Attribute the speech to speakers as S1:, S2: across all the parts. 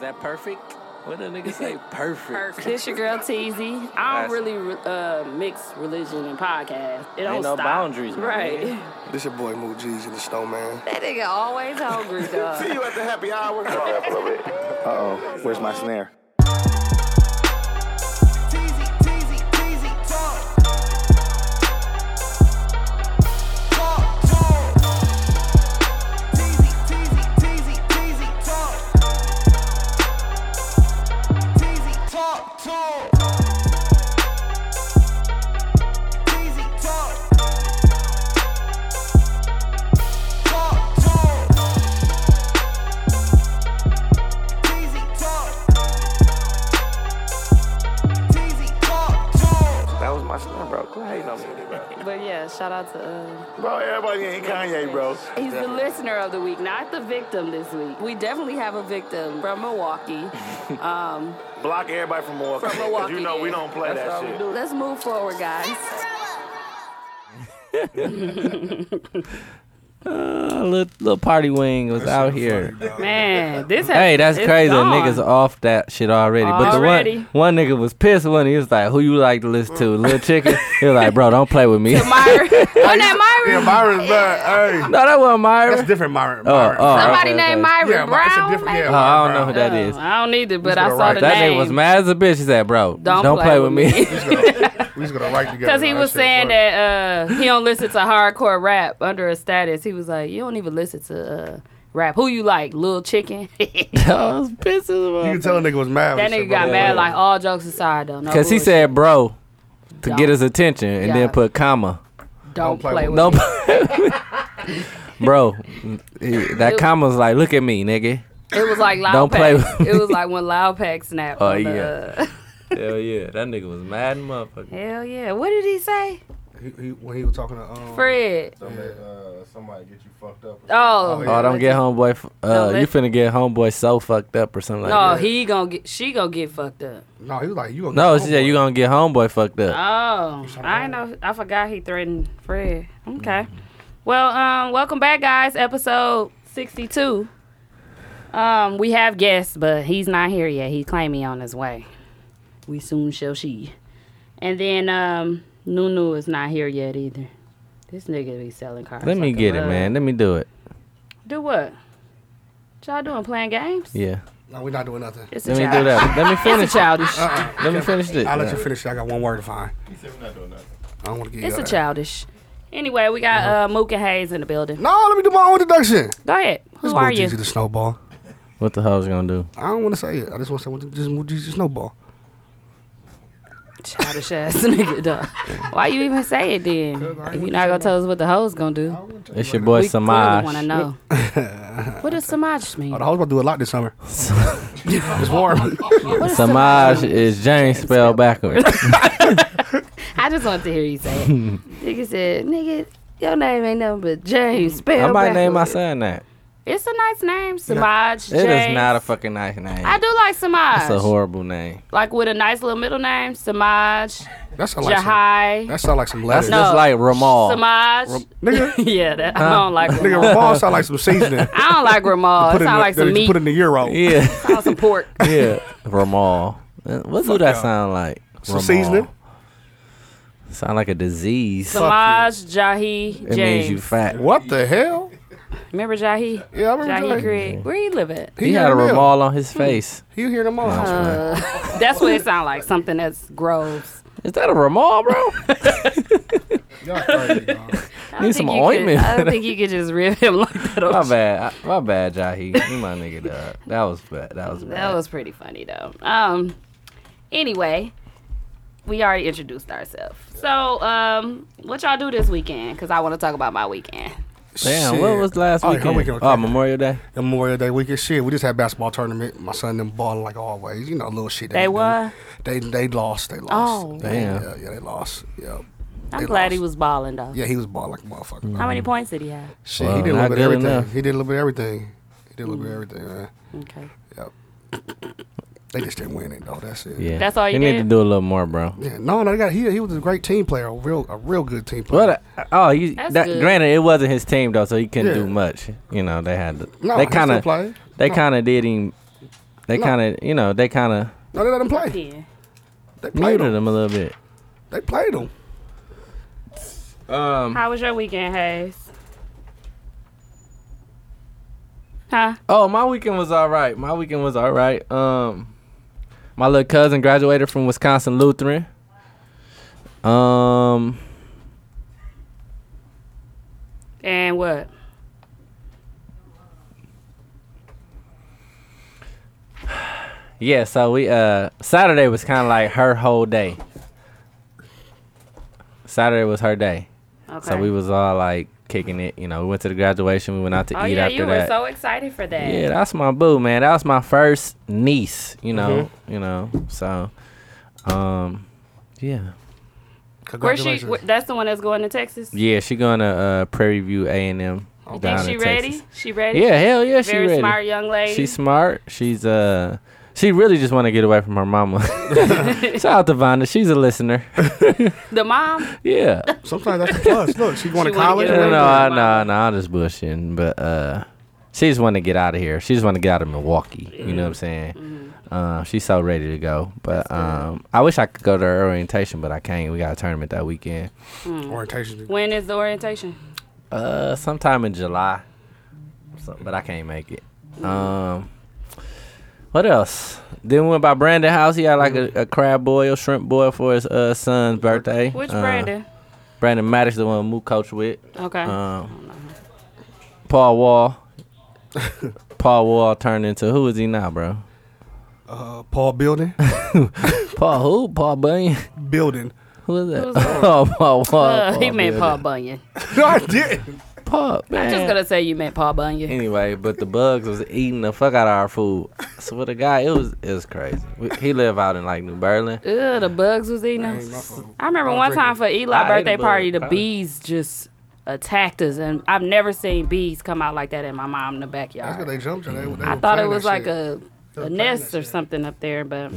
S1: that perfect? What the nigga say? Perfect.
S2: Perfect.
S3: This your girl Teasy. I don't really uh, mix religion and podcast. It don't
S1: Ain't no
S3: stop.
S1: boundaries, man.
S3: Right.
S4: This your boy Moot G's and the Snowman.
S2: That nigga always hungry, dog.
S5: See you at the happy hour.
S6: Uh-oh, where's my snare?
S7: Teasy, teasy, teasy, talk. Talk, talk. Teasy, teasy, teasy, teasy, talk. Teasy, talk, talk. Teasy, talk. Talk, talk. Teasy, talk. Teasy, talk, talk.
S1: That was my son, bro. Quit hating on me, bro.
S3: But yeah, shout out to. Uh,
S5: Bro, everybody ain't Kanye, bro.
S3: he's the listener of the week, not the victim this week. We definitely have a victim from Milwaukee.
S5: Block everybody from Milwaukee.
S2: From
S5: 'cause
S2: Milwaukee,
S5: you know we
S2: yeah.
S5: don't play
S1: That's all
S5: that
S1: we
S5: shit.
S1: do.
S3: Let's move forward, guys.
S1: Uh, little, little party wing was out here.
S3: Man, this has,
S1: Hey, that's
S3: it's
S1: crazy.
S3: gone.
S1: Niggas off that shit already. But
S3: Already.
S1: the one one nigga was pissed when he was like, "Who you like to listen to, Little Chicken?" he was like, "Bro, don't play with me." no,
S3: Myra. oh, that Myra.
S8: Yeah, Myron's bad. Hey,
S1: that wasn't Myra.
S8: that's different, Myron.
S1: Oh,
S8: Myron.
S1: oh,
S3: Somebody
S1: okay,
S3: named
S1: okay.
S3: Myra
S8: Yeah, but it's a
S3: Brown.
S8: different. Yeah,
S1: Oh, I don't know
S8: Myron
S1: who
S8: Brown.
S1: that is.
S3: Oh, I don't need it, but I
S8: gonna
S3: saw
S8: write
S3: the
S1: That
S3: name.
S1: nigga was mad as a bitch. He said, "Bro,
S3: Don't
S1: don't,
S3: play
S1: play,
S3: with
S1: with me."
S8: We just gonna write together.
S3: Because he
S8: That
S3: was
S8: shit's
S3: saying
S8: funny.
S3: that uh, he don't listen to hardcore rap under a status. He was like, you don't even listen to uh, rap. Who you like, Lil Chicken? that
S1: I was pissed as well.
S8: You can tell a nigga was mad. when
S3: nigga
S8: shit
S3: got
S8: broke.
S3: mad. Like all jokes aside, though, no
S1: Cause he
S3: bullshit.
S1: said, "Bro," to
S3: Don't.
S1: get his attention, and
S3: Yeah.
S1: then put comma.
S3: "Don't
S8: play
S3: play
S8: with
S3: with
S1: No,
S3: me."
S1: bro, he- that comma was like, "Look at me, nigga."
S3: It was like loud.
S1: Don't
S3: pack.
S1: play with me.
S3: It was like when loud pack snapped.
S1: Oh,
S3: on the- uh,
S1: yeah. Hell yeah, that nigga was mad, motherfucker.
S3: Hell yeah. What did he say?
S8: He, he, when he was talking to um,
S3: Fred.
S6: Somebody, uh, somebody get you fucked up.
S3: Oh.
S8: yeah.
S1: Oh, don't get homeboy. F-
S3: No,
S1: uh,
S3: let-
S1: you finna get homeboy so fucked up or something like
S3: No,
S1: that.
S3: Oh, he gonna get. She gonna get fucked up.
S8: No, he was like, you gonna
S1: No,
S8: get
S1: she said you gonna get homeboy fucked up.
S3: Oh, I know. I forgot he threatened Fred. Okay. Well, um, welcome back, guys. Episode sixty-two. Um, we have guests, but he's not here yet. He claiming on his way. We soon shall see. And then um, Nunu is not here yet either. This nigga be selling cars.
S1: Let me
S3: like a
S1: get it,
S3: mug.
S1: man. Let me do it.
S3: Do what? What y'all doing? Playing games?
S1: Yeah.
S8: No, we're not doing nothing.
S3: It's a
S1: Let me do
S3: childish-
S1: that. Let me finish.
S3: It's a childish.
S8: Oh,
S1: Let me finish this.
S8: I'll let you finish. it. I got one word to find. He said we're not doing nothing. I don't want to get
S3: It's a
S8: yelled at.
S3: childish. Anyway, we
S1: Uh-huh.
S3: got uh, Mook and Hayes in the building.
S8: No, let me do my own introduction.
S3: Go ahead.
S8: This
S3: Who are
S8: Moot
S3: you?
S8: Jeezy the Snowball.
S1: What the hell's gonna do?
S8: I don't want to say it. I just want to say what the- just Moot Jeezy the Snowball.
S3: Childish ass nigga, dog. Why you even say it then? If you're not gonna tell us what the hoe's gonna do,
S1: It's your boy
S3: we clearly wanna
S1: Samaj.
S3: know. what does Samaj mean?
S8: Oh, the hoes about to do a lot this summer. it's warm.
S3: What is
S1: Samaj is James spelled backwards.
S3: I just want to hear you say it. nigga said, nigga, your name ain't nothing but James. Spell
S1: I might name my
S3: backwards."
S1: son that.
S3: It's a nice name, Samaj.
S1: It
S3: James.
S1: is not a fucking nice name.
S3: I do like Samaj.
S1: That's a horrible name.
S3: like with a nice little middle name, Samaj,
S8: That sound like some,
S3: Jahai,
S8: that sound like some
S1: That's
S8: lettuce.
S1: just like Ramal.
S3: Samaj.
S8: Nigga,
S3: yeah, that, I don't like
S8: nigga,
S3: Ramal.
S8: Ramal sound like some seasoning.
S3: I don't like Ramal. Oh, It
S8: Put in
S3: sounds
S8: the-
S3: like
S8: that
S3: some
S8: you
S3: meat.
S8: Put in the euro.
S1: Yeah,
S3: sounds some pork.
S1: yeah. Ramal. Uh, What do that sound like?
S8: Some
S1: Ramal.
S8: seasoning.
S1: Sound like a disease. It
S3: Samaj, Jahi, James.
S1: means you fat.
S8: What the hell?
S3: Remember Jahi?
S8: Yeah, I remember.
S3: Jahi
S8: that.
S3: Craig. Where he live at?
S1: He had a Ramal on his face.
S8: You hear them all?
S3: Uh-huh. Uh, That's what it sounds like. Something that's gross.
S1: Is that a Ramal, bro?
S8: Y'all crazy,
S3: I
S8: dog.
S3: don't
S1: Need
S3: think
S1: some
S3: you could-
S1: ointment.
S3: I don't think you could just rib him like that.
S1: my
S3: on-
S1: bad. I- My bad, Jahi. You my nigga, dog. That was bad. That was bad.
S3: That was pretty funny though. Um. Anyway, we already introduced ourselves. So, um, what y'all do this weekend? Cause I want to talk about my weekend.
S1: Damn,
S8: Shit.
S1: what was last
S8: Oh, yeah,
S1: weekend? Oh,
S8: weekend was crazy.
S1: Memorial Day.
S8: Memorial Day weekend. Shit, we just had basketball tournament. My son them balling like always. You know, little shit.
S3: They
S8: do.
S3: were.
S8: They they lost. They lost.
S3: Oh.
S1: Damn.
S8: Yeah, yeah, they lost. Yeah.
S3: I'm
S8: They
S3: glad
S8: lost.
S3: he was balling though.
S8: Yeah, he was balling like a
S1: Mm.
S8: motherfucker.
S3: How many points did he have?
S8: Shit,
S1: Well,
S8: he did a
S1: not
S8: little bit of
S1: good
S8: everything.
S1: enough. Mm.
S8: He did a little bit of everything. He did a little bit of everything, man.
S3: Okay.
S8: They just didn't win it though. That's it.
S1: Yeah,
S3: That's all you
S1: He need
S3: did?
S1: to do a little more, bro.
S8: Yeah, no, no, they got he. He was a great team player, a real, a real good team player.
S1: But uh, oh, he,
S3: That's
S1: that,
S3: good.
S1: granted, it wasn't his team though, so he couldn't
S8: Yeah.
S1: do much. You know, they had to,
S8: No,
S1: they
S8: he still
S1: kind of
S8: played.
S1: they kind of did him They
S8: No.
S1: kind of, you know, they kind of
S8: No, they let him play.
S3: Yeah.
S8: They
S1: muted
S8: played him.
S1: him a little bit.
S8: They played him.
S1: Um.
S3: How was your weekend, Hayes? Huh?
S1: Oh, my weekend was all right. My weekend was all right. Um, my little cousin graduated from Wisconsin Lutheran. Um,
S3: And what?
S1: yeah. So we uh Saturday was kind of like her whole day. Saturday was her day,
S3: Okay.
S1: so we was all like kicking it. You know, we went to the graduation. We went out to
S3: oh
S1: eat
S3: yeah,
S1: after
S3: you
S1: that.
S3: were so excited for that.
S1: Yeah, that's my boo, man. That was my first niece, you know,
S3: Mm-hmm.
S1: you know. So, um, yeah,
S3: Where she?
S8: Congratulations.
S3: wh- That's the one that's going to Texas.
S1: yeah. She going to uh, Prairie View A and M.
S3: You think she ready? She ready?
S1: Yeah, hell yeah, she
S3: Very
S1: ready.
S3: smart young lady.
S1: She's smart. She's uh, she really just want to get away from her mama. Shout out to Vonda. She's a listener.
S3: the mom.
S1: Yeah.
S8: Sometimes that's a plus. Look, she going
S3: She wanna
S8: to college.
S3: get
S1: no, no,
S3: away. from
S1: no,
S3: her
S1: I-
S3: mama.
S1: no, no. I'm just bushing, but uh, she just want to get out of here. She just want to get out of Milwaukee. You know what I'm saying?
S3: Mm-hmm.
S1: Uh, she's so ready to go. But um, I wish I could go to her orientation, but I can't. We got a tournament that weekend.
S8: Orientation.
S3: When is the orientation?
S1: Uh, sometime in July. So, but I can't make it.
S3: Mm-hmm.
S1: Um, what else? Then we went by Brandon house. He had like a, a crab boil, shrimp boil for his uh, son's birthday.
S3: Which
S1: Uh,
S3: Brandon?
S1: Brandon Maddox, the one Moo coach with.
S3: Okay.
S1: Um, Paul Wall. Paul Wall turned into who is he now, bro?
S8: Uh, Paul Building.
S1: Paul who? Paul Bunyan?
S8: Building.
S1: Who is that?
S3: Who's that?
S1: oh, Paul Wall.
S3: uh, he
S1: Paul
S3: meant
S1: Bunyan.
S3: Paul Bunyan.
S8: No, I didn't.
S1: Paul, man.
S3: I'm just gonna say you meant Paul Bunyan.
S1: Anyway, but the bugs was eating the fuck out of our food. So with the guy, it was it was crazy. We, he lived out in like New Berlin.
S3: Ugh, the bugs was eating
S8: Ain't my
S3: us.
S8: fault.
S3: I remember
S8: I'm
S3: one
S8: drinking.
S3: time for
S1: I ate
S3: Eli's
S1: a
S3: birthday
S1: bug,
S3: party, the
S1: probably.
S3: bees just attacked us, and I've never seen bees come out like that in my mom in the
S8: That's what
S3: backyard.
S8: they jumped on. They, they
S3: I
S8: were
S3: thought it
S8: planning
S3: was
S8: that
S3: like
S8: shit.
S3: a, a
S8: were
S3: nest
S8: planning
S3: or
S8: that shit.
S3: something up there, but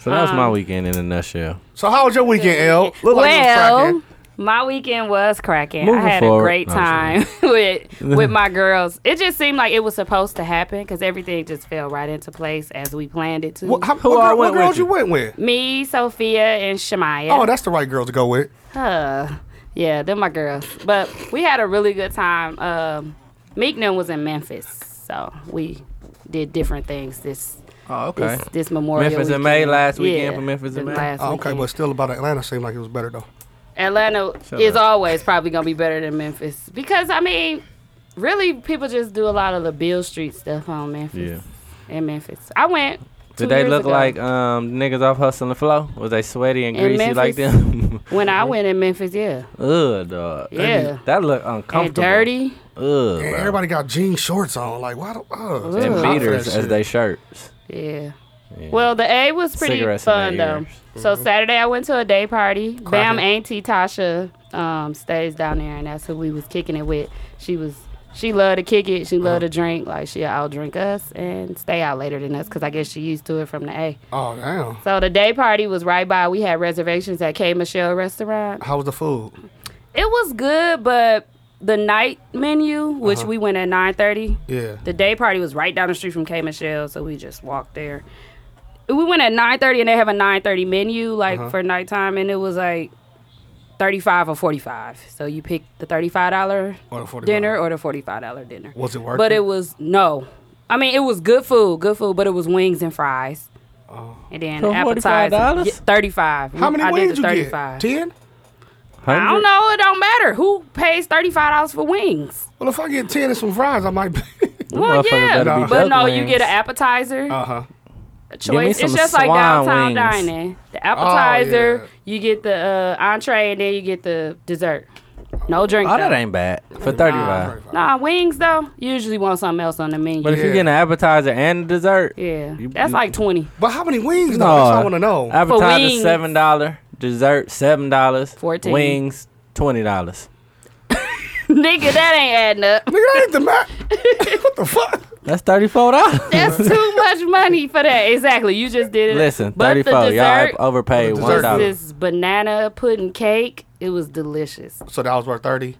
S1: So that was my
S3: Um,
S1: weekend in a nutshell.
S8: So how was your weekend, L? Look like you was
S3: well,
S8: cracking.
S3: my weekend was cracking. I
S1: Moving
S3: had
S1: forward-
S3: a great
S1: No, I'm
S3: time with with my girls. It just seemed like it was supposed to happen because everything just fell right into place as we planned it to.
S8: What, how,
S1: Who
S8: what,
S1: all went
S8: girl, what
S1: with
S8: girls
S1: you?
S8: you went with?
S3: Me, Sophia, and Shemaya.
S8: Oh, that's the right girl to go with.
S3: Uh, yeah, they're my girls. But we had a really good time. Um, Meeknam was in Memphis, so we did different things this
S1: Oh,
S3: this, this Memorial.
S1: Memphis in
S3: weekend.
S1: May, last weekend for Memphis in
S3: the
S1: May?
S3: last
S8: Oh, okay,
S3: weekend.
S8: but still about Atlanta seemed like it was better though.
S3: Atlanta
S1: Shut
S3: is
S1: up.
S3: always probably gonna be better than Memphis because I mean, really, people just do a lot of the Bill Street stuff on Memphis. In Memphis, I went. two
S1: Did they
S3: years
S1: look
S3: ago.
S1: like um niggas off hustling flow? Was they sweaty and
S3: In
S1: greasy like
S3: Memphis?
S1: them?
S3: when I went in Memphis? Yeah,
S1: Ugh, dog. They be-
S3: Yeah.
S1: That look
S3: and
S1: uncomfortable.
S3: dirty.
S1: Ugh.
S8: And
S1: bro.
S8: everybody got jean shorts on. Like why the uh,
S1: and
S3: Ugh.
S1: beaters as
S8: Outfit shit.
S1: they shirts.
S3: Yeah.
S1: Yeah.
S3: Well, the A was pretty
S1: Cigarettes in
S3: fun
S1: their
S3: though.
S1: ears. Mm-hmm.
S3: So Saturday I went to a day party. Bam,
S8: Cracking.
S3: Auntie Tasha um, stays down there, and that's who we was kicking it with. She was she loved to kick it. She
S1: Uh-huh.
S3: loved to drink. Like she'll outdrink us and stay out later than us because I guess she used to it from the A.
S8: Oh damn.
S3: So the day party was right by. We had reservations at K Michelle Restaurant.
S8: How was the food?
S3: It was good, but the night menu, which
S1: Uh-huh.
S3: we went at nine thirty,
S8: Yeah.
S3: the day party was right down the street from K Michelle, so we just walked there. We went at nine thirty, and they have a nine thirty menu like
S8: Uh-huh.
S3: for nighttime, and it was like thirty five or forty five. So you pick the thirty five dollar
S8: Or the $45.
S3: dinner or the forty five dollar dinner.
S8: Was it worth
S3: But
S8: it?
S3: it was no. I mean, it was good food, good food, but it was wings and fries. And then
S1: For
S3: appetizer,
S1: $45?
S3: Yeah, thirty-five.
S8: Oh. How many
S3: I
S8: wings
S3: did
S8: you
S3: the
S8: get? Ten?
S3: I don't know. It don't matter. Who pays thirty-five dollars for wings?
S8: Well, if I get ten and some fries, I might. be
S3: Well,
S1: motherfuckers
S3: yeah,
S1: better
S8: be
S3: but
S1: duck
S3: no, you
S1: wings.
S3: get an appetizer.
S8: Uh huh.
S1: me
S3: choice. It's
S1: some
S3: just like
S1: swan
S3: downtown
S1: wings.
S3: dining. The appetizer,
S8: yeah.
S3: you get the uh, entree, and then you get the dessert. No drink.
S1: Oh,
S3: though.
S1: that ain't bad for thirty five.
S3: Nah, wings though. You usually want something else on the menu.
S1: But if you
S8: Yeah.
S1: get an appetizer and a dessert,
S3: yeah,
S1: You-
S3: that's
S1: you-
S3: like twenty
S8: But how many wings though? That's what I want to know.
S1: Appetizer
S3: wings.
S1: seven dollar, dessert seven dollars,
S3: Fourteen.
S1: wings twenty dollars.
S3: nigga. That ain't adding up.
S8: Nigga, that ain't the math. what the fuck?
S1: That's thirty four dollars.
S3: That's too much money for that. Exactly. You just did it.
S1: Listen,
S3: but
S1: thirty
S3: the
S1: four. Y'all
S3: dessert
S1: overpaid
S8: The
S1: one
S8: dessert
S3: was
S1: dollar.
S3: this banana pudding cake. It was delicious.
S8: So that was worth thirty.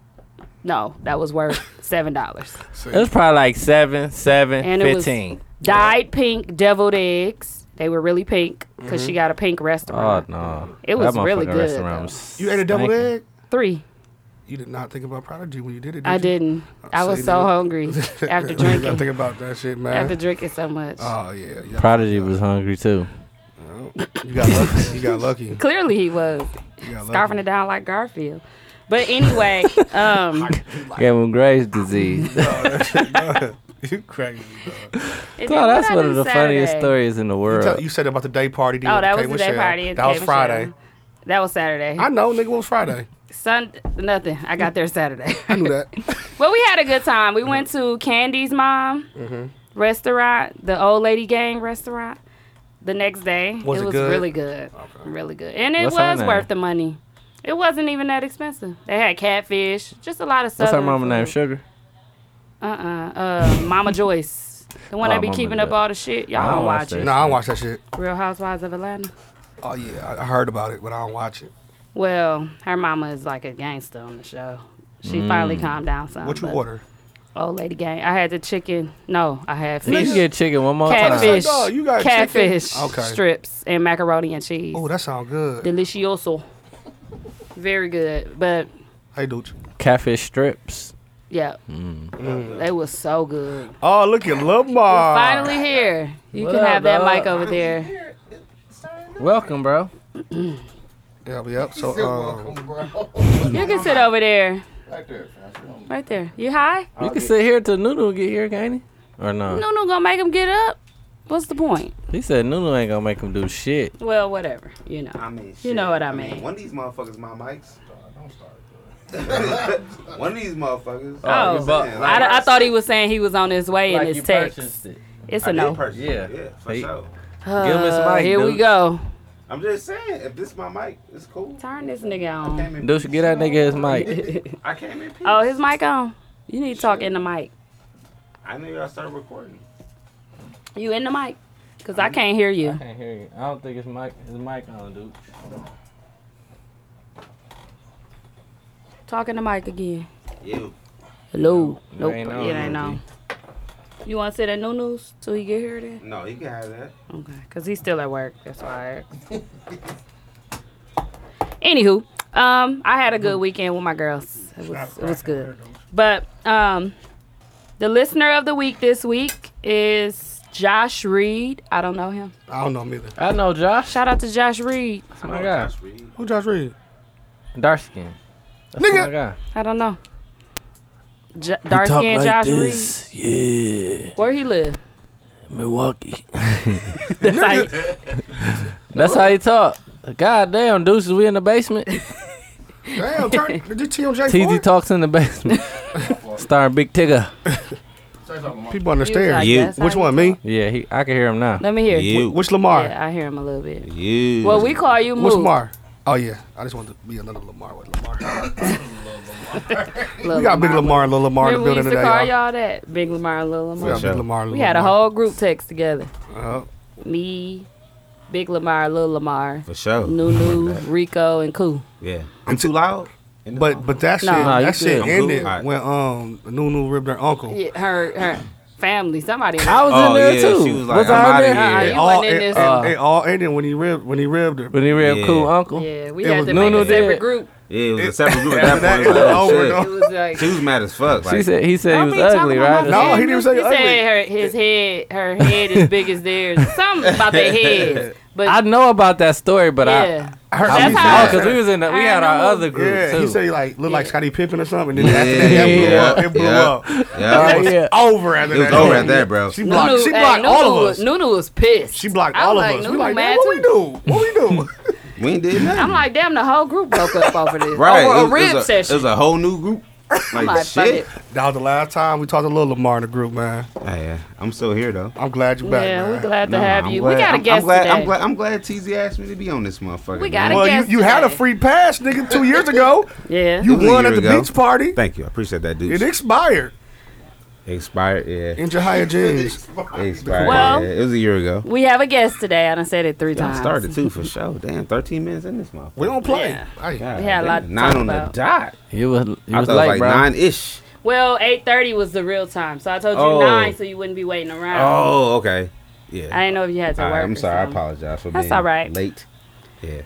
S3: No, that was worth seven dollars.
S1: It was probably like seven, seven,
S3: And it was
S1: fifteen.
S3: dyed pink deviled eggs. They were really pink because she got a pink
S1: Oh
S3: restaurant.
S1: no!
S3: It was
S1: that
S3: really
S1: motherfucking
S3: good,
S1: restaurant
S3: though.
S1: was
S8: You ate a double
S1: stinking.
S8: egg?
S3: Three.
S8: You did not think about Prodigy when you did it, did
S3: I
S8: you? Oh,
S3: didn't. I
S8: so
S3: was
S8: you
S3: so
S8: did.
S3: hungry after
S8: I think
S3: drinking.
S8: about that shit, man.
S3: After drinking so much.
S8: oh, yeah. yeah.
S1: Prodigy was hungry too.
S8: You got lucky. You got lucky. You
S3: Clearly he was
S8: got
S3: scarfing it down like Garfield. But anyway, um,
S1: Gave him Graves' disease.
S8: Oh, lucky. you crazy. dog.
S3: and then
S1: Oh, that's
S3: I
S1: one
S3: do
S1: of the funniest
S3: Saturday?
S1: stories in the
S8: You,
S1: world.
S8: tell- you said about the day party.
S3: Oh, that was the day party. at
S8: That was
S3: Cave and
S8: Friday.
S3: Shell. That was Saturday.
S8: I know, nigga. It was Friday.
S3: Sun nothing. I got there Saturday.
S8: I knew that.
S3: But we had a good time. We went to Candy's mom
S8: Mm-hmm.
S3: restaurant, the old lady gang restaurant. The next day,
S8: Was it
S3: was
S8: good?
S3: really good, really good, and it
S1: What's her
S3: was
S1: name?
S3: worth the money. It wasn't even that expensive. They had catfish, just a lot of stuff.
S1: What's her mama name? Sugar.
S3: Uh uh, uh, Mama Joyce, the one
S1: Oh,
S3: that be
S1: Mama
S3: keeping
S1: Joyce.
S3: up all the shit. Y'all
S1: I
S3: don't
S1: don't watch
S3: watch
S1: that.
S3: it.
S8: no, I don't watch that shit.
S3: Real Housewives of Atlanta.
S8: Oh yeah, I- I heard about it, but I don't watch it.
S3: Well, her mama is like a gangster on the show. She finally
S1: Mm.
S3: calmed down some.
S8: What you
S3: Oh, but
S8: order?
S3: Old lady gang. I had the chicken. No, I had
S1: You
S3: fish.
S1: can get chicken one more time.
S3: catfish,
S8: dog, you got chicken?
S3: catfish
S8: Okay.
S3: strips and macaroni and cheese.
S8: Oh, that sound good.
S3: Delicioso. Very good. But
S8: Hey, dude.
S1: Catfish strips.
S3: yeah, they were so good.
S8: Oh, look at Lamar.
S3: Finally here. You
S1: What
S3: can
S1: up,
S3: have that
S1: dog?
S3: mic over there.
S1: Welcome, bro.
S8: Yep, yep. So, um,
S3: You can sit over there.
S6: Right there.
S3: Right there. You high?
S1: You can sit here till Nunu get here, can't he? Or no?
S3: No, no, gonna make him get up. What's the point?
S1: He said Nunu ain't gonna make him do shit.
S3: Well, whatever. You know.
S9: I mean, shit.
S3: You know what I mean.
S9: one of these motherfuckers, my mics. one of these motherfuckers.
S3: Oh,
S1: you bought-
S9: man,
S3: I,
S9: like-
S3: I thought he was saying he was on his way in his text.
S1: it.
S3: It's
S9: I
S3: a
S9: did
S3: no.
S9: purchase it,
S1: Yeah.
S9: yeah, for
S1: Hey.
S9: sure.
S1: Give him his
S3: Uh,
S1: mic,
S3: here
S1: dude.
S3: we go.
S9: I'm just saying, if this my mic, it's cool.
S3: Turn this nigga
S9: I
S3: on.
S9: came in
S1: Deuce,
S9: peace,
S1: get that
S9: you
S1: nigga
S9: know?
S1: his mic.
S9: I came in peace.
S3: Oh, his mic on. You need to talk in the mic.
S9: I knew y'all started recording.
S3: You in the mic? Cause I can't hear you.
S1: can't hear you. I don't think his mic his mic on, dude.
S3: Talk in the mic again.
S9: You.
S3: Hello.
S1: No,
S3: Nope.
S1: it ain't
S3: It
S1: on,
S3: ain't
S1: Ruby.
S3: on. You want to sit at no news till he get here then?
S9: No, he can have that.
S3: Okay. Cause he's still at work. That's why. Anywho, um, I had a good weekend with my girls. It was it was good. But um, the listener of the week this week is Josh Reed. I don't know him.
S8: I don't know him either.
S1: I know Josh.
S3: Shout out to Josh Reed.
S1: Oh my god.
S8: Who Josh Reed?
S1: Dark skin. That's
S8: Nigga.
S1: my guy.
S3: I don't know. J- dark skin Josh Reed.
S1: Yeah.
S3: Where he live?
S1: Milwaukee.
S3: That's how he-
S1: That's how he talk. God damn, Deuces, we in the basement.
S8: Damn, turn, did you see on Jay
S1: TZ
S8: Ford?
S1: talks in the basement. Starring Big Tigger.
S8: People on the
S3: He was
S8: stairs.
S3: like, You. "That's how
S8: Which
S3: you
S8: one, me?
S1: Yeah, he, I can hear him now.
S3: Let me hear.
S9: You.
S8: Which Lamar?
S3: Yeah, I hear him a little bit.
S9: You.
S3: Well, we call you Moo.
S8: Which Lamar? Oh yeah, I just wanted to be another Lamar with Lamar.
S3: Lil
S8: we got Big Lamar and Lil Lamar in
S3: Remember
S8: the
S3: we
S8: building
S3: used to
S8: today.
S3: call
S8: y'all.
S3: y'all that Big Lamar and Lil
S8: We
S3: Lamar.
S8: got Big Lamar. and
S3: We
S8: Lil
S3: had a
S8: Lamar.
S3: whole group text together.
S8: Uh-huh.
S3: Me, Big Lamar, Lil Lamar,
S9: For sure.
S3: Nunu, Rico, and Koo.
S9: Yeah. I'm too loud. In the
S8: But but that shit
S3: No,
S1: you
S8: that
S1: good.
S8: shit
S9: I'm
S8: ended
S9: good. Alright.
S8: when um Nunu ripped their uncle.
S3: Yeah, her her family. Somebody.
S1: I was in
S9: Oh,
S1: there
S9: yeah,
S1: too.
S9: she was like,
S1: I
S9: "I'm
S1: in
S9: outta
S1: there?"
S9: here.
S3: Uh-uh,
S9: Yeah.
S3: you
S8: It all
S3: wasn't in
S8: it,
S3: this.
S8: it- it
S9: Uh.
S8: all ended when he ripped when he ripped her.
S1: When he real
S9: Yeah.
S1: cool uncle.
S3: yeah, we
S8: it
S3: had
S8: was
S3: to make
S1: Nunu
S3: a separate
S1: did.
S3: group.
S9: Yeah, it was a separate group at
S8: After that,
S9: that
S8: it
S9: point.
S8: was
S9: Like, oh,
S8: over,
S9: shit.
S8: dog.
S3: It was like.
S9: She was mad as fuck. Like,
S1: She said he said
S3: I
S1: he was
S3: mean, talking
S1: ugly,
S3: about
S1: right?
S3: my
S8: No, he didn't say
S3: family.
S8: ugly.
S3: said her, his head, her head is big as theirs. Something about their heads. But
S1: I know about that story, but I
S3: yeah,
S8: I heard
S1: I
S3: That's
S1: was-
S8: he-
S3: how-
S1: oh, cause we was in the, we
S3: I
S1: had our
S3: know.
S1: other group
S8: yeah,
S1: too.
S8: he said he like looked like
S3: Yeah.
S8: Scottie Pippen or something, and then after that, that blew
S1: Yeah.
S8: up. It blew
S9: Yeah.
S8: up.
S9: yeah.
S1: Oh,
S8: It was
S1: yeah.
S8: over after
S9: It was
S8: that.
S9: over at that, bro.
S8: She blocked. she
S3: hey,
S8: blocked
S3: Nunu
S8: all of
S3: was-
S8: us.
S3: Nunu was pissed.
S8: She blocked
S3: I'm
S8: all
S3: like,
S8: of us.
S3: Nunu
S8: We like,
S3: mad
S8: man, what we
S3: too.
S8: do? What we do?
S9: We ain't did nothing.
S3: I'm like, damn, the whole group broke up over this.
S9: right.
S3: Over
S9: it
S3: a
S9: was, it
S3: rib
S9: was a,
S3: session.
S9: It was a whole new group.
S3: I'm
S9: Like,
S3: like, fuck
S9: shit.
S3: it.
S8: That was the last time we talked to Lil Lamar in the group, man.
S9: Hey, I'm still here though.
S8: I'm glad you back,
S3: yeah,
S8: man.
S3: we're glad to
S9: Nah,
S3: have
S9: I'm
S3: you.
S9: glad-
S3: we got a
S9: I'm-
S3: guest
S9: I'm glad,
S3: today.
S9: I'm glad. I'm glad TZ asked me to be on this motherfucker.
S3: We got
S9: man.
S3: a
S8: Well,
S3: guest
S8: you, you had a
S3: today.
S8: free pass, nigga, two years ago.
S3: Yeah.
S8: You
S9: It was a
S8: won at
S9: year
S8: the
S9: ago.
S8: beach party.
S9: Thank you. I appreciate that, dude.
S8: It expired.
S9: Expired, yeah.
S8: In your higher jeans.
S9: Expired.
S3: Well-
S9: yeah. It was a year ago.
S3: We have a guest today. I done said it three
S9: Y'all
S3: times.
S9: started too for sure. Damn, 13 minutes in this motherfucker.
S8: We don't play.
S3: Yeah.
S8: Hey,
S9: God
S3: We had a lot
S9: damn,
S3: to
S9: Nine
S3: talk
S9: on
S3: about.
S9: the dot.
S1: You was you
S9: I
S1: was
S9: thought
S1: late,
S9: it was like
S1: bro.
S9: nine ish.
S3: Well, eight thirty was the real time, so I told you
S9: Oh.
S3: nine, so you wouldn't be waiting around.
S9: Oh, okay. Yeah.
S3: I didn't know if you had to
S9: All
S3: work.
S9: right, I'm
S3: or
S9: sorry. I
S3: something.
S9: apologize for
S3: That's
S9: being
S3: all right.
S9: late. Yeah.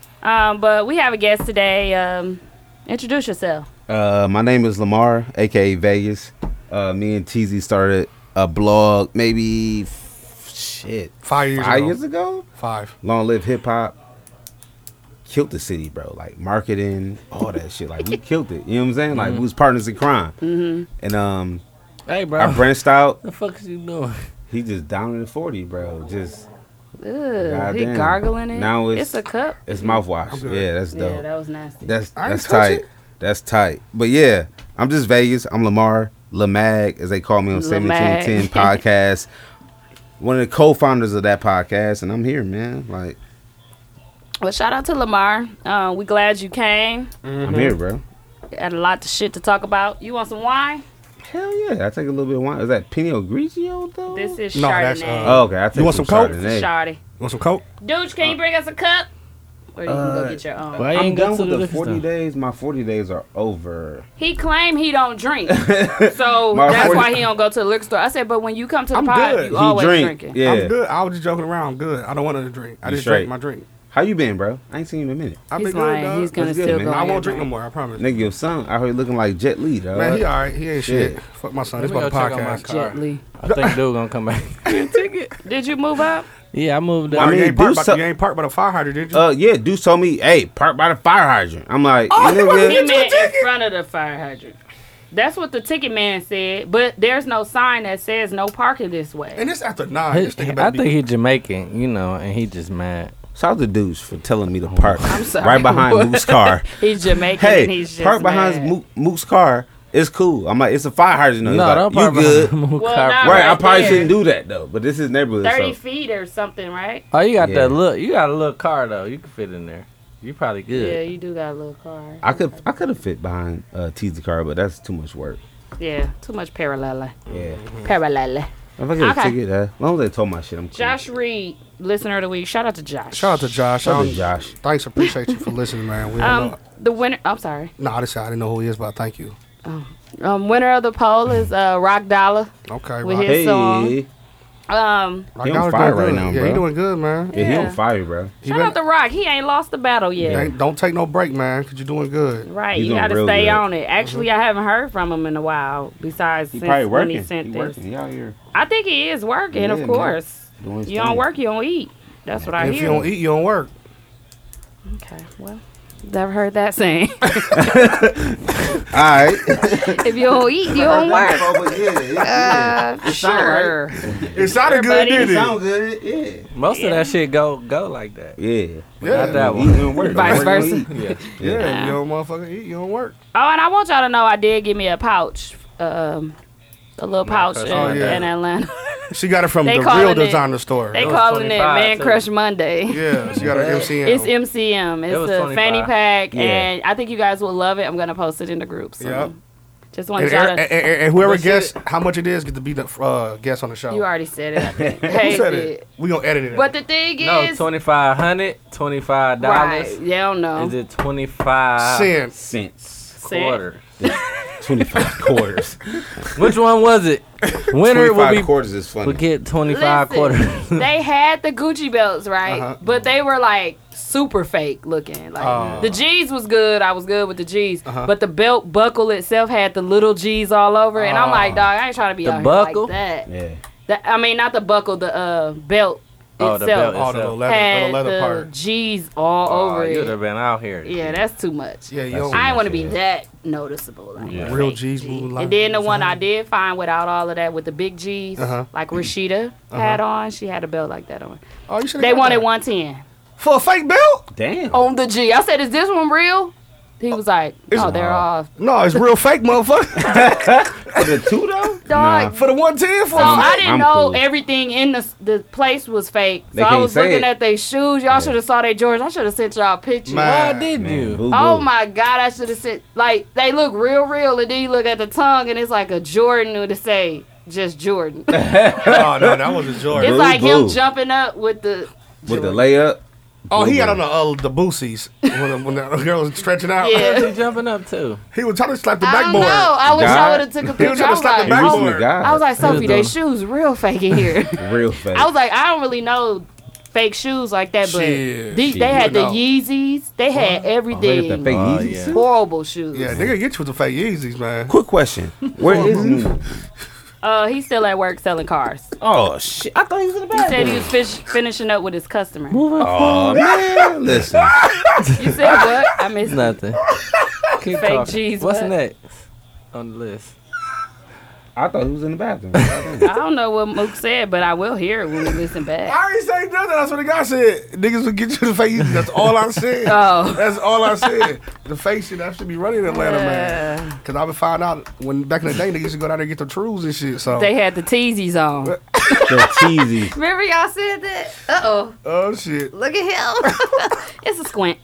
S3: Um, but we have a guest today. Um, introduce yourself.
S9: Uh, my name is Lamar, aka Vegas. Uh, me and TZ started a blog maybe f- shit
S8: Five years
S9: five
S8: ago.
S9: years ago.
S8: Five.
S9: Long live hip hop. Killed the city, bro. Like marketing, all that shit. Like we killed it. You know what I'm saying? Like
S8: Mm-hmm.
S9: we was partners in crime. And um,
S1: Hey, bro.
S9: I branched out.
S1: the fuck is you doing?
S9: He just down in the 40, bro. Just
S3: Ugh, he
S9: Goddamn.
S3: gargling it.
S9: Now it's-
S3: it's a cup.
S9: it's mouthwash.
S8: good.
S9: Yeah, that's dope.
S3: Yeah, that was nasty.
S9: That's
S8: I ain't
S9: that's
S8: touch
S9: tight.
S8: it.
S9: That's tight. But yeah, I'm just Vegas. I'm Lamar Lamag, as they call me on
S3: Lamag.
S9: 1710 podcast. One of the co-founders of that podcast, and I'm here, man. Like
S3: Well, shout out to Lamar. Uh, we glad you came.
S9: I'm here, bro.
S3: Had a lot of shit to talk about. You want some wine?
S9: Hell yeah! I take a little bit of wine. Is that Pinot Grigio though?
S3: This is
S8: No, that's,
S3: Chardonnay.
S9: Oh, Uh, okay. I take
S8: You want
S9: some,
S8: some Coke?
S9: Chardonnay.
S3: Shoddy.
S8: Want some coke?
S3: Dude, can you bring us a cup? Or you can
S9: uh,
S3: go get your own.
S1: Why you
S9: I'm
S1: ain't go
S9: done
S1: to
S9: with
S1: the
S9: the
S1: liquor
S9: 40
S1: store?
S9: days. My 40 days are over.
S3: He claimed he don't drink, so
S9: My
S3: that's
S9: friend-
S3: why he don't go to the liquor store. I said, but when you come to the
S8: I'm
S3: pod,
S8: good.
S3: you
S9: he
S3: always
S9: drink.
S3: drinking.
S9: Yeah.
S8: I'm good. I was just joking around. I'm good. I don't want to drink. I
S9: You
S8: just
S9: straight?
S8: drank my drink.
S9: How you been, bro? I ain't seen you in a minute.
S8: I've
S3: He's
S8: been good,
S3: lying.
S8: dog.
S3: He's gonna
S9: That's good,
S3: still
S9: man.
S3: go.
S9: I
S8: I
S3: ahead
S8: won't
S3: and
S8: drink no more. I promise.
S9: Nigga, your son out here looking like Jet Li, dog.
S8: Man, he all right. He ain't shit.
S9: Yeah.
S8: Fuck my son.
S1: Let
S8: This
S1: me
S8: about the
S1: go check on my
S8: podcast.
S1: car.
S3: Jet Li.
S1: I think dude gonna come back.
S3: Did you move up?
S1: Yeah, I moved
S9: I
S1: up.
S8: I mean,
S9: mean,
S8: you, ain't parked
S9: do
S8: by,
S9: so-
S8: you ain't parked by the fire hydrant, did you?
S9: Uh, yeah, Deuce told me, hey, park by the fire hydrant. I'm like,
S3: Oh,
S9: nigga.
S3: He meant in front of the fire hydrant. That's what the ticket man said, but there's no sign that says no parking this way.
S8: and it's after nine.
S1: He-
S8: This thing
S1: I
S8: about to
S1: think
S8: be
S1: he Jamaican, you know, and he just mad.
S9: Shout out to Deuce for telling me to park
S3: sorry,
S9: right behind Mook's car.
S3: He's Jamaican. and
S9: hey,
S3: he's just
S9: park behind
S3: mad.
S9: Mook, Mook's car. It's cool. I'm like, it's a fire hydrant. though. He's
S1: no,
S9: like,
S1: don't
S9: you
S1: park
S9: good.
S1: behind my
S3: Well,
S1: car.
S3: nah.
S9: Right, I
S3: Right
S9: probably
S3: there.
S9: shouldn't do that though, but this is neighborhood.
S3: Thirty
S9: so.
S3: feet or something, right?
S1: Oh, you got
S9: Yeah.
S1: that look. You got a little car though. You can fit in there. You probably
S3: Yeah.
S1: good.
S3: you do got a little car.
S9: I could I could have fit behind uh T's car, but that's too much work.
S3: Yeah, too much parallel.
S9: Yeah.
S3: Parallel.
S9: If I get
S3: Okay.
S9: a ticket, uh, as long as they told my shit, I'm cool.
S3: Josh Reed, listener of the week. Shout out to Josh.
S8: Shout out to Josh.
S9: Shout out to
S8: Um,
S9: Josh.
S8: Thanks. Appreciate you for listening, man. We don't
S3: um
S8: know.
S3: the winner. I'm sorry.
S8: Nah, this I didn't know who he is, but thank you.
S3: Um, winner of the poll is uh Rock Dollar.
S8: Okay,
S3: With
S8: Rock-
S3: his-
S9: Hey,
S3: song.
S9: yeah,
S3: Um,
S8: Rock
S9: He on
S8: Dollar's
S9: fire
S8: doing
S9: right
S8: good.
S9: now,
S8: yeah,
S9: bro.
S8: he doing good, man.
S9: he
S3: Yeah.
S9: on fire, bro.
S8: He
S3: shout
S8: been-
S3: out to Rock. He ain't lost the battle yet.
S9: Yeah.
S8: Ain't- don't take no break, man, because you're doing good.
S3: Right,
S9: He
S3: you
S9: doing
S3: got to
S9: real
S3: stay
S9: good. Mm-hmm.
S3: on it. Actually, I haven't heard from him in a while. Besides,
S9: He
S3: since
S9: probably
S3: when he
S9: working.
S3: sent
S9: he
S3: this,
S9: working. He out here
S3: I think he is working.
S9: Yeah,
S3: of
S9: man.
S3: course,
S9: doing his
S3: you don't
S9: thing.
S3: work, you don't eat. That's what I
S8: if
S3: hear.
S8: you don't eat, you don't work.
S3: Okay, well, never heard that saying.
S9: All right.
S3: if you don't eat, you don't work.
S9: but yeah, yeah, yeah.
S3: Uh, sure.
S8: It sounded
S3: good, didn't it?
S9: Sound good, yeah.
S1: Most of that shit go go like that.
S9: Yeah.
S1: Not that
S9: Eat
S1: one.
S9: and work.
S3: Vice
S9: Don't work,
S3: versa.
S9: don't eat.
S1: Yeah.
S8: Yeah, you don't motherfucker eat, you don't work.
S3: Oh, and I want y'all to know I did give me a pouch, um, a little pouch in,
S1: Oh,
S8: yeah.
S3: in Atlanta.
S8: She got it from
S3: They
S8: the
S3: calling
S8: real
S3: it-
S8: designer store.
S3: they
S1: was
S3: calling it
S1: 25
S3: Man
S1: too.
S3: Crush Monday.
S8: yeah, she got an MCM.
S3: It's MCM. It's
S1: It was
S3: a
S1: 25.
S3: fanny pack,
S9: Yeah.
S3: and I think you guys will love it. I'm gonna post it in the group. So
S8: Yep.
S3: just want
S8: and,
S3: to shout
S8: and,
S3: out.
S8: and, and whoever
S1: Let's see
S8: guessed how much it is get to be the uh, guest on the show.
S3: You already said it. I think.
S8: Who
S3: Hey,
S8: said
S3: did.
S8: it? We gonna edit it.
S3: But the thing
S1: No,
S3: is,
S1: twenty five hundred, twenty five
S3: right?
S1: dollars.
S3: They don't know.
S1: Is it twenty five
S8: Sin.
S9: Cents.
S3: Cent.
S1: quarters?
S9: 25 quarters.
S1: Which one was it? Winner will
S9: 25
S1: be
S9: quarters is
S1: will
S9: funny.
S1: get twenty five
S3: Listen,
S1: quarters.
S3: they had the Gucci belts, right?
S8: Uh-huh.
S3: But they were like super fake looking. Like
S8: Oh.
S3: the G's was good. I was good with the G's,
S8: Uh-huh.
S3: but the belt buckle itself had the little G's all over, it. and I'm like, dog, I ain't trying to be
S1: Oh. The
S3: out
S1: buckle?
S3: here like that.
S9: Yeah.
S3: The- I mean, not the buckle, the uh, belt
S1: Oh, the
S3: itself.
S1: belt
S8: all the little leather,
S3: had
S8: the leather
S3: the
S8: part.
S3: G's all
S1: Oh,
S3: over
S1: you would
S3: it.
S1: have been out here.
S3: Yeah, that's too much.
S8: Yeah, you don't,
S3: I ain't want to be
S9: Yeah.
S3: that noticeable. Like,
S1: Yeah.
S8: Real
S3: fake
S8: G's
S3: G.
S8: moving like
S3: And then the
S8: this.
S3: one I did find without all of that with the big G's,
S8: Uh-huh.
S3: like Rashida had on, she had a belt like that on.
S8: oh, you should.
S3: They wanted 110
S8: for a fake belt.
S9: Damn.
S3: on the G. I said, is this one real? He was like, no, they're all.
S8: No, it's real fake, motherfucker.
S9: For the two, though?
S3: Dog.
S8: for the one ten, for
S3: So I didn't
S9: I'm
S3: know
S9: cool.
S3: everything in the the place was fake. So
S9: They
S3: I
S9: can't
S3: was
S9: say
S3: looking
S9: it.
S3: at their shoes. Y'all should have saw their Jordans. I should have sent y'all pictures.
S1: Why
S8: Man.
S1: didn't
S9: Ah, Man,
S1: you?
S9: boo-boo.
S3: Oh my god, I should have said like they look real real and then you look at the tongue and it's like a Jordan would say just Jordan.
S8: no, no, that wasn't Jordan.
S3: it's like him
S9: boo.
S3: jumping up with the.
S9: With the layup.
S8: Oh, he had on the uh, the boosies when the, when the girl was stretching out.
S3: Yeah.
S1: He jumping up too.
S8: He was trying to slap the
S3: I don't
S8: backboard.
S3: know. I wish I
S9: God.
S3: would have took a
S8: He was
S3: picture. I
S8: trying to
S3: was,
S8: slap the
S3: like,
S9: He was
S8: backboard.
S9: the guy.
S3: I was like, Sophie, they
S1: done.
S3: shoes real fake in here.
S9: Real fake.
S3: I was like, I don't really know fake shoes like that, but
S8: Shit.
S3: these, they had the Yeezys. They had
S9: Look at the
S3: everything.
S9: fake
S1: Oh,
S9: Yeezys.
S1: yeah.
S3: Horrible shoes.
S8: Yeah, nigga, get you with the fake Yeezys, man.
S9: Quick question. Where is Nunu?
S3: Uh, he's still at work selling cars.
S9: Oh shit! I thought he was in the
S3: He said
S9: bathroom.
S3: he was fish, finishing up with his customer.
S9: Oh man, listen.
S3: You said what? I missed that.
S1: Nothing. Keep
S3: Fake
S1: talking.
S3: cheese
S1: What's
S3: butt.
S1: next on the list?
S9: I thought he was in the bathroom.
S3: I don't know what Mook said, but I will hear it when we listen back.
S8: I ain't saying nothing. That's what the guy said. Niggas would get you the fake Yeezys. That's all I said.
S3: Oh.
S8: That's all I said. The fake shit that should be running in Atlanta, man. Cause I been find out when back in the day niggas used to go down there and get the trues and shit. So
S3: They had the teasies on.
S9: the cheesy.
S3: Remember y'all said that? Uh oh.
S8: oh shit.
S3: Look at him. it's a squint.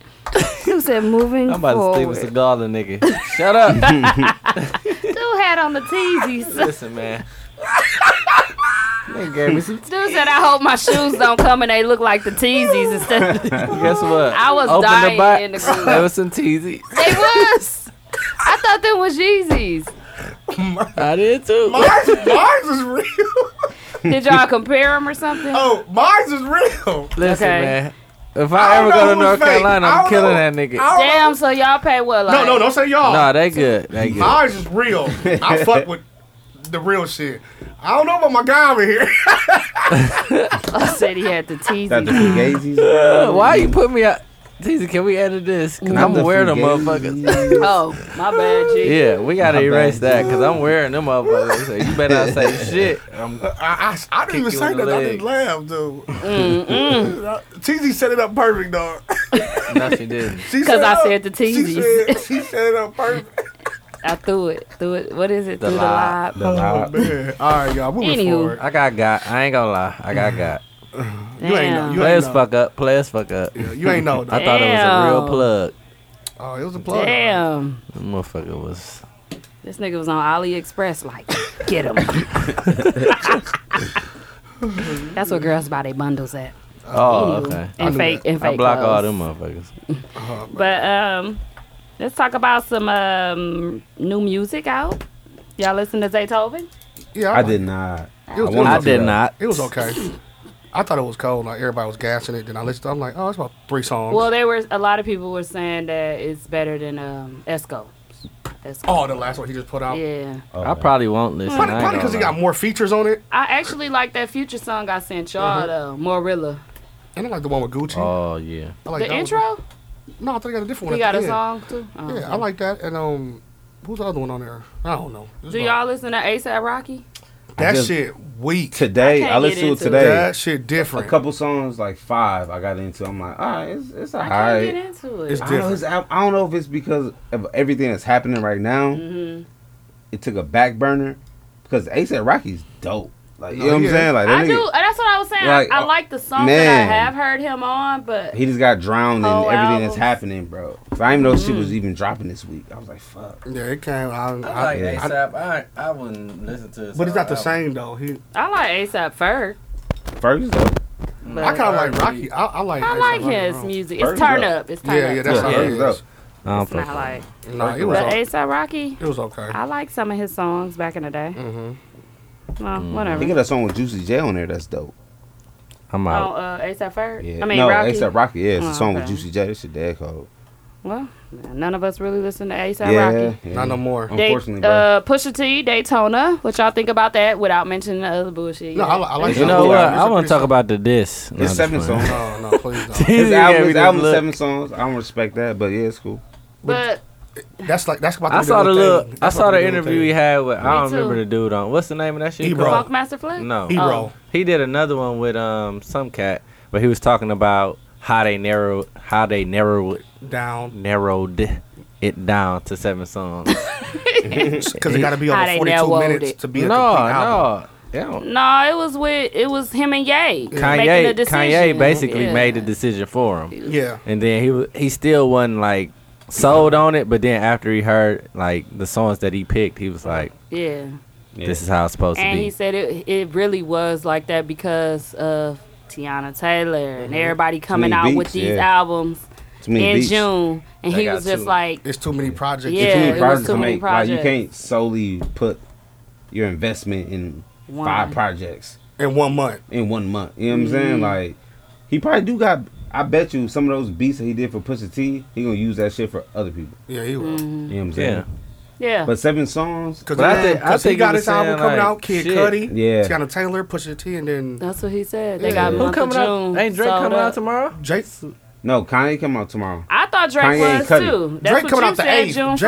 S3: Who said moving
S1: I'm about to
S3: forward?
S1: Steven Seagal the nigga. Shut up.
S3: Dude had on the teasies.
S1: Listen, man. they gave me some.
S3: Dude said, I hope my shoes don't come and they look like the teasies instead. of-"
S1: Guess what?
S3: I was
S1: Open
S3: dying
S1: the box.
S3: in the group.
S1: There was some teasy.
S3: They was. I thought them was Yeezys.
S1: I did too.
S8: Mine's, mine's is real.
S3: Did y'all compare them or something?
S8: Oh, mine's is real.
S1: Listen,
S3: Okay.
S1: man. If
S8: I
S1: I,
S8: don't
S1: ever
S8: know
S1: go to
S8: who's
S1: North
S8: fake.
S1: Carolina,
S8: I
S1: I'm
S8: don't
S1: killing
S8: know.
S1: that nigga.
S8: I don't
S3: Damn,
S8: know.
S3: so y'all pay what? Like,
S8: No, no, don't say y'all.
S1: Nah, they good. They good.
S8: Mine's is real. I fuck with the real shit. I don't know about my guy over here.
S3: I said he had the
S9: Got the
S3: teasies.
S9: Fugazi's. bro.
S1: Why you put me out? Teasy, can we edit this? Cause I'm
S9: The
S1: wearing them
S9: Fugazis.
S1: motherfuckers.
S3: Oh, my bad, G.
S1: Yeah, we gotta
S9: My
S1: erase that
S9: bad.
S1: because I'm wearing them motherfuckers. So you better not say shit. I'm
S8: I, I, I didn't even
S1: you
S8: say
S1: in the
S8: that. I
S1: leg.
S8: didn't laugh, dude. TZ set it up perfect, dog.
S1: no, she didn't.
S8: Because
S3: I said the
S8: She
S3: TZs.
S8: said, she set it up perfect.
S3: I threw it. Threw it. What is it?
S1: The
S3: Through
S1: lie.
S3: the
S9: The
S3: lie.
S8: Oh,
S9: loud-
S8: man. All right, y'all. Moving
S3: Anywho.
S8: forward.
S1: I got got. I ain't gonna lie. I got got.
S8: You ain't know.
S3: Damn.
S8: You
S1: Players
S8: ain't know.
S1: fuck up. Players fuck up.
S8: Yeah, you ain't know.
S1: I
S8: dog.
S1: thought it was a real
S3: Damn.
S1: plug.
S8: Oh, it was a plug.
S3: Damn.
S1: The motherfucker was.
S3: This nigga was on AliExpress, like, get him. That's what girls buy their bundles at.
S1: Oh,
S3: Anywho.
S1: okay.
S3: And fake, and fake.
S1: I block all
S3: clothes.
S1: them motherfuckers.
S3: But um, let's talk about some um new music out. Y'all listen to Zaytoven?
S8: Yeah,
S9: I did not.
S8: It was,
S9: wanted
S1: I
S9: to
S1: did
S9: though.
S1: not.
S8: it was okay. I thought it was cold. Like everybody was gassing it. Then I listened. I'm like, oh, it's about three songs.
S3: Well, they were a lot of people were saying that it's better than um Esco. Esco.
S8: oh, the last one he just put out.
S3: Yeah,
S9: Oh,
S1: I probably won't listen.
S8: Probably
S1: I ain't
S8: probably because he
S1: gonna
S8: got more features on it.
S3: I actually like that Future song I sent y'all
S8: Mm-hmm.
S3: though, Morilla.
S8: And I like the one with Gucci.
S9: Uh,
S1: lie. Oh yeah.
S8: I like
S3: the
S8: that one.
S3: intro,
S8: No, I think I got a different
S3: he
S8: one.
S3: got
S8: at the
S3: a
S8: end.
S3: song too. Oh,
S8: Yeah, I like that. And um, who's the other one on there? I don't know. It's
S3: Do
S8: about-
S3: y'all listen to ASAP Rocky?
S8: That
S9: I just-
S8: shit weak.
S9: Today
S3: I
S9: I,
S3: can't
S9: listened
S3: get
S9: to it
S3: into
S9: today.
S8: That shit
S9: A
S8: different.
S9: couple songs, like five, I got into. I'm like, all right, it's it's
S3: I
S9: alright.
S3: can't get into it.
S8: It's
S9: I don't, know,
S8: different.
S9: it's, I, I don't know if it's because of everything that's happening right now.
S3: Mm-hmm.
S9: It took a back burner because ASAP Rocky's dope. Like you
S8: No,
S9: know what
S8: Oh, yeah.
S9: I'm saying? Like that
S3: I
S9: nigga,
S3: do. That's what I was saying.
S9: Like,
S3: I, I
S9: uh,
S3: like the song
S9: man.
S3: that I have heard him on, but
S9: he just got drowned in
S3: Whole
S9: everything that's
S3: Oh, albums. Mm-hmm.
S9: happening, bro. But I didn't even know she was even dropping this week. I was like, fuck.
S8: Yeah, it came. I, I,
S9: Yeah.
S8: I-
S1: I, I wouldn't listen to it.
S8: but it's not the same though. He,
S3: I like ASAP Ferg.
S9: Ferg's dope.
S3: But
S8: I kind of like Rocky. I, I like.
S3: I
S8: A$AP
S3: like
S8: Rocky
S3: his
S8: Brown.
S3: music.
S9: Ferg
S3: It's
S9: is
S3: turn
S9: up.
S3: up. It's turn
S8: Yeah, yeah,
S3: up.
S8: that's
S9: Yeah,
S8: how it
S9: Ferg's
S8: is.
S9: dope.
S1: I don't
S3: It's
S1: fuck
S3: not
S1: with it.
S3: like.
S8: No, it was.
S3: But
S8: o-
S3: ASAP Rocky,
S8: It was okay.
S3: I like some of his songs back in the day. Mm-hmm. Well,
S9: Mm. He got
S3: whatever.
S9: a song with Juicy J on there that's dope.
S1: I'm
S3: Oh,
S1: out.
S3: uh, ASAP Ferg.
S9: Yeah.
S3: I mean
S9: no,
S3: Rocky.
S9: ASAP Rocky, yeah, it's
S3: Oh,
S9: a song
S3: okay.
S9: with Juicy J. That shit dead cold.
S3: Well, none of us really listen to ASAP
S9: yeah,
S3: Rocky.
S9: yeah.
S8: Not no more.
S9: Um,
S3: They,
S9: Unfortunately, bro.
S3: uh, Pusha T, Daytona. What y'all think about that? Without mentioning the other bullshit.
S8: No, I, li- I like.
S1: You
S8: that.
S1: know
S9: Yeah,
S1: what?
S9: it's
S1: I want to talk about the diss. No, I'm
S9: It's
S1: just
S9: seven
S1: playing.
S9: songs.
S8: No, no, please don't.
S1: He
S9: His
S1: gave
S9: album,
S1: me
S9: his
S1: this
S9: album
S1: look.
S9: seven songs. I don't respect that, but yeah, it's cool.
S3: but
S8: That's like that's about. to
S1: I
S8: be
S1: saw the
S8: new
S1: little.
S8: thing.
S1: I
S8: That's
S1: saw
S8: about
S1: the
S8: to be new
S1: interview
S8: thing.
S1: he had with. I
S3: Me
S1: don't remember
S3: too.
S1: the dude on. What's the name of that shit?
S8: Ebro.
S1: called?
S3: Funk Master Flex.
S1: No.
S8: He
S3: Oh.
S8: roll.
S1: He did another one with um some cat, but he was talking about how they narrow how they narrow
S8: down
S1: narrowed it down to seven songs.
S8: because it got to be
S3: How
S8: on
S3: they
S8: the 42
S3: narrowed
S8: minutes
S3: it.
S8: to be
S1: no,
S8: a complete album.
S1: no. Yeah.
S3: No, it was with it was him and Ye Mm. making
S1: Kanye
S3: the decision.
S1: Kanye basically
S3: Yeah.
S1: made the decision for him.
S8: Yeah,
S1: and then he wa- he still wasn't like sold on it. But then after he heard like the songs that he picked, he was like,
S3: Yeah.
S1: This is how it's supposed
S3: and
S1: to be.
S3: he said it, it really was like that because of Tiana Taylor and
S1: Mhm.
S3: everybody
S1: Too
S3: coming
S1: many
S3: out
S1: beats,
S3: with these
S1: yeah.
S3: albums
S9: Too
S3: in
S9: many beats.
S3: June, and
S9: They
S3: he
S9: got
S3: was just
S9: too-
S3: like,
S8: "It's too many projects."
S3: Yeah,
S9: too
S3: it
S9: many projects
S3: was too
S9: to
S3: many
S9: make. Like you
S3: projects.
S9: can't solely put your investment in
S3: One.
S9: five projects
S8: in one month.
S9: In one month, you know what I'm saying?
S8: Mhm.
S3: Mm-hmm.
S9: Like he probably do got. I bet you some of those beats that he did for Pusha T, he gonna use that shit for other people.
S8: Yeah, he will.
S3: Mm.
S9: You know what I'm saying?
S3: Yeah.
S9: But seven songs.
S8: Because
S9: But
S8: I think, he got his album coming out, Kid Cudi,
S9: Yeah.
S8: Tiana Taylor, Pusha T, and then
S3: that's what he said. They
S8: Yeah.
S3: got
S8: Who
S3: month
S8: coming
S3: of
S8: out-
S3: June.
S8: ain't Drake
S3: sold
S8: coming out
S3: up.
S1: tomorrow?
S8: Drake.
S9: No, Kanye come out tomorrow.
S3: I thought Drake
S9: Kanye and
S3: was
S9: Cudi.
S3: too. That's what you said June first.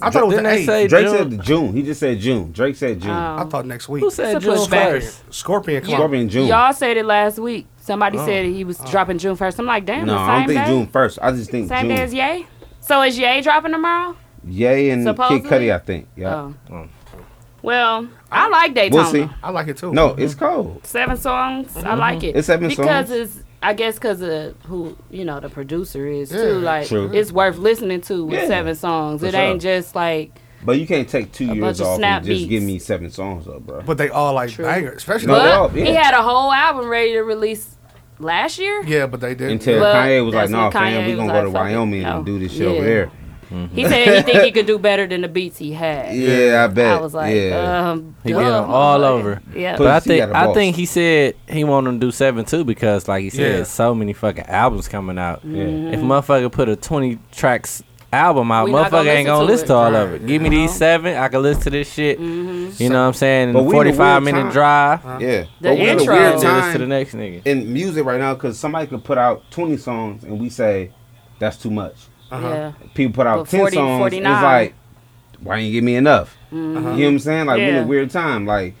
S9: Drake- Drake said June. He just said June. Drake said June.
S3: Oh.
S8: I thought next week.
S3: Who said It's a June pushback. first?
S8: Scorpion.
S9: Come Scorpion June.
S3: Y'all said it last week. Somebody
S9: Oh.
S3: said he was dropping June first. I'm like, damn,
S9: no,
S3: the
S9: I
S3: same
S9: don't think
S3: day.
S9: June first. I just think
S3: Same
S9: June.
S3: day as Ye. So is Ye dropping tomorrow?
S9: Yay and
S3: Supposedly?
S9: Kid Cudi, I think. Yeah.
S3: Oh. Well, I, like Daytona.
S9: We'll see.
S8: I like it too.
S9: No,
S1: Mm-hmm.
S9: it's cold.
S3: Seven songs. I
S9: Mhm.
S3: like it.
S9: It's seven
S3: because
S9: songs.
S3: it's I guess because of who you know the producer is
S9: Yeah.
S3: too. Like
S9: True.
S3: it's worth listening to with
S9: Yeah.
S3: seven songs.
S9: For
S3: it ain't
S9: sure.
S3: just like
S9: But you can't take two
S3: A bunch
S9: years
S3: of
S9: off
S3: snap
S9: and just
S3: beats.
S9: give me seven songs though, bro.
S8: But they all like bangers, especially.
S9: No, they all-
S3: but he
S9: yeah.
S3: had a whole album ready to release last year.
S8: Yeah, but they did.
S9: Until
S3: But
S9: Kanye was like,
S3: that's when
S9: "Nah, fam,
S3: Kanye
S9: we
S3: was
S9: gonna
S3: like,
S9: go to
S3: fuck it.
S9: Wyoming
S3: No.
S9: and do this shit
S3: Yeah.
S9: over there."
S3: He said he think he could do better than the beats he had.
S9: Yeah, I bet.
S3: I was like,
S9: Yeah.
S3: um,
S1: He
S3: duh,
S1: went all
S3: motherfucker.
S1: over.
S3: Yeah.
S1: But I
S9: Plus, he
S1: think
S9: got a
S1: I
S9: boss.
S1: think he said he wanted to do seven too because like he said,
S9: Yeah.
S1: so many fucking albums coming out.
S9: Yeah.
S3: Mm-hmm.
S9: Mhm.
S1: If motherfucker put a twenty tracks album out,
S9: We not
S1: motherfucker
S9: gonna
S1: ain't
S9: listen
S1: gonna
S9: to
S1: listen
S9: it.
S1: to all of
S9: Right.
S1: it. Give me
S3: Uh-huh.
S1: these seven, I can listen to this shit. You
S3: Mm-hmm.
S9: So-
S1: know what I'm saying?
S9: But we in a
S1: Forty five
S9: weird
S1: minute
S9: time.
S1: drive.
S9: Yeah.
S1: But we in a weird time Uh-huh. to the next nigga.
S9: In music right now, because somebody could put out 20 songs and we say, that's too much.
S3: Uh-huh. Yeah.
S9: People put out
S3: But
S9: 10
S3: 40,
S9: songs.
S3: 49.
S9: It's like, why ain't give me enough? You know what I'm saying? Like, we in
S3: Mm-hmm. Yeah.
S9: a weird time. Like,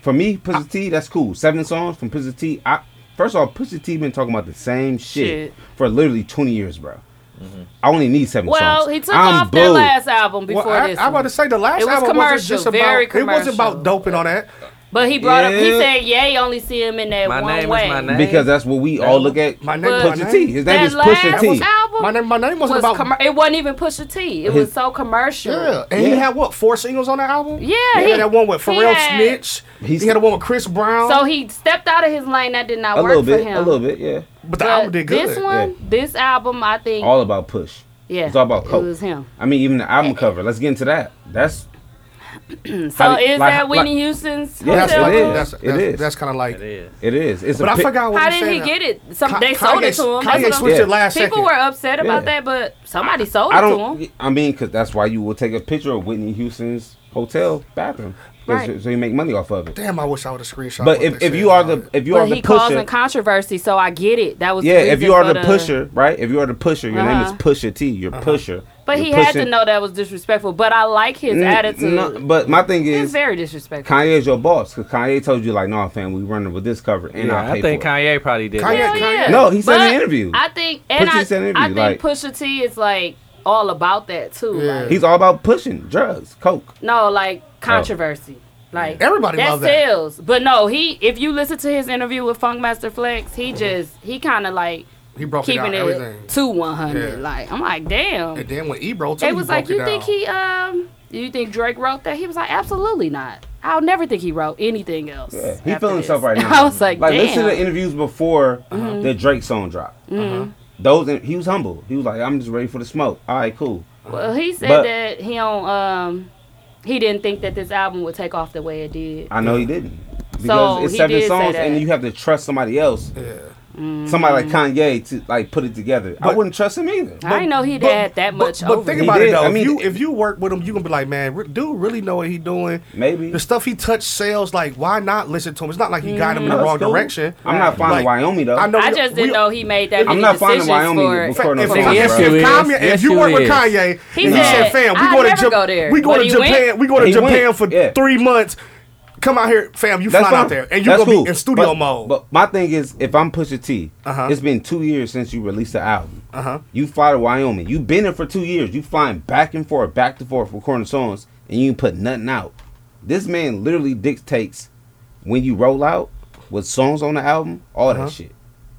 S9: for me, Pusha T, that's cool. Seven songs from Pusha T. I, first of all, Pusha T been talking about the same shit,
S3: Shit.
S9: for literally 20 years, bro.
S8: Mm-hmm.
S9: I only need seven songs.
S3: Well, he took
S9: I'm
S3: off that
S9: blue.
S3: last album before
S8: I,
S3: this.
S8: I'm about
S3: one.
S8: to say the last
S3: It was
S8: album wasn't
S3: commercial,
S8: just about.
S3: very
S8: it wasn't
S3: commercial.
S8: about dope and all that.
S3: But he brought up. He
S8: Yeah.
S3: said, "Yay, only see him in that
S8: My
S3: one
S8: name is
S3: way."
S8: my name.
S9: Because that's what we all look at.
S8: My
S3: name-
S9: Pusha
S3: my
S9: T.
S3: name-
S9: His name
S3: That
S9: is Pusha
S3: last
S9: T.
S3: album.
S8: My name, my name wasn't
S3: was
S8: about.
S3: commer- it wasn't even Pusha T. It
S9: His-
S3: was so commercial.
S8: yeah, and he had what four singles on that album?
S3: Yeah,
S8: he,
S3: he-
S8: had that one with
S3: he
S8: Pharrell
S3: had-
S8: Snitch. he had a one with Chris Brown.
S3: So he stepped out of his lane. That did not
S9: a
S3: work
S9: little
S3: for
S9: bit.
S3: him.
S9: A little bit, yeah.
S8: But the album did
S3: This one,
S9: Yeah.
S3: this album, I think.
S9: all about push.
S3: Yeah,
S9: it's all about
S3: it
S9: coke.
S3: was him.
S9: I mean, even the album cover. Let's get into that. That's
S3: so
S9: How do-
S3: is
S9: like-
S3: that Whitney
S9: like-
S3: Houston's?
S9: yeah, that's,
S3: hotel
S9: it
S3: room?
S9: is.
S8: That's-
S9: it is.
S8: that's kind of like
S9: it is. It's
S8: But
S9: a
S8: I
S9: pic-
S8: forgot what
S3: How
S8: he
S3: did he
S8: said.
S3: get it? Some
S8: Ka-
S3: they sold it
S8: Kanye-
S3: to him. That's
S8: Kanye
S3: what I'm-
S9: switched it last
S3: People
S9: second.
S3: were upset about
S9: Yeah.
S3: that, but somebody sold
S9: I
S3: it to him.
S9: don't. I mean, because that's why you will take a picture of Whitney Houston's hotel bathroom, 'cause
S3: Right.
S9: so you make money off of it.
S8: Damn, I wish I would have screenshot.
S9: but if, if you are the if you are
S3: But
S9: the
S3: he causing
S9: pusher,
S3: controversy, so I get it. That was the
S9: yeah. If you
S3: reason
S9: are
S3: for
S9: the pusher, right? If you are the pusher, your name is
S3: Uh-huh.
S9: Pusher T. You're pusher.
S3: But
S9: You're
S3: he had to
S9: pushing-
S3: know that was disrespectful. But I like his
S9: N-
S3: attitude.
S9: no, but my thing
S3: it's
S9: is,
S3: very disrespectful.
S9: Kanye is your boss because Kanye told you like, "No, fam, we running with this cover," and
S1: Yeah,
S9: I'll
S1: I
S9: pay
S1: think
S9: for it.
S1: Kanye probably did.
S9: Kanye-
S1: that.
S9: Kanye- No, he said in an interview.
S3: I think, and
S9: Pusha
S3: I,
S9: said in an
S3: I
S9: interview,
S3: think
S9: like-
S3: Pusha T is like all about that too. Like,
S9: He's Oh. all about pushing drugs, coke.
S3: no, like controversy. Like
S9: Everybody
S3: that
S9: love that.
S3: sells. But no, he if you listen to his interview with Funkmaster Flex,
S9: Mm-hmm.
S3: he just he kind of like
S8: he broke it
S3: keeping
S8: down
S3: it,
S8: everything.
S3: to one hundred.
S8: Yeah.
S3: Like I'm like, damn.
S8: And then when Ebro,
S3: They was like, you think he um, you think Drake wrote that? He was like, absolutely not. I'll never think he wrote anything else.
S9: Yeah, he
S3: after
S9: feeling
S3: this."
S9: himself right now.
S3: I was like,
S9: like
S3: damn.
S9: listen to the interviews before
S3: Uh-huh.
S9: the Drake song dropped. Uh-huh.
S3: Mhm.
S9: Those in- he was humble. He was like, I'm just ready for the smoke. All right, cool.
S3: Well, he said
S9: But
S3: that he don't um, he didn't think that this album would take off the way it did.
S9: I know he didn't because
S3: So,
S9: it's
S3: he
S9: seven
S3: did say
S9: songs,
S3: that. Mm-hmm.
S9: and you have to trust somebody else. Somebody like Kanye to like put it together. I wouldn't trust him either.
S3: I didn't know he'd had that much.
S8: But
S3: over
S8: think
S3: it.
S8: about
S9: He
S8: it
S9: did.
S8: though.
S9: I
S8: if
S9: mean-
S8: you if you work with him, you gonna be like, man, re- dude really know what he doing.
S9: Maybe
S8: the stuff he touched sales. Like, why not listen to him? It's not like he got him in the
S9: Mm-hmm. That's
S8: wrong
S9: cool.
S8: direction.
S9: I'm not finding Wyoming though.
S8: I know.
S3: I just didn't know he made that.
S9: I'm
S3: many
S9: not finding
S3: decisions
S9: Wyoming
S3: for-
S9: before no
S8: If,
S9: song.
S8: if, if,
S9: bro.
S8: Kanye, if you work with Kanye,
S3: He
S8: and he said,
S3: said,
S8: "Fam, we
S3: "I'd
S8: going to
S3: never
S8: Japan.
S3: go there."
S8: We going
S3: But
S8: to
S3: he
S8: Japan.
S3: went.
S8: We going to
S9: He
S8: Japan
S9: went,
S8: for
S9: yeah.
S8: three months. Come out here, fam. You
S9: That's
S8: flying out
S9: fine.
S8: there, and you
S9: That's
S8: gonna
S9: cool.
S8: be in studio
S9: But-
S8: mode.
S9: But my thing is, if I'm Pusha T,
S8: Uh-huh.
S9: it's been two years since you released the album.
S8: Uh-huh.
S9: You fly to Wyoming. You've been there for two years. You flying back and forth, back and forth, recording songs, and you ain't put nothing out. This man literally dictates when you roll out with
S8: Uh-huh.
S9: songs on the album, all that shit.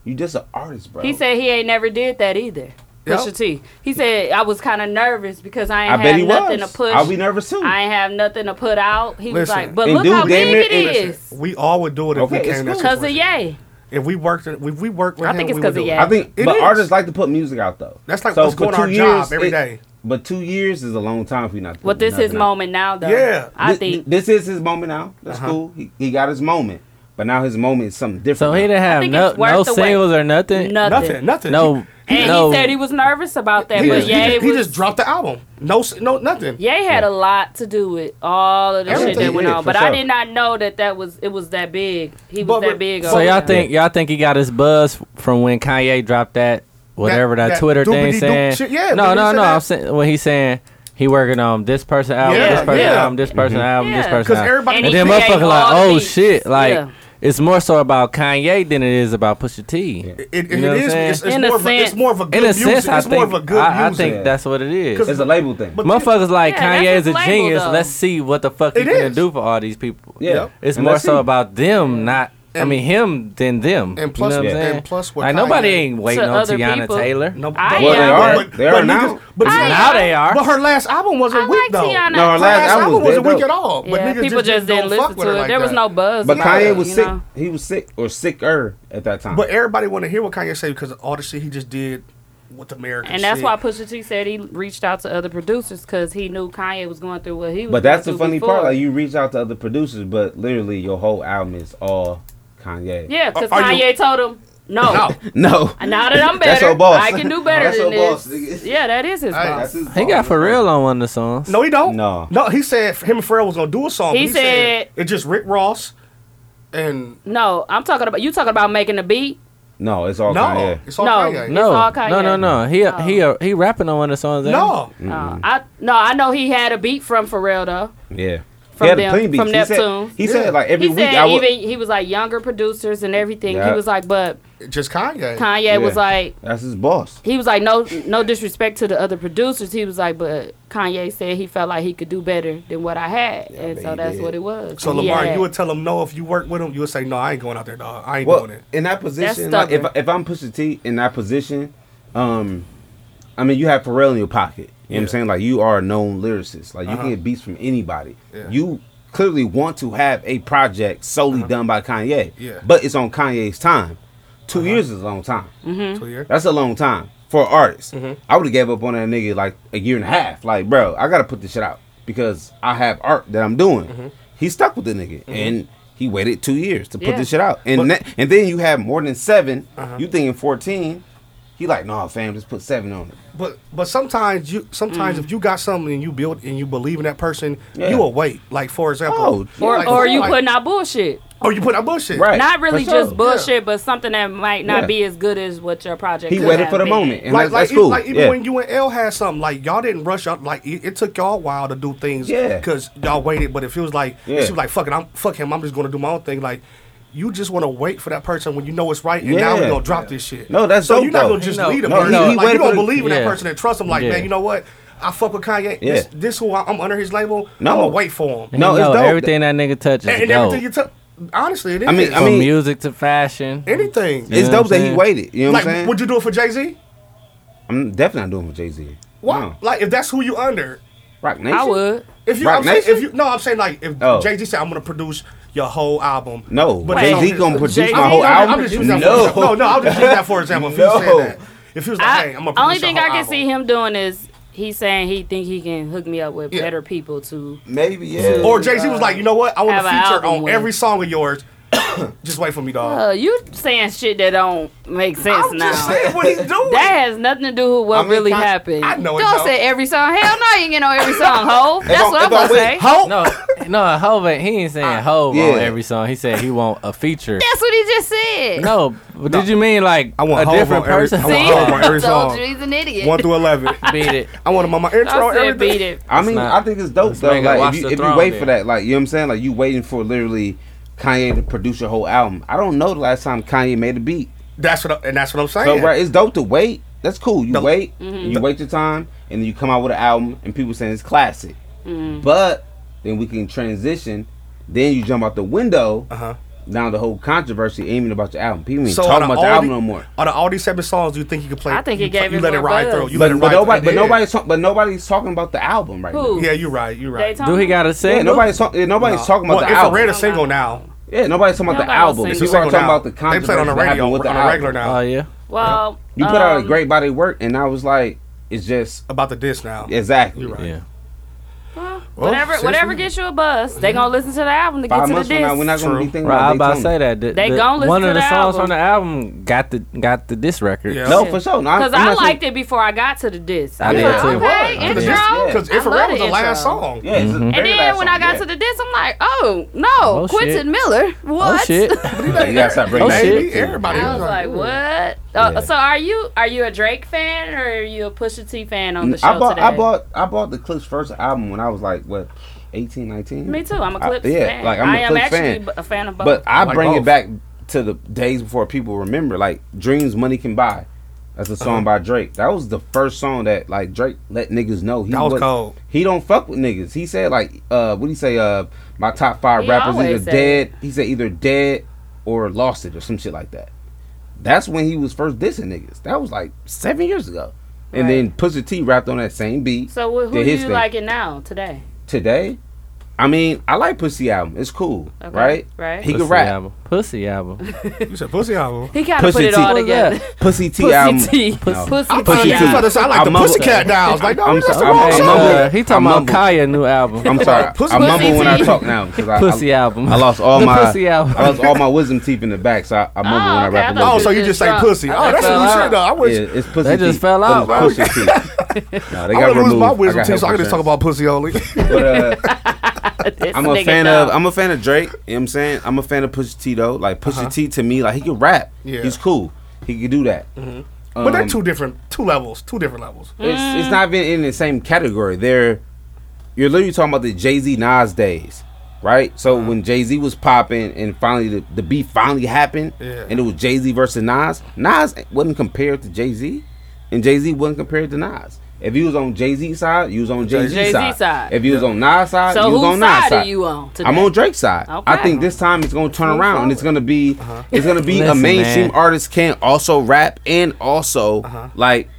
S9: You just an artist, bro.
S3: He said he ain't never did that either. Pusha
S9: Yep.
S3: T. He said I was kind of nervous because I ain't
S9: I
S3: have
S9: bet he
S3: nothing
S9: was.
S3: to push.
S9: I'll be nervous too.
S3: I ain't have nothing to put out. He was
S8: Listen,
S3: like, but
S8: and
S3: look
S8: dude,
S3: how
S8: damn
S3: big it
S8: it,
S3: is.
S8: and We all would do it if
S9: Okay,
S8: we came
S9: it's
S8: in that
S9: cool.
S3: Cause of
S8: situation.
S3: yay.
S8: If we worked, it- if we worked with
S3: I
S8: him,
S3: think it's
S8: we would
S3: 'cause of
S8: do it.
S3: Yay.
S9: I think,
S8: It
S9: but
S8: is.
S9: artists like to put music out though.
S8: That's like
S9: what's
S8: what's going on our job every day.
S9: But two years is a long time for you not. to
S3: Well,
S9: put
S3: this his
S9: nothing out.
S3: moment now, though. I
S9: Thi-
S3: think.
S9: this is his moment now. That's
S3: Uh-huh.
S9: cool. He, he got his moment, but now his moment is something different.
S1: So he didn't have
S3: think
S1: no,
S3: it's worth
S1: no
S3: the wait.
S1: singles or nothing.
S3: Nothing. Nothing, nothing.
S1: No,
S3: And
S1: no.
S3: he said he was nervous about that,
S1: He
S3: but
S1: just- he
S3: Ye
S1: just-
S8: He
S3: was.
S8: just dropped the album. No, s- no, nothing.
S3: Ye had a lot to do with all of the shit
S8: Everything
S3: that went
S8: he did,
S3: on,
S8: for
S3: but I
S8: sure.
S3: did not know that that was it was that big. He was that big.
S1: so
S3: over
S1: y'all
S3: there.
S1: think y'all think he got his buzz from when Kanye dropped that whatever that,
S3: that
S1: Twitter thing
S3: doobity-doop
S1: saying?
S3: shit, yeah,
S1: no,
S3: when he
S1: no,
S3: said
S1: no.
S3: that.
S1: I'm saying when he's saying he working on this person album,
S3: Yeah,
S1: this person
S3: yeah.
S1: album, this person album, this
S3: Yeah.
S1: person.
S3: 'Cause
S1: album.
S3: everybody
S1: and,
S3: was
S1: then
S3: creating
S1: motherfucker like,
S3: all the
S1: oh
S3: beats.
S1: shit, like.
S3: Yeah.
S1: It's more so about Kanye than it is about Pusha T. It,
S8: it is- it's- it's In a more of a- it's sense. more of a good
S1: in a
S8: music.
S1: sense, I
S8: It's more
S1: think-
S8: of a good
S1: I, I
S8: music.
S1: think that's what it is.
S9: 'Cause It's a label thing.
S1: Motherfuckers like
S9: Yeah,
S1: Kanye
S9: that's
S1: is a
S9: his label,
S1: genius.
S9: though.
S1: Let's see what the fuck he's gonna do for all these people.
S9: Yeah.
S1: it's
S9: And
S1: more
S9: let's
S1: so
S9: see.
S1: about them, not. I
S9: And-
S1: mean him than them.
S8: And plus-
S1: you know what I'm
S8: and
S1: saying?
S8: plus what
S1: like nobody
S8: Kanye-
S1: ain't waiting
S8: To
S1: on
S8: other
S1: Tiana
S8: people.
S1: Taylor.
S8: No,
S1: I
S9: Well,
S1: am.
S9: they are.
S1: But-
S9: they are
S1: but
S9: now.
S1: niggas- but I now am. they are.
S8: But her last album wasn't weak though.
S3: Tiana.
S9: No, her last album was
S8: wasn't
S9: dead
S8: weak
S9: dope.
S8: at all. But
S3: Yeah,
S8: niggas
S3: people just didn't
S8: don't fuck
S3: listen
S8: with
S3: to
S8: her
S3: it.
S8: like
S3: There was
S8: that.
S3: no buzz.
S9: But
S3: about
S9: Kanye
S3: it,
S9: was
S3: you
S9: sick.
S3: know?
S9: He was sick or sicker at that time.
S8: But everybody want to hear what Kanye say because of all the shit he just did with America.
S3: And that's
S8: shit.
S3: why Pusha T said he reached out to other producers because he knew Kanye was going through what he was.
S9: But that's the
S3: going through
S9: funny
S3: before.
S9: part. Like you reach out to other producers, but literally your whole album is all Kanye.
S3: yeah, because
S9: Are- are you-
S3: Kanye told him no.
S9: No.
S3: Now that I'm better,
S9: That's your boss.
S3: I can do better
S9: That's
S3: than
S9: your boss,
S3: this. yeah, that is his boss.
S1: He got for real on one of the songs.
S8: No, he don't.
S1: No.
S8: No, he said him and Pharrell was gonna do a song.
S3: He
S8: but
S3: said-
S8: it's just Rick Ross and
S3: No, I'm talking about you. Talking about making a beat.
S9: No, it's all
S8: No,
S9: Oh, Kanye.
S8: it's all
S3: No.
S8: Kanye.
S1: No,
S3: all Kanye.
S1: no, no, no. He he uh, he rapping on one of the songs. ain't he?
S3: No.
S9: Mm-hmm.
S3: Uh, I no, I know he had a beat from Pharrell though.
S9: Yeah.
S3: From
S9: he had
S3: them-
S9: a clean beat.
S3: from
S9: he
S3: Neptune.
S9: Said, he said like every
S3: he
S9: week
S3: said
S9: I would.
S3: even he was like younger producers and everything.
S9: Yeah.
S3: He was like, but
S9: Mm.
S8: just Kanye.
S3: Kanye was like,
S9: That's his boss.
S3: he was like, no, no disrespect to the other producers. He was like, but Kanye said he felt like he could do better than what I had, and so that's what it was.
S8: So
S3: He
S8: Lamar,
S3: had-
S8: you would tell him no if you work with him. You would say no, I ain't going out there, dog. I ain't
S9: Well,
S8: doing it.
S9: in that position, like, if if I'm Pusha T in that position, um, I mean you have Pharrell in your pocket. You know what I'm
S8: Yeah.
S9: saying? Like you are a known lyricist. Like you
S8: Uh-huh.
S9: can get beats from anybody.
S8: Yeah.
S9: You clearly want to have a project solely done by Kanye.
S8: Uh-huh. Yeah. Uh-huh.
S9: But it's on Kanye's time. 2 years is a long time.
S3: Mm-hmm.
S8: Two years.
S9: That's a long time for an artist.
S8: Mhm.
S9: I would have gave up on that nigga like a year and a half. Like, bro, I gotta put this shit out because I have art that I'm doing.
S8: Mhm.
S9: He stuck with the nigga and he waited two years to
S8: Mm-hmm. Yeah.
S9: put this shit out. And
S8: But-
S9: that- and then you have more than 7
S8: Uh-huh.
S9: You thinking fourteen? He like, nah, fam, just put seven on it.
S8: But but sometimes you sometimes
S3: Mm.
S8: if you got something and you build and you believe in that person,
S9: Yeah. Oh,
S8: you will wait. Like for example,
S3: or
S8: like-
S3: or you
S8: like-
S3: putting out bullshit.
S8: or you put out bullshit.
S3: Not really just bullshit, but something that might not
S8: Yeah.
S3: be as good as what your project.
S9: He
S3: could
S9: waited
S3: have
S9: for the
S3: been.
S9: moment, and
S8: like
S9: that's,
S8: like,
S9: that's
S8: even-
S9: cool.
S8: like even
S9: yeah.
S8: when you and L had something, like y'all didn't rush up. Like it, it took y'all a while to do things.
S9: Yeah.
S8: Because y'all waited, but if it was like
S9: Yeah.
S8: she was like fuck it, I'm fuck him. I'm just gonna do my own thing. Like. You just want to wait for that person when you know it's right, and now we're
S9: Yeah.
S8: gonna drop this shit.
S9: No, that's
S8: so
S9: dope,
S8: you're not
S9: though.
S8: gonna just
S9: No,
S8: lead a
S9: no,
S8: person.
S9: he- he
S8: like, you
S9: waited
S8: don't
S9: for the-
S8: believe in that
S9: yeah.
S8: person and trust him. Like
S9: Yeah.
S8: man, you know what? I fuck with Kanye. This,
S9: Yeah.
S8: this who I, I'm under his label.
S1: No.
S8: I'm gonna wait for him.
S1: And he know Everything that nigga touches.
S8: and, and
S1: dope.
S8: everything you took. Honestly, it is.
S1: I mean, I mean, From music to fashion,
S8: anything.
S1: You It's know what dope I'm that he saying? waited,
S9: you know what
S8: like,
S9: I'm saying?
S8: would you do it for Jay Z?
S9: I'm definitely not doing it with Jay Z.
S8: What?
S9: No.
S8: Like, if that's who you under,
S9: Rock Nation.
S8: If you,
S9: Rock
S8: I'm saying,
S9: Nation?
S8: if you, no, I'm saying like if
S9: Oh.
S8: Jay Z said, I'm gonna produce your whole album.
S9: No,
S8: But
S9: Jay Z
S8: it's on
S9: gonna
S8: his-
S9: produce
S8: Jay-Z-
S9: my whole
S8: I'm- I'm
S9: album.
S8: just using that for
S9: no.
S8: example. no, no, I'll just use that for example. If you
S9: No.
S8: said that, if he was like,
S3: I,
S8: hey, I'm gonna produce
S3: only
S8: your
S3: thing
S8: whole
S3: I can
S8: album.
S3: see him doing is he's saying he think he can hook me up with
S8: Yeah.
S3: better people to
S9: maybe
S3: yeah.
S8: Or Jay Z was like, you know what? I want
S3: Have
S8: to
S3: an
S8: feature
S3: album
S8: on
S3: with-
S8: every song of yours. just wait for me, dog.
S3: Uh, you saying shit that don't make sense now.
S8: what he's doing.
S3: That has nothing to do with what
S8: I mean,
S3: really
S8: I-
S3: happened.
S8: I know it
S3: Don't
S8: don't.
S3: say every song. Hell no, you ain't get on every song, ho. That's what I'm gonna say.
S1: No, no, Hove. ain't- He ain't
S8: Ah.
S1: saying Hove
S9: yeah.
S1: on every song. He said he want a feature.
S3: That's what he just said.
S1: No, but did you mean like I
S8: want
S1: a
S8: Hov
S1: different
S8: on every-
S1: person?
S8: I want See? Hov on every
S3: Told you he's an idiot.
S8: One through eleven.
S1: Beat it.
S8: I want him on my intro.
S3: I said
S8: everything.
S3: beat it.
S9: I mean,
S1: not-
S9: I think it's dope
S1: let's
S9: though.
S1: make it
S9: Like
S1: Watch
S9: if
S1: the
S9: you, if you
S1: Throne
S9: wait
S1: then.
S9: for that, like you know what I'm saying, like you waiting for literally Kanye to produce your whole album. I don't know the last time Kanye made a beat.
S8: That's what, I, and that's what I'm saying.
S9: So right, it's dope to wait. That's cool. You wait,
S8: Mhm.
S9: you wait your time, and then you come out with an album, and people saying it's
S8: Mm-hmm.
S9: classic. But then we can transition. Then you jump out the window now the whole controversy ain't even about the album. People ain't
S8: Uh-huh. So out
S9: talking
S8: of
S9: about
S8: all
S9: the album
S8: the-
S9: no more.
S8: Out of all these seven songs, do you think he could play?
S3: I think
S8: you
S3: he gave
S8: You
S3: it
S8: let it
S3: more
S8: ride
S3: buzz.
S8: through. You
S9: but,
S8: let it
S9: but
S8: ride
S9: nobody,
S8: through.
S9: but nobody's talk, but nobody's talking about the album right
S3: Who?
S9: now.
S8: Yeah, you're right. You're right.
S3: Daytona?
S1: Do he gotta sing?
S9: Yeah, nobody's talking. Yeah, nobody's talking about
S8: well,
S9: the
S8: it's
S9: album.
S8: a rare single now.
S9: yeah, nobody's talking about the
S3: Nobody was
S9: album.
S3: singing.
S9: People are
S8: Single
S9: talking
S8: now.
S9: about the
S8: They
S9: controversy
S8: play it on the
S9: that
S8: radio
S9: happened with the
S8: on a
S9: album.
S8: regular now.
S1: Oh yeah.
S3: Well,
S9: You put out a
S3: um,
S9: great body of work, and I was like, it's just
S8: About the disc now.
S9: exactly.
S8: You're right.
S1: Yeah.
S8: Well,
S3: whatever,
S8: seriously.
S3: whatever gets you a buzz, they gonna listen to the album to get
S9: Five
S3: to the
S9: months from now,
S3: disc.
S9: we're not gonna be
S8: True.
S9: thinking
S1: Right, I was about
S9: about
S1: to say
S9: Daytona.
S1: that. The,
S3: They
S1: the-
S3: gonna listen
S1: one
S3: to
S1: of the,
S3: the
S1: songs
S3: album.
S1: on the album got the got the disc record.
S8: Yeah.
S9: No, for sure. No, I'm-
S3: Because
S9: I'm
S3: I
S9: not saying-
S3: liked it before I got to the disc.
S1: I
S3: I'm
S1: did
S3: like,
S1: too.
S3: Okay,
S1: I did.
S3: intro.
S9: Yeah.
S8: Because
S3: I
S8: if it
S3: love
S8: was
S3: the
S8: the last
S3: intro.
S8: song.
S9: Yeah, it's the
S3: And
S9: very
S3: then
S9: last
S3: when
S9: song,
S3: I got
S9: yeah.
S3: to the disc, I'm like, oh no,
S1: Oh,
S3: Quentin
S1: shit.
S3: Miller.
S1: Oh
S3: What?
S1: shit.
S9: You gotta stop bringing
S1: Oh,
S9: that
S1: shit.
S9: shit.
S8: Maybe everybody
S3: I was like, what? Oh,
S1: Yeah.
S3: So are you are you a Drake fan or are you a Pusha T fan on the show
S9: I bought,
S3: today?
S9: I bought, I bought the Clips first album when I was like what, 18, 19?
S3: Me too. I'm a
S9: I-
S3: Clips
S9: yeah,
S3: fan.
S9: like, I'm
S3: I
S9: a
S3: am
S9: Clips
S3: actually
S9: fan.
S3: b- a fan of both.
S9: But I
S8: Like
S9: bring
S8: both.
S9: it back to the days before people remember, like "Dreams Money Can Buy." That's a song
S8: Uh-huh.
S9: by Drake. That was the first song that like Drake let niggas know he
S8: That was
S9: wasn't-
S8: cold.
S9: He don't fuck with niggas. He said like, uh, what do you say? Uh, my top five
S3: He
S9: rappers
S3: always
S9: either
S3: said
S9: dead. He said either dead or lost it or some shit like that. That's when he was first dissing niggas. That was like seven years ago. And
S3: Right.
S9: then Pusha T rapped on that same beat.
S3: so wh- who
S9: did
S3: do
S9: his
S3: you
S9: thing.
S3: like it now today?
S9: today. I mean, I like Pussy album. It's cool,
S3: Okay,
S9: right?
S3: right.
S9: He
S1: Pussy
S9: can rap.
S1: album. Pussy album.
S8: You said pussy album.
S3: He gotta put
S9: Pusha
S3: it
S9: T.
S3: all
S1: Oh,
S9: What was
S3: together.
S9: Pussy T album.
S3: Pussy T. Oh,
S9: No.
S3: Pussy
S8: I,
S3: T.
S9: Pusha
S8: was about
S3: album.
S8: to say, I like
S9: I
S8: the
S9: mumbled-
S8: pussycat now. I was like, no,
S9: I'm
S8: that's
S9: sorry.
S8: the wrong
S9: I'm
S1: Hey,
S8: song.
S1: uh,
S9: mumbled.
S1: he
S9: I
S1: talking about
S9: mumbled.
S1: Kaya new album.
S9: I'm sorry.
S8: Pussy-
S9: I mumble when I
S3: Pussy T.
S9: talk now. 'cause I,
S1: pussy
S9: I,
S1: album.
S9: I lost all
S1: the
S9: my
S1: pussy album.
S9: I lost all my wisdom teeth in the back, so I, I mumble
S3: Oh,
S9: when I
S3: okay, I
S9: rap. a
S3: thought
S8: Oh,
S9: little
S8: so
S9: bit.
S8: you just say
S3: Drunk.
S8: pussy.
S3: I
S8: Oh, that's
S1: fell
S8: what you
S1: out.
S8: said. though. I wish.
S9: Yeah, it's pussy
S1: They just
S9: teeth.
S1: fell
S9: Them
S1: out, bro.
S9: Pusha teeth. No, they
S8: I
S9: got
S8: would lose
S9: removed.
S8: my wisdom
S9: got
S8: teeth, so I
S9: health
S8: can just talk
S9: insurance.
S8: about pussy only.
S9: But, uh,
S3: This
S9: I'm a
S3: nigga
S9: fan
S3: dumb.
S9: of I'm a fan of Drake. You know what I'm saying? I'm a fan of Pusha T though. Like Pusha
S3: Uh-huh.
S9: T to me, like he can rap.
S8: Yeah.
S9: He's cool. He can do that.
S3: Mm-hmm.
S8: But they're
S9: Um,
S8: two different, two levels, two different levels.
S9: It's
S3: Mm.
S9: it's not even in the same category. They're you're literally talking about the Jay Z Nas days, right? So
S3: Uh-huh.
S9: when Jay Z was popping and finally the, the beef finally happened,
S8: Yeah.
S9: and it was Jay Z versus Nas. Nas wasn't compared to Jay Z, and Jay Z wasn't compared to Nas. If he was on Jay Z side, you was on Jay Z
S3: Jay-Z
S9: side.
S3: side.
S9: If he was on Nas side,
S3: So
S9: you was
S3: whose
S9: on Nas
S3: side
S9: side.
S3: are you on today?
S9: I'm on Drake's side. I
S3: Okay.
S9: think this time it's gonna turn around and it's gonna be it's gonna be a
S1: Uh-huh. Listen,
S9: mainstream
S1: man. Uh-huh.
S9: artist can also rap and also like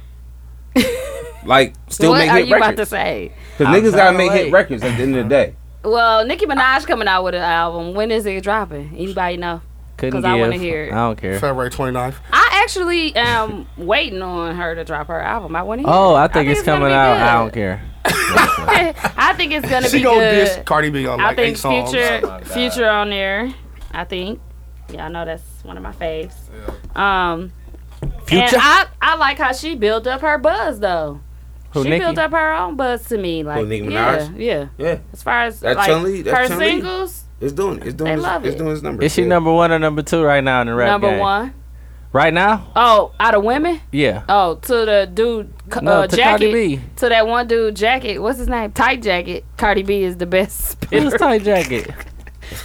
S9: like still
S3: What
S9: make
S3: are
S9: hit
S3: you about to
S9: records.
S3: say?
S9: Because niggas
S1: trying
S9: gotta
S1: to
S9: make
S1: wait.
S9: hit records at the end of the
S1: Uh-huh.
S9: day.
S3: Well, Nicki Minaj coming out with an album. When is it dropping? Anybody know?
S1: Couldn't
S3: 'Cause I wanna
S1: give.
S3: hear it.
S1: I don't care.
S8: February 29th.
S3: I actually am waiting on her to drop her album. I want to hear.
S1: Oh, I
S3: it.
S1: think, it's,
S3: gonna
S1: coming
S3: be
S1: out.
S3: good.
S1: I don't care.
S3: I think it's gonna
S8: She
S3: be
S8: gonna
S3: good.
S8: diss Cardi B on
S3: I
S8: like eight
S3: think
S8: songs.
S3: future future on there. I think. Yeah, I know that's one of my faves. Um, and
S1: Future?
S3: I I like how she built up her buzz though.
S1: Who,
S3: she
S1: Nicki?
S3: built up her own buzz to me. Like
S9: Nicki
S3: yeah,
S9: Minaj?
S3: yeah.
S9: Yeah.
S3: As far as
S9: That's
S3: like
S9: Chun Li, that's
S3: her
S9: Chun Li.
S3: singles,
S9: It's doing it's doing
S3: They
S9: its,
S3: love
S9: it's
S3: it.
S9: doing its number.
S1: Is she number one or number two right now in the rap
S3: number
S1: game?
S3: one.
S1: Right now?
S3: Oh, out of women.
S1: Yeah.
S3: Oh, to the dude c-
S1: No,
S3: uh,
S1: to
S3: jacket.
S1: Cardi B.
S3: To that one dude jacket. What's his name? Tight jacket. Cardi B is the best.
S1: It
S3: spinner.
S1: was tight jacket.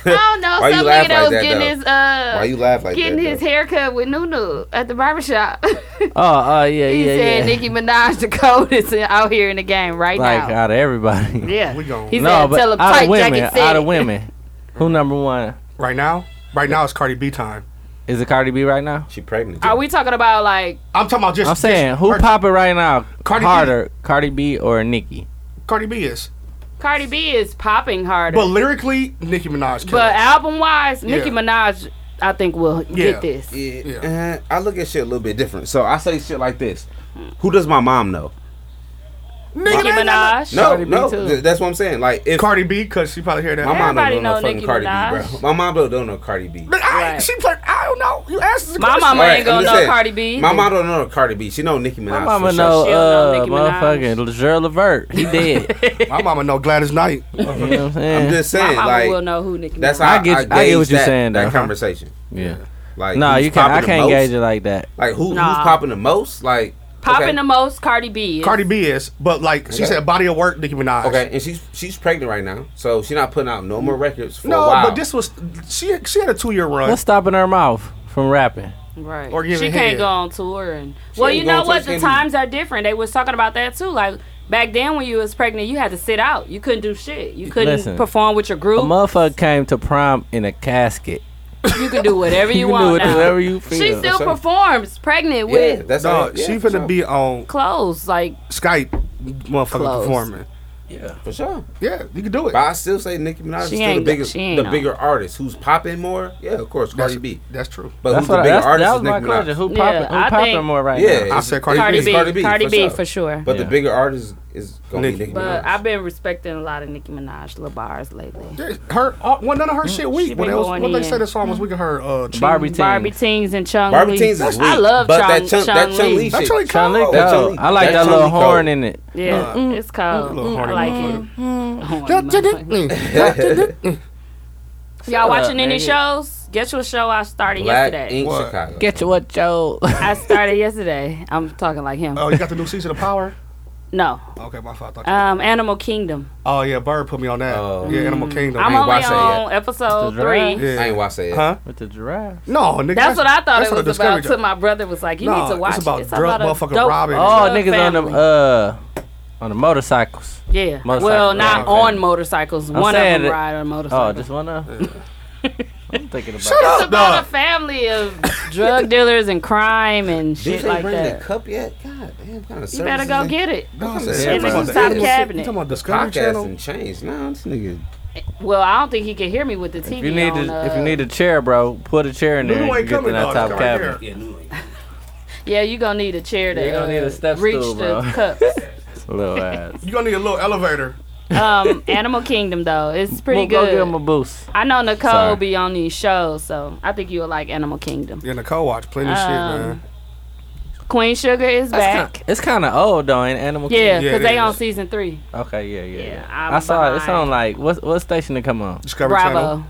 S3: I don't know.
S9: Why you
S3: Some
S9: laugh
S3: nigga that
S9: like
S3: was
S9: that,
S3: getting
S9: though?
S3: his uh
S9: Why you laugh like
S3: getting
S9: that?
S3: his haircut with Nunu at the barbershop.
S1: Oh, oh yeah,
S3: he
S1: yeah,
S3: said
S1: yeah.
S3: Nicki Minaj the coldest out here in the game right
S1: like
S3: now.
S1: out of everybody.
S3: yeah.
S8: We gonna-
S3: He
S1: no,
S3: said
S1: but
S3: tell him
S1: out
S3: tight
S1: of women,
S3: jacket said
S1: out of
S3: it.
S1: women. Who number one?
S8: Right now, right now it's Cardi B time.
S1: Is it Cardi B right now?
S9: she pregnant.
S3: Are we talking about like
S8: I'm talking about just.
S1: I'm saying
S8: just
S1: who
S8: her-
S1: popping right now?
S8: Cardi B.
S1: Harder, Cardi B or Nicki?
S8: Cardi B is,
S3: Cardi B is popping harder.
S8: but
S3: But,
S8: lyrically Nicki Minaj. killed it.
S3: album wise, Nicki
S8: Yeah.
S3: Minaj I think will
S8: Yeah.
S3: get this.
S9: Yeah.
S8: Yeah.
S9: Uh, I look at shit a little bit different. So I say shit like this. Who does my mom know?
S3: Nicki Minaj.
S9: No,
S1: Cardi B
S9: no.
S1: too.
S9: th- that's what I'm saying. Like if
S8: Cardi B because she probably heard that.
S9: my mom
S3: Everybody
S9: don't know,
S3: know
S9: no fucking
S3: Nicki
S9: Cardi
S3: Minaj.
S9: B, bro. My mom don't, don't know Cardi B.
S8: Nigga, I ain't-
S3: Right.
S8: she played. I don't know. You asked the
S3: My
S8: question.
S3: mama ain't
S9: Alright, I'm
S3: gonna
S9: just
S3: know
S9: saying,
S3: Cardi B.
S9: My
S3: either.
S9: mom don't know Cardi B. She know Nicki Minaj.
S1: My mama
S9: for
S1: know, uh,
S9: Sure.
S3: She'll know Nicki
S1: motherfucking Gerald Levert. He dead.
S8: My mama know Gladys Knight.
S1: you know what I'm saying?
S9: I'm just
S3: my
S9: saying,
S3: mama
S9: like
S3: will know who Nicki
S9: that's
S3: Minaj.
S9: how
S1: I
S9: I,
S1: get-
S9: get,
S1: I get what you're
S9: that,
S1: saying,
S9: That
S1: though.
S9: conversation,
S1: yeah.
S9: like
S1: No,
S9: who's
S1: you can't. I
S9: popping the
S1: can't
S9: most?
S1: gauge it like that.
S9: Like who
S3: Nah.
S9: who's popping the most? Like
S3: popping
S9: okay,
S3: the most Cardi B. is.
S8: Cardi B is, but like she
S9: Okay.
S8: said, body of work Nicki Minaj.
S9: Okay, and she's she's pregnant right now, so she's not putting out no more records for
S8: No,
S9: a while.
S8: but this was she. She had a two year run.
S1: What's stopping her mouth from rapping?
S3: Right.
S8: Or give
S3: she
S8: it
S3: can't
S8: head.
S3: go on tour and well,
S9: ain't
S3: you
S9: going
S3: know
S9: to-
S3: what?
S9: she
S3: The
S9: can't do-
S3: times are different. They was talking about that too. Like back then when you was pregnant, you had to sit out. You couldn't do shit. You couldn't
S1: Listen.
S3: perform with your
S1: A
S3: group.
S1: motherfucker came to prom in a casket.
S3: You can do whatever you,
S8: You can do
S3: want.
S8: it
S3: now.
S8: whatever you
S3: She
S8: feel.
S3: still
S8: So-
S3: performs, pregnant with
S8: that's Dog, she finna be on
S3: clothes. Like
S8: Skype, motherfucker
S3: Close.
S8: performing.
S9: Yeah, for sure.
S8: Yeah, you can do it.
S9: But I still say Nicki Minaj
S8: She
S9: is still the
S8: ain't-
S9: biggest,
S8: she ain't
S9: the
S8: on.
S9: bigger artist. Who's popping more? Yeah, of course, Cardi B.
S8: That's true.
S9: But
S1: That's
S9: who's the
S1: what I-
S9: bigger
S1: that's-
S9: artist?
S1: that
S9: is
S1: was my
S9: Nicki Minaj.
S1: question. Who popping- Yeah, who I popping think- more right
S9: yeah,
S1: now? I
S9: it's-
S1: said Cardi
S9: it's
S1: B.
S9: Cardi B.
S3: Cardi
S9: for
S3: B,
S9: sure.
S3: for sure.
S9: But the
S3: Yeah.
S9: bigger artist is gonna be Nicki
S3: But
S9: Minaj.
S3: I've been respecting a lot of Nicki Minaj little bars lately.
S8: Her, uh, well, none of her shit weak.
S3: Mm, She
S8: When,
S3: been
S8: it was,
S3: going
S8: when they
S3: in. Mm.
S8: said the song was weak, her uh, Ching-
S1: Barbie Teens.
S3: Barbie Teens and Chung
S1: Barbie
S3: Lee.
S1: Teens is
S3: I
S1: weak,
S3: love
S1: but
S3: Chung,
S1: that Chung- that
S3: Chung
S1: Chung
S3: Lee.
S1: Lee That shit. Chung Lee Chung Lee cold. dope.
S3: Chung Lee-
S1: I like that
S3: Chung
S1: little
S3: Lee cold.
S1: horn in it.
S3: Yeah,
S1: Uh,
S3: mm, it's cold.
S1: Little
S3: Mm,
S1: horny
S3: I like
S1: motherfucker.
S3: it. Horny motherfucker.
S1: Shut
S3: Y'all watching
S1: up,
S3: any
S1: nigga.
S3: shows? Guess what show I started
S1: Black
S3: yesterday?
S1: Ink What? Chicago. Get you what show?
S3: I started yesterday. I'm talking like him.
S8: Oh, you got the new season of Power?
S3: No.
S8: Okay, my fault. I thought you-
S3: Um, Animal Kingdom.
S8: oh yeah, Bird put me on that. yeah, Animal Kingdom.
S3: Mm. I'm only on episode three.
S9: I ain't watched it yet.
S8: Huh?
S1: With the giraffe.
S8: No, nigga.
S3: That's what I thought
S8: that's
S3: it
S8: a
S3: was
S8: Discovery
S3: about. Till
S8: Channel.
S3: my brother was like, "You
S8: No,
S3: need to watch
S8: it's about
S3: it. It's
S8: drug
S3: about a
S8: motherfucking
S3: dope
S8: robbing.
S1: Oh,
S3: drug
S1: niggas
S3: family.
S1: on them uh on the motorcycles.
S3: Yeah.
S1: Motorcycle
S3: well,
S1: ride.
S3: not
S1: Okay.
S3: on motorcycles.
S1: I'm
S3: one of
S1: saying
S3: them
S1: that-
S3: ride on a motorcycle.
S1: Oh, just one of. them? I'm thinking about.
S3: it's
S1: it.
S3: about a family of drug dealers and crime and shit
S9: they
S3: like
S9: bring the
S3: that.
S9: cup yet? God damn, what kind of
S3: You better
S9: services
S3: go
S9: they-
S3: get it.
S9: What kind of
S3: It's in
S9: services
S3: the
S9: is
S3: top
S9: this?
S3: cabinet. You talking
S8: about Discovery
S9: Podcast
S8: Channel?
S9: and change. Nah, this nigga.
S3: Well, I don't think he can hear me with the TV
S1: If you need
S3: on.
S1: to,
S3: uh,
S1: if you need a chair, bro, put a chair in there.
S3: Lulu
S1: and
S3: ain't
S1: you get to
S3: coming,
S1: that
S3: dog.
S1: top
S3: It's right
S1: cabinet.
S3: yeah, you gonna need a chair to
S1: You gonna
S3: uh,
S1: need a step
S3: reach
S1: stool,
S3: the
S1: bro.
S3: cups.
S1: Little ass.
S8: You gonna need a little elevator.
S3: um, Animal Kingdom though, it's pretty
S1: Well, Go give
S3: good.
S1: him a boost.
S3: I know Nicole
S1: Sorry.
S3: be on these shows, so I think you'll like Animal Kingdom.
S8: Yeah, Nicole watch plenty of shit,
S3: Um,
S8: man.
S3: Queen Sugar is back.
S1: It's kind of old though, ain't Animal
S3: Yeah,
S1: Kingdom?
S3: because they on season three.
S1: Okay, yeah, yeah. yeah.
S3: I'm
S1: I saw it. It's
S3: behind.
S1: on like what what station to come on?
S8: Discovery
S3: Bravo. Channel.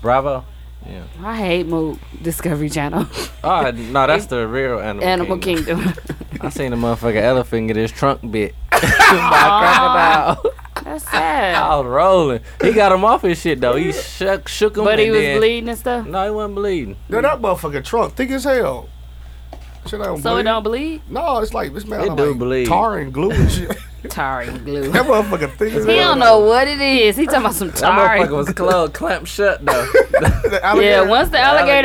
S1: Bravo. Yeah.
S3: I hate Moot Discovery Channel.
S1: Oh no, that's the real Animal,
S3: Animal Kingdom.
S1: I seen a motherfucker elephant get his trunk bit.
S3: Oh. Aw, That's sad.
S1: I was rolling. He got him off his shit though. He shook shook him.
S3: But he
S1: and
S3: was
S1: then-
S3: bleeding and stuff.
S1: No, he wasn't bleeding.
S8: Yeah, that motherfucking trunk thick as hell. Shit, I don't
S3: So it
S8: believe.
S3: don't bleed?
S8: No, it's like this man
S1: It
S8: like
S1: do bleed.
S8: tar and glue and shit.
S3: tar and glue.
S8: that motherfucker thick
S3: He
S8: as hell.
S3: don't know what it is. He talking about some
S1: That
S3: tar.
S1: motherfucker was closed, clamped shut though.
S3: Yeah, once the alligator,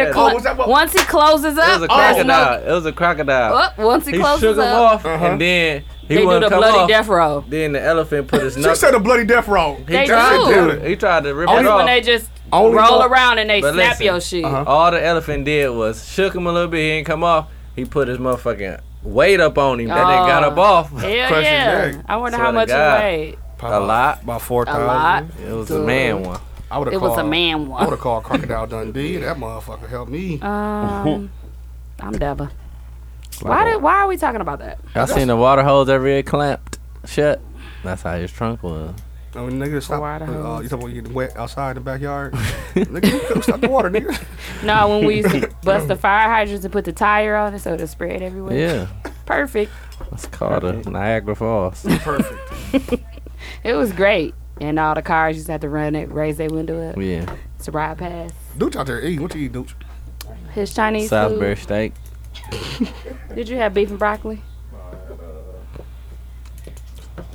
S1: alligator.
S3: clo-
S1: Oh, was that
S3: once he closes
S1: It
S3: up,
S1: was a
S3: there's no-
S1: crocodile. It was a crocodile.
S3: Oh, once he closes
S1: shook him
S3: up.
S1: off, and then he
S3: They do
S1: wouldn't
S3: the
S1: come
S3: bloody
S1: off.
S3: death roll.
S1: Then the elephant put his.
S8: She
S1: knuckle-
S8: said a bloody death roll.
S1: He
S3: They
S1: tried
S3: do.
S1: to. He tried to rip
S3: Only
S1: it off.
S3: when they just
S1: Only
S3: roll
S1: for-
S3: around and they
S1: But
S3: snap
S1: listen, Uh-huh.
S3: your shit.
S1: All the elephant did was shook him a little bit. He didn't come off. He put his motherfucking weight up on him. That
S3: Oh.
S1: nigga got up off.
S3: Hell yeah. I wonder
S1: Swear to
S3: how much he
S1: God.
S3: weighed.
S1: A lot.
S8: About four
S3: A lot.
S1: It was a man one.
S8: I would've
S3: It was a
S8: called-
S3: man one.
S8: I would have called Crocodile Dundee. That motherfucker helped me.
S3: Um, I'm Deba. Why did, Why are we talking about that?
S1: I seen the water hose every year clamped shut. That's how his trunk was.
S8: Oh, nigga, stop. Uh, you talking about you getting wet outside in the backyard? nigga, you couldn't stop the water, nigga.
S3: No, when we used to bust the fire hydrants and put the tire on it so it spread everywhere.
S1: Yeah.
S3: Perfect.
S1: That's called a Niagara Falls.
S8: Perfect.
S3: It was great. And all the cars just had to run it, raise their window up.
S1: Oh, Yeah.
S3: It's a ride past.
S8: Dooch out there eating. What you eat, Dooch?
S3: His Chinese
S1: Salisbury steak.
S3: food. Did you have beef and broccoli?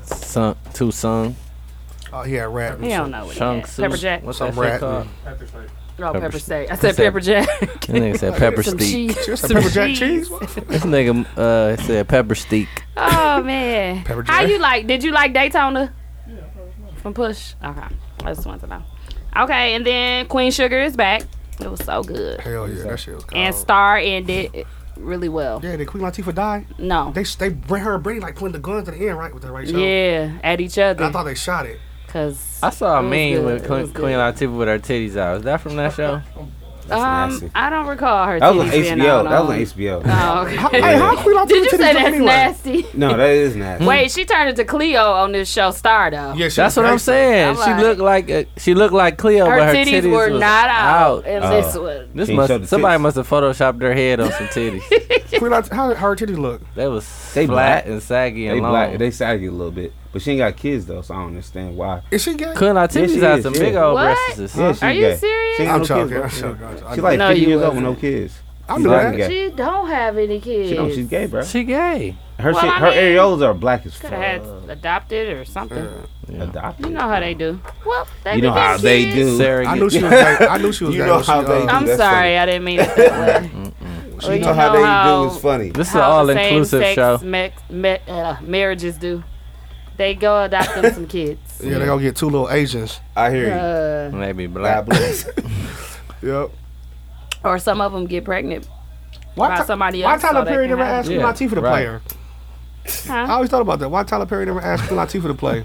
S1: Sun, two sung.
S8: Oh, he had rat.
S3: He don't know what he had. Pepper jack. What's
S1: that
S8: Some
S1: shit
S8: rat.
S1: called?
S8: Pepper steak.
S3: No, pepper, steak. I said pepper jack.
S1: That nigga said pepper
S3: Some
S1: steak.
S3: cheese.
S8: She said
S3: Some
S8: pepper jack cheese?
S1: This nigga uh, said pepper steak.
S3: Oh man.
S1: Pepper
S3: How
S1: jack.
S3: you like? Did you like Daytona? From Push. Okay. I just wanted to know. Okay, and then Queen Sugar is back. It was so good.
S8: Hell yeah, that shit was cold.
S3: And Star ended it really well.
S8: Yeah, did Queen Latifah die?
S3: No.
S8: They they bring her bring like putting the guns to the end right with the right show.
S3: Yeah, at each other.
S8: I thought they shot it.
S3: Cause
S1: I saw a
S3: it was
S1: meme
S3: good.
S1: with
S3: It was
S1: Queen,
S3: good.
S1: Queen Latifah with her titties out. Is that from that show?
S3: Um,
S1: nasty.
S3: I don't recall her.
S9: That was on
S3: titties being
S9: HBO.
S3: on
S9: That was on
S3: all.
S9: HBO.
S3: Oh, okay.
S9: Hey, how
S8: Queen Latifah
S3: Did you
S8: titties
S3: say
S8: look
S3: that's
S8: anyway?
S3: nasty?
S9: No, that is nasty.
S3: Wait, she turned into Cleo on this show Star though.
S1: that's what I'm saying.
S3: I'm
S1: she looked like a, she looked like Cleo,
S3: Her
S1: but her
S3: titties
S1: titties,
S3: were
S1: was
S3: not out,
S1: out.
S3: and this was-
S1: This
S9: She showed
S1: must
S9: the
S1: somebody must have photoshopped their head on some titties.
S8: Queen Latifah, how her titties look?
S1: they was
S9: They
S1: flat
S9: black.
S1: and saggy and
S9: They
S1: long.
S9: black. They saggy a little bit, but she ain't got kids though, so I don't understand why.
S8: Is she gay?
S1: Queen Latifah's
S9: she
S1: had
S9: is,
S1: some big old What? breasts.
S9: Yeah, she
S1: Are you
S9: gay.
S1: serious?
S9: She ain't
S1: I'm
S9: got no
S1: joking,
S9: kids, bro.
S1: I'm joking.
S9: She like
S1: No,
S9: 50
S1: you
S9: years old with no
S1: wasn't.
S9: kids. I'm black and gay.
S3: She don't have any kids.
S9: She don't. She's gay, bro.
S1: She gay.
S9: Her
S3: Well,
S9: shit,
S3: I
S9: her
S3: mean-
S9: areolas are black as
S3: Could
S9: fuck.
S3: have had adopted or something.
S9: Adopted.
S3: You know how they do. Well, they
S9: Uh. You know
S3: be
S9: how
S3: getting
S9: they
S3: kids.
S9: do.
S1: Surrogate.
S8: I knew she was gay. I knew she was
S9: You
S8: gay.
S9: know
S8: when she,
S9: how they
S8: uh,
S3: I'm
S9: That's
S3: sorry, I didn't mean it that way. Well,
S9: you
S3: you
S9: know how
S3: know
S9: they
S3: how-
S9: do is funny.
S1: This is an
S3: How
S1: all
S3: the
S1: inclusive
S3: same-sex
S1: show.
S3: Me- me- uh, marriages do. They go adopt them some kids.
S8: Yeah, they gonna get two little Asians.
S9: I hear you.
S3: Uh,
S1: Maybe
S9: God
S1: black.
S9: bless.
S8: Yep.
S3: or some of them get pregnant.
S8: Why,
S3: By
S8: Ty-
S3: somebody
S8: why
S3: else so
S8: Tyler
S3: they
S8: Perry
S3: can
S8: never
S3: have-
S8: asked
S1: Yeah,
S8: Latifah to
S1: right.
S8: play her? I always thought about that. Why Tyler Perry never asked Latifah to play?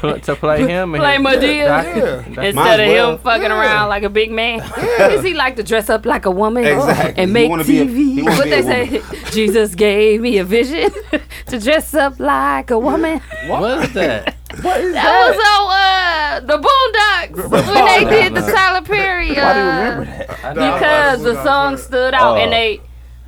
S1: Pl- to play him and
S3: Play Madea.
S1: Doc- Doc-
S3: Instead
S9: Might
S3: of
S9: as well.
S3: him fucking around like a big man, does he like to dress up like a woman
S9: Exactly.
S3: and
S9: He
S3: make
S9: wanna be a-
S3: TV?
S9: he wanna
S3: what
S9: be
S3: they
S9: a
S3: say? Jesus gave me a vision to dress up like a woman.
S1: What is that?
S3: That was on uh, the Boondocks when they did the Tyler Perry. Uh,
S9: Why do you remember that?
S3: because the song stood out
S9: Oh.
S3: and they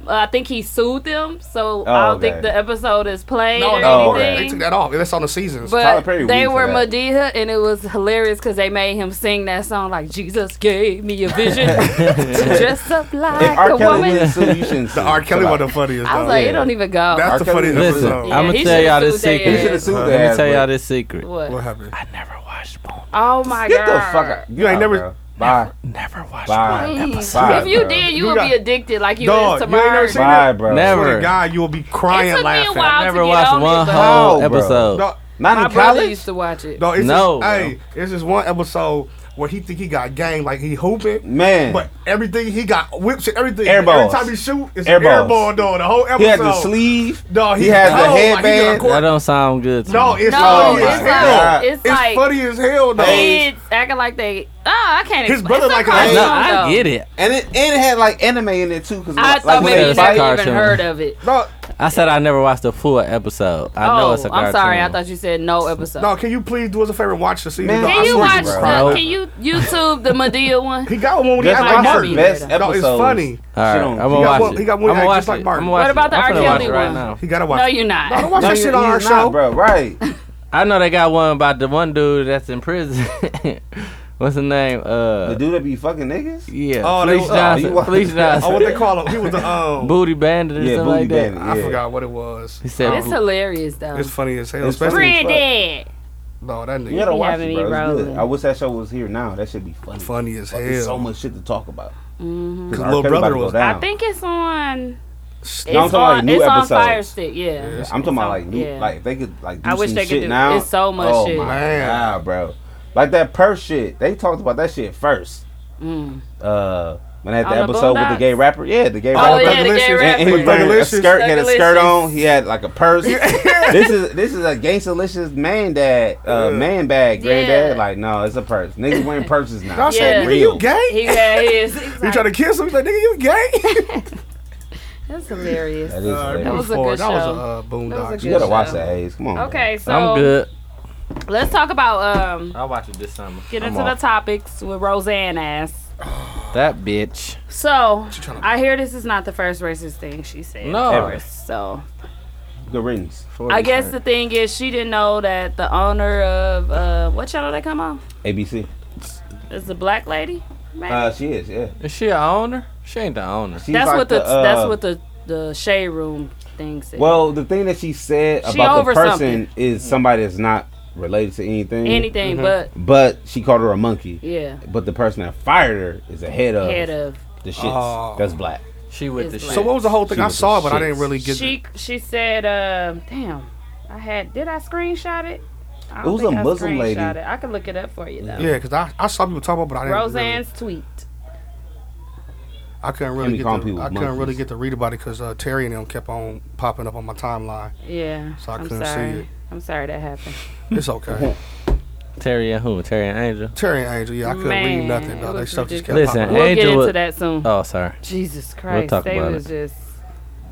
S3: uh, I think he sued them, so I
S9: Oh,
S3: don't think
S9: okay.
S3: the episode is played or
S9: no, okay.
S8: They took
S3: anything.
S8: that off. That's on the seasons.
S3: But
S9: Tyler Perry
S3: they
S9: weak for
S3: were
S9: that.
S3: Medea, and it was hilarious because they made him sing that song like Jesus gave me a vision to dress up
S9: If
S3: like
S9: R.
S3: a
S9: Kelly
S3: woman.
S9: wouldn't sue, you shouldn't sue.
S8: the R. Kelly
S9: Come
S8: was
S9: on.
S8: the funniest.
S3: I was
S8: though.
S3: like,
S9: Yeah.
S3: it don't even go.
S8: That's
S9: R.
S8: the
S9: Kelly
S8: funniest
S9: was-
S1: Listen,
S8: episode.
S3: Yeah,
S1: I'm
S3: he
S1: gonna tell y'all
S3: should've
S1: this
S3: sued their
S1: secret.
S9: You should have sued
S1: Let
S9: that.
S1: me tell
S9: ass,
S1: y'all
S9: bro.
S1: this secret.
S3: what?
S8: What happened?
S1: I never watched Boom.
S3: Oh my
S9: Get
S3: god!
S9: the fuck out. You ain't never. Bye.
S1: Never watched
S9: Bye.
S1: Boom.
S3: Please.
S9: Bye,
S3: if you
S9: bro.
S3: did, you,
S8: You
S3: would
S8: got-
S3: be addicted like you
S8: Dog,
S3: is to
S8: you ain't never
S3: Myrne.
S8: seen
S9: Bye, bro.
S8: Swear to
S1: Never.
S8: God, you will be
S3: It
S8: crying
S3: took me a
S8: laughing.
S3: while
S1: Never
S3: to
S1: watched
S3: get on
S1: one
S3: it,
S1: whole
S9: How, bro?
S1: episode.
S8: No,
S9: Not
S3: My
S9: in
S3: brother used
S9: college.
S3: to watch it.
S8: no, it's
S1: No,
S8: no,
S1: bro.
S8: hey, it's just one episode where he think he got game, like he hooping,
S9: Man.
S8: but everything he got whips and everything.
S9: Air
S8: Every
S9: balls.
S8: time he shoot, it's
S9: Air
S8: an air
S9: balls.
S8: ball, dog. The whole episode.
S9: He had the sleeve.
S8: No,
S9: he
S8: he
S9: had the
S8: cold, like, he got
S9: headband.
S8: caught.
S1: That don't sound good. To
S8: No,
S1: me.
S8: it's
S3: No,
S8: funny
S9: my
S8: as
S3: it's
S8: hell.
S9: God.
S3: like it's,
S8: It's
S3: like
S8: funny as hell, though.
S3: kids acting like they. Oh, I can't.
S8: His
S3: explain-
S8: brother
S3: it's a
S8: like a-
S1: no,
S3: cartoon,
S8: No,
S1: I
S3: though.
S1: get it.
S9: And it, and it had like anime in it too. Cause
S3: I
S9: like,
S3: thought
S9: when
S3: maybe
S9: they
S1: it
S3: you
S1: was a
S9: fight-
S3: never even
S1: cartoon.
S3: heard of it.
S8: No,
S1: I said I never watched a full episode. I know it's a
S3: Oh,
S1: cartoon.
S3: I'm sorry. I thought you said no episode.
S8: no. Can you please do us a favor and watch the season?
S9: Man,
S8: though?
S9: I
S3: Can you
S9: swear
S3: watch
S9: to
S3: the?
S9: God.
S3: Can you YouTube the Medea one?
S8: He got one when he
S9: That's
S8: acted
S3: Might
S8: like
S9: one
S3: not
S9: of
S8: Martin.
S3: be
S9: her
S3: there,
S9: best
S3: though.
S8: No, it's
S9: episodes.
S8: funny.
S1: All right,
S9: Shit
S1: I'm gonna
S9: on-
S8: got
S9: He
S1: watch
S8: one-
S1: it.
S8: he got one
S1: I'm gonna
S8: act
S1: watch
S8: just like
S1: it.
S8: Martin.
S1: I'm gonna watch
S3: What about
S1: it.
S3: the
S1: I'm
S3: R.
S1: finna watch
S3: Kelly
S1: it right
S3: one?
S1: now.
S8: He gotta watch.
S3: No, you're not.
S8: No, don't watch
S9: No,
S8: that
S9: you-
S8: shit on
S9: you
S8: our
S9: not,
S8: show.
S9: bro. Right.
S1: I know they got one about the one dude that's in prison. What's his name? Uh,
S9: The dude that be fucking niggas.
S1: yeah,
S8: Oh, they-
S1: Felice
S8: oh,
S1: Johnson.
S9: you wa-
S1: Felice Johnson.
S8: Oh, what they call him? He was a um,
S1: Booty bandit or
S9: Yeah,
S1: something
S9: booty
S1: like that.
S9: bandit.
S8: I
S9: Yeah.
S8: forgot what it was.
S1: He said,
S3: It's hilarious though.
S8: It's funny as hell.
S9: It's
S8: Especially
S9: funny.
S3: Pretty.
S8: no, that
S9: You
S8: nigga
S9: gotta
S3: He
S9: watch
S3: having
S9: it,
S3: me
S9: bro. It's good.
S3: rolling.
S9: I wish that show was here now. That should be funny.
S8: funny as
S9: There's so
S8: hell.
S9: much shit to talk about.
S3: Mhm.
S9: 'Cause
S8: His
S9: R.
S8: little
S9: Kelly about
S8: brother
S9: to go
S8: was-
S9: down.
S3: I think it's on. It's
S9: talking about, like,
S3: on.
S9: new
S3: It's on
S9: episodes.
S3: Fire Stick. Yeah.
S9: I'm talking about like,
S3: It's on-
S9: new,
S3: yeah.
S9: like if they could like do
S3: I wish
S9: some
S3: they could
S9: shit
S3: do-
S9: now.
S3: it's so much
S9: oh
S3: shit.
S9: my
S8: Man.
S9: god, bro! Like that purse shit. They talked about that shit first.
S3: Mm.
S9: Uh, when they had
S3: On
S9: the
S3: the
S9: episode with the
S3: Boondocks?
S9: gay rapper, yeah, the gay
S3: Oh yeah,
S9: rapper.
S3: the gay
S8: Delicious.
S9: And, and he was
S8: Fucking
S9: wearing
S3: rapper.
S9: a
S8: delicious.
S9: skirt, had a skirt
S3: Fucking
S9: on. He had like a purse. this is this is a gangsterlicious man dad, uh, man bag, granddad.
S3: Yeah.
S9: Like no, it's a purse. Niggas wearing purses now.
S8: I said,
S3: Yeah.
S8: nigga,
S9: Real.
S8: you gay?
S3: He got his.
S8: You trying to kiss him? He's like, nigga, you gay?
S3: That's hilarious.
S9: That is hilarious.
S3: That was a good
S8: Uh, That was a
S3: show.
S8: uh, boondock.
S9: you gotta
S3: good
S9: watch
S3: show.
S9: that, Hayes. Come on. man.
S3: Okay, so
S1: I'm good.
S3: let's talk about um.
S1: I'll watch it this summer.
S3: Get
S9: I'm
S3: into the
S9: off.
S3: topics with Roseanne ass.
S1: That bitch.
S3: So
S8: tryna-
S3: I hear this is not the first racist thing she said.
S1: No.
S9: Ever.
S3: So
S9: Good riddance.
S3: I guess the thing is she didn't know that the owner of uh what channel they come on?
S9: ABC.
S3: Is a black lady? Maybe?
S9: Uh, she is. Yeah.
S1: Is she a owner? She ain't the owner.
S9: She's
S3: that's
S9: like
S3: what the, that's
S9: uh,
S3: what the the shade room thing said.
S9: Well, the thing that she said
S3: She
S9: about
S3: over
S9: the person
S3: something. Mm.
S9: is somebody that's not related to anything.
S3: anything but
S9: But she called her a monkey.
S3: yeah,
S9: But the person that fired her is the head of,
S3: head of
S9: the shits.
S8: Oh.
S9: That's black.
S1: She with the
S3: It's
S1: shit.
S3: like-
S8: So what was the whole thing?
S9: She
S8: I
S9: was
S8: saw it,
S9: the
S8: but I
S9: shit.
S8: didn't really get
S3: she she said uh damn I had did I screenshot it? I don't
S9: It was a
S3: think I
S9: Muslim lady.
S3: screenshot It. I can look it up for you though.
S8: Yeah, because I, I saw people talking about, it, but I didn't.
S3: Roseanne's tweet.
S8: really, I couldn't
S9: Let me
S8: really get.
S9: call
S8: To,
S9: people
S8: I couldn't really
S9: monkeys.
S8: get to read about it because uh, Terry and them kept on popping up on my timeline.
S3: Yeah.
S8: So I
S3: am
S8: couldn't see
S3: sorry.
S8: it.
S3: I'm sorry that happened.
S8: It's okay.
S1: Terry and who? Terry and Angel.
S8: Terry and Angel, yeah, I couldn't
S3: Man,
S8: read nothing.
S3: it
S8: Though. They
S3: was
S8: stuff just kept
S1: ridiculous. Listen,
S8: popping up.
S3: We'll get
S1: Angel
S3: into
S1: was-
S3: that soon.
S1: Oh, sorry.
S3: Jesus Christ.
S1: talk
S3: they
S1: about
S3: was just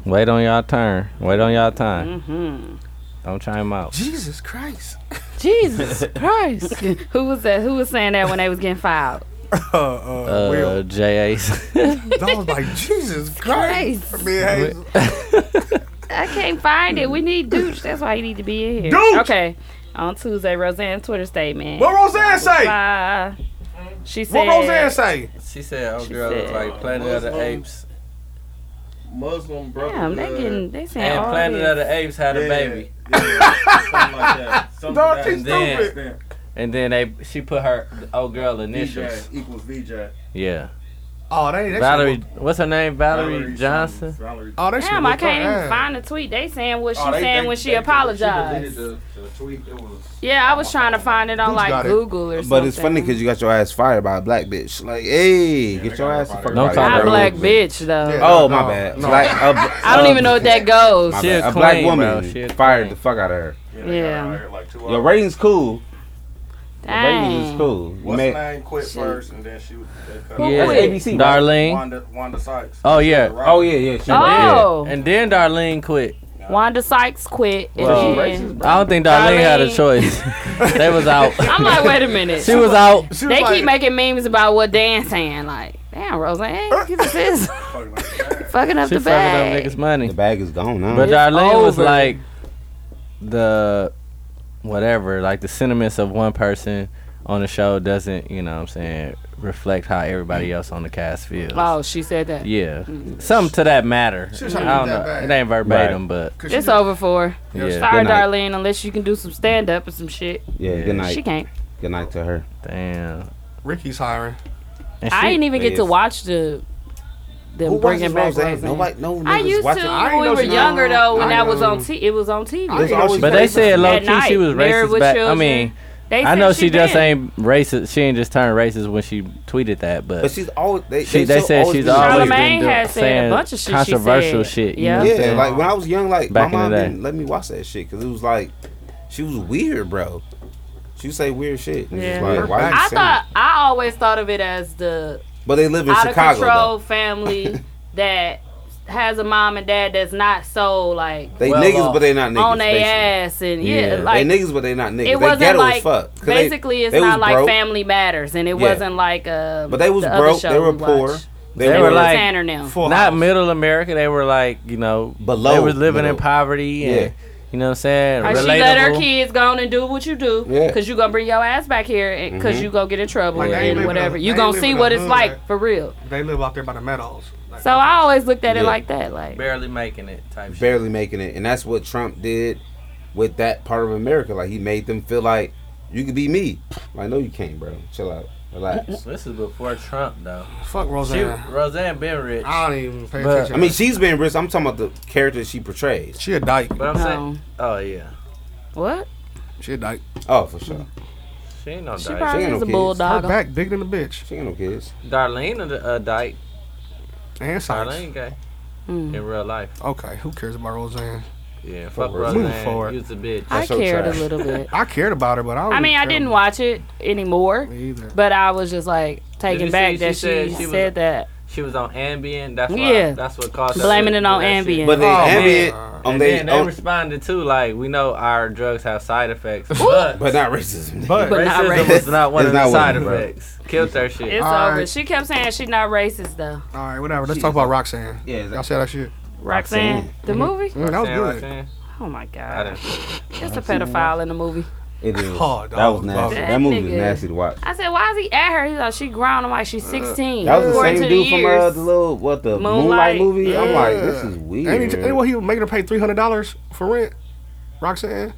S1: Wait on y'all turn. Wait on y'all time.
S3: hmm
S1: Don't chime out.
S8: Jesus Christ.
S3: Jesus Christ. Who was that? Who was saying that when they was getting filed?
S8: Uh, uh,
S1: Uh,
S8: Will.
S1: J.A.
S8: I was like, Jesus Christ.
S3: Christ.
S8: Me and Hazel.
S3: I can't find it. We need Dooch. That's why he need to be in here.
S8: Dooch!
S3: Okay. On Tuesday, Roseanne's Twitter statement.
S8: What Roseanne say?
S3: Bye. She
S8: What
S3: said.
S8: Roseanne say?
S1: She said, "Oh,
S3: She
S1: girl, look
S3: said-
S1: like Planet of the
S10: Muslim
S1: Apes."
S10: Muslim
S3: Damn, they getting they saying
S1: And
S3: all
S1: Planet
S3: this.
S1: of the Apes had a baby.
S10: something like that. Something
S1: Dog,
S10: like
S1: she
S10: that.
S1: stupid.
S10: And then-
S1: And then they, she put her old girl initials.
S10: VJ equals VJ.
S1: Yeah.
S8: Oh, they, they
S1: Valerie, what's her name? Valerie,
S10: Valerie
S1: Johnson.
S8: Oh, they
S3: Damn, I can't even find the tweet. They saying what she
S10: Oh, they-
S3: saying
S10: they-
S3: when she
S10: they-
S3: apologized.
S10: She deleted the, the tweet. It was
S3: yeah, I was trying to find it on
S9: Who's
S3: like
S9: got it?
S3: Google or something.
S9: But it's funny because you got your ass fired by a black bitch. Like, hey, get your ass the fuck
S1: Don't
S9: out of
S1: call
S9: here.
S1: her
S9: bro.
S3: black bitch though.
S9: Oh, my bad. Like, a bl-
S3: I don't
S9: a-
S3: even know what that goes.
S9: my
S3: She
S9: bad.
S3: a
S9: A black
S3: queen,
S9: woman
S1: bro. She a
S9: fired the fuck out of her.
S3: Yeah.
S9: Your ratings cool. Your ratings is
S3: Dang.
S9: cool. You
S10: what's
S9: made-
S10: her name quit first, and then she. was- they cut her
S1: Yeah,
S10: off.
S1: ABC, Darlene.
S10: Wanda, Wanda Sykes.
S1: Oh yeah.
S10: Oh,
S9: yeah, yeah.
S10: she-
S3: Oh.
S1: And then Darlene quit.
S3: Wanda Sykes quit. and
S1: Well,
S3: then-
S1: I don't think Darlene, had a
S3: Darlene-
S1: choice. they was out.
S3: I'm like, wait a minute.
S1: She was out.
S3: They keep making memes about what Dan's saying. Like, damn, Roseanne, give us this. fucking up
S1: She
S3: the
S1: fucking up
S3: bag.
S1: niggas' money.
S9: The bag is gone now.
S1: But
S3: It's
S1: Darlene was
S3: over.
S1: like the whatever, like the sentiments of one person on the show doesn't, you know what I'm saying, reflect how everybody else on the cast feels.
S3: Oh, she said that.
S1: Yeah.
S3: Mm-hmm.
S1: Something to that matter. I
S3: She was
S1: don't
S3: trying to do
S1: know.
S3: that bad.
S1: It ain't verbatim, but
S3: It's over for.
S1: Yeah.
S3: her. Sorry,
S9: Good night.
S3: Darlene, unless you can do some stand up or some shit.
S9: Yeah, good night.
S3: She can't.
S9: Good night to her.
S1: Damn.
S8: Ricky's hiring.
S3: I didn't even get to watch the them
S9: Who
S3: bringing
S9: watches
S3: back
S9: Roseanne?
S3: Roseanne.
S9: Nobody- no
S3: I
S9: niggas
S3: used
S9: watching-
S3: to
S9: I
S3: when
S9: ain't
S3: we
S9: know
S3: were
S9: she-
S3: younger though. When
S9: I
S3: that was
S9: know.
S3: on, t- it was on TV.
S9: ain't know she
S1: But they said low
S3: At
S1: key
S3: night,
S1: she was
S3: Married
S1: racist
S3: with
S1: back. I
S3: Children.
S1: mean, I
S3: They said
S1: know she, just
S3: been.
S1: ain't racist. She ain't just turned racist when she tweeted that, but,
S9: But she's always. They,
S1: she,
S9: they
S1: they
S9: so
S1: said
S9: always
S1: she's
S9: been-
S1: always
S3: Charlamagne
S1: been doing,
S3: has said a
S1: saying
S3: bunch of shit she
S1: controversial
S3: said.
S1: shit. you
S3: Yeah.
S1: know what I'm
S9: Yeah,
S1: saying?
S9: like when I was young, like
S1: Back in
S9: my mom
S1: the day.
S9: didn't let me watch that shit because it was like she was weird, bro. She would say weird shit. And it's
S3: Yeah.
S9: Like, why you
S3: I
S9: saying?
S3: thought I always thought of it as the
S9: but they live in
S3: out
S9: Chicago.
S3: of control
S9: though.
S3: family that has a mom and dad that's not so like
S9: They niggas, but they not niggas.
S3: on their
S9: basically.
S3: ass and yeah, like
S9: they niggas, but they not niggas.
S3: it
S9: they
S3: wasn't
S9: ghetto as
S3: like
S9: fuck. 'Cause they-
S3: basically it's
S9: they was
S3: not like
S9: broke,
S3: Family Matters and it
S9: Yeah.
S3: wasn't like uh
S9: But they was
S3: the other
S9: broke. They
S3: show
S9: were
S3: we
S9: poor.
S3: watched.
S1: They, were like
S3: Tanner now.
S1: not middle America. They were like you know
S9: Below
S1: They were living
S9: middle.
S1: in poverty.
S9: Yeah.
S1: And, you know what I'm saying?
S3: Like, Oh, she let her kids go on and do what you do,
S1: Yeah.
S3: cause you gonna bring your ass back here, and cause
S1: Mhm.
S9: Mm-hmm.
S3: you gonna get in trouble
S8: Like, they ain't
S3: and
S8: living
S3: whatever.
S8: a-
S3: You
S8: they
S3: gonna
S8: ain't
S3: see
S8: living
S3: what
S8: a
S3: it's
S8: hood,
S3: like
S8: like-
S3: for real.
S8: They live out there by the meadows.
S3: So I always looked at it
S9: Yeah.
S3: like that, like
S1: barely making it type shit.
S9: barely making it, and that's what Trump did with that part of America. Like he made them feel like you could be me. Like no, you can't, bro. Chill out. Relax.
S1: This is before Trump though.
S8: Fuck
S1: She, Roseanne been rich.
S9: Ah.
S8: I don't even pay
S1: But-
S8: attention.
S9: I mean, she's been rich. I'm talking about the character she portrays.
S8: She a dyke.
S1: But I'm saying, oh yeah,
S3: What?
S8: She a dyke.
S9: Oh, for sure.
S1: she ain't no
S3: She
S1: dyke.
S3: probably
S9: ain't no
S3: is a
S9: kids.
S3: bulldog.
S8: Her back bigger than the bitch.
S9: She ain't no kids.
S1: Darlene a uh, dyke.
S8: And socks.
S1: Darlene gay
S3: Mm.
S1: in real life.
S8: Okay, who cares about Roseanne?
S1: Yeah, fuck
S8: Roseanne. Move
S1: Roseanne.
S8: forward.
S1: You's a bitch.
S3: I
S8: That's so
S3: cared
S8: trash.
S3: a little bit.
S8: I cared about her, but I don't
S3: I mean, I didn't watch it anymore,
S8: either.
S3: but I was just like
S1: Did
S3: taken
S1: you
S3: back
S1: see
S3: that she said,
S1: was-
S3: that.
S1: She was on Ambien. That's why.
S3: Yeah.
S1: That's what caused.
S3: Blaming
S1: her
S3: it on Ambien. But
S9: they- Ambien-
S1: And,
S9: on
S1: and
S9: they- oh,
S1: then they
S9: on-
S1: responded too. Like we know our drugs have side effects, but
S9: But not racism.
S1: but
S3: But not
S1: racism
S3: racism.
S1: was not one
S9: It's
S1: of the
S9: not one
S1: side
S9: of them, bro.
S1: effects. Killed her shit.
S3: It's
S8: All
S3: over.
S8: right.
S3: She kept saying she's not racist though.
S8: All right, whatever. Let's
S9: She
S8: talk
S9: is
S8: about
S9: a-
S8: Roxanne.
S9: Yeah, exactly.
S8: Y'all see that shit?
S3: Roxanne, the
S9: Mm-hmm.
S3: movie.
S8: Mm, that was
S1: Roxanne,
S8: good.
S1: Roxanne.
S3: Oh my
S1: I
S3: god,
S1: didn't see it.
S3: it's a pedophile in the movie.
S9: It is.
S8: Oh,
S9: that was
S8: dog,
S9: nasty.
S3: dog.
S9: That movie was
S3: That nigga.
S9: nasty to watch.
S3: I said, why is he at her? He's like, she grown. I'm like, she's 16.
S9: Uh, That was the
S3: According
S9: same
S3: to the
S9: dude from uh,
S3: years.
S9: the little what the
S3: Moonlight.
S9: Moonlight, movie. I'm
S3: Yeah.
S9: like, this is
S8: And
S9: weird.
S8: he, and what, he was making her pay three hundred dollars for rent. Roxanne.
S9: I
S3: No,
S9: didn't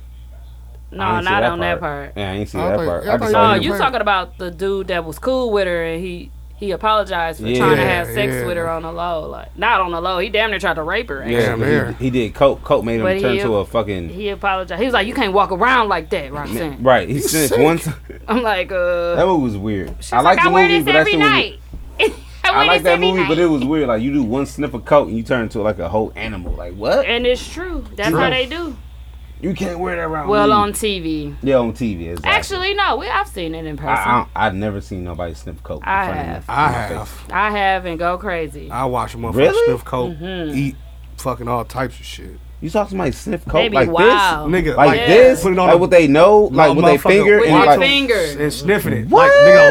S9: see
S3: not
S9: that
S3: on that
S9: part.
S3: part.
S9: Yeah, I ain't see
S8: I
S9: that
S8: thought-
S9: part.
S8: I
S9: I
S8: thought
S9: just
S8: you
S9: saw
S3: No,
S9: him.
S3: you talking about the dude that was cool with her and he he apologized for
S9: Yeah.
S3: trying to have sex
S8: Yeah.
S3: with her on the low, like not on the low. He damn near tried to rape her.
S9: Yeah,
S3: actually.
S9: but he, he did. Coke. Coke made him
S3: But
S9: turn
S3: he-
S9: to a fucking.
S3: He apologized. He was like, "You can't walk around like that, Roxanne."
S9: Right. He snitched once.
S3: I'm like, uh,
S9: That movie was weird.
S3: she's
S9: I like,
S3: I
S9: the
S3: wear
S9: movie,
S3: this
S9: but that
S3: every
S9: shit was.
S3: night. I wear
S9: I like
S3: this
S9: that
S3: every
S9: movie,
S3: night.
S9: but it was weird. Like you do one sniff of coke and you turn into like a whole animal. Like what?
S3: and it's true. That's
S9: True.
S3: how they do.
S9: You can't wear that around.
S3: Well,
S9: me.
S3: on TV.
S9: yeah, on TV. Exactly.
S3: Actually, no. We I've seen it in person.
S9: I, I
S3: I,
S9: don't- I've never seen nobody sniff coke. in
S3: I
S9: front of me.
S3: have.
S8: I have.
S3: have and go crazy.
S8: I watch a motherfucker
S9: Really?
S8: sniff coke,
S3: Mhm.
S8: eat fucking all types of shit.
S9: You saw somebody sniff coke
S3: They be
S9: like
S3: wild.
S9: this,
S8: Nigga,
S9: like
S8: like-
S9: this,
S8: Put it on
S9: like
S8: a-
S9: what they know, like
S8: on a
S9: with their
S8: motherfucker
S9: finger,
S3: with
S9: and
S3: your
S9: like
S3: finger.
S8: And sniffing it.
S9: What?
S8: Like nigga
S1: They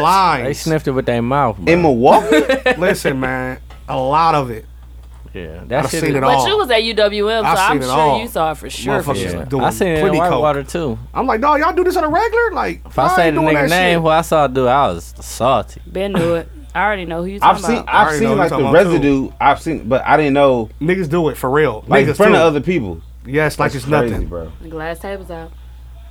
S8: lines.
S1: sniffed it with their mouth. Bro.
S9: in Milwaukee.
S8: Listen, man, a lot of it.
S1: Yeah,
S11: I've seen it
S3: but
S11: all.
S3: you was at UWM, so
S11: I've
S3: I'm
S11: seen it
S3: sure
S11: all.
S3: you saw it for sure. for
S11: Motherfuckers
S3: sure.
S11: doing
S1: I seen it in
S11: plenty coke.
S1: Whitewater too.
S8: I'm like, no, y'all do this on a regular? Like,
S1: If I
S8: y'all
S1: say
S8: ain't
S1: the
S8: doing
S1: nigga
S8: that
S1: name,
S8: shit.
S1: who I saw do, I was salty.
S3: Ben knew it. I already know who you
S9: I've
S3: talking
S9: seen,
S3: about.
S9: I've seen like the residue. I've seen, but I didn't know
S8: niggas do it for real.
S9: Like in
S8: Niggas
S9: front
S8: too.
S9: of other people.
S8: Yes, like it's nothing.
S9: bro.
S3: The glass tables out.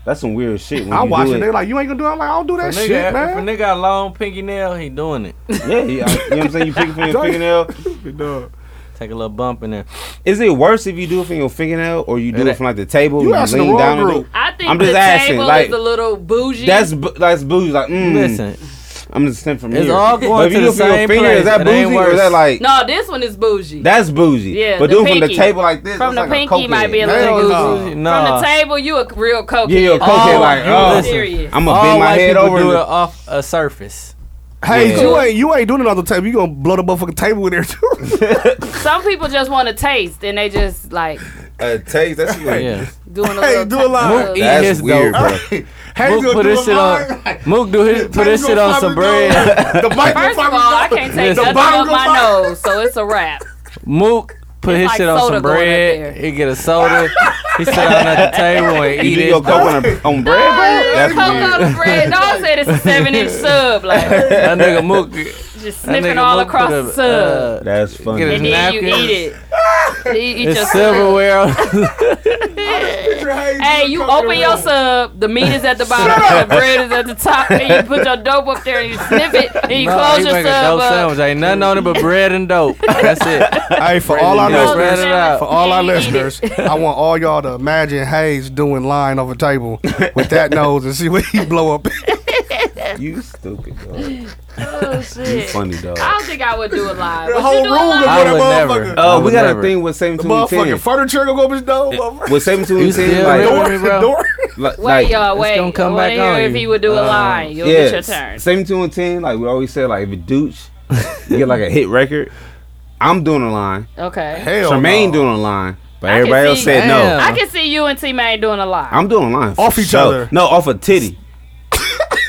S9: That's some weird shit. When
S8: I
S9: you
S8: watch
S9: do
S8: it. They like, you ain't gonna do it. I'm like, I don't do that
S1: If a nigga,
S8: shit,
S1: if
S8: man.
S1: a nigga got long pinky nail, he doing it.
S9: Yeah, you, you know what I'm saying. You pick it from your fingernail.
S1: Take a little bump in there.
S9: Is it worse if you do it from your fingernail or you do it from like the table?
S1: You asking the wrong
S9: and do
S1: group.
S9: it?
S3: I think
S9: I'm
S3: the
S9: just asking.
S3: table
S9: Like
S3: is a little bougie.
S9: that's bu- that's bougie. Like, mm,
S1: Listen.
S9: I'm just sent from
S1: It's
S9: here.
S1: all
S9: But
S1: going
S9: if you
S1: to the
S9: do it from your
S1: same
S9: finger,
S1: place.
S9: Is that
S1: It ain't
S9: bougie or is that
S1: worse.
S9: like
S3: no, this one is bougie.
S9: that's bougie?
S3: yeah,
S9: but
S3: the
S9: doing it
S3: pinky.
S9: from the table like this.
S3: From the
S9: that's like a
S3: pinky might
S9: cokehead.
S3: be a
S9: Hell
S3: little bougie.
S9: no.
S3: From
S1: Nah.
S3: the table, you a real cokehead.
S9: Yeah, you're a cokehead. like, oh,
S3: serious.
S9: I'm
S1: All
S9: gonna bend my
S1: white
S9: head
S1: people
S9: over.
S1: do it
S9: and-
S1: off a surface.
S11: Hey,
S9: Yeah.
S11: you ain't you ain't doing it on the table. You gonna blow the motherfucking table in there too.
S3: Some people just want to taste, and they just like
S9: A taste. That's like.
S1: Yeah.
S3: doing a
S11: Hey,
S3: little.
S11: do a line.
S1: Mook eat
S9: That's
S1: his
S9: weird,
S1: dope.
S9: bro.
S11: Hey,
S1: Mook
S11: do,
S1: put
S11: do a
S1: this shit
S11: line.
S1: on. Mook do his, put his
S11: Table
S1: shit on some
S11: fiber
S1: bread.
S11: gold. the mic
S3: First of all, I can't take
S1: Listen.
S3: nothing
S11: Bottom
S3: up
S11: go
S3: my
S11: bottom.
S3: nose, so it's a wrap.
S1: Mook put
S3: It's
S1: his
S3: like
S1: shit on
S3: soda
S1: some
S3: going up
S1: bread.
S3: there.
S1: He get a soda. he sit down at the table and
S9: You
S1: eat
S9: do
S1: it.
S9: your coke on, a, on bread, bro? That's
S3: Coke
S9: weird.
S3: on bread. No, I said it's a seven-inch sub, like
S1: That nigga Mook.
S3: just
S1: That
S3: sniffing
S1: nigga
S3: all
S1: Mook
S3: across
S1: put a,
S3: the sub.
S1: uh,
S9: That's
S1: Get
S9: funny.
S1: his
S3: and then you
S1: napkins.
S3: eat it. You eat your
S1: It's
S3: sub.
S1: silverware. on-
S3: Hey, you open your sub. The meat is at the bottom. The bread is at the top. And you put your dope up there and you sniff it. And you
S1: No,
S3: close
S1: he
S3: your
S1: make a
S3: sub
S1: dope
S3: up.
S1: sandwich. Ain't nothing on it but bread and dope. That's it.
S11: Hey, for all our
S1: Bread and dope.
S11: listeners,
S1: Spread it out.
S11: for all our
S3: And eat it.
S11: listeners, I want all y'all to imagine Hayes doing line off a table with that nose and see what he blow up.
S9: You stupid, dog.
S3: Oh
S9: You
S3: shit.
S9: funny, dog.
S3: I don't think I would do a live.
S11: The
S3: Would
S11: whole
S3: you do a
S11: room
S3: live?
S11: gonna
S1: I
S11: that
S1: would
S11: motherfucker.
S1: never. I
S9: Uh,
S1: would
S9: we got a
S1: never.
S9: thing with
S11: Motherfucking
S9: 1710.
S11: furniture gonna go up his nose. motherfucker.
S9: With
S1: You
S9: 1710,
S1: still remember
S9: like,
S1: me, bro?
S9: like,
S3: Wait, y'all, wait.
S1: gonna come
S3: I wanna
S1: back
S3: hear
S1: on
S3: if
S1: you.
S3: he would do a
S1: Uh,
S3: live. You'll
S9: yeah,
S3: get your turn.
S9: 17 and 10, like we always said, like if a douche you get like a hit record, I'm doing a line.
S3: Okay.
S11: Hell
S9: Charmaine
S11: no.
S9: doing a line, but
S3: I can
S9: everybody else
S3: see-
S9: said
S1: Damn.
S9: no.
S3: I can see you and T Main doing a live.
S9: I'm doing a line. for
S11: Off each
S9: sure.
S11: other.
S9: No, off a titty.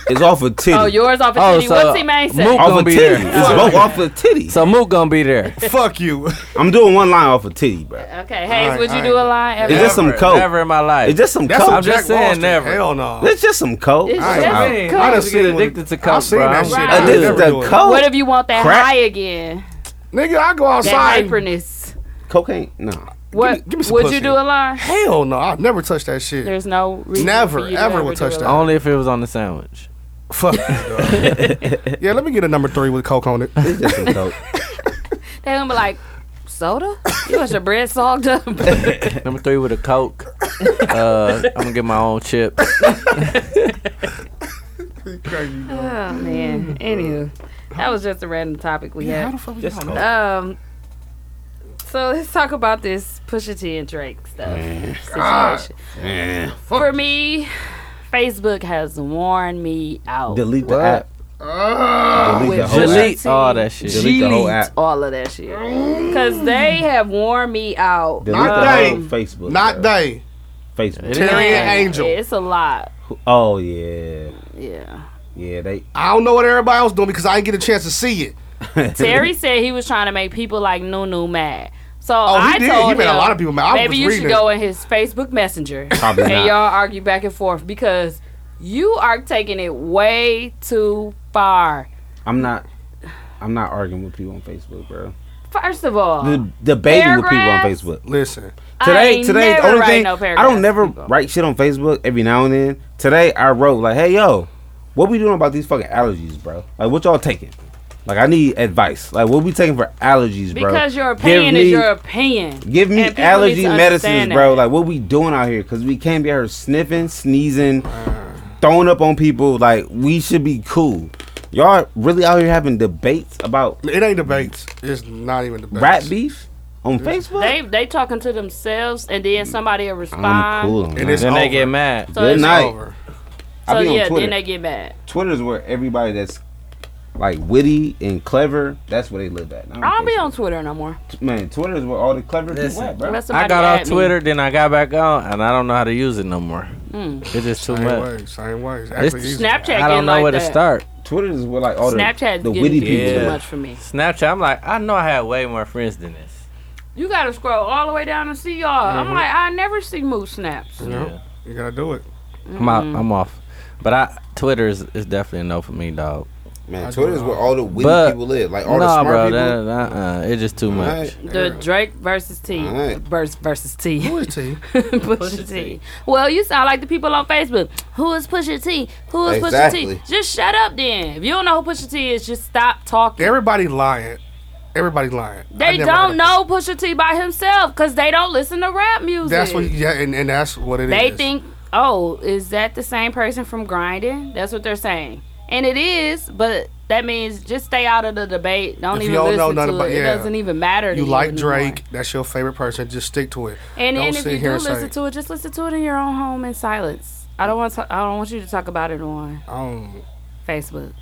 S9: it's off a titty.
S3: oh, yours off a
S1: Oh,
S3: titty.
S1: so
S3: what T Main said?
S1: Mook-
S9: off
S1: gonna
S9: a
S1: be
S9: titty.
S1: there.
S9: It's both off a titty.
S1: So Mook gonna be there.
S11: Fuck you.
S9: I'm doing one line off a titty, bro.
S3: okay, Hayes,
S11: Alright,
S3: would you
S11: alright.
S3: do a live?
S9: It's just some
S1: Never,
S9: coke.
S1: Never in my life.
S9: It's just some
S11: That's
S9: coke.
S11: what
S1: I'm just
S11: Jack
S1: saying
S11: Lost it.
S1: never.
S11: Hell no.
S9: It's just some coke.
S3: It's
S9: I
S3: just
S9: ain't
S3: some
S9: out.
S3: coke.
S1: I
S11: done
S1: just get
S11: seen one-
S1: addicted to coke,
S11: I seen
S1: bro.
S11: that
S1: I'm-
S11: shit.
S9: Uh, this is
S11: Never do
S9: the
S11: it.
S9: coke.
S3: What if you want that
S9: Crack.
S3: high again?
S11: Nigga, I go
S3: That
S11: outside.
S3: hyperness.
S9: Cocaine? No.
S3: What
S11: give me some
S3: would
S11: pussy.
S3: you do a line?
S11: Hell no. I've never touched that shit.
S3: There's no reason
S11: Never,
S3: for you to
S11: ever
S3: ever
S11: would
S3: do
S11: touch
S3: a
S11: that.
S3: line.
S1: Only if it was on the sandwich.
S11: Fuck. you, dog. yeah, let me get a number three with coke on it.
S9: It's just some coke.
S3: They gonna be like, soda? You want your bread sogged up?
S1: Number three with a coke. uh, I'm gonna get my own chip.
S3: oh man. Anywho, that was just a random topic we
S11: How
S3: had.
S11: the fuck we doing that?
S3: Um. So let's talk about this Pusha T and Drake stuff situation.
S9: Eh.
S3: For me, Facebook has worn me out.
S9: Delete the app. Delete the whole app.
S1: Delete all that shit.
S9: Delete the whole app.
S3: all of that shit because they have worn me out. Um,
S9: Delete
S11: Not
S9: the whole
S11: they.
S9: Facebook.
S11: Not
S9: bro.
S11: they.
S9: Facebook.
S11: Terry and Angel.
S3: It's a lot.
S9: Oh yeah,
S3: Yeah.
S9: yeah. They
S11: I don't know what everybody else doing because I didn't get a chance to see it.
S3: Terry said he was trying to make people like Nunu mad. So
S11: Oh, he
S3: I
S11: did.
S3: told
S11: He made a
S3: him,
S11: lot of people mad. I
S3: maybe
S11: was
S3: you should
S11: reading it.
S3: go in his Facebook Messenger
S9: Probably
S3: and
S9: not.
S3: y'all argue back and forth because you are taking it way too far.
S9: I'm not. I'm not arguing with people on Facebook, bro.
S3: First of all,
S9: The debating with people on
S3: Paragraphs?
S9: Facebook.
S11: Listen,
S3: I
S9: Today,
S3: ain't
S9: today, the
S3: never
S9: only
S3: write
S9: thing
S3: no
S9: I don't
S3: paragraphs,
S9: never
S3: people.
S9: write shit on Facebook. Every now and then, today I wrote like, "Hey yo, what we doing about these fucking allergies, bro? Like, what y'all taking? Like, I need advice. Like, what we taking for allergies, bro?
S3: because your
S9: Give
S3: opinion is
S9: me-
S3: your opinion.
S9: Give me
S3: And people need to
S9: allergy medicines,
S3: understand
S9: bro.
S3: that.
S9: Like, what we doing out here? Because we can't be out here sniffing, sneezing, throwing up on people. Like, we should be cool. Y'all really out here having debates about
S11: it ain't debates. It's not even debates.
S9: rat beef on Facebook?
S3: they they talking to themselves and then somebody will respond.
S9: I'm cool. on
S11: And
S9: that.
S11: it's
S1: Then they
S11: over.
S1: get mad.
S3: So,
S9: Good
S3: it's-
S9: night.
S11: over.
S9: I
S3: so
S9: be on
S3: yeah,
S9: Twitter.
S3: then they get mad.
S9: Twitter's where everybody that's like witty and clever. That's where they live at. Not
S3: I don't be
S9: Facebook.
S3: on Twitter no more.
S9: Man, Twitter's where all the clever people
S1: Listen.
S9: at, bro.
S3: Unless
S1: I
S3: somebody
S1: got off
S3: add me.
S1: Twitter, then I got back on, and I don't know how to use it no more.
S3: Mm.
S1: It's just too
S11: Same
S1: much.
S11: way. Same way.
S1: It's
S11: Actually,
S1: the
S11: easy.
S3: Snapchat.
S1: I
S3: getting
S1: don't know
S3: like
S1: where
S3: that.
S1: to start.
S9: Twitter's where like all the
S3: Snapchat's
S9: the
S3: getting
S9: witty
S3: to be
S9: people.
S3: too
S1: Yeah.
S9: at.
S3: much for me.
S1: Snapchat. I'm like, I know I had way more friends than this.
S3: You gotta scroll all the way down and see y'all. I'm
S1: Mhm.
S3: like, I never see moose snaps.
S1: Yeah.
S8: You gotta do it.
S1: I'm out,
S3: Mm-hmm.
S1: I'm off. But I Twitter is, is definitely a no for me, dog.
S9: Man, Twitter is where all the witty
S1: But-
S9: people live. Like all the
S1: nah,
S9: smart
S1: bro,
S9: people.
S1: That, uh, uh, it's just too much.
S3: The Drake versus T.
S1: Alright.
S3: Versus, versus T. Who
S8: is T?
S3: Pusha T. Well, you sound like the people on Facebook. Who is Pusha T? Who is
S8: Exactly.
S3: Pusha T? Just shut up then. If you don't know who Pusha T is, just stop talking.
S8: Everybody lying. Everybody lying. I
S3: They
S8: never heard
S3: don't
S8: of-
S3: know Pusha T by himself because they don't listen to rap music.
S8: That's what. Yeah, and, and that's what it is.
S3: they think, oh, is that the same person from grinding? That's what they're saying. And it is, but that means just stay out of the debate. Don't
S8: If you
S3: even
S8: don't
S3: listen
S8: know nothing
S3: to
S8: about-
S3: it.
S8: yeah.
S3: It doesn't even matter. to
S8: you like
S3: anymore.
S8: Drake. That's your favorite person. Just stick to it.
S3: And,
S8: Don't
S3: and if
S8: sit
S3: you do
S8: here and say-
S3: listen to it, just listen to it in your own home in silence. I don't want to, I don't want you to talk about it on
S8: Um,
S3: Facebook.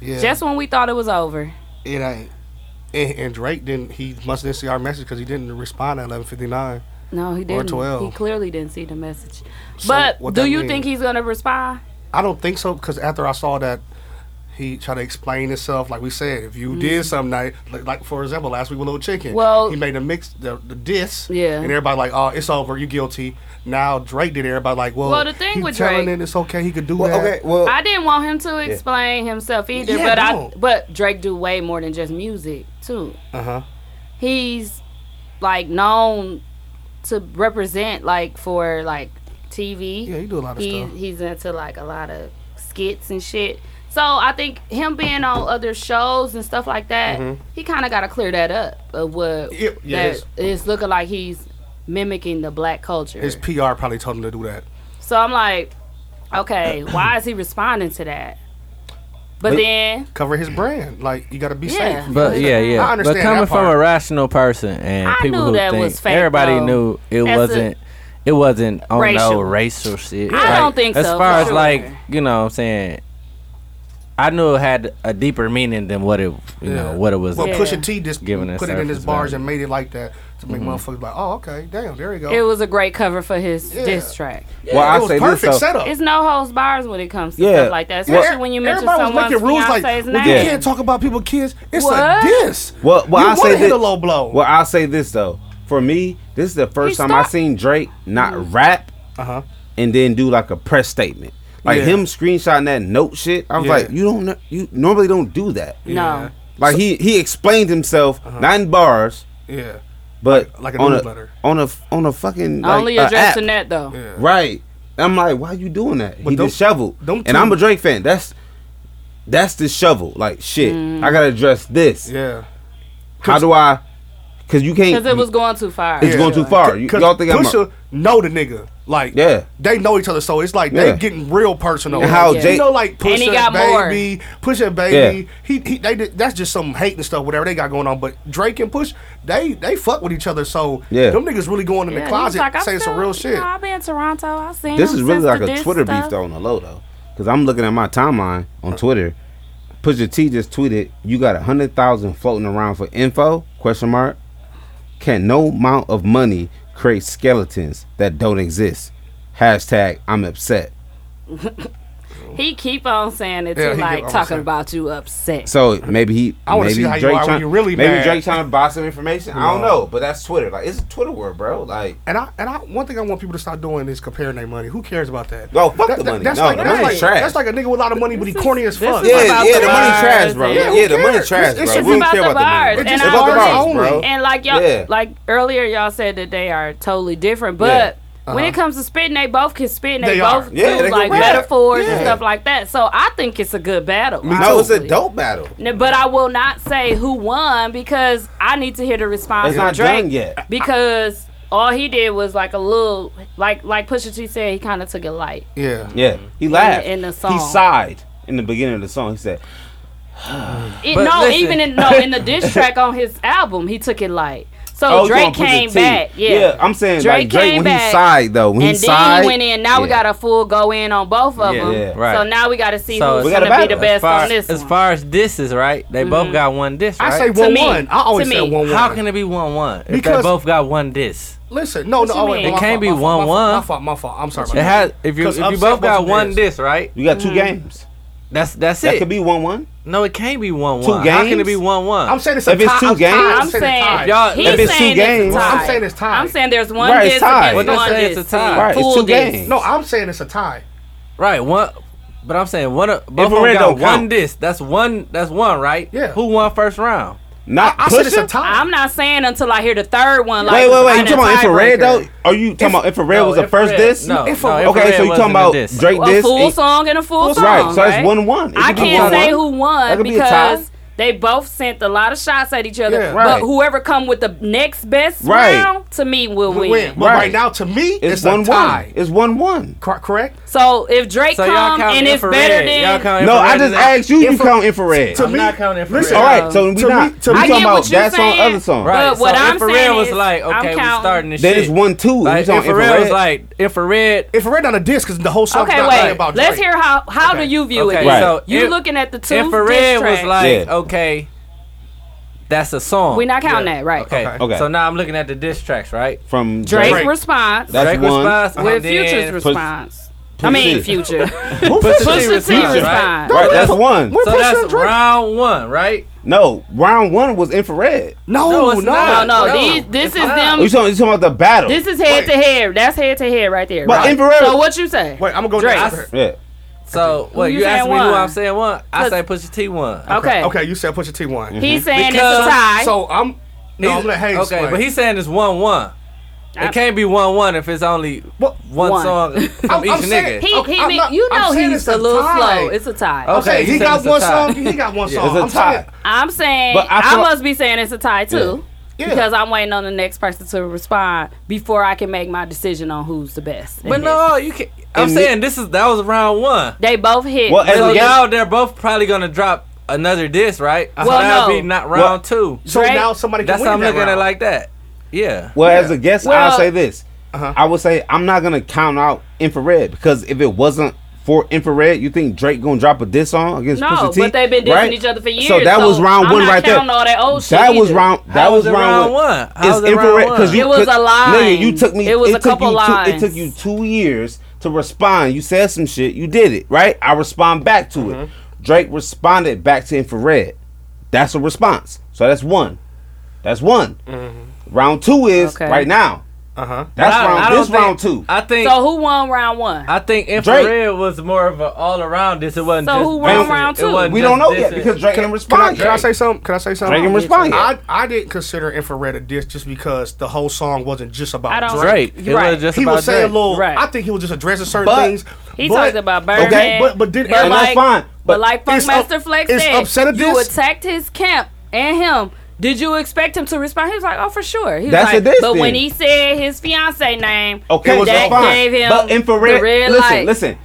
S8: yeah.
S3: Just when we thought it was over.
S8: It ain't. And, and Drake didn't. He must didn't see our message because he didn't respond at eleven fifty nine.
S3: No, he
S8: Or
S3: didn't.
S8: 12.
S3: He clearly didn't see the message.
S8: So
S3: but
S8: what
S3: do
S8: that
S3: you
S8: mean?
S3: think he's gonna respond?
S8: I don't think so because after I saw that, he tried to explain himself. Like we said, if you did
S3: Mhm.
S8: something like, like, like for example, last week with Little Chicken.
S3: Well-
S8: he made a mix the, the diss.
S3: Yeah.
S8: and everybody like, oh, it's over, you guilty. Now Drake did. it, Everybody like, well,
S3: Well, the thing
S8: he
S3: with
S8: telling
S3: Drake-
S8: it, it's okay, he could do that. Okay,
S9: well,
S3: I didn't want him to
S8: Yeah.
S3: explain himself either,
S8: Yeah,
S3: but I
S8: don't.
S3: but Drake do way more than just music too.
S8: uh huh.
S3: He's like known to represent like for like TV. Yeah,
S8: he do a lot of
S3: he,
S8: stuff.
S3: He's into like a lot of skits and shit. So I think him being on other shows and stuff like that,
S8: Mhm.
S3: he kind of got to clear that up of what
S8: Yeah, yeah,
S3: that
S8: it's-
S3: it's looking like he's mimicking the black culture.
S8: His PR probably told him to do that.
S3: So I'm like, okay, why is he responding to that? But,
S8: But-
S3: then,
S8: Cover his brand. Like you got to be
S3: Yeah.
S8: safe.
S1: But yeah,
S8: I
S1: yeah. But
S8: understand
S1: coming
S8: that
S1: from
S8: part.
S1: a rational person and
S3: I
S1: people
S3: knew
S1: who
S3: that
S1: think
S3: was fake,
S1: everybody
S3: though.
S1: knew it
S3: That's a-
S1: wasn't. it wasn't on no
S3: Racial.
S1: racial shit.
S3: I don't think
S1: as
S3: so,
S1: As far
S3: for
S1: as
S3: sure.
S1: like you know, what I'm saying, I knew it had a deeper meaning than what it you know what it was.
S8: Well, Pusha T just
S1: giving
S8: put it in his
S1: surface
S8: bars
S1: value.
S8: and made it like that to make
S1: Mhm.
S8: motherfuckers like, oh, okay, damn, there you go.
S3: it was a great cover for his diss track.
S8: Well, Yeah, I it was say this, perfect so- setup.
S3: It's no holds bars when it comes to
S8: Yeah.
S3: stuff like that, especially when you mention
S8: Everybody was
S3: someone's
S8: making rules like,
S3: fiance's
S8: well,
S3: name.
S8: you
S9: name.
S8: can't talk about people's kids. It's
S3: What?
S8: a diss.
S9: Well, well,
S8: You
S9: I
S8: wanna
S9: say
S8: hit
S9: this,
S8: a low blow.
S9: Well, I'll say this though. For me, this is the first time I seen Drake not rap
S8: uh-huh.
S9: and then do like a press statement. Like
S8: Yeah.
S9: him screenshotting that note shit. I was
S8: Yeah.
S9: like, you don't, kn- you normally don't do that.
S3: No. Yeah.
S9: Like he he explained himself not in bars,
S8: Yeah.
S9: but
S8: Uh-huh. Like- like a
S9: on
S8: newsletter.
S9: a on a on a fucking like,
S3: Only
S9: a app.
S3: addressing that though.
S9: Right. I'm like, why you doing that?
S3: But
S9: he
S3: them-
S9: disheveled.
S3: them
S9: and I'm
S3: two-
S9: a Drake fan. That's that's disheveled. Like shit.
S3: Mm.
S9: I gotta address this.
S8: Yeah.
S9: How do I? Because you can't.
S3: Because it was going too far.
S9: It's going too far. You,
S8: 'Cause
S9: y'all think I'm.
S8: Pusha know the nigga. Like
S9: Yeah.
S8: they know each other, so it's like
S9: Yeah.
S8: they getting real personal.
S9: And how
S8: you
S9: Jay-
S8: know, like
S9: And he
S8: Pusha
S9: got more.
S8: baby, Pusha baby. He, he they did, that's just some hate and stuff, whatever they got going on. But Drake and Push, they they fuck with each other. So
S9: Yeah.
S8: them niggas really going in
S3: Yeah,
S8: the
S3: he was
S8: closet
S3: like, I'm
S8: saying some
S3: still-
S8: real
S3: You
S8: shit.
S3: know, I've been in Toronto. I've seen
S9: This
S3: him
S9: is really
S3: since
S9: like
S3: the
S9: a
S3: diss
S9: Twitter
S3: stuff.
S9: beef though on the low though, because I'm looking at my timeline on Twitter. Pusha T just tweeted, "You got a hundred thousand floating around for info? Question mark. Can no amount of money create skeletons that don't exist? Hashtag I'm upset.
S3: He keep on saying it too,
S9: Yeah, he keep
S3: like
S9: on
S3: talking
S9: saying-
S3: about you upset.
S9: So maybe he.
S3: I wanna see
S9: maybe
S3: how you
S9: Drake
S3: are when
S9: tryna-
S3: you really
S9: Maybe
S8: mad.
S9: Drake trying to buy some information. I don't
S8: No.
S9: know, but that's Twitter. Like it's a Twitter world, bro. Like
S8: And I and I one thing I want people to stop doing is comparing their money. Who cares about that?
S9: No, fuck the money.
S8: That's
S9: No,
S8: like
S9: the
S8: that's
S9: money's
S8: like,
S9: trash.
S8: that's like a nigga with a lot of money, but he corny as fuck.
S9: is Yeah, about yeah, the the money bars trash, bro. and- Yeah,
S8: who
S9: the money
S8: cares?
S9: trash,
S8: It's-
S9: bro.
S8: it's
S9: We don't
S8: about
S9: care
S8: the
S9: about the money.
S8: bars.
S9: It's
S8: And
S9: just
S8: I
S9: about the
S8: already
S9: bars,
S8: own
S9: bro.
S8: it.
S3: And like y'all,
S9: Yeah.
S3: like earlier, y'all said that they are totally different. But
S9: Yeah.
S3: when it
S9: Uh-huh.
S3: comes to spitting, they both can spit and they,
S9: They are.
S3: both do
S9: Yeah, they can
S3: like
S9: rap.
S3: metaphors and
S9: Yeah.
S3: stuff like that. So I think it's a good battle.
S9: no, it's a dope battle.
S3: N- But I will not say who won because I need to hear the response
S9: It's
S3: from
S9: not
S3: Drake
S9: done yet.
S3: because all he did was like a little, like like Pusha T said, he kind of took it light.
S8: Yeah,
S9: yeah. He laughed
S3: in the
S9: He
S3: song.
S9: sighed in the beginning of the song. He said,
S3: It,
S9: But
S3: no,
S9: listen-
S3: even in no in the diss track on his album, he took it light. So
S9: Oh, you
S3: Drake
S9: gonna put the
S3: came
S9: T.
S3: back. Yeah.
S9: Yeah, I'm saying, like, Drake,
S3: came
S9: when he
S3: back,
S9: sighed, though, when he
S3: and then
S9: sighed-
S3: he went in. Now we
S1: Yeah.
S3: got a full go in on both of
S1: Yeah,
S3: them.
S1: yeah. Right.
S3: So now we got to see
S1: So
S3: who's
S1: we gotta
S3: gonna be
S1: battle.
S3: the best
S1: as far,
S3: on this.
S1: As far as disses, right? They both
S3: Mhm.
S1: got one diss.
S8: I
S1: right?
S8: say To one, me. one. I always
S1: To
S8: say
S1: me.
S8: one, one.
S1: How can it be one one? If they
S8: Because-
S1: both got one diss.
S8: Listen, no,
S1: What
S8: no,
S1: you
S8: oh, wait,
S1: mean?
S8: my
S1: It can't
S8: fault,
S1: be
S8: my fault, my
S1: 1-1.
S8: fault, My fault, my fault. I'm sorry.
S1: It has. If you if you both got one diss, right?
S9: You got two games.
S1: That's that's
S9: That
S1: it.
S9: could be one one.
S1: No, it can't be one
S9: Two
S1: one. How can it
S9: games?
S1: be one one?
S9: I'm saying it's a If it's tie- two I'm games? tied. I'm
S3: I'm saying
S1: If y'all-
S3: he's
S1: if it's two
S3: saying
S1: games,
S3: it's a tie.
S1: I'm saying
S8: it's tied.
S3: I'm saying there's one
S1: Right, it's
S3: this
S1: tied.
S3: against
S1: Well, don't
S3: one
S1: say it's
S3: this.
S1: a tie. Right, it's
S3: Pool
S1: two
S3: this.
S1: games.
S8: No, I'm saying it's a tie.
S1: Right, one. But I'm saying one. Of, both of them
S9: Infrared
S1: got
S9: don't
S1: one.
S9: count.
S1: This. That's one. That's one. Right. Yeah. Who won first round?
S9: Not
S3: I
S9: pushing.
S3: am not saying until I hear the third one. Like,
S9: Oh. Wait, wait, wait!
S3: in
S9: You
S3: a
S9: talking about infrared
S3: tiebreaker.
S9: though? Are you talking about infrared
S1: no,
S9: was the first
S1: infrared-
S9: disc?
S1: no, Infra- no,
S9: okay,
S1: infrared
S9: so you talking
S1: wasn't a
S9: about
S1: disc.
S9: Drake
S3: a
S9: disc?
S3: full
S9: and-
S3: song and a full song.
S9: Right, so it's one one. It
S3: I
S9: could be
S3: can't
S9: one
S3: say
S9: one.
S3: who
S9: That
S3: won
S9: could be a tie.
S3: because they both sent a lot of shots at each other.
S8: Yeah,
S3: But
S8: right.
S3: whoever come with the next best
S9: Right.
S3: round to me will
S8: Win.
S3: win.
S8: But right. now, to me, it's,
S9: It's one
S8: a tie.
S9: one. It's one one.
S8: Correct.
S3: So if Drake
S8: So y'all
S3: come
S8: count
S3: and it's
S8: infrared.
S3: better than
S8: Y'all count
S9: No, I
S8: Infrared
S9: just
S8: is-
S9: asked you. You
S8: Infra-
S9: count infrared.
S8: To I'm me- not
S1: counting infrared.
S9: Listen, all right, so we
S8: to
S9: not.
S8: me-
S9: We
S8: to me- I
S9: talking
S8: get
S9: about
S8: what you
S9: that
S8: saying,
S9: song, other song.
S1: Right.
S3: But what
S1: so
S3: I'm
S1: infrared
S3: saying
S1: was
S3: is,
S1: like,
S3: I'm
S1: okay, we
S3: counting-
S1: starting this
S9: Then
S1: shit.
S9: it's one two. You
S1: Like,
S9: talking
S1: infrared,
S9: infrared?
S1: was like infrared.
S8: Infrared on a disc because the whole song's
S3: Okay,
S8: not
S3: wait.
S8: about Drake.
S3: Let's hear how how do you view
S1: Okay,
S3: it?
S1: Right. so
S3: you
S1: if-
S3: looking at the two diss
S1: Infrared was
S3: tracks.
S1: like,
S9: Yeah.
S1: okay, that's a song.
S3: We not counting that, right.
S1: Okay.
S9: Okay. Okay.
S1: So now I'm looking at the diss tracks, right?
S9: From
S3: Drake's response
S9: That's
S1: Drake
S9: one. Uh-huh.
S1: response and
S3: with
S1: then
S3: Future's
S1: Push-
S3: response. I
S9: Pusha
S3: mean,
S9: T.
S3: Future.
S9: Pusha T
S3: Pusha T
S9: response,
S3: response.
S9: Right, that's one.
S1: So that's round one, right?
S9: No, round one was infrared.
S1: No, it's
S3: No,
S1: not.
S3: no. These, this is them.
S9: You talking, you talking about the battle?
S3: This is head to head. That's head to head right there.
S9: But
S3: right?
S9: infrared-
S3: So what you say? Wait,
S8: I'm gonna go
S3: Drake.
S9: yeah.
S1: So,
S3: Who
S1: well,
S3: you
S1: you asking me
S3: saying
S1: who
S3: won?
S1: I'm saying one. I say Pusha T one.
S3: Okay.
S8: Okay, you said Pusha T one.
S3: He's saying it's a tie.
S8: So I'm no, I'm gonna hate.
S1: Okay, but he's saying it's one one. It can't be one one if it's only one,
S8: one.
S1: song from
S8: I'm-
S1: each
S8: I'm
S1: nigga.
S8: saying-
S3: He,
S8: Okay,
S3: he,
S8: I'm
S3: be-
S8: not-
S3: you
S8: I'm
S3: know
S8: saying
S3: he's
S8: it's
S3: a
S8: a
S3: little
S8: tie.
S3: slow. It's a tie.
S8: I'm saying he
S1: you
S8: got
S1: said
S8: one
S1: it's a tie.
S8: song. He got one
S1: Yeah,
S8: song.
S1: it's a
S8: I'm saying-
S3: I'm saying
S1: But
S3: I,
S1: I feel-
S3: must be saying it's a tie too.
S8: Yeah. Yeah.
S3: Because I'm waiting on the next person to respond before I can make my decision on who's the best.
S1: But no, you can. I'm
S3: And thi-
S1: saying this is that was round one.
S3: They both hit.
S1: Well, so now they're both probably gonna drop another disc, right? So
S3: Well,
S1: that'll
S3: no.
S1: be not
S9: Well-
S1: round two.
S8: So Drake- now somebody can
S1: That's
S8: win
S1: how I'm
S8: that
S1: looking at it
S8: round.
S1: like that. Yeah.
S9: Well, as a guest,
S1: Well-
S9: I'll say this.
S3: uh-huh.
S9: I would say I'm not gonna count out infrared because if it wasn't for infrared, you think Drake gonna drop a diss song against
S3: No,
S9: Pusha T?
S3: but they've been dissing
S9: right?
S3: each other for years,
S9: So that was
S3: so
S9: round
S3: I'm
S9: one
S3: not
S9: right there.
S3: counting all that old shit
S9: that was
S3: either.
S9: round. That
S1: How
S9: was
S1: is it
S9: round
S1: round one? How is
S9: It's
S1: it round
S9: infrared
S1: one?
S9: because you
S3: It was
S9: took-
S3: a line.
S9: Nigga, you took me.
S3: It was a
S9: took
S3: couple
S9: you two-
S3: lines.
S9: it took you two years to respond. You said some shit. You did it right. I respond back to it.
S1: Mm-hmm.
S9: Drake responded back to infrared. That's a response. So that's one. That's one. Round two is
S3: Okay.
S9: right now.
S8: Uh huh.
S9: That's
S1: I- Mm-hmm. I
S9: round.
S1: don't
S9: this
S1: think-
S9: round two.
S1: I think
S3: So who won round one?
S1: I think infrared was more of an all around this. It wasn't
S3: So
S1: just
S3: who won
S1: this.
S3: round
S1: It
S3: two?
S1: wasn't
S9: We
S1: just
S9: don't know
S1: this
S9: yet
S1: and-
S9: because
S8: Can,
S9: Drake can
S8: can I,
S9: respond.
S8: can I say something? Can I say something?
S9: Drake didn't respond
S8: I, I didn't consider infrared a diss just because the whole song wasn't just about
S3: I don't-
S1: Drake. It
S8: Right.
S1: was just
S8: he
S1: about
S8: was saying
S1: Drake.
S8: a little.
S3: Right.
S8: I think he was just addressing certain
S9: But-
S8: things.
S3: He
S8: but-
S3: talked about Birdman.
S8: Okay, but but did
S3: but
S9: and
S3: like,
S9: that's fine.
S3: But like
S8: it's
S3: Funkmaster
S8: up-
S3: Flex
S8: it's
S3: said,
S8: upset at
S3: you
S8: this?
S3: attacked his camp and him. Did you expect him to respond? He was like, "Oh, for sure." He was
S9: That's
S3: like,
S9: a diss
S3: but
S9: then.
S3: when he said his fiance name,
S9: Okay,
S3: that
S9: that's fine.
S3: gave him
S9: but infrared.
S3: the red
S9: listen,
S3: light.
S9: listen.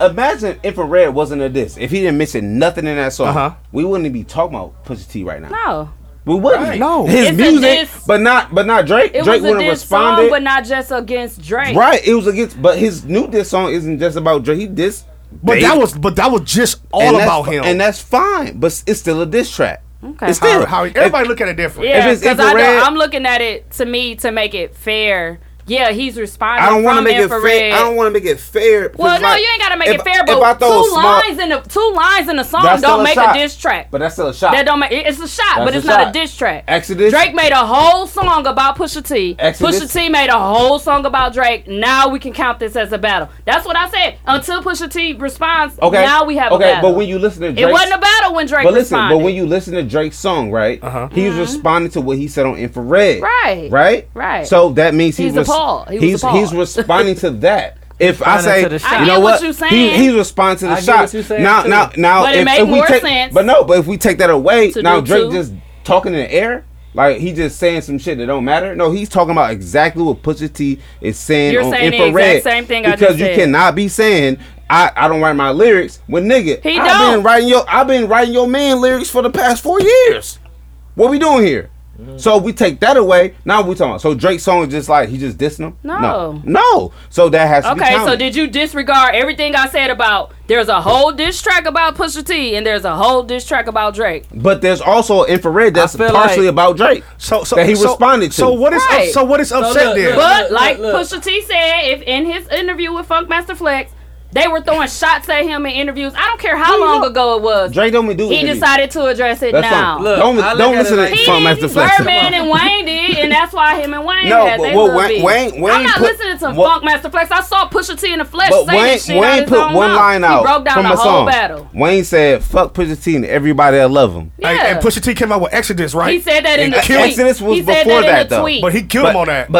S9: Imagine infrared wasn't a diss. If he didn't mention nothing in that song,
S8: Uh-huh.
S9: we wouldn't be talking about Pusha T right now.
S3: No,
S9: We wouldn't.
S8: No.
S9: his
S3: It's a
S9: music,
S3: diss.
S9: but not, but not Drake.
S3: it
S9: Drake
S3: was a
S9: wouldn't
S3: diss
S9: respond.
S3: song, but not just against Drake.
S9: Right, it was against, but his new diss song isn't just about Drake. He diss,
S8: But that was but that was just all about him.
S9: and that's fine. But it's still a diss track.
S3: Okay.
S9: It's still
S8: how, how-
S9: if-
S8: everybody look at it different.
S3: Yeah,
S9: If it's
S3: because I know
S9: infrared-
S3: I'm looking at it to me to make it fair. Yeah, he's responding.
S9: I don't
S3: want to
S9: make
S3: infrared.
S9: it fair. I don't want to make it fair.
S3: Well,
S9: because,
S3: no,
S9: like,
S3: you ain't gotta make
S9: if-
S3: it fair,
S9: if I
S3: but
S9: throw a
S3: two
S9: small-
S3: lines in a two lines in a song
S9: That's still
S3: don't
S9: a
S3: make
S9: shot.
S3: a diss track.
S9: but that's still a shot.
S3: That don't make it's a shot, but
S9: That's
S3: it's
S9: a
S3: not a
S9: shot.
S3: diss track.
S9: Exodus.
S3: Drake made a whole song about Pusha T.
S9: Exodus.
S3: Pusha T made a whole song about Drake. Now we can count this as a battle. That's what I said. Until Pusha T responds,
S9: Okay.
S3: now we have
S9: okay,
S3: a battle.
S9: but when you listen to Drake,
S3: it wasn't a battle when Drake
S9: but listen,
S3: responded.
S9: but when you listen to Drake's song, right? Uh-huh. He's responding to what he said on infrared.
S3: Mm-hmm. Right.
S9: Right.
S3: Right.
S9: So that means he
S3: He's
S9: was
S3: appalled. He was
S9: he's
S3: appalled.
S9: he's responding to that. If I
S1: Responding
S9: say,
S1: to the shot. I
S9: you
S3: get
S9: know
S3: what
S9: what,
S3: you're
S9: he,
S3: saying.
S9: he's responding
S1: I
S9: to the
S1: get
S9: shot.
S1: what you're saying,
S9: Now,
S1: too.
S9: now, now,
S3: But it
S9: if,
S3: made
S9: if we
S3: more
S9: take,
S3: sense
S9: but no, but if we take that away,
S3: to
S9: now
S3: do
S9: Drake
S3: two.
S9: just talking in the air, like he just saying some shit that don't matter. No, he's talking about exactly what Pusha T is saying
S3: You're
S9: on
S3: saying the
S9: infrared.
S3: exact same thing I
S9: because
S3: just
S9: you
S3: said.
S9: cannot be saying. I, I don't write my lyrics when nigga.
S3: He
S9: I've
S3: don't.
S9: been writing your I've been writing your man lyrics for the past four years. What we doing here? So we take that away. Now we talking. About, so Drake's song is just like he just dissing him.
S3: No.
S9: no, No. So that has to be
S3: Okay, so
S9: counted.
S3: did you disregard everything I said about there's a whole diss track about Pusha T and there's a whole diss track about Drake?
S9: But there's also infrared that's
S1: feel
S9: partially
S1: like-
S9: about Drake.
S8: So so
S9: That he
S8: so-
S9: responded to.
S8: So what is
S3: Right.
S8: up, so what is upset
S1: look,
S8: there?
S1: look.
S3: But like
S1: look.
S3: Pusha T said, if in his interview with Funkmaster Flex, They were throwing shots at him in interviews. I don't care how long ago it was.
S9: Drake don't even do
S3: He
S9: interviews.
S3: decided to address it
S9: That's
S3: now.
S9: fine. Look, Don't- I look don't at it listen to like-
S3: He
S9: Funk
S3: didn't,
S9: Master Flex.
S3: Birdman and Wayne did, and that's why him and Wayne
S9: No,
S3: had
S9: but
S3: they
S9: what
S3: little
S9: Wayne-
S3: beef.
S9: Wayne- Wayne
S3: I'm not
S9: put-
S3: listening to
S9: what-
S3: Funk Master Flex. I saw Pusha T in the flesh
S9: But
S3: say
S9: Wayne,
S3: this shit out
S9: Wayne
S3: his
S9: put
S3: own
S9: one
S3: mouth.
S9: line out
S3: He broke down
S9: from
S3: the
S9: a
S3: whole
S9: song.
S3: battle.
S9: Wayne said, "Fuck Pusha T and everybody that love him."
S3: Yeah. Hey, and Pusha
S9: T came out with Exodus,
S3: He said that in the tweet.
S9: Exodus was
S3: he
S9: before
S3: said that, in
S9: that
S3: the
S9: though.
S3: tweet.
S9: But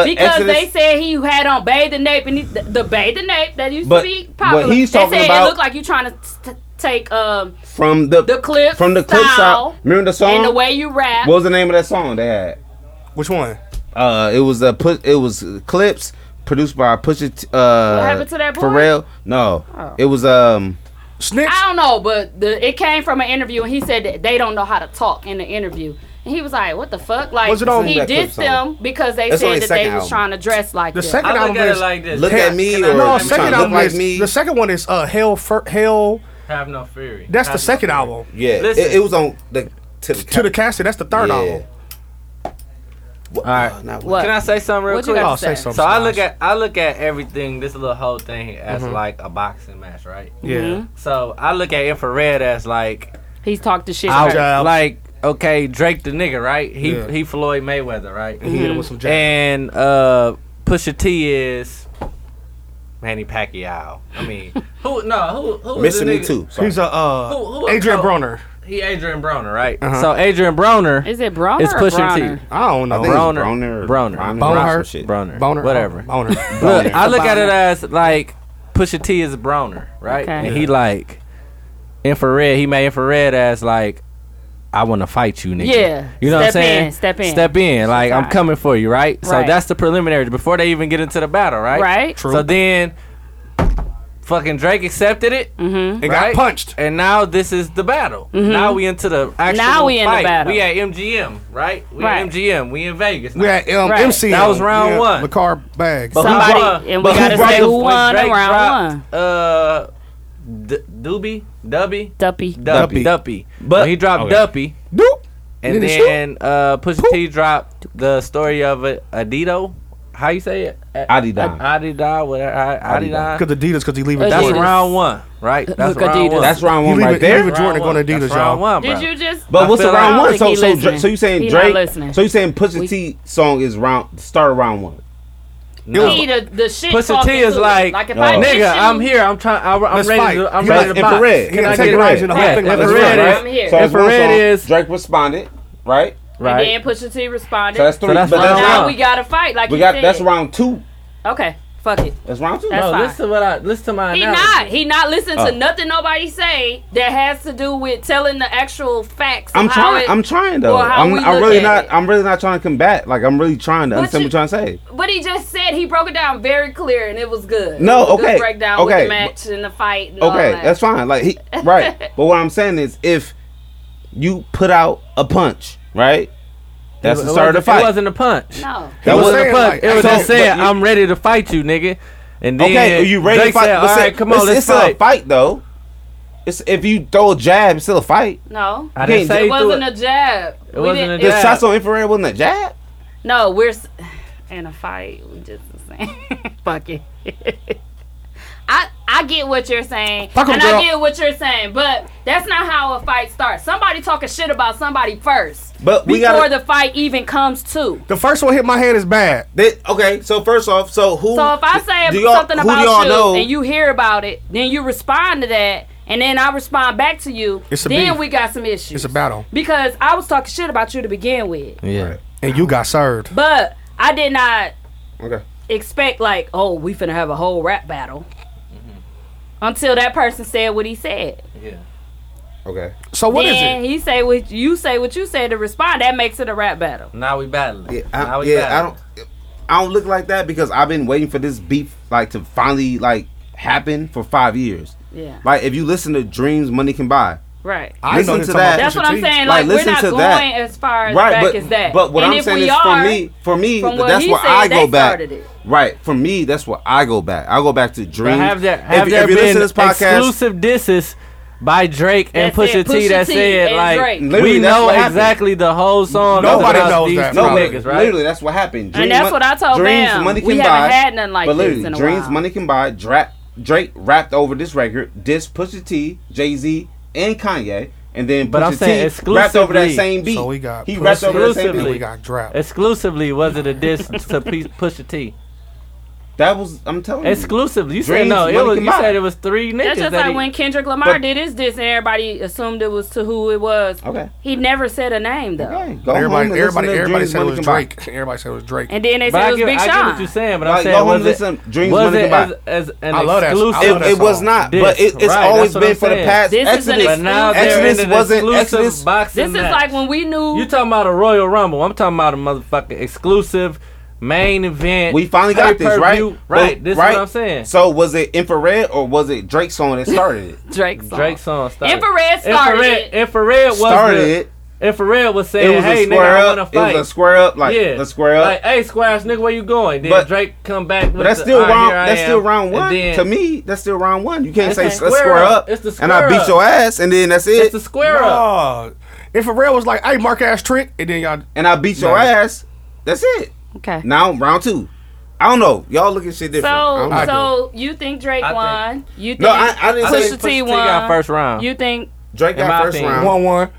S3: because
S9: Exodus,
S3: they said he had on bathing nape and he, the, the bathing nape that used
S9: But
S3: to be
S9: what
S3: popular.
S9: he's talking
S3: they said
S9: about-
S3: it looked like you trying to t- t- take um
S9: from the,
S3: the clip
S9: from the clip
S3: style
S9: side. Remember the song?
S3: and the way you rap.
S9: What was the name of that song they had? Which one? Uh, it was a put. It was clips produced by Pusha. T, uh,
S3: What happened to that boy?
S9: Pharrell. No,
S3: Oh.
S9: it was um.
S3: I don't know, but the, it came from an interview, and he said that they don't know how to talk in the interview. And he was like, "What the fuck?" Like
S9: Was it on
S3: he
S9: that clip
S3: dissed
S9: song?
S3: them because they
S9: That's on
S3: said
S9: his
S3: that they
S9: second
S3: was
S9: album.
S3: trying to dress like
S8: The
S3: them.
S8: second album is
S9: Look
S8: Hell-
S9: at me, or
S8: No,
S9: I'm trying
S8: second
S9: to look
S8: album
S9: like
S8: is,
S9: me.
S8: The second one is uh hell for hell.
S1: Have no fury.
S8: That's the second album.
S9: Yeah, it, it was on the to the,
S8: to the casket. That's the third
S9: Yeah.
S8: album.
S9: All right.
S1: What? Can I say something real
S8: What you
S1: quick?
S8: gotta Oh, say say. something,
S1: So I
S8: Smosh.
S1: look at I look at everything this little whole thing as
S3: Mhm.
S1: like a boxing match, right?
S3: Yeah. Mhm.
S1: So I look at infrared as like
S3: He's talked the shit.
S1: I-
S3: first.
S1: like okay Drake the nigga, right? He
S3: Yeah.
S1: he Floyd Mayweather, right?
S3: He hit him
S1: Mm-hmm.
S3: with some jabs.
S1: And uh, Pusha T is Manny Pacquiao. I mean, who no who who is the
S9: Missing me
S1: nigga?
S9: too.
S8: He's a uh,
S1: Who- who-
S8: Adrian
S1: oh,
S8: Broner.
S1: He Adrian Broner, right?
S8: Uh-huh.
S1: So Adrian Broner
S3: Is it Broner
S1: It's
S3: or
S1: Pusha
S3: Broner?
S1: T.
S8: I don't know.
S1: I think it's Broner.
S9: Broner.
S1: Broner.
S9: Broner.
S1: Broner. Broner.
S9: Broner. Broner.
S1: Broner. Whatever.
S8: Broner.
S3: Oh,
S1: Look, I look at it as like Pusha T is a Broner, right?
S3: Okay.
S1: And he like infrared. He made infrared as like I want to fight you, nigga.
S3: Yeah.
S1: You know what I'm
S3: Step
S1: saying?
S3: in, step in.
S1: Step in. Like I'm coming for you, right? So
S3: Right.
S1: that's the preliminary before they even get into the battle, right?
S3: Right. True.
S1: So then. Fucking Drake accepted it
S3: Mhm.
S1: and
S3: got
S1: punched, and now this is the battle.
S3: Mhm.
S1: Now we into the actual
S3: Now we in the
S1: fight.
S3: battle.
S1: We at MGM, right? We at
S3: Right.
S1: MGM. We in Vegas.
S11: We had um,
S1: Right.
S11: MC.
S1: That was round one.
S11: The car bag.
S1: But who won? But Oh, brought the- when Drake dropped, Uh, D- Doobie, Dubby,
S3: Duppy,
S1: Duppy,
S11: Duppy.
S1: Duppy. But he dropped
S9: Okay.
S1: Duppy.
S11: Doop.
S1: And
S9: Did he
S1: then uh, Pusha T dropped the story of a Adito. How you say it? A-
S9: Adidon.
S1: Adidon, whatever. I- Adidon.
S8: Because Adidas, because he leaving.
S1: Uh, That's
S8: Jordan.
S1: round one, right? That's
S8: Look,
S1: round
S8: Adidas.
S1: one.
S8: That's round one
S9: right there.
S8: You leaving Jordan
S1: Round
S8: and going to
S1: one.
S8: Adidas,
S1: That's round
S8: y'all.
S1: one,
S3: Did
S1: bro.
S3: you just?
S9: But
S1: I
S9: what's the
S1: feel like-
S9: round
S1: I don't
S9: one?
S1: think
S9: So
S1: he
S9: so
S1: listening.
S9: Drake, so you saying
S3: He not listening.
S9: Drake? So you saying Pusha T song is round start round one?
S3: He the, the shit
S1: Pusha
S3: talking
S1: T is
S3: to it.
S1: like,
S3: if
S9: "Oh."
S3: I miss you-
S1: nigga, I'm here. I'm trying. I'm, I'm
S9: Let's
S1: ready.
S9: fight.
S1: To, I'm
S9: He
S1: ready
S9: like
S1: to box.
S9: infrared. He
S1: Can I
S9: like
S1: get
S9: infrared.
S1: it?
S9: Yeah,
S1: Yeah,
S9: infrared
S1: infrared
S9: is-
S1: is.
S3: I'm here.
S9: So that's one
S1: Infrared
S9: song.
S1: is.
S9: Drake responded, right?
S3: And then Pusha T responded.
S9: So that's three.
S1: So that's
S9: but
S1: round
S9: that's
S1: one.
S3: now
S9: round.
S3: we got to fight. Like
S9: we
S3: you
S9: got
S3: said.
S9: that's round two.
S3: Okay, fuck it.
S9: That's round two.
S3: That's
S1: no,
S3: fine.
S1: listen to what I listen to my.
S3: He
S1: analysis.
S3: not. He not listening
S9: Oh.
S3: to nothing nobody say that has to do with telling the actual facts. of
S9: I'm
S3: how
S9: trying.
S3: it-
S9: I'm trying though.
S3: or how
S9: I'm,
S3: we
S9: I'm
S3: look
S9: really
S3: at
S9: not.
S3: it.
S9: I'm really not trying to combat. Like I'm really trying to
S3: But
S9: understand
S3: you-
S9: what you're trying to say.
S3: But he just said he broke it down very clear and it was good. It
S9: No,
S3: was a
S9: okay,
S3: Good breakdown with
S9: okay,
S3: the match and the fight. And all
S9: Okay,
S3: that.
S9: that's fine. Like he right. but what I'm saying is if you put out a punch, right? That's
S1: It
S9: the start of the
S1: wasn't-
S9: fight.
S1: It wasn't a punch.
S3: No.
S1: That
S9: He was
S1: wasn't a
S9: saying,
S1: punch.
S9: like,
S1: it was
S9: so-
S1: just saying,
S9: but you-
S1: "I'm ready to fight you, nigga." And then
S9: okay, you ready
S1: Drake
S9: to fight?
S1: Said,
S9: But
S1: All
S9: say-
S1: right, come
S9: it's-
S1: on, let's
S9: it's
S1: fight.
S9: still a fight though. It's if you throw a jab, it's still a fight.
S3: No.
S9: I didn't say
S3: it
S9: he threw
S3: wasn't a jab.
S9: It
S3: We
S9: wasn't
S3: didn't-
S9: a jab. The shots on infrared wasn't a jab.
S3: No, we're s- in a fight. We just the same. Fuck it. I I get what you're saying,
S7: Fuck 'em,
S3: and
S7: girl.
S3: I get what you're saying, but that's not how a fight starts. Somebody talking shit about somebody first,
S9: But we
S3: before
S9: gotta-
S3: the fight even comes to.
S9: The first one hit my hand is bad. okay, so first off, so who?
S3: So if I say
S9: do y'all-
S3: something
S9: who do
S3: about
S9: y'all
S3: you
S9: know-
S3: and you hear about it, then you respond to that, and then I respond back to you.
S8: It's a
S3: then
S8: beef.
S3: we got some issues
S8: It's a battle.
S3: because I was talking shit about you to begin with,
S1: Yeah.
S8: And you got served.
S3: but I did not
S9: Okay.
S3: expect like, oh, we finna have a whole rap battle.
S1: Mm-hmm.
S3: Until that person said what he said.
S1: Yeah.
S9: Okay.
S8: So
S1: what is
S3: then he say what you say what you said to respond. That makes it a rap battle.
S1: Now we battling.
S9: Yeah, I,
S1: now we
S9: yeah, I
S1: battling.
S9: don't. I don't look like that because I've been waiting for this beef like to finally like happen for five years.
S3: Yeah.
S9: Like if you listen to Dreams Money Can Buy,
S3: Right.
S9: I Listen know to you're talking that. about
S3: That's what
S9: Pusha
S3: I'm
S9: T.
S3: saying.
S9: Like,
S3: Like, we're
S9: listen
S3: not
S9: to
S3: going
S9: that.
S3: as far as
S9: right?
S3: back
S9: but
S3: as that.
S9: but what
S3: And
S9: I'm
S3: if
S9: saying
S3: we
S9: is
S3: are,
S9: for me, for me
S3: from what
S9: that's
S3: he
S9: where
S3: said,
S9: I go
S3: they
S9: back.
S3: started it.
S9: Right. For me, that's where I go back. I go back to Dreams.
S1: But have there,
S9: If-
S1: have
S9: if,
S1: there
S9: you
S1: been
S9: listen to this podcast,
S1: exclusive disses by Drake and
S9: That's
S1: Pusha
S9: it,
S1: T
S9: Pusha
S1: that
S9: T
S1: said
S9: and
S1: like
S9: Drake.
S1: we
S9: Literally, that's
S1: know
S9: what happened.
S1: exactly the whole song.
S9: Nobody
S1: about
S9: knows
S1: these
S9: that,
S1: two
S9: bro.
S1: niggas, right?
S9: Literally, that's what happened.
S3: And that's
S9: Mon-
S3: what I told Bam. We haven't had nothing like
S9: but
S3: this
S9: literally,
S3: in a
S9: Dreams
S3: while.
S9: Money Can Buy dra- Drake rapped over this record, diss Pusha T, Jay Z, and Kanye, and then
S1: But
S9: Pusha
S1: I'm saying
S9: T rapped over that
S1: exclusively.
S9: same beat.
S1: So we got
S9: he rapped over that same beat.
S1: exclusively. We got Exclusively, was it a diss to P- Pusha T?
S9: That was I'm telling you.
S1: Exclusively, you said
S9: Dreams,
S1: no. It
S9: money
S1: was
S9: can
S1: you
S9: buy.
S1: said it was three niggas.
S3: That's just
S1: that
S3: like
S1: he-
S3: when Kendrick Lamar
S1: But-
S3: did his diss and everybody assumed it was to who it was.
S1: Okay.
S3: He never said a name though.
S11: everybody, everybody, everybody
S9: Dreams,
S11: said it
S9: Money
S11: was
S9: Can Buy.
S11: Drake. Everybody said it was Drake.
S3: And then they
S1: But
S3: said
S1: I
S3: it was
S1: get-
S3: Big
S1: I
S3: Sean.
S1: get what you're saying, but I'm
S9: Like,
S1: saying
S9: go home
S1: was
S9: and
S1: it,
S9: listen, Dreams
S1: was
S9: Money
S1: it
S9: Can Buy.
S1: as, as an
S9: I love that- I love
S1: exclusive?
S9: that It- it was song. not,
S1: diss?
S9: but it- it's
S1: Right,
S9: always
S1: that's what
S9: been
S1: I'm
S9: for the
S1: saying.
S9: past- This is an Exodus-
S1: But now they're
S9: Exodus
S1: in an
S9: wasn't-
S1: exclusive
S9: Exodus-
S1: boxing
S3: This is
S1: match.
S3: like when we knew.
S1: You talking about a Royal Rumble? I'm talking about a motherfucking exclusive main event.
S9: We finally got this, right?
S1: pay-per-view. Right.
S9: But-
S1: this
S9: right?
S1: is what I'm saying.
S9: So was it infrared or was it Drake's song that started it?
S3: Drake's
S1: song. Drake's song started.
S3: Infrared started
S1: Infrared.
S3: it.
S1: Infrared was
S9: Started
S1: the-
S9: it.
S1: Infrared was
S9: It
S1: saying,
S9: was a
S1: "Hey, nigga,
S9: square
S1: I
S9: up.
S1: want to
S9: It was
S1: fight."
S9: a square up, like,
S1: yeah.
S9: the square up.
S1: Like, hey, square ass nigga, where you going? Then
S9: But-
S1: Drake come back. With
S9: But that's
S1: the,
S9: still
S1: "All right,
S9: round.
S1: here I
S9: That's
S1: am,"
S9: still round
S1: and
S9: one.
S1: then-
S9: to me, that's stiquare still round one. You can't
S1: It's
S9: say
S1: the
S9: square,
S1: square
S9: square
S1: up.
S9: up.
S1: It's the
S9: and I
S1: square
S9: beat
S1: up.
S9: your ass, and then that's it.
S1: It's the square
S11: up. If Pharrell was like, "Hey, Mark ass trick," and then y'all
S9: and I beat your
S11: No.
S9: ass. That's it.
S3: Okay.
S9: Now round two. I don't know. Y'all look at shit different. I
S3: So,
S9: don't know.
S3: so you think Drake
S9: I think-
S3: won? you think
S9: No, I- I didn't say
S3: Pusha
S9: Pusha
S3: T
S9: T
S3: won?
S9: got first round.
S3: You think
S9: Drake
S1: in my
S9: got first
S1: opinion.
S9: round.
S1: One,
S11: one.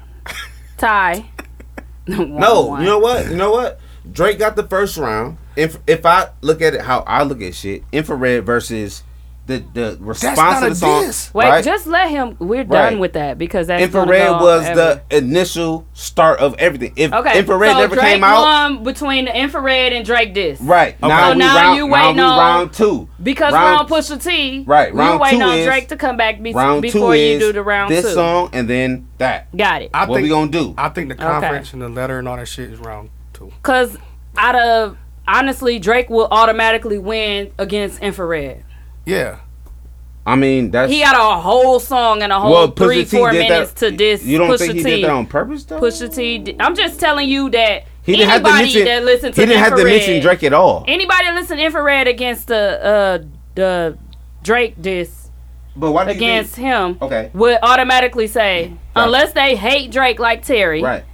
S3: Ty?
S9: No, you know what? You know what? Drake got the first round. If if I look at it how I look at shit, infrared versus the the response
S3: not
S9: to
S3: a
S9: the song.
S3: diss. Wait,
S9: right?
S3: just let him. We're
S9: Right.
S3: done with that because that's gonna
S9: infrared
S3: go
S9: was
S3: ever.
S9: the initial start of everything. If
S3: Okay,
S9: infrared
S3: so
S9: never
S3: Drake
S9: came out,
S3: won between the infrared and Drake this.
S9: right now
S3: So
S9: we
S3: now
S9: round
S3: you
S9: now
S3: waiting
S9: we
S3: on-
S9: round two
S3: Because
S9: round,
S3: we're on Pusha T.
S9: Right,
S3: we're
S9: round
S3: waiting
S9: two
S3: on
S9: is-
S3: Drake to come back be-
S9: round two
S3: before you
S9: is
S3: do the round
S9: this
S3: two.
S9: song and then that.
S3: Got it.
S9: what we gonna do?
S11: I think the
S3: Okay.
S11: conference and the letter and all that shit is round two.
S3: Cause out of honestly, Drake will automatically win against infrared.
S11: Yeah.
S9: I mean that's
S3: he got a whole song and a whole
S9: Well, Pusha
S3: three,
S9: T
S3: four
S9: did that-
S3: minutes to diss.
S9: you don't
S3: Pusha
S9: think he
S3: T.
S9: did that on purpose, though?
S3: Pusha T. di- I'm just telling you that
S9: He didn't have
S3: anybody
S9: to mention-
S3: that listens to
S9: he didn't have to
S3: infrared,
S9: mention Drake at all.
S3: Anybody that listen to infrared against the uh, the Drake diss.
S9: But why do you
S3: against
S9: think-
S3: him
S9: Okay.
S3: would automatically say unless they hate Drake like Terry,
S9: Right.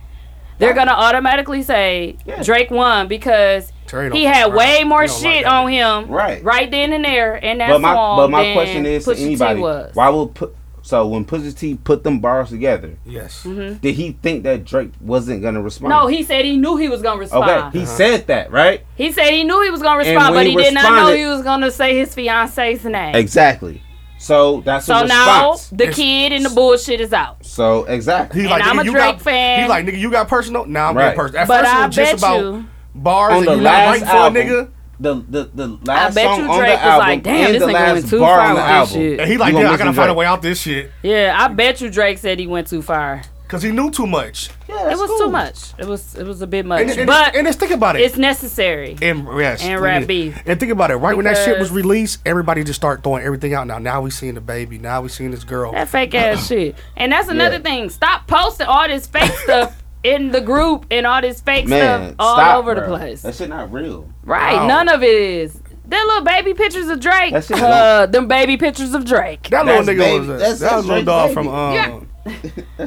S3: They're gonna automatically say Drake won because
S9: Terry don't
S3: he had
S9: fuck
S3: way
S9: around.
S3: more
S9: He don't like
S3: shit
S9: that
S3: on him,
S9: Right.
S3: right then and there, and that
S9: but my
S3: song.
S9: but my
S3: than
S9: question is
S3: Pusha
S9: to
S3: T
S9: anybody
S3: was.
S9: why will put so when Pusha T put them bars together?
S11: Yes.
S3: Mhm.
S9: Did he think that Drake wasn't gonna respond?
S3: No, he said he knew he was gonna
S9: Okay,
S3: respond.
S9: he said that right.
S3: He said he knew he was gonna
S9: And
S3: respond,
S9: when
S3: but
S9: he
S3: he, did not know
S9: responded-
S3: he was gonna say his fiance's name.
S9: Exactly. So that's
S3: So
S9: a
S3: now
S9: response.
S3: the kid and the bullshit is out.
S9: So exactly.
S11: He's
S3: And I'm a
S11: "Nigga, you
S3: Drake
S11: got,
S3: fan.
S11: He's like, nigga, you got personal. Nah, I'm
S9: Right.
S11: getting personal. At
S3: But
S11: first, it
S3: I
S11: was just
S3: bet
S11: about
S3: you-
S11: bars
S9: on
S11: and
S9: the
S11: you not
S9: last
S11: right
S9: album,
S11: for a nigga.
S9: The, the the last
S3: bet
S9: song
S3: you
S9: on
S3: Drake
S9: the
S3: was
S9: album
S3: like, "Damn,
S9: and
S3: this
S9: the
S3: nigga
S9: last
S3: went too
S9: bar
S3: far
S9: on the
S3: with this
S9: album.
S3: shit.
S11: And he like,
S9: You gonna
S11: yeah, I
S9: listen
S11: gotta
S9: to
S11: find a
S9: Drake.
S11: way out this shit
S3: Yeah, I bet you Drake said he went too far.
S11: because he knew too much.
S3: it was too much. It was it was a bit much.
S11: And, and,
S3: but
S11: and just think about it.
S3: it's necessary.
S11: And yes,
S3: and
S11: we
S3: rap
S11: did.
S3: beef.
S11: And think about it. Right when that shit was
S3: Because-
S11: released, everybody just started throwing everything out. Now, now we seeing the baby. Now we seeing this girl.
S3: That fake ass shit. And that's another
S11: Yeah.
S3: thing. Stop posting all this fake stuff in the group and all this fake
S9: Man,
S3: stuff all
S9: stop,
S3: over
S9: bro.
S3: the place.
S9: That shit not real.
S3: Right.
S9: Wow.
S3: None of it is. That little baby pictures of Drake.
S9: That shit
S3: Uh, them baby pictures of Drake.
S11: That little nigga was a, that was little dog from um.
S3: Yeah.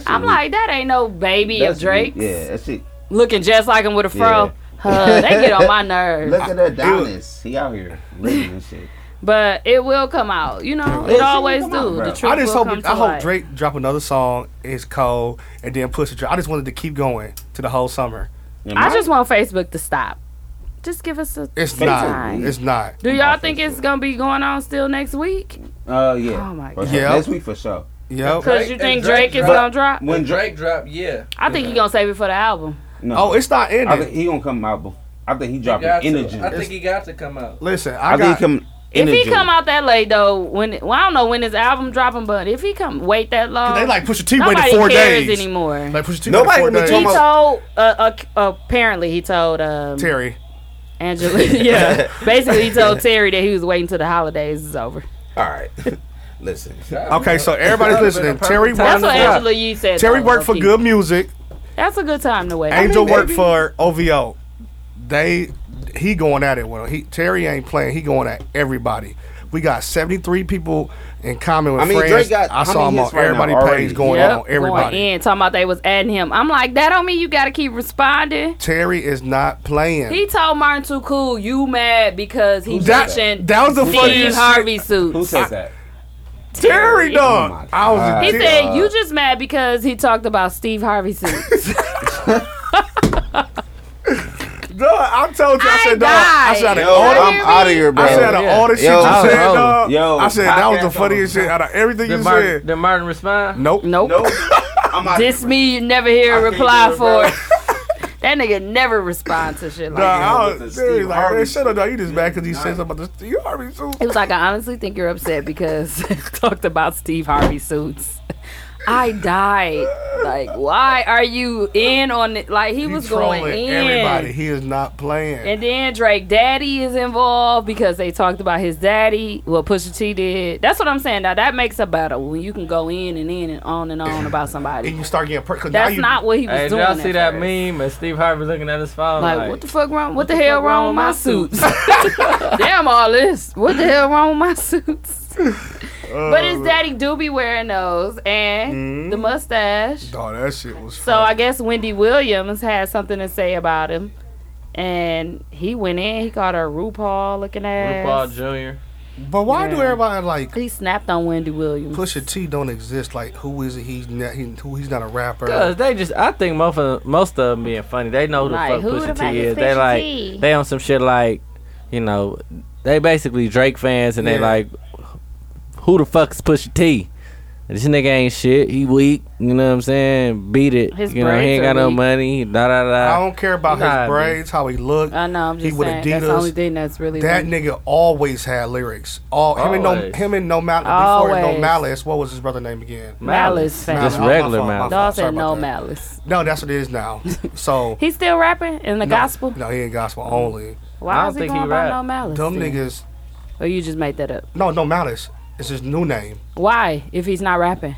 S3: I'm like, that ain't no baby of
S9: That's-
S3: Drake.
S9: Yeah, that's it.
S3: Looking just like him with a fro.
S9: Yeah.
S3: Uh, they get on my nerves.
S9: Look at that Adonis. He out here living and shit.
S3: But it will come out. You know, it always do. the truth
S11: I just
S3: will
S11: hope
S3: come to
S11: I hope
S3: light.
S11: Drake drop another song. It's cold, and then push it. I just wanted to keep going to the whole summer.
S3: I just want Facebook to stop. Just give us a.
S11: It's
S3: some
S11: not.
S3: time.
S11: It's not.
S3: Do y'all think it's gonna be going on still next week?
S9: Uh, yeah.
S3: Oh my
S9: For
S3: God.
S9: sure.
S11: Yeah.
S9: Next week for sure.
S11: Yep.
S3: Because you think Drake, is
S9: But
S3: gonna drop?
S9: When Drake,
S1: dropped, yeah.
S3: I think he gonna save it for the album.
S9: no.
S11: Oh, it's not in
S9: I
S11: it.
S9: think he gonna come out. Before. I think he dropping
S1: got to.
S9: energy.
S1: I think he got to come out.
S11: Listen, I,
S9: I think he come
S3: If
S9: energy.
S3: he come out that late though, when well, I don't know when his album dropping, but if he come wait that long,
S11: They like Pusha T waited
S3: nobody
S11: four
S3: cares
S11: days.
S3: anymore.
S11: Like Pusha T
S9: Nobody
S11: waited
S9: gonna
S11: four
S9: be
S11: days.
S3: He told uh, uh, apparently he told um,
S11: Terry.
S3: Angela. yeah, basically he told Terry that he was waiting till the holidays is over.
S9: All right. Listen.
S11: Okay, so everybody's listening. Terry
S3: That's
S11: worked.
S3: what Angela Yee said.
S11: Terry
S3: though,
S11: worked for
S3: low-key.
S11: good music.
S3: That's a good time to wait.
S11: Angel worked for OVO. They
S8: he going at it with him. He Terry ain't playing. He going at everybody. We got seventy three people in common with
S9: I mean,
S8: friends.
S9: Drake got-
S8: I
S9: how
S8: saw
S9: many
S8: him on
S9: hits right now
S8: everybody
S9: already?
S8: page going
S9: Yep,
S8: on everybody.
S3: Going in, talking about they was adding him. I'm like, that don't mean you got to keep responding.
S8: Terry is not playing.
S3: He told Martin Too Cool, you mad because he
S8: That-
S3: mentioned
S8: that was the
S3: Steve
S8: funniest shit.
S3: Harvey suit.
S8: Who said that?
S3: Terry,
S8: Terry,
S9: Oh,
S8: dog. I was.
S3: He
S8: te-
S3: said, you just mad because he talked about Steve Harvey suits.
S8: Dog, I told you. I, said, dog. I said, out of
S9: Yo,
S8: all the-
S9: I'm outta here, bro.
S8: I said, out of all the shit
S9: Yo,
S8: you
S9: I was
S8: said,
S9: rolling.
S8: dog.
S9: Yo.
S8: I said that was the
S9: Podcast
S8: funniest shit out of everything
S1: Did
S8: you
S1: Martin-
S8: said.
S1: Did Martin respond?
S8: Nope.
S3: Nope. This me, you never hear a reply for it. that nigga never respond to shit like
S8: Dog, I
S3: that.
S8: was serious, like, man, shut up, dog. You just mad because you said something about the. You already suit.
S3: It was like, I honestly think you're upset because talked about Steve Harvey suits. I died. Like, why are you in on it? Like, he, was
S8: trolling
S3: going in.
S8: everybody. He is not playing.
S3: And then Drake Daddy is involved because they talked about his daddy. Well, Pusha T did. That's what I'm saying. Now that makes a battle when you can go in and in and on and on about somebody.
S8: And you start getting per-
S3: That's not what he was
S1: hey,
S3: doing.
S1: Did y'all see
S3: at
S1: that
S3: first.
S1: meme of Steve Harvey looking at his phone?
S3: Like,
S1: Like,
S3: what the fuck wrong? What, the, hell wrong with my suits? Damn all this. What the hell wrong with my suits? but his daddy do be wearing those and the mustache.
S8: Oh, that shit was.
S3: So I guess Wendy Williams had something to say about him. And he went in, he called her RuPaul looking ass.
S1: RuPaul Jr.
S8: But why do
S3: Yeah.
S8: everybody like?
S3: He snapped on Wendy Williams.
S8: Pusha T don't exist. Like, who is it? He's not. He, who he's not a rapper.
S1: Cause they just, I think most of most of them being funny. They know who the
S8: Like,
S1: fuck
S8: who the
S1: Pusha
S8: fuck
S1: T
S8: is
S1: is. They
S8: Pusha
S1: like,
S8: T?
S1: they on some shit like, you know, they basically Drake fans, and they
S8: Yeah.
S1: like, who the fuck is Pusha T? This nigga ain't shit. He weak. You know what I'm saying? Beat it.
S8: His
S1: you know he
S8: braids
S1: ain't
S8: are
S1: got no
S8: weak.
S1: money. Da da da.
S8: I don't care about
S1: Nah,
S8: his braids, how he looked.
S3: I know. I'm
S8: he
S3: just
S8: with
S3: saying. That's the
S8: Adidas.
S3: only thing that's really
S8: that
S3: weak.
S8: nigga always had lyrics. All him and no
S3: Always.
S8: him and no malice before no
S3: Always.
S8: malice. What was his brother name again?
S3: Malice, fam.
S1: Just
S8: my
S1: regular
S8: fault, my
S1: Malice.
S8: fault.
S3: Dawg said
S8: Sorry about
S3: no
S8: that.
S3: malice.
S8: No, that's what it is now. So
S3: He's still rapping in the
S8: no,
S3: gospel.
S8: No, he ain't gospel only.
S3: Why I is don't he think going he by rap. No Malice
S8: Dumb
S3: then?
S8: niggas.
S3: Or you just made that up?
S8: No, no malice. It's his new name.
S3: Why? If he's not rapping,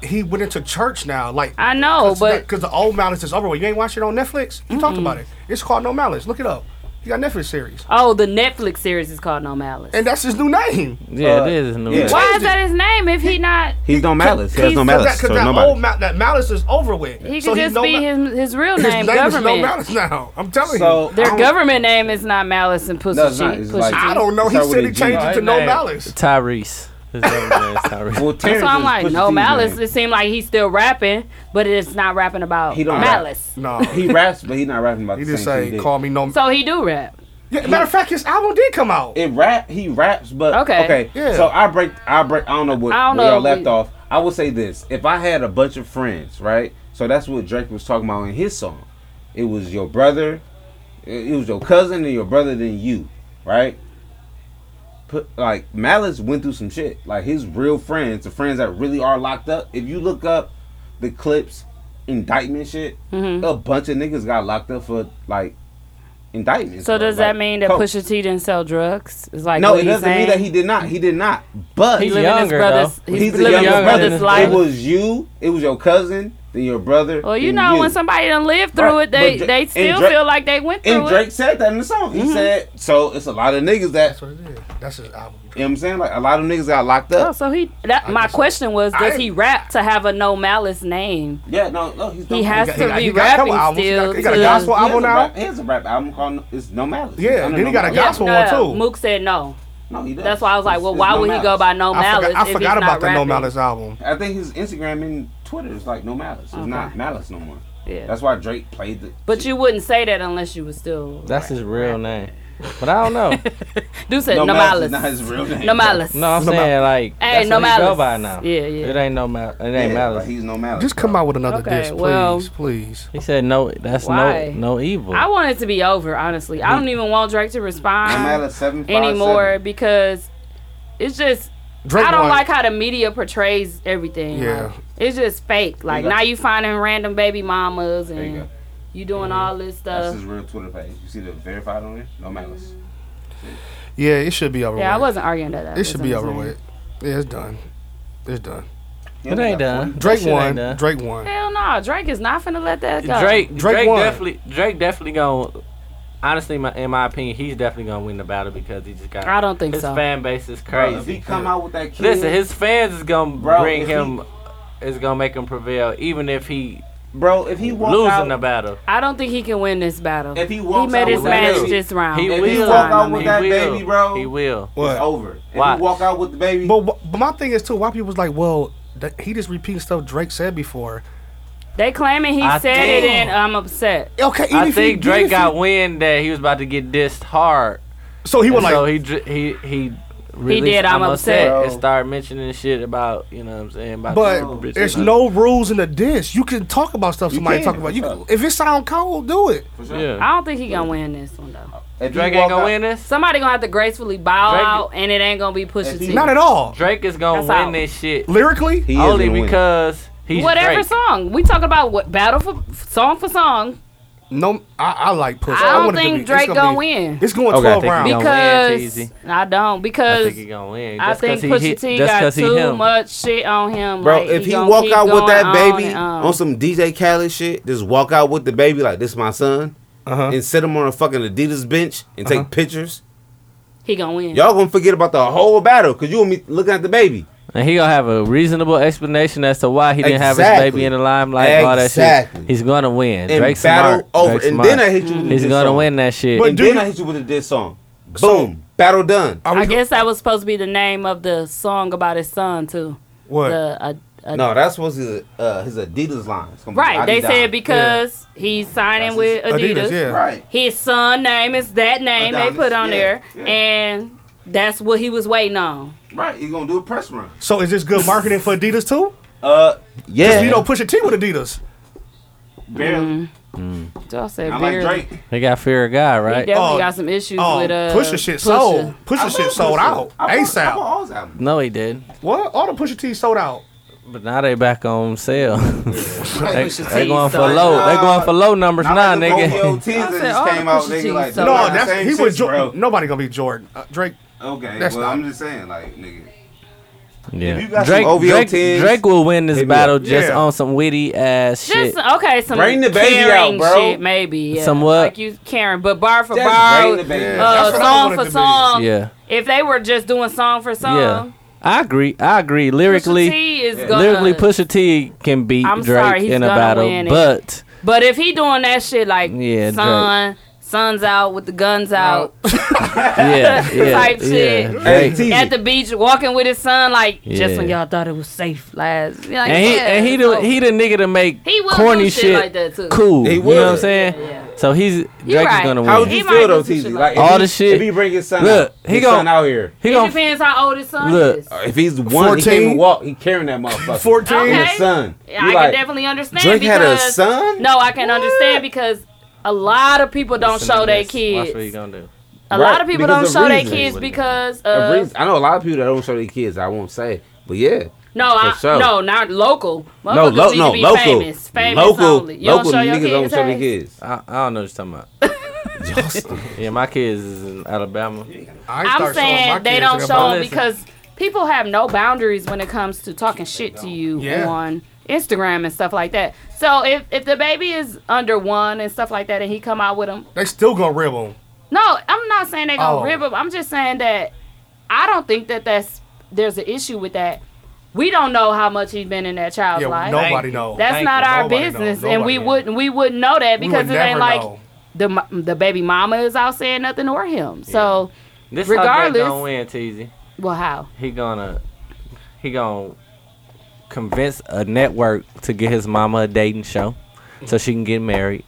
S8: He went into church now. Like
S3: I know, Oh, but-
S8: because the old malice is over with. You ain't watch it on Netflix. You talked about it. It's called No Malice. Look it up. He got Netflix series,
S3: oh, the Netflix series is called No Malice.
S8: and that's his new name.
S1: Yeah, it is his new.
S9: yeah.
S3: Why is that his name if he not?
S9: He's no malice. He has no
S8: Cause
S9: malice
S8: that- cause
S9: towards
S8: that
S9: nobody.
S8: old ma- that malice is over with.
S3: He could
S8: So
S3: just
S8: no
S3: be
S8: ma-
S3: his his real
S8: His
S3: name.
S8: name is
S3: government.
S8: no malice now. I'm telling
S9: So,
S8: you.
S3: Their government name is not Malice and Pussy.
S9: No, it's not.
S3: Cheek-
S9: It's
S3: Pussy
S9: like-
S3: Cheek.
S8: I don't know. He
S9: Start with
S8: said
S9: a
S8: he
S9: G.
S8: changed it to
S1: His
S8: no
S1: name-
S8: malice.
S1: Tyrese. His name is Tyrese.
S9: well,
S3: That's
S9: Terrence
S3: why I'm
S9: is
S3: like,
S9: Pusha
S3: no
S9: T's
S3: malice.
S9: name.
S3: It seemed like he's still rapping, but it's not rapping about
S9: He don't
S3: malice.
S8: No,
S9: he raps, but he not rapping about.
S8: He
S9: the
S8: just
S9: same
S8: say,
S9: thing he did.
S8: "Call me no."
S3: So he do rap.
S8: Yeah, matter of fact, his album did come out.
S9: It rap. He raps, but
S3: Okay.
S9: okay.
S8: Yeah.
S9: So I break. I break. I don't know what
S3: I don't
S9: where y'all
S3: know.
S9: left off. I would say this: if I had a bunch of friends, right? So that's what Drake was talking about in his song. It was your brother. It it was your cousin and your brother than you, right? Put like Malice went through some shit. Like his real friends, the friends that really are locked up. If you look up the clips, indictment shit,
S3: Mm-hmm.
S9: a bunch of niggas got locked up for like indictments.
S3: So
S9: bro,
S3: does
S9: like,
S3: that mean that
S9: coke.
S3: Pusha T didn't sell drugs? It's like
S9: no,
S3: what
S9: it
S3: he's
S9: doesn't
S3: saying?
S9: mean that he did not. He did not. But
S3: He He's living his younger, brother's- though.
S9: He's,
S3: he's
S9: the
S3: living his
S9: younger
S3: brother's
S9: brother's
S3: life.
S9: life. It was you. It was your cousin. Then your brother.
S3: Well, you
S9: then
S3: know, when somebody done lived through
S9: Right,
S3: it, they,
S9: but Dra-
S3: they
S9: and
S3: still
S9: Dra-
S3: feel like they went through
S9: and Drake
S3: it.
S9: said that in the song. He
S3: Mhm.
S9: said, "So it's a lot of niggas
S8: That's
S9: that."
S8: what it is. That's his album.
S9: You know what I'm saying? Like a lot of niggas got locked
S3: Oh,
S9: up.
S3: so he. That, my question was, does he rap to have a no malice name?
S9: Yeah, no, no. He's
S3: He has
S9: got-
S3: to
S9: got-
S3: be
S9: he got a couple
S3: rapping
S9: albums.
S3: still.
S9: He got, he got a
S3: to-
S9: gospel
S3: Yeah.
S9: album now. he has a rap album called "It's No Malice."
S8: Yeah,
S9: Under
S8: then he
S9: No
S8: got a
S9: Malice.
S8: gospel one
S3: Yeah,
S8: too.
S3: Mook said no.
S9: No, he does.
S3: That's why I was like,
S9: It's-
S3: well,
S9: it's
S3: why
S9: No
S3: would he
S9: Malice.
S3: go by no
S8: I
S3: malice?
S8: forgot, I
S3: if
S8: forgot
S3: he's
S8: about
S3: not
S8: the
S3: rapping?
S8: No Malice album.
S9: I think his Instagram and Twitter is like No Malice. It's not Malice no more.
S3: Yeah.
S9: That's why Drake played the.
S3: But you wouldn't say that unless you was still.
S1: That's his real name. But I don't know.
S3: Dude said no,
S1: No
S3: malice.
S1: malice is not his real name.
S3: No malice.
S1: No, I'm saying like
S3: Hey,
S1: that's
S3: no
S1: what he go
S3: malice.
S1: by now.
S3: Yeah, yeah.
S1: It ain't no malice. It ain't
S9: Yeah,
S1: malice.
S9: like, he's no malice.
S8: Just come out with another
S3: Okay,
S8: diss, please,
S3: well-
S8: please.
S1: He said no. That's
S3: Why?
S1: no no evil.
S3: I want it to be over, honestly. I don't even want Drake to
S9: No
S3: respond
S9: Malice seven five
S3: anymore because it's just
S9: Drake
S3: I don't
S9: won.
S3: like how the media portrays everything.
S9: Yeah.
S3: Like, it's just fake. Like
S9: go.
S3: now you finding random baby mamas
S9: There you go.
S3: and you doing all this
S9: That's
S3: stuff.
S9: his real Twitter page. You see the verified on it? No malice.
S8: Yeah, it should be over.
S3: Yeah, I
S8: with.
S3: wasn't arguing that. I
S8: It should be over
S3: misunderstood.
S8: with. Yeah, it's done. It's done.
S1: It ain't done. That
S8: Drake
S1: shit ain't
S8: won.
S1: done.
S8: Drake won.
S3: Hell no, Drake is not finna let that go.
S1: Drake. Drake,
S8: Drake won.
S1: definitely. Drake definitely gonna honestly, my, in my opinion, he's definitely gonna win the battle because he just got.
S3: I don't think
S1: his
S3: so.
S1: fan base is
S9: Bro,
S1: crazy.
S9: if he come out with that kid-
S1: listen, his fans is gonna
S9: Bro,
S1: bring
S9: if he-
S1: him. is gonna make him prevail, even if he.
S9: Bro, if he
S3: walk
S1: losing
S3: out-
S1: the battle,
S3: I don't think he can win this battle. If
S9: he
S3: he made his match this round.
S1: He
S3: This
S1: will.
S3: time, I mean.
S9: with that baby, bro,
S1: He will.
S9: It's over. If
S1: Why?
S9: he walk out with the baby,
S8: But wh- but my thing is too. Why people was like, well, that, he just repeating stuff Drake said before.
S3: They claiming he
S1: I
S3: said
S1: think-
S3: it and I'm upset.
S8: Okay,
S1: I think Drake got wind that he was about to get dissed hard.
S8: So he was
S1: And so
S8: like-
S1: he dr- he he. released
S3: did, I'm upset.
S1: and started mentioning shit about you know what I'm saying about
S3: Oh,
S8: But
S1: the-
S8: there's no rules in the diss. You can talk about stuff somebody
S1: can.
S8: talk about. You can, if it sound cold, do it.
S1: Yeah.
S3: I don't think he gonna win this one though.
S9: If
S1: Drake ain't gonna win this.
S3: Somebody gonna have to gracefully bow
S1: Drake-
S3: out, and it ain't gonna be Pusha T.
S1: Drake is gonna
S3: That's
S1: win
S3: out.
S1: this shit
S8: lyrically.
S9: He is
S1: only
S9: gonna win.
S1: because he's
S3: Whatever
S1: Drake.
S3: song we talk about, what battle for f- song for song.
S8: No, I, I like Pusha.
S3: I don't
S8: want it to
S3: think
S8: it's
S3: Drake gonna
S8: be-
S3: win.
S8: It's going
S1: Okay, I
S8: twelve
S1: think he
S8: rounds.
S1: gonna win,
S3: Because
S1: Teezy.
S3: I don't because
S1: I think he gonna win.
S3: I
S1: Just 'cause
S3: think
S1: he
S3: Pusha
S1: hit-
S3: T
S1: just
S3: got
S1: 'cause he
S3: too
S1: him.
S3: much shit on him.
S9: bro,
S3: like,
S9: if he
S3: gonna
S9: walk
S3: keep
S9: out with
S3: going
S9: that
S3: on
S9: baby
S3: and on.
S9: on some DJ Khaled shit, just walk out with the baby like this my son,
S1: Uh-huh.
S9: and sit him on a fucking Adidas bench and take pictures.
S3: he gonna win.
S9: Y'all gonna forget about the whole battle because you and me looking at the baby.
S1: And he gonna have a reasonable explanation as to why he didn't have
S9: Exactly.
S1: his baby in the limelight. All that
S9: Exactly.
S1: shit. He's gonna win.
S9: And
S1: Drake's
S9: battle
S1: smart.
S9: over.
S1: Drake's
S9: and
S1: smart.
S9: then I hit you. With
S1: He's
S9: this
S1: gonna
S9: song.
S1: win that shit.
S9: But and then I hit you with a diss song. Boom, battle done.
S3: I guess that was supposed to be the name of the song about his son too.
S9: What?
S3: The, uh, uh,
S9: no, that's what's his, uh, his Adidas line. It's gonna be
S3: Right, they
S9: Adidas.
S3: said because he's signing with
S9: That's his-
S3: Adidas.
S9: Adidas, yeah. Right.
S3: His son name is that name they
S9: Adonis,
S3: put on
S9: yeah,
S3: there,
S9: yeah.
S3: and that's what he was waiting on.
S9: Right, he's gonna do a press run.
S8: So is this good marketing for Adidas too?
S9: Uh, yeah. Mm-hmm.
S8: You know, Pusha T with Adidas.
S9: Barely.
S3: Y'all said
S8: I like
S3: barely.
S8: Drake.
S1: They got fear of God,
S3: He
S1: right?
S3: definitely got some issues
S8: oh,
S3: with uh,
S8: Pusha shit sold. Pusha shit sold out. ASAP.
S1: No, he didn't.
S8: What? All the Pusha T sold out.
S1: But now they back on sale. they,
S8: Pusha
S1: they
S8: T,
S1: going for
S8: so-
S1: low. they going for low numbers now, nigga.
S8: no, that's, he was Jordan. Nobody gonna be Jordan. Uh, Drake.
S9: Okay,
S8: that's
S9: well,
S8: not.
S9: I'm just saying, like, nigga.
S1: Yeah.
S9: you got some
S1: Drake,
S9: OVO
S1: Drake,
S9: tens,
S1: Drake will win this
S9: hit me up.
S1: battle just
S9: Yeah.
S1: on some witty ass shit.
S3: Just okay, some
S1: Bring the baby
S3: caring
S1: out, bro.
S3: shit, maybe. Yeah.
S1: Some what?
S3: Like you caring, but bar for
S1: Just
S3: bar,
S1: bring the baby out.
S3: uh,
S1: That's what I
S3: song
S1: wanted
S3: for
S1: to be.
S3: song.
S1: Yeah.
S3: If they were just doing song for song,
S1: Yeah. I agree. I agree. Lyrically,
S3: T is gonna-
S1: lyrically, Pusha T can beat
S3: I'm
S1: Drake
S3: sorry, he's
S1: in a
S3: gonna
S1: battle,
S3: win it.
S1: but
S3: But if he doing that shit like
S1: Yeah,
S3: son, son's out with the guns out,
S1: yeah, yeah,
S3: type
S1: yeah.
S3: shit.
S1: Hey, T.
S3: At the beach, walking with his son, like
S1: Yeah.
S3: just when y'all thought it was safe last. Like,
S1: and he
S3: yeah,
S1: and he
S3: it's
S1: the
S3: over.
S1: he the nigga to make
S3: He will do
S1: corny
S3: shit like that, too.
S1: cool.
S9: He
S1: you
S9: will.
S1: know what I'm saying? So he's Drake
S3: right.
S1: is gonna win.
S9: How would you feel though, TZ? Like, if
S1: All
S9: he-
S1: the shit.
S9: If he bring his son,
S1: Look,
S9: out,
S1: he
S9: his
S1: gon-
S9: son out here.
S1: He
S3: It
S1: gonna
S3: depends how old his son
S1: look.
S3: is.
S9: Uh, If he's one, he can't
S1: 14.
S9: even walk. He carrying that motherfucker. Fourteen,
S3: Okay.
S9: his son.
S3: I
S9: You
S3: can
S9: like,
S3: definitely understand.
S9: Drake had
S3: because,
S9: a son?
S3: No, I can understand because a lot of people don't
S9: Listen to
S3: show their
S9: this.
S1: Watch
S3: kids.
S1: what he gonna do.
S3: A
S9: Right,
S3: lot of people don't
S9: because
S3: show
S9: of
S3: their
S9: reasons.
S3: kids because
S9: A
S3: of
S9: reason- I know a lot of people that don't show their kids. I won't say, but yeah.
S3: no,
S9: for
S3: I,
S9: sure.
S3: no, not local.
S9: No,
S3: Motherfuckers
S9: lo-
S3: need to
S9: no,
S3: be
S9: local,
S3: famous, famous
S9: local,
S3: only. You
S9: local
S3: don't show your
S9: niggas don't
S3: kids.
S9: show their
S3: hey?
S9: kids.
S1: I, I don't know what you're talking about. yeah, my kids is in Alabama.
S3: I'm saying they don't show them
S1: Listen,
S3: because people have no boundaries when it comes to talking shit to you
S1: Yeah.
S3: on Instagram and stuff like that. So if if the baby is under one and stuff like that, and he come out with them,
S8: They still gonna rib him.
S3: no, I'm not saying they gonna
S8: Oh.
S3: rib him. I'm just saying that I don't think that that's there's an issue with that. We don't know how much he's been in that child's
S8: Yeah,
S3: life.
S8: nobody Thank you. knows.
S3: That's
S8: Oh, Thank
S3: not
S8: you.
S3: our
S8: Nobody knows.
S3: business, and
S8: Nobody
S3: we
S8: knows.
S3: wouldn't we wouldn't know that
S8: We
S3: because
S8: would
S3: it ain't
S8: never
S3: like
S8: know.
S3: the mo- the baby mama is out saying nothing or him. So
S1: this regardless,
S3: regardless,
S1: how Drake gonna win, TZ.
S3: well, how?
S1: He gonna he gonna convince a network to get his mama a dating show so she can get married,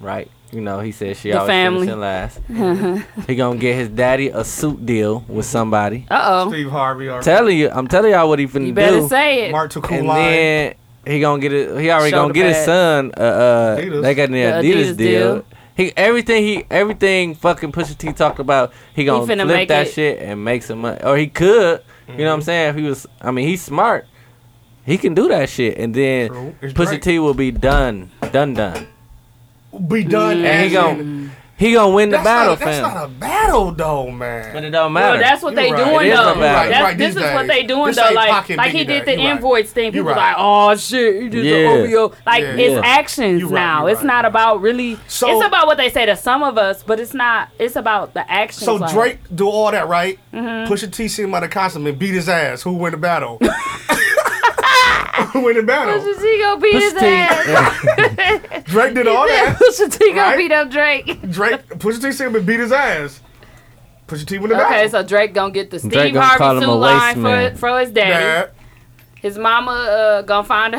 S1: right? You know, he said she
S3: The
S1: always
S3: family.
S1: finishing last. he gonna get his daddy a suit deal with somebody.
S3: Uh
S8: Steve Harvey. Or
S1: Telling you, I'm telling y'all what he finna
S3: You better
S1: do.
S3: say it.
S8: Mark Tukulai.
S1: and then he gonna get it. He already
S3: Show
S1: gonna
S3: the
S1: get his
S3: pads.
S1: son. Uh, uh
S3: Adidas.
S1: they got the
S3: The
S1: Adidas,
S3: Adidas
S1: deal.
S3: deal.
S1: He everything he everything fucking Pusha T talk about. He gonna
S3: finna
S1: flip
S3: make
S1: that
S3: it.
S1: shit and make some money, or he could. You know
S8: Mm-hmm.
S1: what I'm saying? If he was, I mean, he's smart. He can do that shit, and then
S8: True. It's
S1: Pusha
S8: Drake.
S1: T will be done, done, done.
S3: Mm.
S8: Be
S1: And
S8: done.
S1: he
S8: as in-
S1: gon' He gonna win the
S8: That's
S1: battle,
S8: not,
S1: fam.
S8: That's not a battle though, man.
S1: But it don't
S3: Well,
S1: matter.
S3: that's what they doing
S1: It is
S3: though.
S1: a battle.
S3: That's- this is what they doing
S8: This
S3: though.
S8: ain't
S3: Like,
S8: pocket
S3: like he
S8: biggie
S3: did
S8: day.
S3: the
S8: You right.
S3: invoice thing. People
S8: right.
S3: like, oh shit, you just
S8: Yeah.
S3: an OVO. Like
S8: Yeah.
S3: it's
S8: Yeah.
S3: actions
S8: You right,
S3: now.
S8: you
S3: it's not about really. it's about what they say to some of us, but it's not. It's about the actions.
S8: So
S3: like-
S8: Drake do all that right.
S3: Mhm.
S8: Push a T C him out of costume and beat his ass. Who win the battle? Who win the battle?
S3: Pusha T gonna beat his ass.
S8: Drake did all that.
S3: Pusha T gonna beat up Drake.
S8: Drake Pusha T see him and beat his ass. Pusha T win the battle.
S3: Okay, so Drake gonna get the Steve
S8: Drake gonna call
S3: Harvey
S8: him
S3: suit
S8: a waste
S3: line
S8: man.
S3: for, for his daddy.
S8: Dad.
S3: His mama uh, gonna find a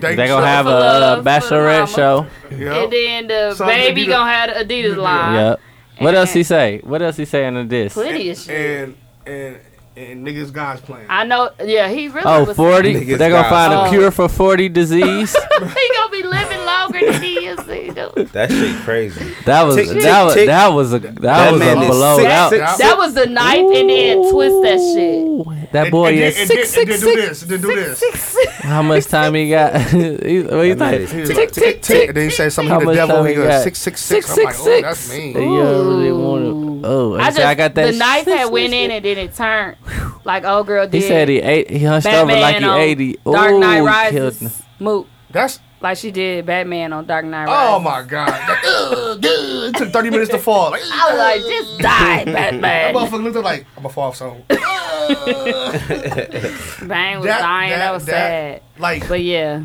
S1: They gonna have a uh, bachelorette show.
S3: And then the
S8: Something
S3: baby
S8: Adidas-
S3: gonna have the Adidas line.
S1: Yep. What else he say? What else he saying in this?
S3: Plenty of shit.
S8: And and and niggas God's playing.
S3: I know. Yeah, he really.
S1: Oh,
S3: was Oh.
S1: 40?
S8: Niggas
S1: They're gonna
S8: got
S1: find a
S8: some.
S1: cure for 40 disease?
S3: he gonna be living longer than he is. he do.
S9: That shit crazy.
S1: That was
S9: Tick,
S1: that
S9: tick,
S1: was
S9: tick.
S1: that was a that,
S9: That
S1: was a
S9: man is
S1: blow.
S9: sick,
S1: that,
S9: sick,
S3: That was the knife and then twist that shit.
S1: that boy
S8: and,
S1: is
S8: and,
S1: sick.
S8: and, and, do this. And then do this.
S1: How much time he got? He- what you think?
S8: tick, tick, tick. And then he said something
S1: How
S8: to the
S1: much
S8: devil.
S1: time
S8: He
S1: he
S8: goes,
S1: got?
S8: six, six, six.
S1: Six,
S8: I'm like,
S1: six,
S8: oh,
S1: six.
S8: that's mean.
S1: They really wanna- Oh,
S3: I
S1: I,
S3: just
S1: I got that.
S3: the knife
S1: shit.
S3: had went in and then it turned like old girl
S1: He
S3: did.
S1: said he ate. He hunched over like he
S3: on
S1: eighty. Ooh,
S3: Dark Knight
S1: he killed him.
S3: Rises. Moot.
S8: That's
S3: like she did Batman on Dark Knight Rises.
S8: Oh my god. Like, ugh, ugh. it took 30 minutes to fall. Like,
S3: I was like, just die, Batman.
S8: That motherfucker looked up like, I'm gonna fall off something.
S3: Bang was dying. That, was sad.
S8: Like,
S3: but yeah,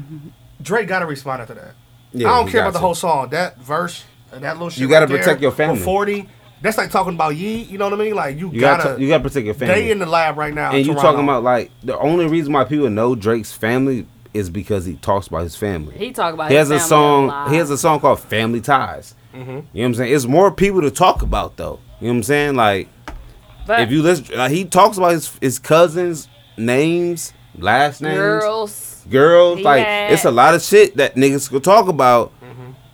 S8: Drake gotta respond after that.
S9: Yeah,
S8: I don't
S9: he
S8: care
S9: got
S8: about the
S9: to.
S8: whole song. That verse, and that little shit.
S9: You gotta
S8: right there,
S9: protect your family.
S8: with Forty. That's like talking about ye. You know what I mean? Like you,
S9: You gotta,
S8: gotta,
S9: ta- you gotta protect your family.
S8: They in the lab right now. in
S9: and you
S8: Toronto.
S9: talking about like the only reason why people know Drake's family is because he talks about his family.
S3: he talked about.
S9: he has a
S3: his family
S9: song.
S3: lot.
S9: He has a song called "Family Ties."
S3: Mhm.
S9: You know what I'm saying? It's more people to talk about though. You know what I'm saying? Like
S3: But-
S9: if you listen, like, he talks about his his cousins' names, last names,
S3: girls.
S9: girls.
S3: He
S9: Like
S3: had-
S9: it's a lot of shit that niggas could talk about.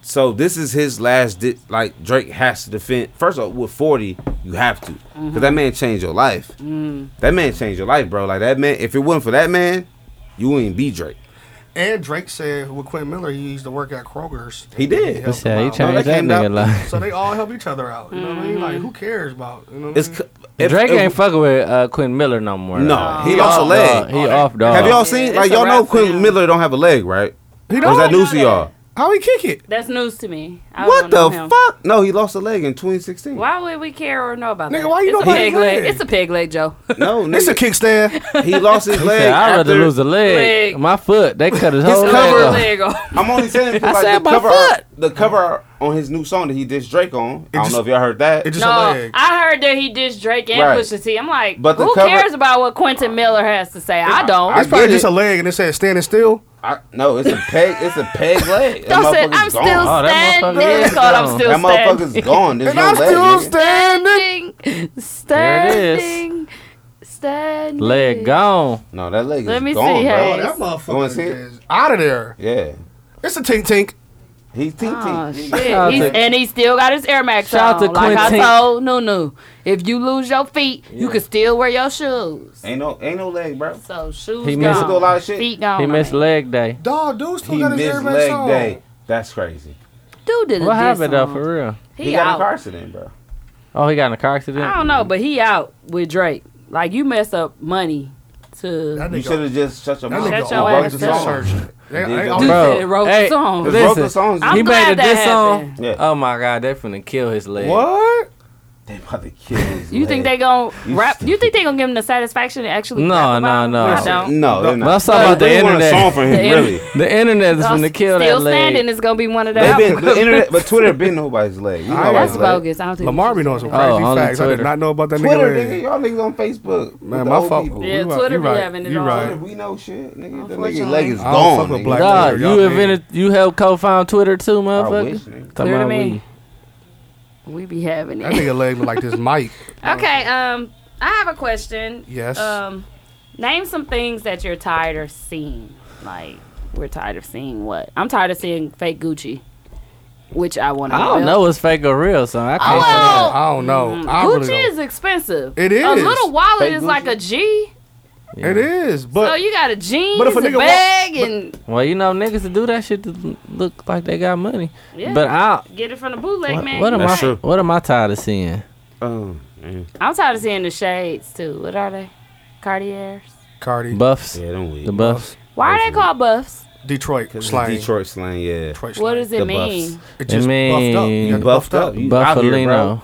S9: So this is his last. Di- like Drake has to defend. First of all, with forty, you have to, because that man changed your life.
S3: Mm-hmm. Mm.
S9: That man changed your life, bro. Like that man. If it wasn't for that man, you wouldn't be Drake.
S8: And Drake said with Quentin Miller, he used to work at Kroger's.
S9: He did.
S8: helped
S1: Yeah,
S8: him
S1: he
S8: out.
S1: changed that
S9: came down-
S1: nigga life.
S8: So they all help each other out. You know what I mean? Like who cares about? You know what I
S9: It's
S3: Mm.
S8: mean?
S9: c- if-
S1: Drake
S9: if-
S1: ain't fucking with uh, Quinn Miller no more.
S9: No,
S1: though.
S9: he lost a
S1: off,
S9: leg.
S1: dog. He off dog.
S9: Have y'all seen? like y'all know Quinn Miller don't have a leg, right?
S8: He
S9: Or
S8: don't?
S9: is that news to y'all?
S8: How he kick it?
S3: That's news to me. I don't
S9: What
S3: know
S9: the
S3: him.
S9: fuck? No, he lost a leg in 2016.
S3: Why would we care or know about that?
S8: why you
S3: it's
S8: know
S3: a
S8: about
S3: pig
S8: his
S3: leg?
S8: leg?
S3: It's a pig leg, Joe.
S9: No,
S8: it's a kickstand.
S9: He lost his
S1: He
S9: leg.
S1: said, I'd rather
S9: after-
S1: lose a leg.
S3: Leg.
S1: My foot. They cut his, whole
S9: cover-
S1: leg
S3: Leg off.
S9: I'm only saying
S1: I
S9: because,
S1: said
S9: like, the
S1: my
S9: cover, art,
S1: foot.
S9: the cover art on his new song that he dissed Drake on. I don't
S8: just-
S9: know if y'all heard that.
S8: It's
S3: No, I heard that he dissed Drake and
S9: Right.
S3: Pusha T. I'm like,
S9: But the
S3: who
S9: cover-
S3: cares about what Quentin Miller has to say? I don't.
S8: it's probably just a leg, and it said standing still.
S9: I, no, it's a peg. It's a peg leg. That
S3: Y'all said,
S9: motherfucker's
S3: "I'm still
S9: gone." Oh,
S3: standing." It's called, "I'm still
S9: That motherfucker's
S3: standing."
S9: gone. There's
S3: And
S9: no
S3: I'm
S9: leg.
S3: still
S9: nigga.
S3: standing,
S1: There it is.
S3: standing, standing.
S1: Leg gone.
S9: No, that leg
S3: Let me see. Hayes.
S9: wanna see it?
S8: out of there.
S9: Yeah.
S8: It's a tink tink.
S9: He's tink
S3: Oh,
S9: tink.
S3: shit. He's, and he still got his Air Max
S1: Shout out
S3: on.
S1: to
S3: like
S1: Quentin.
S3: I told Nunu, if you lose your feet, you can still wear your shoes.
S9: Ain't no, ain't no leg, bro.
S3: So shoes
S1: He missed
S3: gone,
S1: a lot
S9: of shit.
S3: feet gone.
S1: He
S3: I
S1: missed
S3: mean.
S1: leg day.
S8: Dog, dude still
S9: He
S8: got his
S9: missed
S8: Air Max
S9: leg
S8: on.
S9: day. That's crazy.
S3: Dude did a
S1: What
S3: diss
S1: happened though
S3: on.
S1: for real?
S9: He,
S3: He
S9: got in a
S3: out.
S9: car accident, bro.
S1: Oh, he got in a car accident.
S3: I don't know, but he out with Drake. Like you mess up money to
S9: You should have just shut your
S3: That
S9: mouth.
S3: nigga
S9: and
S3: all
S9: wrote
S3: ass
S9: the
S3: down.
S9: song.
S8: They-
S9: Did
S8: they
S9: the-
S8: all-
S1: Bro,
S3: He wrote
S1: hey,
S3: songs.
S1: listen,
S9: Wrote the songs. I'm
S1: he
S3: glad
S1: made a
S3: that
S1: diss song.
S3: happened.
S1: Oh my god, they finna kill his leg.
S9: What? They about to kill his
S3: You think they gonna rap? You think they gonna give him the satisfaction to actually?
S1: No,
S3: rap
S1: no,
S3: about
S1: no.
S3: it? I don't.
S9: No, they're not.
S1: But I'm talking about the
S9: They want a
S1: internet.
S9: song from him,
S1: the in-
S9: really.
S1: The internet is
S3: Y'all
S1: finna kill
S3: Still
S1: that leg.
S3: standing is gonna be one of
S9: They
S3: those.
S9: been the internet, but Twitter been nobody's leg. We know
S8: That's
S9: nobody's leg.
S3: bogus. I don't think
S8: Lamar be knowing some
S9: Oh,
S8: crazy
S9: only
S8: facts. I
S9: Twitter.
S8: did not know about that
S9: Twitter,
S8: nigga.
S9: nigga,
S8: leg.
S9: y'all niggas on Facebook.
S8: Man,
S9: with the
S8: my
S9: old
S8: fault.
S9: people.
S8: Yeah, You right, Twitter you be right, having it you all. right.
S9: Twitter, we know shit, nigga. The nigga
S8: Unfortunately.
S9: leg is
S8: I don't fuck
S9: gone.
S8: with
S9: nigga.
S8: black
S1: Dog,
S8: Twitter, y'all
S1: you invented, you helped co-found Twitter too, motherfucker.
S9: wish, nigga.
S1: Talking
S3: Clear to
S1: about
S3: me.
S1: we.
S3: We be having
S8: That
S3: it.
S8: nigga leg look like this mic.
S3: Okay. Um, I have a question.
S8: Yes.
S3: Um, name some things that you're tired of seeing. Like we're tired of seeing what? I'm tired of seeing fake Gucci, which I want to.
S1: I don't know what's fake or real, so I can't.
S8: I don't
S3: Oh.
S8: know. I
S3: mm, Gucci
S8: really don't.
S3: is expensive.
S8: It
S3: A
S8: is.
S3: little wallet
S8: Fake
S3: is like a G.
S11: It is, but
S3: so you got a jeans,
S11: but if a
S3: a,
S11: nigga walk-
S3: bag, and
S1: Well, you know, niggas that do that shit to look like they got money.
S3: yeah,
S1: But I,
S3: get it from the bootleg
S1: what,
S3: man.
S1: what am
S3: you
S1: I?
S3: right.
S1: What am I tired of seeing?
S9: Oh,
S3: I'm tired of seeing the shades too. What are they? Cartiers.
S11: Cardi
S1: buffs.
S9: Yeah, them weed.
S1: The buffs.
S3: Why are they called buffs?
S11: Detroit
S9: slang. Detroit slang, yeah. Detroit
S3: What does it mean?
S1: It
S9: just
S1: just
S9: buffed up. You
S1: mean
S9: got buffed up. You out here, bro.
S1: Buffalino.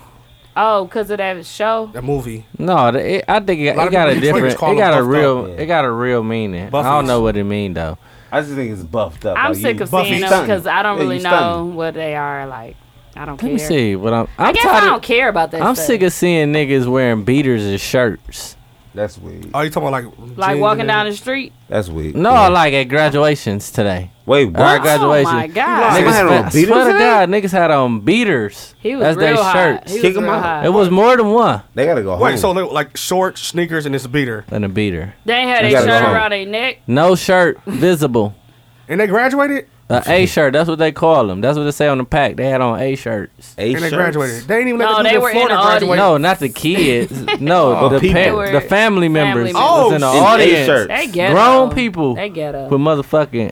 S3: Oh, because of that show.
S11: That movie.
S1: No, the- it, I think it,
S3: A lot
S1: it
S3: of
S1: got a
S3: people in Detroit
S1: different. It
S3: just call
S1: got
S3: them
S1: a
S3: buffed
S1: real. It got a real meaning. I don't
S9: Buffers.
S1: know what it mean though.
S9: I just think it's buffed up.
S3: I'm
S9: Like,
S3: sick
S9: you-
S3: of seeing
S9: you
S3: them
S9: stunting.
S3: because I don't
S9: Yeah, you
S3: really know
S9: stunting.
S3: what they are. Like, I don't
S1: Let
S3: care.
S1: me see. What I'm.
S3: i
S1: I'm
S3: guess
S1: tired
S3: I
S1: of-
S3: don't care about that.
S1: I'm
S3: stuff.
S1: sick of seeing niggas wearing beaters as shirts.
S9: That's weird.
S11: Are Oh, you talking about like
S3: Like walking down the street.
S9: That's weird.
S1: No, like at graduations today.
S9: Wait,
S1: Our
S3: what?
S1: graduation.
S3: Oh my
S1: Niggas
S3: God. Somebody had on
S1: had,
S9: beaters
S1: swear to
S9: today?
S1: God, niggas had on beaters.
S3: He was
S1: That's their
S3: real hot.
S1: shirts.
S3: He was Kick 'em real out. hot.
S1: It was more than one.
S9: They gotta go
S11: Wait, so they- like shorts, sneakers, and it's a beater.
S1: And a beater.
S3: They ain't had
S1: You
S3: a
S1: gotta
S3: shirt
S1: go home.
S3: around their neck.
S1: No shirt visible.
S11: And they graduated.
S1: A A shirt. That's what they call them. That's what they say on the pack. They had on A shirts.
S9: A
S11: And they graduated. They ain't even let
S3: No,
S11: the
S3: they
S11: dudes
S3: were
S11: in
S3: in
S11: Florida
S3: the
S11: graduate.
S3: audience.
S1: No, not the kids. No,
S9: Oh,
S1: the
S9: people.
S1: pa-
S9: They were
S1: the family members
S3: members.
S1: was in the
S3: Oh, shit.
S1: audience.
S9: A-shirts.
S3: They ghetto.
S1: Grown people
S3: They ghetto.
S1: with motherfucking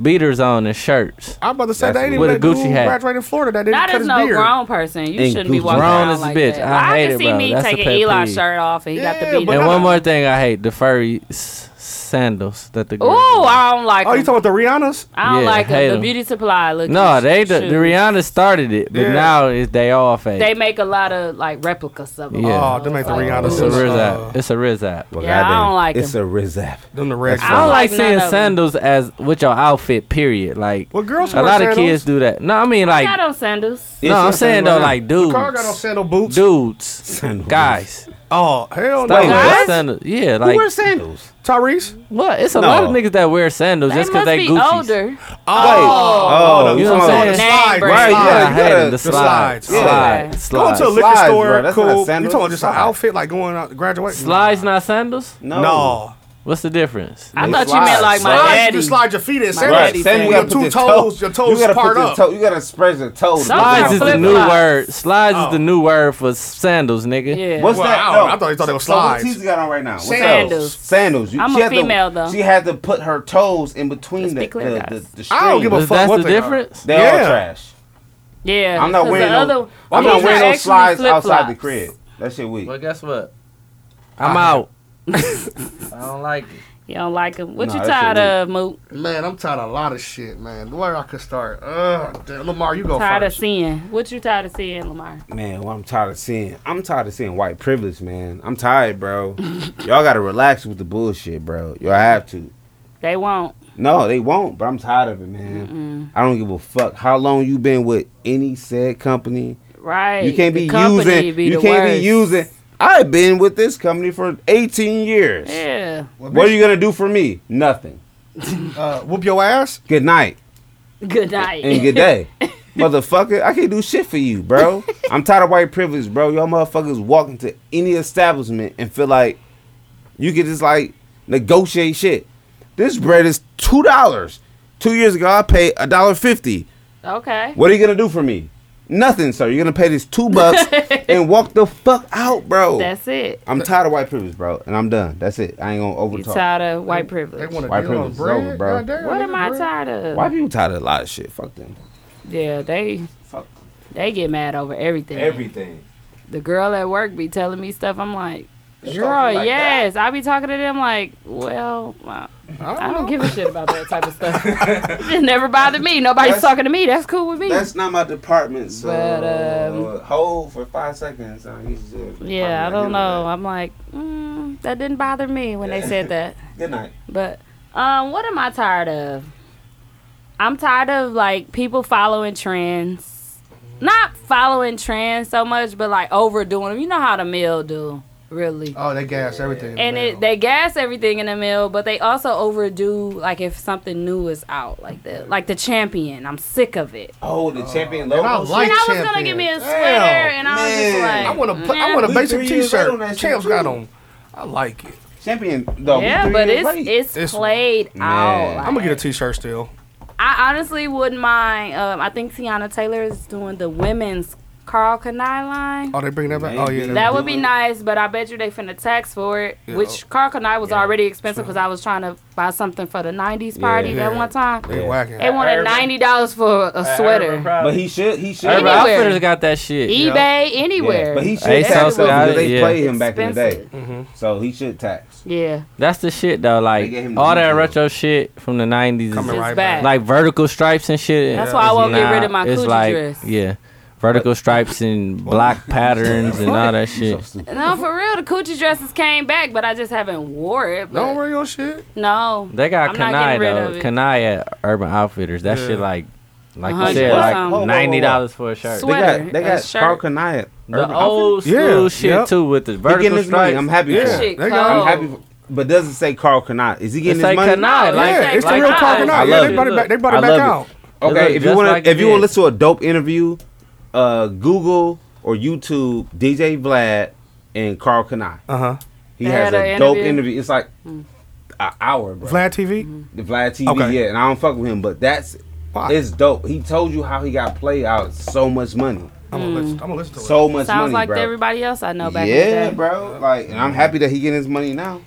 S1: beaters on and shirts.
S11: I'm about to say
S1: That's
S11: they ain't even
S1: with a
S11: let the
S1: Gucci
S11: dude
S1: hat.
S11: graduate in Florida that didn't
S3: Not
S11: cut
S3: as
S11: his
S3: no
S11: beard.
S3: grown person. You
S1: And
S3: shouldn't be
S1: Gucci.
S3: walking
S1: Grown
S3: around
S1: as a
S3: like
S1: bitch.
S3: that.
S1: I hate
S3: can
S1: it,
S3: see
S1: bro.
S3: me
S1: That's a
S3: taking
S1: pet
S3: Eli's
S1: peeve.
S3: shirt off and he got the beat.
S1: and one more thing, I hate the furry s- sandals that the
S3: Ooh,
S1: girls
S3: I don't like.
S11: Oh, you
S3: them.
S11: talking about the Rihannas?
S3: I don't
S1: Yeah,
S3: like
S1: hate
S3: them. The
S1: them.
S3: beauty supply look.
S1: No, they the, the Rihanna started it, but
S11: Yeah.
S1: now it's they all fake.
S3: They make a lot of like replicas of them.
S1: yeah.
S11: Oh, them ain't the Rihanna
S1: It's a
S11: sisters.
S1: Riz
S11: Uh,
S1: app. It's a Riz app.
S9: Well,
S3: Yeah, I
S9: goddamn,
S3: don't like
S9: It's
S3: them.
S9: a Rizap.
S11: Them the red.
S1: I don't like
S3: like
S1: seeing
S3: none of 'em.
S1: sandals as with your outfit. Period. Like
S11: Well, girls
S1: a
S11: wear
S1: lot of
S11: sandals.
S1: kids do that. No, I mean
S3: I
S1: like
S3: got on sandals.
S1: no, I'm saying though like dudes,
S11: Car got on sandal boots.
S1: dudes, guys.
S11: Oh hell
S1: Stop
S11: no!
S1: wearing
S3: Guys?
S1: sandals. Yeah,
S11: Who
S1: like
S11: wears sandals? Tyrese.
S1: what? It's a lot of
S9: No.
S1: niggas that wear sandals
S3: They
S1: just because
S3: must
S1: they
S3: be
S1: Gucci.
S3: older.
S9: Oh,
S1: you know
S9: come
S1: what
S9: on.
S1: I'm
S3: Name
S1: saying?
S11: Slide,
S3: brand.
S9: Why you
S1: Yeah, I
S9: gotta,
S1: hate
S9: gotta-
S1: 'em. The
S11: the
S1: slide,
S11: slides.
S1: slide,
S11: Going to a
S1: slide.
S11: liquor
S9: Slides,
S11: store,
S9: bro. That's not
S11: cool.
S9: a
S11: you
S9: sandal,
S11: talking about just an
S9: slide.
S11: outfit like going out graduating?
S1: Slides not sandals.
S9: No.
S11: No.
S1: What's the difference?
S3: I
S9: They
S3: thought you
S9: slide.
S3: meant like my
S11: Slides,
S3: daddy.
S11: You just slide your feet in
S3: My
S11: sandals.
S9: Right.
S3: daddy
S9: Same
S3: said-
S9: way
S11: Your
S9: I put
S11: two
S9: your
S11: toes- your toes
S9: you gotta
S11: part
S9: put your
S11: up.
S9: toe- you gotta spread your toes.
S3: Some
S9: What's
S1: Slides is the new
S3: flip-flops.
S1: word. Slides is
S11: Oh.
S1: the new word for sandals, nigga.
S3: Yeah.
S9: What's
S11: Well,
S9: that?
S11: I
S9: No.
S11: don't- I thought you thought they were
S9: So what
S11: slides.
S9: Teezy got on right now? What's that?
S3: Sandals.
S9: Sandals. You,
S3: I'm
S9: she
S3: a
S9: had to-
S3: female, though.
S9: She had to put her toes in between the,
S3: be clear,
S9: the, the,
S3: guys.
S9: the
S11: I don't give a
S9: string.
S11: fuck
S1: That's
S11: what
S1: the
S11: they are.
S1: difference.
S9: They
S11: Yeah.
S9: all trash.
S3: Yeah.
S9: I'm not
S3: 'cause
S9: wearing
S3: the
S9: no.
S3: other-
S9: I'm
S3: these
S9: not
S3: are
S9: wearing no
S3: actually
S9: slides outside the
S3: flip-flops.
S9: crib. That shit weak.
S1: Well, guess what? I'm out. I don't like it.
S3: You don't like them. What
S9: Nah,
S3: you
S9: that's
S3: tired
S9: a weak-
S3: of, Moot?
S11: Man, I'm tired of a lot of shit, man. Where I could start? Uh, damn, Lamar, you go
S3: Tired of
S11: first.
S3: seeing. What you tired of seeing, Lamar?
S9: Man, what I'm tired of seeing. I'm tired of seeing white privilege, man. I'm tired, bro. Y'all gotta relax with the bullshit, bro. Y'all have to.
S3: They won't.
S9: No, they won't, but I'm tired of it, man. I don't give a fuck how long you been with any said company.
S3: Right.
S9: You can't
S3: The
S9: be
S3: company
S9: using.
S3: be
S9: you
S3: the
S9: can't
S3: worst.
S9: be using. I've been with this company for 18 years.
S3: Yeah.
S9: What are you gonna do for me? Nothing.
S11: Uh, whoop your ass.
S9: Good night
S3: Good night.
S9: and good day, motherfucker. I can't do shit for you, bro. I'm tired of white privilege, bro. Y'all motherfuckers walk into any establishment and feel like you can just like negotiate shit. This bread is two dollars. Two years ago, I paid a dollar fifty.
S3: okay.
S9: What are you gonna do for me? Nothing, sir. You're gonna pay this two bucks and walk the fuck out, bro.
S3: That's it.
S9: I'm tired of white privilege, bro, and I'm done. That's it. I ain't gonna
S3: You
S9: overtalk.
S3: tired of white
S11: They
S3: privilege.
S11: want
S9: White
S11: to deal on
S9: privilege is
S11: bread.
S9: over, bro.
S11: Goddamn,
S3: What
S11: nigga,
S3: am I
S11: bread.
S3: tired of?
S9: White people tired of a lot of shit. Fuck them.
S3: Yeah, they
S9: Fuck.
S3: they get mad over everything.
S9: Everything.
S3: the girl at work be telling me stuff. I'm like,
S9: They
S3: girl,
S9: talking like
S3: yes. I be talking to them like, well, uh, I don't give a shit about that type of stuff. it never bothered me. Nobody's
S9: That's-
S3: talking to me. That's cool with me.
S9: That's not my department. So uh,
S3: But, um,
S9: hold for five seconds. Uh, he's, uh,
S3: yeah, I don't
S9: department. handle
S3: know. I'm like, mm, that didn't bother me when they said that.
S9: that. Good night.
S3: But um, what am I tired of? I'm tired of like people following trends. Not following trends so much, but like overdoing them. You know how the mill do, really.
S11: Oh, they gas everything.
S3: and
S11: man.
S3: it, they gas everything in the mill, but they also overdo like if something new is out, like the like the champion. I'm sick of it.
S9: Oh, the champion
S11: Uh, and
S9: logo.
S11: I like
S3: and I was
S11: champion.
S3: gonna give me a sweater,
S11: Damn.
S3: and I was just
S9: man.
S3: like, "Mm,
S11: I want a pla- I
S3: nah.
S11: want a
S9: We
S11: basic
S9: three years old on
S11: T-shirt.
S9: that
S11: Champs
S9: shit,
S11: got
S9: too.
S11: on. I like it.
S9: champion. Though,
S3: yeah,
S9: three
S3: but
S9: years
S3: it's
S9: late.
S3: it's,
S11: It's-
S3: played
S9: Man.
S3: out.
S11: I'm gonna
S3: like-
S11: get a T-shirt still.
S3: I honestly wouldn't mind. Um, I think Tiana Taylor is doing the women's Carl Kanai line.
S8: Oh, they bring that back. Oh yeah, they
S3: That would
S8: bring
S3: be nice, but I bet you they finna tax for it.
S8: Yeah.
S9: oh.
S3: Which Carl Kanai was already expensive because I was trying to buy something for the '90s party
S8: Yeah.
S3: that one time.
S8: They whacking.
S3: They wanted ninety dollars for a sweater.
S9: But he should. He should.
S1: Urban Outfitters got that shit.
S3: eBay, anywhere.
S9: But he should
S1: Asos
S9: tax though,
S1: got
S9: because
S1: it,
S9: they
S1: yeah.
S9: played him back in the day.
S3: Expensive.
S11: Mm-hmm.
S3: Mhm.
S9: So he should tax.
S3: Yeah.
S1: That's the shit though. Like
S9: gave him the
S1: all that retro shit from the nineties,
S3: Coming It's right back. back.
S1: Like vertical stripes and shit.
S3: That's why I
S1: is
S3: won't get
S1: not-
S3: rid of my
S1: it's
S3: coochie
S1: like,
S3: dress.
S1: Yeah, vertical stripes and black patterns and all that shit.
S3: No, for real, the coochie dresses came back, but I just haven't wore it.
S8: Don't
S3: wear
S8: your shit.
S3: No,
S1: They got
S3: I'm not getting
S1: Kanai
S3: rid of
S1: though.
S3: it.
S1: Kanai at Urban Outfitters. That
S9: Yeah.
S1: shit like, like you
S3: 100
S1: said,
S3: or
S1: like
S3: something. Whoa, whoa, whoa,
S1: ninety dollars for a shirt.
S9: They got, they got Carl Kanaya.
S1: The old school shit, too, with the
S9: He
S1: vertical
S9: getting his money.
S1: stripes.
S9: I'm happy
S1: That
S9: for him.
S1: shit
S9: They got- I'm
S1: cold.
S9: happy for- but does it say Carl Kanai? Is he getting
S1: It
S9: his
S1: say
S9: money?
S1: Kanai, like- Yeah, it's the like real Carl Kanai. Kanai.
S9: I
S1: Yeah,
S9: love
S1: they brought it back- they brought it
S9: I
S1: back
S9: love
S1: out. It
S9: Okay,
S1: look
S9: if you
S1: just
S9: want
S1: like
S9: to, if
S1: it
S9: you want to
S1: is.
S9: listen to a dope interview, uh, Google or YouTube DJ Vlad and Carl Kanai.
S8: Uh huh.
S9: He
S8: They
S9: has
S8: had
S9: a
S8: a
S9: dope
S8: interview?
S9: interview. It's like
S3: Hmm.
S9: an hour, bro.
S8: Vlad
S3: Mm-hmm.
S8: TV.
S9: The Vlad TV,
S8: Okay.
S9: yeah, and I don't fuck with him, but that's it's dope. He told you how he got played out so much money.
S8: I'm gonna listen. I'm gonna listen to it.
S9: So much
S3: Sounds
S9: money,
S3: like
S9: bro.
S3: everybody else I know back in the
S9: yeah,
S3: day.
S9: bro. Like, and I'm happy that he getting his money now.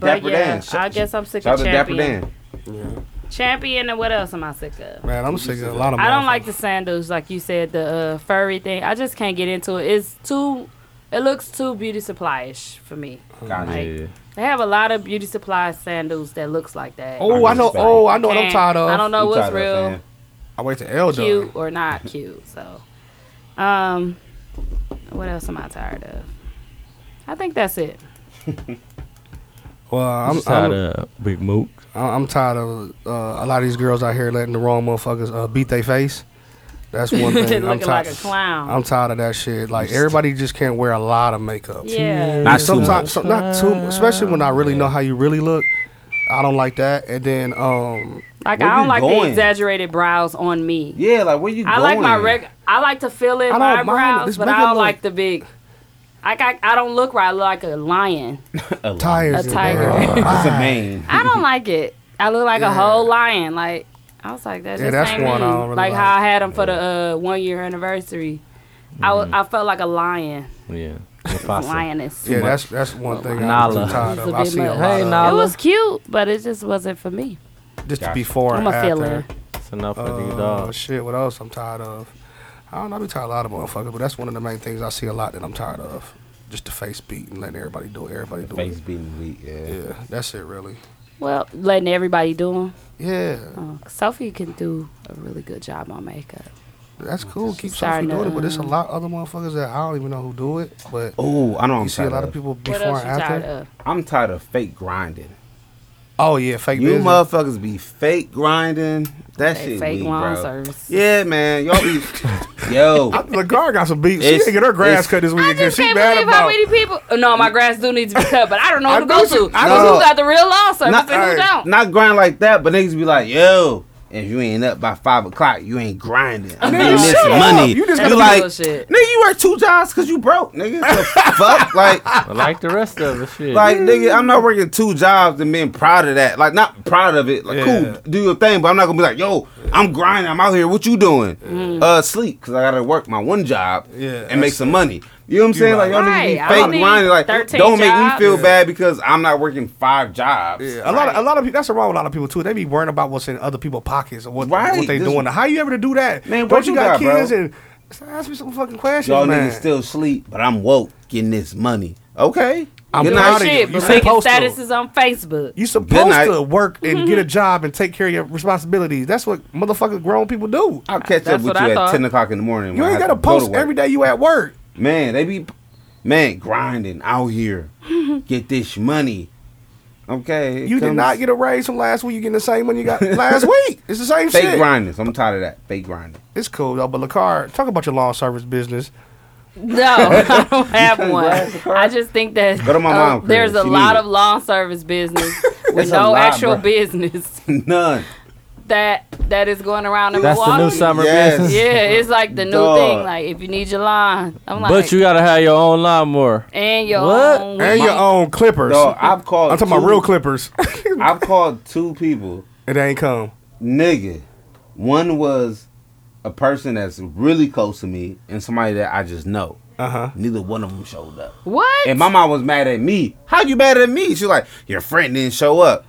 S3: But
S9: Dapper
S3: yeah,
S9: Dan. Sh-
S3: I guess I'm sick
S9: shout
S3: of
S9: out to Dapper
S3: Champion.
S9: Dan.
S3: Champion and what else am I sick of?
S8: Man, I'm sick of a lot of.
S3: I don't like the sandals, like you said, the uh, furry thing. I just can't get into it. It's too, it looks too beauty supply-ish for me.
S8: Gotcha.
S3: They have a lot of beauty supply sandals that looks like that.
S8: Oh, I know. Oh, I know what I'm
S3: And
S8: tired of.
S3: I don't know what's real,
S8: I wait to L
S3: cute or not cute. So, um, what else am I tired of? I think that's it.
S8: Well, I'm
S1: I'm tired
S8: I'm,
S1: of Big Mook.
S8: I- I'm tired of uh, a lot of these girls out here letting the wrong motherfuckers uh, beat their face. That's one thing.
S3: Looking
S8: I'm tired.
S3: like a clown.
S8: I'm tired of that shit. Like everybody just can't wear a lot of makeup.
S3: Yeah.
S9: Not too
S8: Sometimes,
S9: much.
S8: some- not too, mu- especially when I really know how you really look. I don't like that. And then, um,
S3: Like I don't like the exaggerated brows on me.
S9: Yeah, like where you?
S3: I like my
S8: going?
S3: reg. I like to fill in
S8: I
S3: my
S8: don't mind it.
S3: eyebrows,
S8: Just
S3: but
S8: make
S3: I
S8: it
S3: don't
S8: look-
S3: like the big. I got. I don't look right. I look like a lion.
S8: Tires.
S3: A tiger.
S9: That's a main.
S3: I don't like it. I look like a whole lion. Like I was like that.
S9: Yeah,
S3: just
S9: that's
S3: ain't
S9: one
S3: me.
S9: I don't really
S3: like
S9: like.
S3: how I had them for the uh, one year anniversary. I
S8: Mm-hmm.
S3: wa- I felt like a lion.
S1: Yeah.
S3: Lioness.
S8: Yeah, that's that's one thing
S1: Nala.
S8: I'm too tired
S1: He's
S8: of.
S1: a
S8: I
S1: bit
S8: see a
S1: much.
S8: lot
S1: Hey,
S8: of
S1: Nala.
S3: It was cute, but it just wasn't for me.
S8: just the before and
S3: I'm a
S8: after.
S3: feeler.
S1: It's enough for these
S8: Oh
S1: dogs.
S8: shit! What else I'm tired of? I don't know. I be tired of a lot of motherfuckers, but that's one of the main things I see a lot that I'm tired of. Just the face beating, letting everybody do it. Everybody do
S9: Face
S8: it.
S9: beating weak. Yeah.
S8: Yeah, that's it, really.
S3: Well, letting everybody do them.
S8: Yeah.
S3: Sophie can do a really good job on makeup.
S8: That's cool. Keep
S3: Sorry,
S8: Sophie doing it, but it's a
S3: no.
S8: lot of other motherfuckers that I don't even know who do it. But
S9: Oh, I know. I'm
S8: you see a
S9: tired
S8: lot of
S9: of.
S8: people before and after.
S9: I'm tired of fake grinding.
S8: Oh yeah, fake.
S9: You
S8: business.
S9: motherfuckers be fake grinding. That
S8: They
S9: shit
S8: fake
S9: weak,
S8: lawn
S9: bro.
S8: service.
S9: Yeah, man. Y'all be yo.
S8: LeGar got some beats. She
S9: It's-
S8: didn't get her grass
S9: it's-
S8: cut this
S3: I
S8: weekend. 'cause
S3: just
S8: She
S3: can't
S8: mad
S3: believe how
S8: about.
S3: many people. uh, No, my grass do need to be cut, but I don't know
S8: I
S3: who to go
S8: do-
S3: to.
S9: I
S3: I don't
S9: do-
S3: know who got the real law service and who don't.
S9: not grind like that, but niggas be like, yo, if you ain't up by five o'clock, you ain't grinding. I'm
S12: Nigga,
S9: gonna miss
S12: shut up.
S9: money.
S12: You just
S9: be
S12: gotta-
S9: like,
S12: Bullshit.
S9: nigga, you work two jobs because you broke, nigga. The fuck, like,
S1: like the rest of the shit.
S9: like, nigga, I'm not working two jobs and being proud of that. Like, not proud of it. Like,
S1: Yeah.
S9: cool, do your thing, but I'm not gonna be like, yo, I'm grinding. I'm out here. What you doing?
S1: Mm.
S9: Uh, sleep because I gotta work my one job
S1: Yeah,
S9: and make
S1: that's-
S9: some money. You know what I'm saying?
S1: You're
S9: Like, y'all
S1: right.
S9: niggas be
S1: Right, I don't
S9: fake
S1: need
S9: grinding. Like,
S1: 13
S9: don't make me
S1: jobs.
S9: feel
S1: Yeah.
S9: bad because I'm not working five jobs.
S8: Yeah, a lot of a lot of people. That's the wrong with a lot of people too. They be worrying about what's in other people's pockets or what, what they
S9: This-
S8: doing. How you ever to do that?
S9: Man,
S8: don't
S9: what
S8: you
S9: you
S8: got,
S9: got, bro?
S8: kids and ask me some fucking questions,
S9: Y'all
S8: man.
S9: niggas still sleep, but I'm woke getting this money. Okay.
S8: I'm
S9: Good
S8: proud of
S9: night.
S8: you.
S3: Shit,
S8: You
S3: but
S8: say
S3: making
S8: postal.
S3: statuses on Facebook.
S8: you
S9: Good night.
S8: supposed to work and get a job and take care of your responsibilities. That's what motherfucking grown people do.
S9: I'll catch up with you at 10 o'clock in the morning.
S8: You
S9: when I
S8: ain't
S9: have
S8: gotta
S9: to go to
S8: post
S9: work.
S8: every day you at work.
S9: Man, they be, man, grinding out here. Get this money. Okay. it
S8: You did
S9: comes-
S8: not get a raise from last week. You getting the same one you got last week. It's the same
S9: Fake
S8: shit.
S9: grinders. I'm tired of that. Fake grinding.
S8: It's cool though. But Lacar, talk about your lawn service business.
S3: No, I don't have one. I just think that
S8: Go to my
S3: uh,
S8: mom, Chris.
S3: there's a
S8: She
S3: lot
S8: need
S3: of lawn service business
S9: It's
S3: with
S9: a
S3: no
S9: lot,
S3: actual
S9: bruh.
S3: business
S9: None.
S3: that that is going around in
S1: That's the
S3: Milwaukee.
S1: new summer
S3: yeah.
S1: business.
S3: Yeah, it's like the new
S1: Dog.
S3: thing. Like if you need your lawn, I'm like,
S1: But you gotta have your own lawnmower.
S3: and your own
S8: And your own clippers.
S9: Dog, I've called.
S8: I'm talking about
S9: two-
S8: real clippers.
S9: I've called two people.
S8: It ain't come.
S9: Nigga. One was a person that's really close to me and somebody that I just know. Uh
S8: Uh-huh.
S9: huh. Neither one of them showed up.
S3: What?
S9: And my mom was mad at me. How you mad at me? She's like, your friend didn't show up.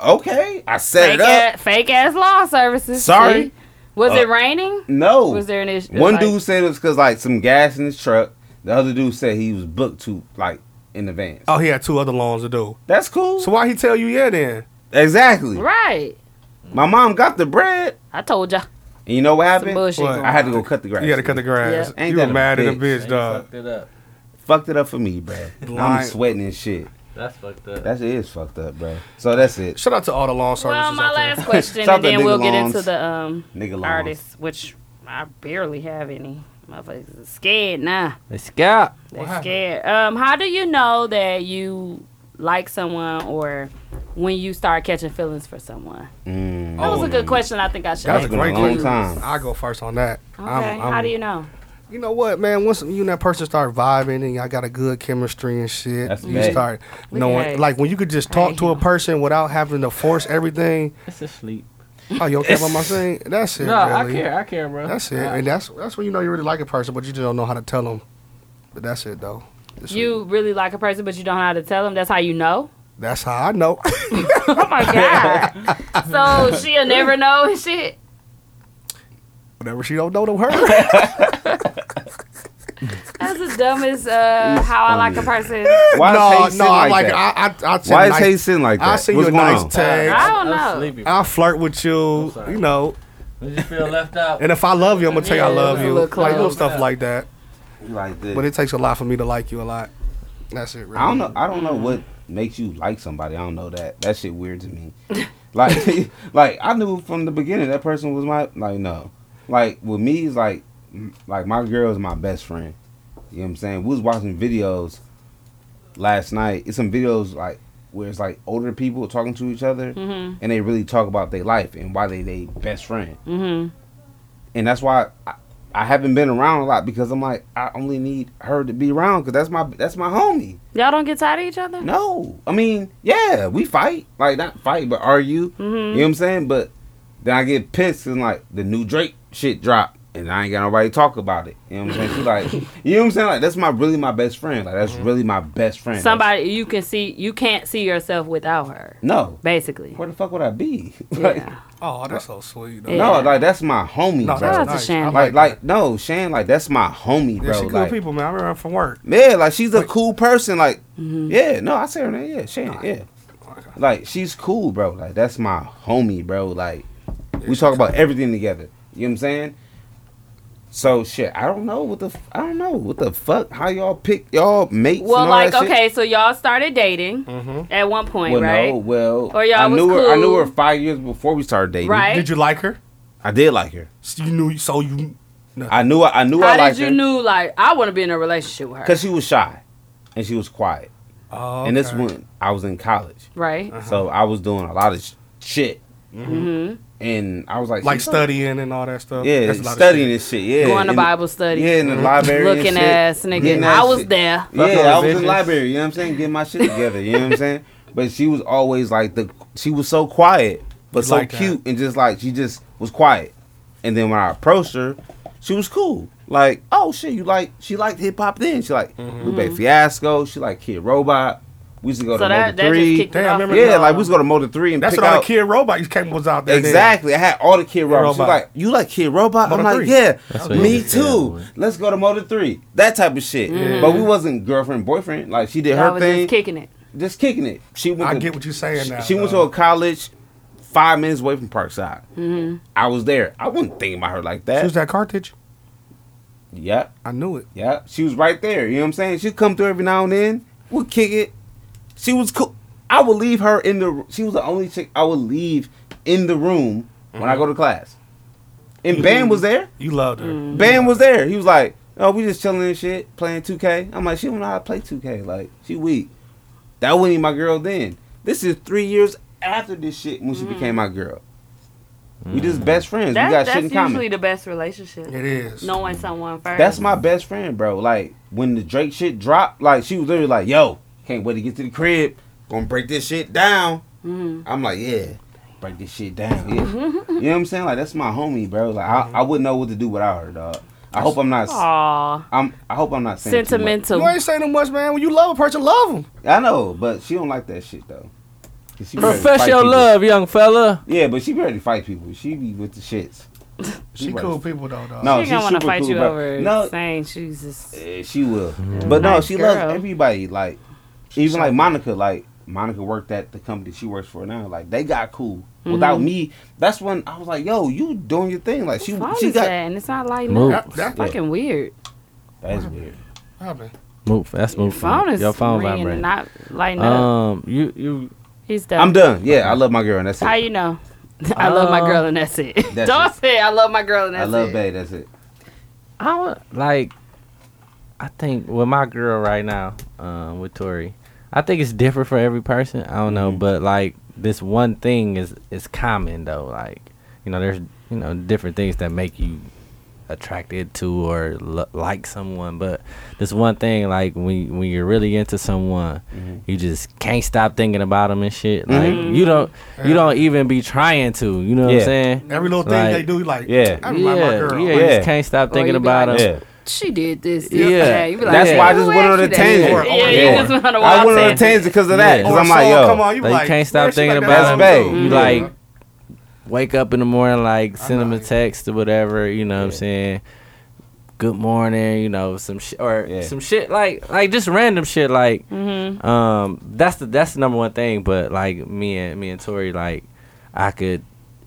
S9: Okay, I set
S3: fake
S9: it up.
S3: Ass, fake ass law services.
S9: Sorry.
S3: See? Was
S9: Uh,
S3: it raining?
S9: No.
S3: Was there an issue?
S9: One
S3: like-
S9: dude said it was because like some gas in his truck. The other dude said he was booked to like in advance.
S8: Oh, he had two other loans to do.
S9: That's cool.
S8: So why he tell you yeah then?
S9: Exactly.
S3: Right.
S9: My mom got the bread.
S3: I told ya.
S9: And you know what happened?
S3: bullshit What? going
S9: I had to go cut the grass.
S8: You had to cut the grass.
S9: Ain't
S8: You
S9: that
S8: were mad at a bitch, dog.
S1: Fucked it up.
S9: Fucked it up for me, bro. I'm
S8: Blind.
S9: sweating and shit.
S1: That's fucked up.
S9: That shit is fucked up, bro. So that's it.
S8: Shout out to all the lawn
S3: Well, my last question,
S9: Shout
S3: and
S9: out to
S3: then we'll
S9: nigga
S3: get
S9: lawns.
S3: into the um
S9: Nigga lawns.
S3: artists, which I barely have any. Motherfuckers are scared nah.
S1: Let's go.
S3: They're scared. Um, how do you know that you like someone or when you start catching feelings for someone?
S9: Mm.
S8: Oh,
S3: That was a good question. I think I should.
S8: That's a
S3: ask
S8: great
S3: you.
S8: question. I go first on that.
S3: Okay. how do you know?
S8: You know what, man? Once you and that person start vibing and y'all got a good chemistry and shit,
S9: That's
S8: you
S9: bad.
S8: start
S9: Look at
S8: knowing.
S9: that.
S8: Like when you could just talk to a person without having to force everything.
S1: It's asleep.
S8: Oh, you okay about my thing? That's it.
S1: No, I
S8: really.
S1: care, I care, bro.
S8: That's it,
S1: Yeah.
S8: and that's that's when you know you really like a person, but you just don't know how to tell them. But that's it, though.
S3: You really like a person, but you don't know how to tell them. That's how you know.
S8: That's how I know.
S3: So she'll never know and shit.
S8: Whenever she don't know them, her.
S3: That's the dumbest uh, how I like a person.
S9: Why
S8: no,
S9: is Hayes
S8: no,
S9: sitting
S8: I'm
S9: like
S8: like,
S9: that?
S8: I, I, I send
S9: Why is
S8: nice,
S9: Hayes sitting like
S8: I
S9: that?
S8: send
S9: What's
S8: you a
S9: going
S8: nice
S9: on?
S8: text.
S3: I don't know.
S8: I flirt with you, you know.
S1: I just feel left out.
S8: And if I love you, I'm gonna tell you I
S1: Yeah,
S8: love
S1: a
S8: you.
S1: little
S8: Like little
S1: close.
S8: stuff like that.
S9: You like this.
S8: But it takes a lot for me to like you a lot. That's it. Really.
S9: I don't know. I don't know what makes you like somebody. I don't know that. That shit weird to me. like, like I knew from the beginning that person was my like no. Like with me is like m- like my girl is my best friend. You know what I'm saying? We was watching videos last night. It's some videos like where it's like older people talking to each other
S7: Mhm.
S9: and they really talk about their life and why they they best friend.
S3: Mm-hmm.
S9: And that's why I, I haven't been around a lot because I'm like I only need her to be around because that's my that's my homie.
S3: Y'all don't get tired of each other?
S9: No, I mean, yeah, we fight, like not fight, but argue. You
S3: Mm-hmm.
S9: know what I'm saying? But then I get pissed and like the new Drake shit drop, and I ain't got nobody to talk about it. You know what I'm saying? She like, you know what I'm saying? Like that's my really my best friend. Like that's really my best friend.
S3: Mm-hmm. Somebody you can see you can't see yourself without her.
S9: No.
S3: Basically.
S9: Where the fuck would I be?
S3: Yeah.
S8: Oh, that's so sweet. though.
S9: No, like that's my homie,
S8: No,
S9: bro.
S8: that's Shout out to nice. Shan. I
S9: Like,
S8: like
S9: like, no, Shan, like that's my homie, bro.
S8: yeah, she cool
S9: like,
S8: people, man. I remember her from work.
S9: Yeah, like she's a cool person. Like,
S3: Mm-hmm.
S9: yeah, no, I say her name. Yeah, Shan. Yeah, like she's cool, bro. Like that's my homie, bro. Like we talk about everything together. You know what I'm saying? So shit, I don't know what the f- I don't know what the fuck how y'all pick y'all mates. and
S3: Well,
S9: all
S3: like
S9: that shit. Mm-hmm.
S3: okay, so y'all started dating at one point,
S9: well,
S3: right?
S9: No, well,
S3: Or y'all
S9: I
S3: was
S9: knew her. I knew
S3: cool.
S9: her five years before we started dating.
S3: Right. Did
S8: you like her?
S9: I did like her.
S8: So you knew. So you.
S9: I knew. I, I knew.
S3: How
S9: I liked
S3: did you
S9: her.
S3: knew like I want to be in a relationship with her?
S9: Because she was shy and she was quiet.
S8: Oh,
S9: And this
S8: okay. Uh-huh.
S9: when I was in college.
S3: Right.
S9: So I was doing a lot of sh- shit.
S3: Mhm.
S9: And I was like,
S8: Like
S9: she-
S8: studying and all that stuff.
S9: Yeah,
S8: That's a lot of shit.
S9: studying
S8: Mm-hmm.
S9: this shit. Yeah,
S3: Going to
S9: in the-
S3: Bible study.
S9: Yeah, in the
S3: Mhm.
S9: library. and
S3: Looking
S9: shit.
S3: ass nigga.
S9: Getting
S3: I
S9: that
S3: was
S9: shit.
S3: there. Fucking
S9: Yeah, I was in
S3: bitches.
S9: the library. You know what I'm saying? Getting my shit together. You know what I'm saying? But she was always like the. She was so quiet, but
S8: You
S9: so
S8: like that.
S9: cute, and just like she just was quiet. And then when I approached her, she was cool. Like, oh shit, you like? She liked hip hop then. She like
S8: Mm-hmm.
S9: Lupe
S3: Mhm.
S9: Fiasco. She like Kid Robot. We used to go
S3: So
S9: to
S3: that-
S9: Motor
S3: that just
S9: Three.
S3: kicked it Damn, off. remember
S9: yeah,
S3: the-
S9: like we used to go to Motor Three and
S8: That's
S9: pick
S8: what all
S9: out
S8: the kid robot you came was out there. then.
S9: Exactly. I had all the kid Robot. She was
S8: Robot.
S9: like, "You like Kid Robot?"
S8: Motor
S9: I'm like,
S8: three.
S9: "Yeah,
S8: That's what
S9: me
S8: you-
S9: too. Let's go to Motor Three. That type of shit."
S8: Yeah.
S9: But we wasn't girlfriend boyfriend. Like she did
S3: I
S9: her
S3: was
S9: thing,
S3: just kicking it.
S9: just kicking it. She went.
S8: I
S9: to-
S8: get what you're saying now.
S9: She went to
S8: though.
S9: a college, five minutes away from Parkside.
S8: Mhm.
S9: I was there. I wasn't thinking about her like that.
S8: She was at Carthage.
S9: Yeah.
S8: I knew it.
S9: Yeah. She was right there. You know what I'm saying? She'd come through every now and then. We'd kick it. She was cool. I would leave her in the she was the only chick I would leave in the room when I go to class. And Bam was there.
S8: You loved her.
S9: Bam was there. He was like, "Oh, we just chilling and shit, playing 2K." I'm like, "She don't know how to play 2K. Like, she weak." That wasn't even my girl then. This is three years after this shit when she became my girl. We just best friends.
S3: That-
S9: we got
S3: that's
S9: shit in
S3: usually
S9: common.
S3: the best relationship. It
S8: is
S3: knowing someone first.
S9: That's my best friend, bro. Like when the Drake shit dropped, like she was literally like, "Yo, can't wait to get to the crib. Gonna break this shit down." I'm like, "Yeah." break this shit down. Yeah. you know what I'm saying? Like that's my homie, bro. Like I, I wouldn't know what to do without her, dog. I hope I'm not.
S3: Aw.
S9: I'm. I hope I'm not saying too much.
S11: You ain't saying too much, man. When you love a person, love them.
S9: I know, but she don't like that shit though. 'Cause she ready to
S1: Profess
S9: fight
S1: your
S9: people.
S1: love, young fella.
S9: Yeah, but she be ready to fight people. She be with the shits.
S11: She
S9: ready.
S11: cool people though, dog.
S9: No,
S3: she gonna
S9: she's
S3: want to
S9: super
S3: fight
S9: cool,
S3: you
S9: bro.
S3: over
S9: No.
S3: saying she's just
S9: Eh, She will. But no,
S3: Mm-hmm. Nice
S9: she
S3: girl.
S9: loves everybody. Like even like Monica, like Monica worked at the company she works for now. Like they got cool. Without
S3: Mhm.
S9: me, that's when I was like, yo, you doing your thing. Like she
S3: What's wrong
S9: she
S3: with
S9: got
S3: that? And it's not like
S1: Move.
S3: that. That's
S1: That-
S3: fucking weird.
S9: That's weird.
S1: Move. That's move.
S3: Phone is
S1: your phone
S3: ringing,
S1: vibrating.
S3: not lighting
S1: um, you you.
S3: He's done.
S9: I'm done. Yeah, I love my girl and that's it.
S3: How you know? I love
S1: Um,
S3: my girl and that's it.
S9: That's
S3: Don't say I love my girl and
S9: I
S3: that's
S9: love
S3: it.
S9: bae, that's it.
S1: I would like. I think with my girl right now, um, with Tori, I think it's different for every person. I don't know, but like this one thing is is common though. Like you know, there's you know different things that make you attracted to or l- like someone, but this one thing like when when you're really into someone, you just can't stop thinking about them and shit. Like
S11: Mhm.
S1: you don't
S11: Yeah.
S1: you don't even be trying to. You know what
S9: Yeah.
S1: I'm saying?
S11: Every little thing
S1: Like,
S11: they do, you like,
S1: yeah,
S11: I remind
S1: yeah,
S11: my girl. Oh,
S1: yeah, You
S9: Yeah.
S1: just can't stop
S3: Or
S1: thinking
S3: you be
S1: about
S3: like,
S1: them.
S3: She did this.
S1: Yeah.
S3: yesterday. You be like,
S9: That's why I
S3: "Who
S9: just went on a
S3: asked you that?"
S9: tangent.
S3: Yeah, you just went on a
S9: I
S3: wild
S9: went on a
S3: tangent.
S9: tangent because of that.
S1: Yeah.
S9: Because
S1: Or
S9: I'm like,
S1: song
S9: yo,
S1: come on, you be like,
S9: can't
S1: stop thinking
S9: that's
S1: about
S9: bae.
S1: it.
S11: Mm-hmm.
S1: You like wake up in the morning, like send them a text or whatever. You know what I'm saying? Good morning, you know some shit or
S9: Yeah.
S1: some shit like like just random shit like
S3: Mm-hmm.
S1: um that's the that's the number one thing. But like me and me and Tori like I could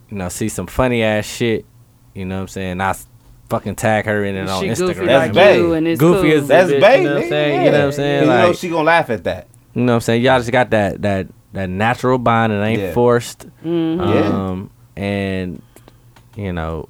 S1: you know see some funny ass shit. You know what I'm saying? I s- fucking tag her in it
S3: She
S1: on Instagram.
S3: goofy That's like bae. you and it's
S1: goofy
S3: cool.
S1: as a
S9: That's
S1: bitch,
S9: bae.
S1: You know what I'm
S9: nigga,
S1: saying?
S9: yeah.
S1: You know what I'm saying?
S9: You
S1: Like,
S9: know she gonna laugh at that.
S1: you know what I'm saying? Y'all just got that that that natural bond and it ain't
S9: Yeah.
S1: forced.
S3: Mhm.
S9: Yeah.
S1: Um and you know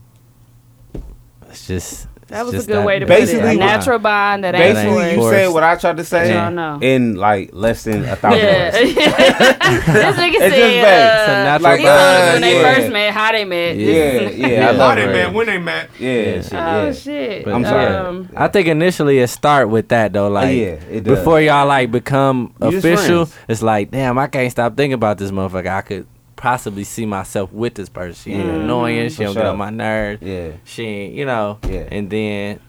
S1: it's just
S3: That
S1: it's
S3: was a
S1: just
S3: good way to put it.
S9: Basically,
S3: A
S9: what-
S3: natural bond that ain't
S9: Basically, you
S1: forced.
S9: said what I tried to say
S3: Yeah. No, no.
S9: in like less than a thousand
S3: Yeah.
S9: words.
S3: this nigga
S9: It's just
S3: said,
S9: bae. It's a
S3: uh,
S9: natural
S3: he told us
S9: bond,
S3: when they
S9: yeah.
S3: first met, how they met.
S9: Yeah,
S3: This is-
S9: yeah, I
S1: Yeah.
S9: love
S1: Why
S9: her.
S1: they mad?
S9: Yeah,
S1: When
S8: they mad?
S9: yeah, shit,
S3: Oh,
S9: yeah.
S3: shit.
S1: But I'm sorry.
S3: Um,
S1: I think initially it start with that though, like
S9: yeah, it does.
S1: before y'all like become
S9: You just
S1: official,
S9: friends.
S1: it's like damn, I can't stop thinking about this motherfucker. I could possibly see myself with this person. She ain't
S9: Yeah.
S3: Mm.
S1: annoying. She
S9: For
S1: don't get
S9: sure.
S1: on my nerves.
S9: Yeah,
S1: She ain't, you know.
S9: Yeah.
S1: And then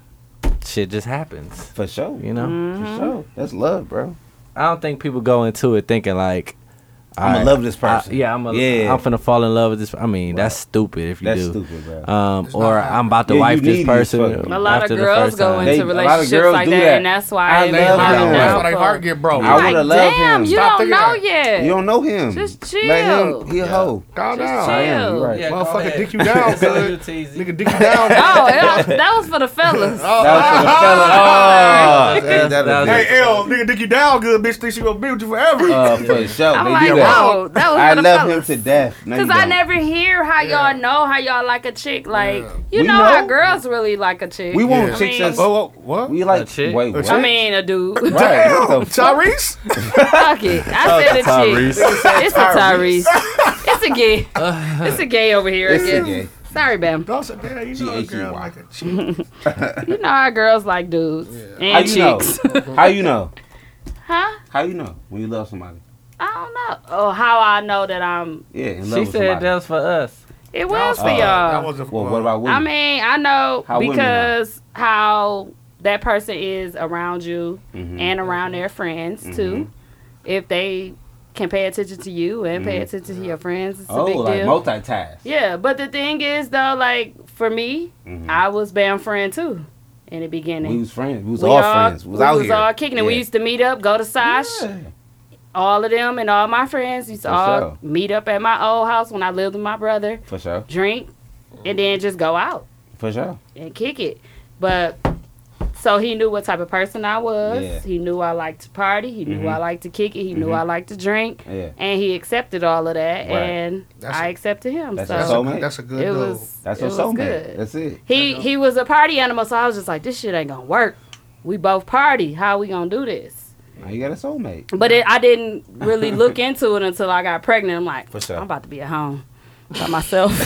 S1: shit just happens.
S9: for sure.
S1: You know.
S3: Mm. Mm-hmm.
S9: For sure. That's love, bro.
S1: I don't think people go into it thinking like
S9: I'ma
S1: alright,
S9: love this person.
S1: I, yeah, I'm a,
S9: Yeah.
S1: I'm finna fall in love with this. I mean, that's stupid if you
S9: That's
S1: do.
S9: stupid, bro.
S1: Um, or I'm about to
S9: Yeah, you
S1: wife
S9: need
S1: this
S9: these
S1: person.
S9: fucking-
S3: A lot
S1: after
S3: of
S1: the
S3: girls
S1: first
S3: go
S1: time.
S3: into
S9: They- a lot of
S3: relationships
S9: girls
S3: like
S9: do
S3: that,
S9: that.
S3: and that's why
S9: I
S3: they
S9: love
S3: lock
S9: him.
S3: it
S9: That's
S3: down
S9: why
S11: they
S3: for-
S11: heart get broke.
S9: I
S3: Like,
S9: wanna love
S3: damn,
S9: him.
S3: you
S9: Stop
S3: don't
S9: thinking
S3: know
S9: that.
S3: yet.
S9: You don't know him.
S3: Just
S9: Let
S3: chill.
S9: him. He a hoe.
S11: Calm down.
S9: I am. You
S3: chill.
S9: right.
S1: Yeah, go
S11: Motherfucker,
S1: ahead.
S11: dick you down, cuz. Nigga, dick you down.
S3: Oh, that was, that was for the fellas.
S9: Oh, That was
S1: That's-
S9: for the fella. Oh, hey, that'll
S1: that
S9: do
S1: was-
S9: it.
S11: Hey, L, nigga, dick you down good, bitch. Think she gonna be with you forever.
S9: Uh, for sure.
S3: I'm
S9: They
S3: like,
S9: do
S3: whoa,
S9: that.
S3: that was
S9: I
S3: for the
S9: love him
S3: fellas.
S9: to death. No, you
S3: Cause I
S9: don't.
S3: never hear how y'all know how y'all like a chick. Like you
S9: We
S3: know, how
S9: know.
S3: girls really like a chick.
S9: We want
S3: I
S9: chicks
S3: mean-
S9: that's.
S11: Oh, what? what?
S9: We uh, like.
S1: chick?
S9: Wait, what?
S3: I mean, a dude.
S9: Right, what the fuck?
S11: Tyrese?
S3: Fuck it. I said a chick. It's a Tyrese. It's a gay. It's a gay over here.
S9: It's
S3: again.
S9: a gay.
S3: Sorry, Bam.
S11: Don't say, damn, you know a girl
S9: G-H-E-Y.
S11: like a chick.
S3: You know how girls like dudes
S9: How
S3: and
S9: you know?
S3: chicks.
S9: How you know?
S3: Huh?
S9: How you know when you love somebody?
S3: I don't know. Oh, how I know that I'm.
S9: Yeah, in love
S1: She
S9: with
S1: said
S9: somebody.
S1: that was for us.
S3: It was for
S9: Uh,
S11: That
S3: y'all.
S11: was a
S9: Well, what about women?
S3: I mean, I know
S9: How women know.
S3: because how that person is around you
S9: Mm-hmm.
S3: and around their friends too. If they can pay attention to you and pay attention to your friends, it's
S9: Mm-hmm. oh,
S3: a big
S9: like
S3: deal.
S9: multitask.
S3: Yeah, but the thing is though, like for me, I was bam friend too in the beginning.
S9: Mm-hmm. We was friends. We was all, friends. We was
S3: we
S9: out
S3: was
S9: here.
S3: all kicking it. We
S9: Yeah.
S3: used to meet up, go to Sash.
S9: Yeah.
S3: All of them and all my friends used to
S9: For
S3: all
S9: sure.
S3: meet up at my old house when I lived with my brother,
S9: For sure.
S3: drink, and then just go out
S9: For sure.
S3: and kick it. But so he knew what type of person I was.
S9: Yeah. Mm-hmm.
S3: He knew I liked to party. He knew I liked to kick it. He knew I liked to drink.
S9: Yeah.
S3: And he accepted all of that,
S9: Right.
S3: and
S11: That's
S3: I
S11: a-
S3: accepted him.
S9: that's
S3: so
S9: a soulmate.
S11: That's a good
S3: it
S11: dude.
S3: was
S9: That's
S3: it
S9: your
S3: was
S9: soulmate.
S3: good.
S9: That's it.
S3: He he was a party animal, so I was just like, this shit ain't gonna work. We both party. How we gonna do this?
S9: Now you got a soulmate.
S3: But it, I didn't really look into it until I got pregnant. I'm like,
S9: For sure.
S3: I'm about to be at home. by myself.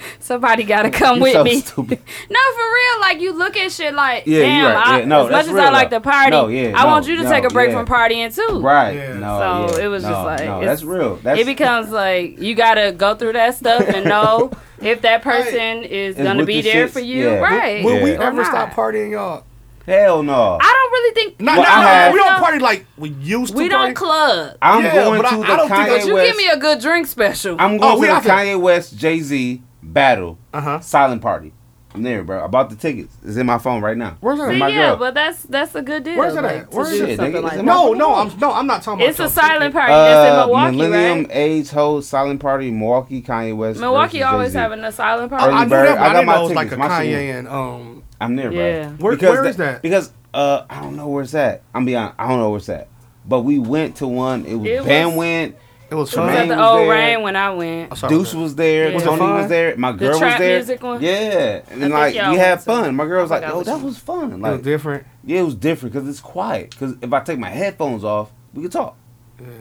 S3: Somebody got to come
S9: You
S3: with
S9: so
S3: me.
S9: stupid.
S3: no, for real. Like you look at shit like,
S9: Yeah, you
S3: damn.
S9: right.
S3: I,
S9: Yeah,
S3: as
S9: no,
S3: much
S9: that's
S3: as
S9: real
S3: I like
S9: though.
S3: the party,
S9: No, yeah,
S3: I
S9: no,
S3: want you to
S9: no,
S3: take a break
S9: yeah.
S3: from partying too.
S9: Right. No,
S3: so
S9: yeah.
S3: it was
S9: No,
S3: just like
S9: no,
S3: it's-
S9: that's real. That's-
S3: it becomes like you got to go through that stuff and know if that person is
S9: And
S3: gonna
S9: with
S3: be
S9: the
S3: there
S9: shits,
S3: for you,
S9: yeah.
S3: right?
S9: Will- will we
S3: or
S9: ever
S3: not.
S8: Stop partying, y'all.
S9: Hell no.
S3: I don't really think.
S8: Not,
S9: Well,
S8: not,
S9: I
S8: no, no,
S9: have-
S8: we don't party like we used to.
S3: We don't club.
S9: I'm going
S8: but
S9: to
S8: I-
S9: the
S8: I Oh, don't
S9: Kanye
S8: think
S3: But you
S9: West.
S3: give me a good drink special.
S9: I'm going to the Kanye West Jay Z battle.
S8: Uh-huh.
S9: Silent party. I'm there, bro. I bought the tickets. It's in my phone right now. Where's
S3: See, yeah, but that's that's a good deal.
S8: Where's it
S3: like,
S8: at?
S3: to
S8: Where's
S3: do
S9: it?
S3: something
S9: Nigga,
S3: like
S9: it's
S3: that.
S9: in my-
S8: No, no, I'm no, I'm not talking about.
S3: It's a
S8: y'all.
S3: silent party. That's in Milwaukee,
S9: Uh, Millennium
S3: right?
S9: Age Ho Silent Party Milwaukee Knew West.
S3: Milwaukee
S9: versus
S3: always
S9: Jay-Z.
S3: having a silent
S9: Early
S3: party.
S8: I knew
S9: bird.
S8: that, but I
S9: got
S8: didn't
S9: my
S8: know it was like
S9: tickets,
S8: a
S9: my
S8: Kanye
S9: shit.
S8: and um.
S9: I'm there,
S8: Yeah.
S9: bro.
S8: Where-
S9: because
S8: where
S9: the-
S8: is that?
S9: Because uh, I don't know where it's at. I'm beyond. I don't know where it's at. But we went to one. It was
S3: It
S9: Bam
S3: was-
S9: went.
S8: It was
S3: It was at the old rain when I went.
S9: Deuce was there.
S3: Yeah. Was it
S9: Tony was
S3: fun?
S9: there. My
S3: The
S9: girl was
S3: trap
S9: there.
S3: music one?
S9: Yeah,
S3: I
S9: and
S3: think
S9: like we
S3: y'all
S9: had
S3: went to-
S9: fun. My girl was like,
S3: forgot
S9: "Oh,
S3: which
S9: that
S3: one.
S9: was fun."
S8: It
S9: Like
S8: was different.
S9: Yeah, it was different because it's quiet. Because if I take my headphones off, we could talk. You know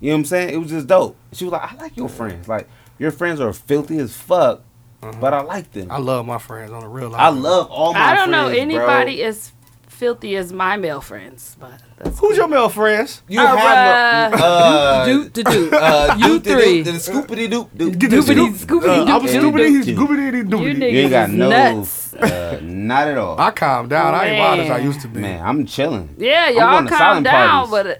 S9: what I'm saying? It was just dope. She was like, "I like your friends. Like your friends are filthy as fuck,
S8: Uh-huh.
S9: but I like them.
S8: I love my friends on the real life.
S9: I love all my.
S3: I don't know
S9: friends, bro.
S3: anybody as filthy as my male friends, but
S8: Who's your male friends?
S9: You have no, uh,
S3: Doot to doot.
S9: uh,
S3: You
S9: doot to
S3: three.
S9: doot, Scoopity doop doop.
S8: Doobity,
S3: scoopity
S8: Uh, I'm
S9: doop,
S8: scoopity,
S9: doop,
S8: scoopity,
S3: You
S8: doobity.
S3: niggas
S9: You ain't got
S3: is
S9: no,
S3: nuts.
S9: uh, not at all.
S8: I calmed down. I ain't wild as I
S3: Man.
S8: used to be.
S9: Man, I'm chilling.
S3: Yeah,
S9: I'm
S3: y'all
S9: going to
S3: calm
S9: silent
S3: down,
S9: parties.
S3: but uh,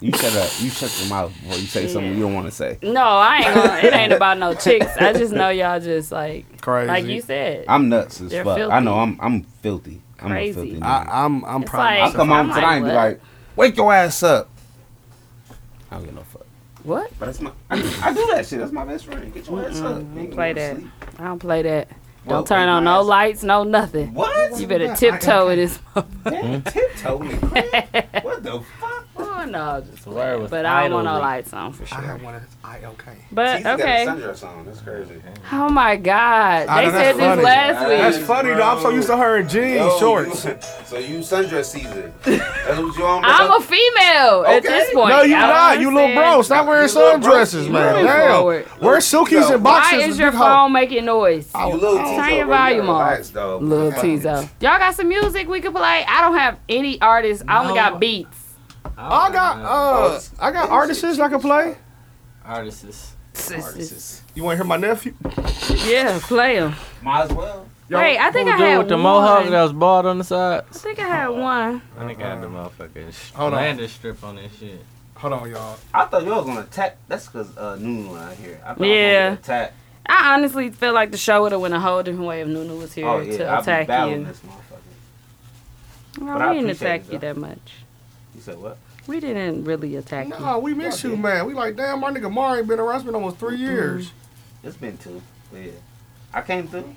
S9: You shut up. You shut your mouth before you say something you don't want to say.
S3: no, I ain't. Gonna, it ain't about no chicks. I just know y'all just like
S9: Crazy.
S3: like you said.
S9: I'm nuts as
S3: They're
S9: fuck. I
S3: filthy.
S9: know I'm I'm filthy. I'm
S3: Crazy.
S9: a filthy. Nigga.
S8: I, I'm I'm
S3: It's
S8: proud.
S3: like-
S9: I'll come
S3: I'm
S9: home
S3: like,
S9: tonight and be
S3: what?
S9: like, wake your ass up. I don't give no fuck.
S3: What?
S9: But that's my. I, I do that shit. That's my best friend. Get your ass up.
S3: I
S9: nigga.
S3: don't play that. I don't play that.
S9: Well,
S3: Don't turn on no lights, no nothing.
S9: What?
S3: You better tiptoe with this. Mm-hmm.
S9: Damn, tiptoe me. What the fuck?
S3: Oh no, just
S1: Where was
S3: but I don't want no
S1: idle?
S3: lights on for
S8: I
S3: sure.
S8: have one of the I okay.
S3: But okay.
S9: Sundress on. That's crazy.
S3: Oh my God!
S8: I
S3: They
S8: know that's
S3: said this
S8: funny.
S3: last
S8: That's
S3: week.
S8: funny though. I'm so used to her in jeans,
S9: Yo,
S8: shorts.
S9: you- so you sundress season. That's what you on?
S3: I'm a female at
S9: Okay.
S3: this point.
S8: No, you
S3: I don't
S8: not. You little
S3: understand.
S8: bro. Stop wearing
S9: little bro.
S8: sundresses, man.
S3: Moving
S8: Damn.
S3: forward.
S8: Wear silkies and boxers.
S3: Why is
S8: with
S3: your
S8: big hoes.
S3: phone making noise?
S9: You little
S3: Turn
S9: Tizo,
S3: your
S9: bro. You
S3: volume
S9: gotta
S3: off.
S9: relax, dog.
S3: Little
S9: Fuck.
S3: Tizo. Y'all got some music we can play? I don't have any artists. I only got beats.
S8: I got uh,
S9: Artists.
S8: I got artists I can play.
S1: Artists.
S8: You want to hear my nephew?
S3: yeah, play them.
S9: Might as well.
S3: Wait, I think I
S1: Dude
S3: had
S1: with the
S3: one.
S1: mohawk that was bald on the side.
S3: I think I had one.
S1: I think I had the motherfucking
S8: Hold on.
S1: lander strip on this shit.
S8: Hold on, y'all.
S9: I thought you was gonna attack. That's cause uh, Nunu out here. I thought
S3: Yeah.
S9: I was gonna attack.
S3: I honestly feel like the show would have went a whole different way if Nunu was here
S9: Oh yeah,
S3: to
S9: I'll be
S3: attack
S9: battling
S3: you.
S9: this motherfucker.
S3: No,
S9: but I
S3: we didn't
S9: appreciate
S3: attack
S9: it,
S3: you
S9: though.
S3: that much.
S9: You said what?
S3: We didn't really attack
S8: Nah, we miss you, man. We like, damn, my nigga Mari been around. It's been almost three years.
S9: It's been two. But yeah, I came through.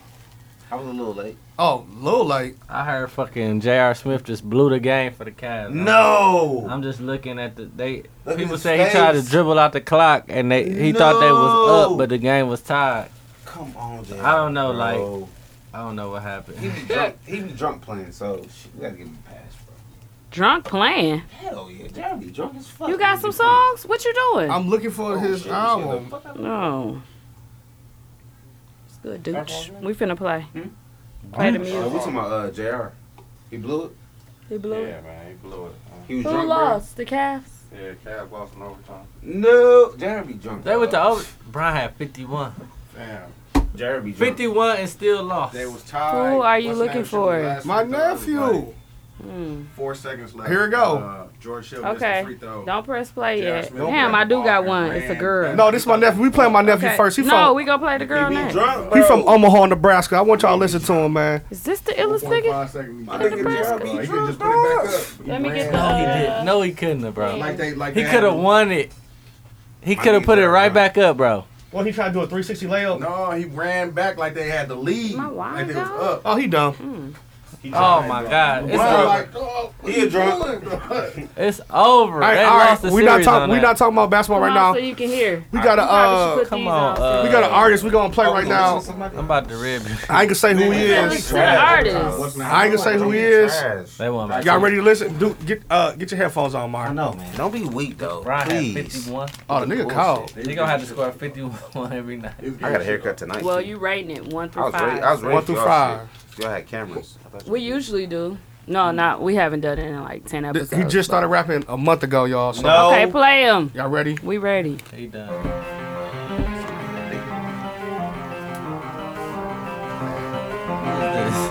S9: I was a little late.
S8: Oh, Lil like,
S1: I heard fucking J.R. Smith just blew the game for the Cavs.
S9: No.
S1: I'm just looking at the they.
S9: Look at
S1: people
S9: his
S1: say he tried to
S9: face.
S1: dribble out the clock, and they he thought they was
S9: No.
S1: up, but the game was tied.
S9: Come on, Jay.
S1: I don't know,
S9: bro.
S1: I don't know what happened.
S9: he be drunk. He be drunk playing. So shit, we gotta give him a pass, bro.
S3: Drunk playing.
S9: Hell yeah, Jay be drunk as fuck.
S3: You
S9: when
S3: got
S9: he
S3: some
S9: be playing.
S13: Oh,
S3: songs? What you doing?
S8: I'm looking for
S9: Oh,
S8: his
S9: shit, shit,
S8: album.
S9: the fuck out of-
S3: no. It's good, dude. We finna play. Play the
S9: Uh, we
S3: music.
S9: talking about uh, Jr. He blew it.
S3: They blew it.
S13: Yeah, man, he blew it. Uh,
S9: He was
S3: Who
S9: drunk.
S3: lost? The Cavs?
S13: yeah, Cavs lost in overtime.
S9: Bro. No, Jared be drunk.
S1: They went to over. Brian had 51,
S13: Damn,
S9: Jared be drunk.
S1: 51, and still lost.
S13: they was tied.
S3: Who are you
S13: What's
S3: looking
S13: name?
S3: for?
S13: Last
S8: My
S13: free throw was like
S8: nephew.
S3: Mm.
S13: Four seconds left.
S8: Here we go.
S13: Uh, George Hill missed
S3: Okay.
S13: the free throw.
S3: Don't press play
S13: Yeah,
S3: yet.
S13: it's no
S3: Damn, I
S13: problem.
S3: do got
S13: Ball
S3: one.
S13: ran
S3: It's a girl.
S13: back.
S8: No, this is my nephew. We playing my nephew
S3: Okay.
S8: first. He
S3: no,
S8: from
S3: we gonna play the girl
S13: He
S3: next.
S13: drunk, bro.
S8: he from Omaha, Nebraska. I want y'all to listen to him, man.
S3: Is this the illest nigga?
S13: My
S3: Look at
S13: nigga
S3: the
S13: Jared
S3: basket.
S13: be drunk, bro.
S3: Let me get the.
S1: No, he
S3: Uh,
S1: did. No, he couldn't have, bro.
S13: Like they, like
S1: He
S13: they
S1: could have
S13: had-
S1: won it. He
S13: My
S1: could have
S13: knees
S1: put it
S13: hurt,
S1: right
S13: bro.
S1: back up, bro.
S8: Well, he tried to do a 360 layup.
S13: No, he ran back like they had the lead.
S3: My wife
S13: Like they was
S3: gone?
S13: up.
S8: Oh, he dumb.
S1: Oh my God! It's
S11: Bro,
S1: over.
S11: like,
S9: he a drunk.
S1: It's over.
S11: All right,
S1: They
S11: all right,
S1: lost the
S11: we not
S1: series on
S11: talking. We
S1: that.
S11: not talking about basketball
S3: Come
S11: right
S3: on,
S11: now.
S3: so you can hear.
S11: We got a.
S3: probably should
S11: Uh,
S3: put these on, so
S11: we got an artist. We gonna play right now.
S1: I'm about to rib.
S11: I ain't gonna say who he
S3: Yeah, we
S11: is.
S3: said artists.
S11: I ain't gonna say who he is.
S1: They want
S11: Y'all ready to listen? Dude, get uh, get your headphones on, Mark. I know,
S9: man. Don't be weak though.
S1: Brian had 51.
S11: Oh, the nigga called.
S1: He gonna have to score 51 every night.
S9: I got a haircut tonight.
S3: Well, you rating it one through
S9: I was
S3: five.
S9: ready. I was ready
S11: One
S9: for
S11: through
S9: y'all
S11: five.
S9: shit. Y'all had cameras. I thought you-
S3: We usually do. No, not. We haven't done it in like ten
S11: Th-
S3: episodes.
S11: He just started rapping a month ago, y'all. So
S3: No. Okay, play him.
S11: Y'all ready?
S3: We ready.
S1: He done.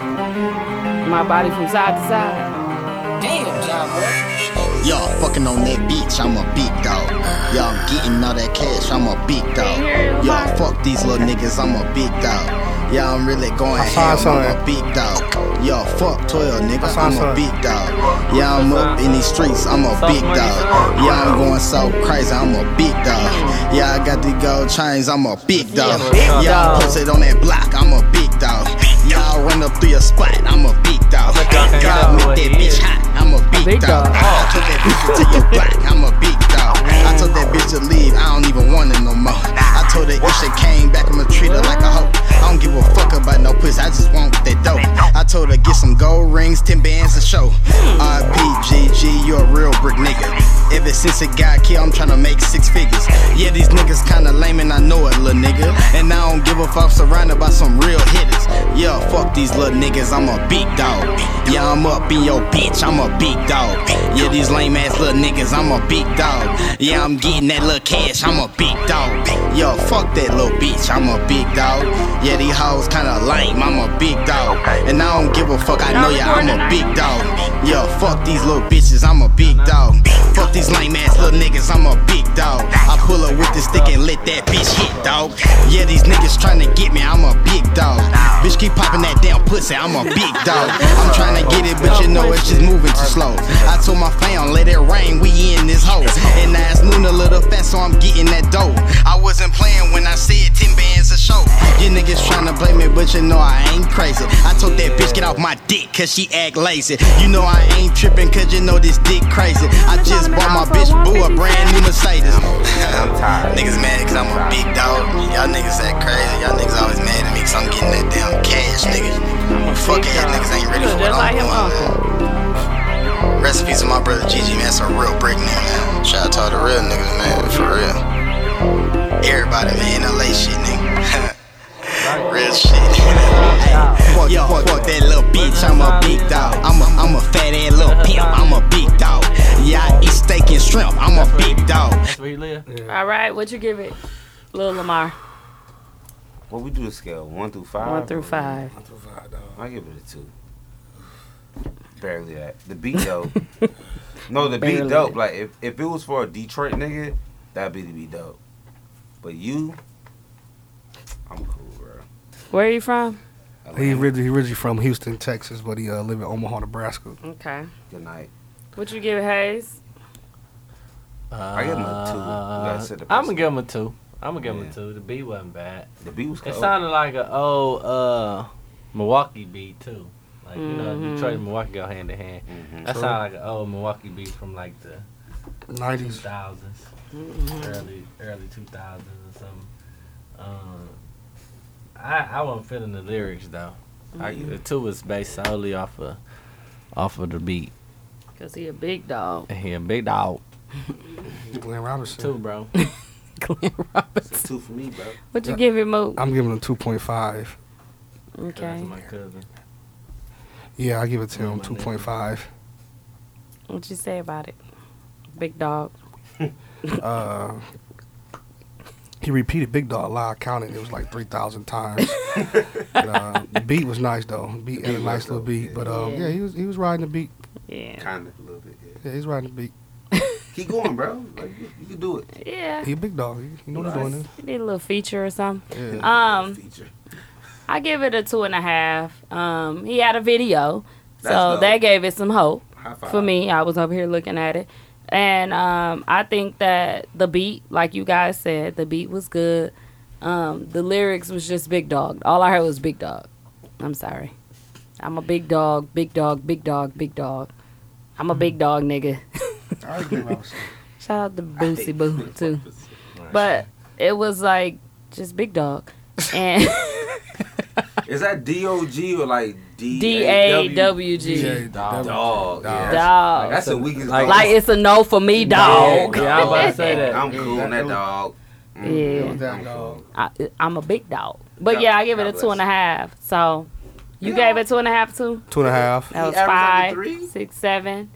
S3: My body from side to side.
S14: Damn, Y'all fucking on that beach, I'm a big dog. Y'all getting all that cash, I'm a big dog. Y'all fuck these little niggas, I'm a big dog. Y'all I'm really going
S11: I saw
S14: ham, I'm
S11: something.
S14: a big dog. Y'all fuck 12 niggas,
S11: saw
S14: I'm a
S11: something.
S14: big dog. Y'all I'm up in these streets, I'm a big dog. Y'all I'm going so crazy, I'm a big dog. Y'all got the gold chains, I'm a big dog.
S7: big
S14: Y'all
S7: dog.
S14: posted on that block, I'm a big dog. Y'all run up through your spot, I'm a big dog. Y'all make that bitch hot, I'm a big dog. I took that bitch to your block, I'm a big dog. I told that bitch to leave, I don't even want it no more. I told her if she came back, I'ma treat her like a hoe. I don't give a fuck about no pussy, I just want that dope. I told her get some gold rings, 10 bands and show. RPGG, you a real brick nigga. Ever since it got killed, I'm tryna make six figures. Yeah, these niggas kinda lame and I know it, little nigga. And I don't give a fuck, surrounded by some real hitters. Yeah, fuck these little niggas, I'm a big dog. Yeah, I'm up in your bitch, I'm a big dog. Yeah, these lame ass little niggas, I'm a big dog. Yeah, I'm getting that little cash, I'm a big dog. Yo, fuck that little bitch, I'm a big dog. Yeah, these hoes kinda lame, I'm a big dog. And I don't give a fuck, I know ya, I'm a big dog. Yo, fuck these little bitches, I'm a big dog. Fuck these lame ass little niggas, I'm a big dog. I pull up with this stick and let that bitch hit, dog. Yeah, these niggas tryna get me, I'm a big dog. Bitch, keep popping that damn pussy, I'm a big dog. I'm tryna get it, but you know it's just moving too slow. I told my fam, let it rain, we in this hole. And now it's noon a little fast, so I'm getting that dough. I wasn't playing when I said 10 bands a show. You niggas tryna blame me, but you know I ain't crazy. I told that bitch, get off my dick, cause she act lazy. You know I ain't tripping, cause you know this dick crazy. I just bought my bitch Boo a brand new Mercedes. I'm tired. Niggas mad cause I'm a big dog. Y'all niggas act crazy. Y'all niggas always mad at me cause I'm getting that damn cash, niggas. Fuck ass niggas ain't ready for what I'm doing, man. Recipes of my brother Gigi, man. That's a real brick nigga, man. Shout out to all the real niggas, man. For real. Everybody, man. LA shit, nigga. Real shit. Hey, fuck, fuck, fuck that little bitch, I'm a big dog. I'm a, I'm a fat ass little pimp, I'm a big dog. Yeah, I eat steak and shrimp, I'm a big dog.
S1: That's where you live.
S3: All right, what you give it, Lil Lamar?
S9: What we do is scale one through five.
S3: One through five.
S9: One through five, dog. I give it a two. Barely that. The beat dope. no, the beat
S15: Barely.
S9: dope. Like if, if it was for a Detroit nigga, that'd be the beat dope. But you, I'm cool, bro.
S3: Where are you from?
S11: He originally, he originally from Houston, Texas, but he uh, live in Omaha, Nebraska.
S3: Okay.
S9: Good night.
S3: What you give it, Hayes?
S9: I give him a two. You
S1: Uh,
S9: gotta set the
S1: I'm
S9: precedent.
S1: gonna give him a two. I'm gonna give him a two. The beat wasn't bad.
S9: The beat was
S1: It
S9: cold.
S1: sounded like an old uh, Milwaukee beat too. Like you know,
S11: Mhm.
S1: Detroit and Milwaukee go hand in hand.
S9: Mm-hmm.
S1: That
S11: True.
S1: sounded like an old Milwaukee beat from like the
S11: 90s.
S1: 2000s,
S3: Mm-hmm.
S11: Mhm.
S1: early early 2000s or something. Um, I I wasn't feeling the lyrics though. I,
S3: Mhm.
S1: the two was based solely off of off of the beat.
S3: Cause he a big dog.
S1: And he a big dog.
S11: Glenn Robinson.
S1: Two, bro.
S3: Glenn Robinson.
S9: Two for me, bro.
S3: What you give it, Mo?
S11: I'm giving him 2.5.
S3: Okay.
S1: My cousin.
S11: Yeah, I give it to him 2.5.
S3: What you say about it, big dog?
S11: Uh, he repeated Big Dog live counting. It was like 3,000 times. but, uh, the beat was nice, though. Beat had a nice little beat. But um, yeah, he was he was riding the beat.
S3: Yeah.
S9: Kind of a little bit. Yeah.
S11: Yeah, he's riding the beat.
S9: Keep going, bro. Like you, you can do it.
S3: Yeah.
S11: He a big dog. He, he know what he's doing.
S3: He did a little feature or something.
S11: Yeah.
S3: Um, I give it a two and a half. Um, he had a video,
S2: That's
S3: so
S2: dope.
S3: that gave it some hope
S2: High five.
S3: for me. I was over here looking at it, and um, I think that the beat, like you guys said, the beat was good. Um, the lyrics was just big dog. All I heard was big dog. I'm sorry. I'm a big dog, big dog, big dog, big dog. I'm a big dog, nigga. Shout out to Boosie Boo too. But it was like just big dog. And
S9: Is that D O G or like D
S3: D A W G.
S9: Dog. Dog. Yeah, that's-
S3: Dog.
S9: like, that's the weakest.
S3: Like, it's a no for me, dog.
S9: Yeah, I was about to say that. I'm cool on that dog. Mm.
S3: Yeah. I, I'm a big dog. But yeah, I give it a two and a half. So you gave it two and a half too.
S8: Two and a half.
S3: That was five, six, seven,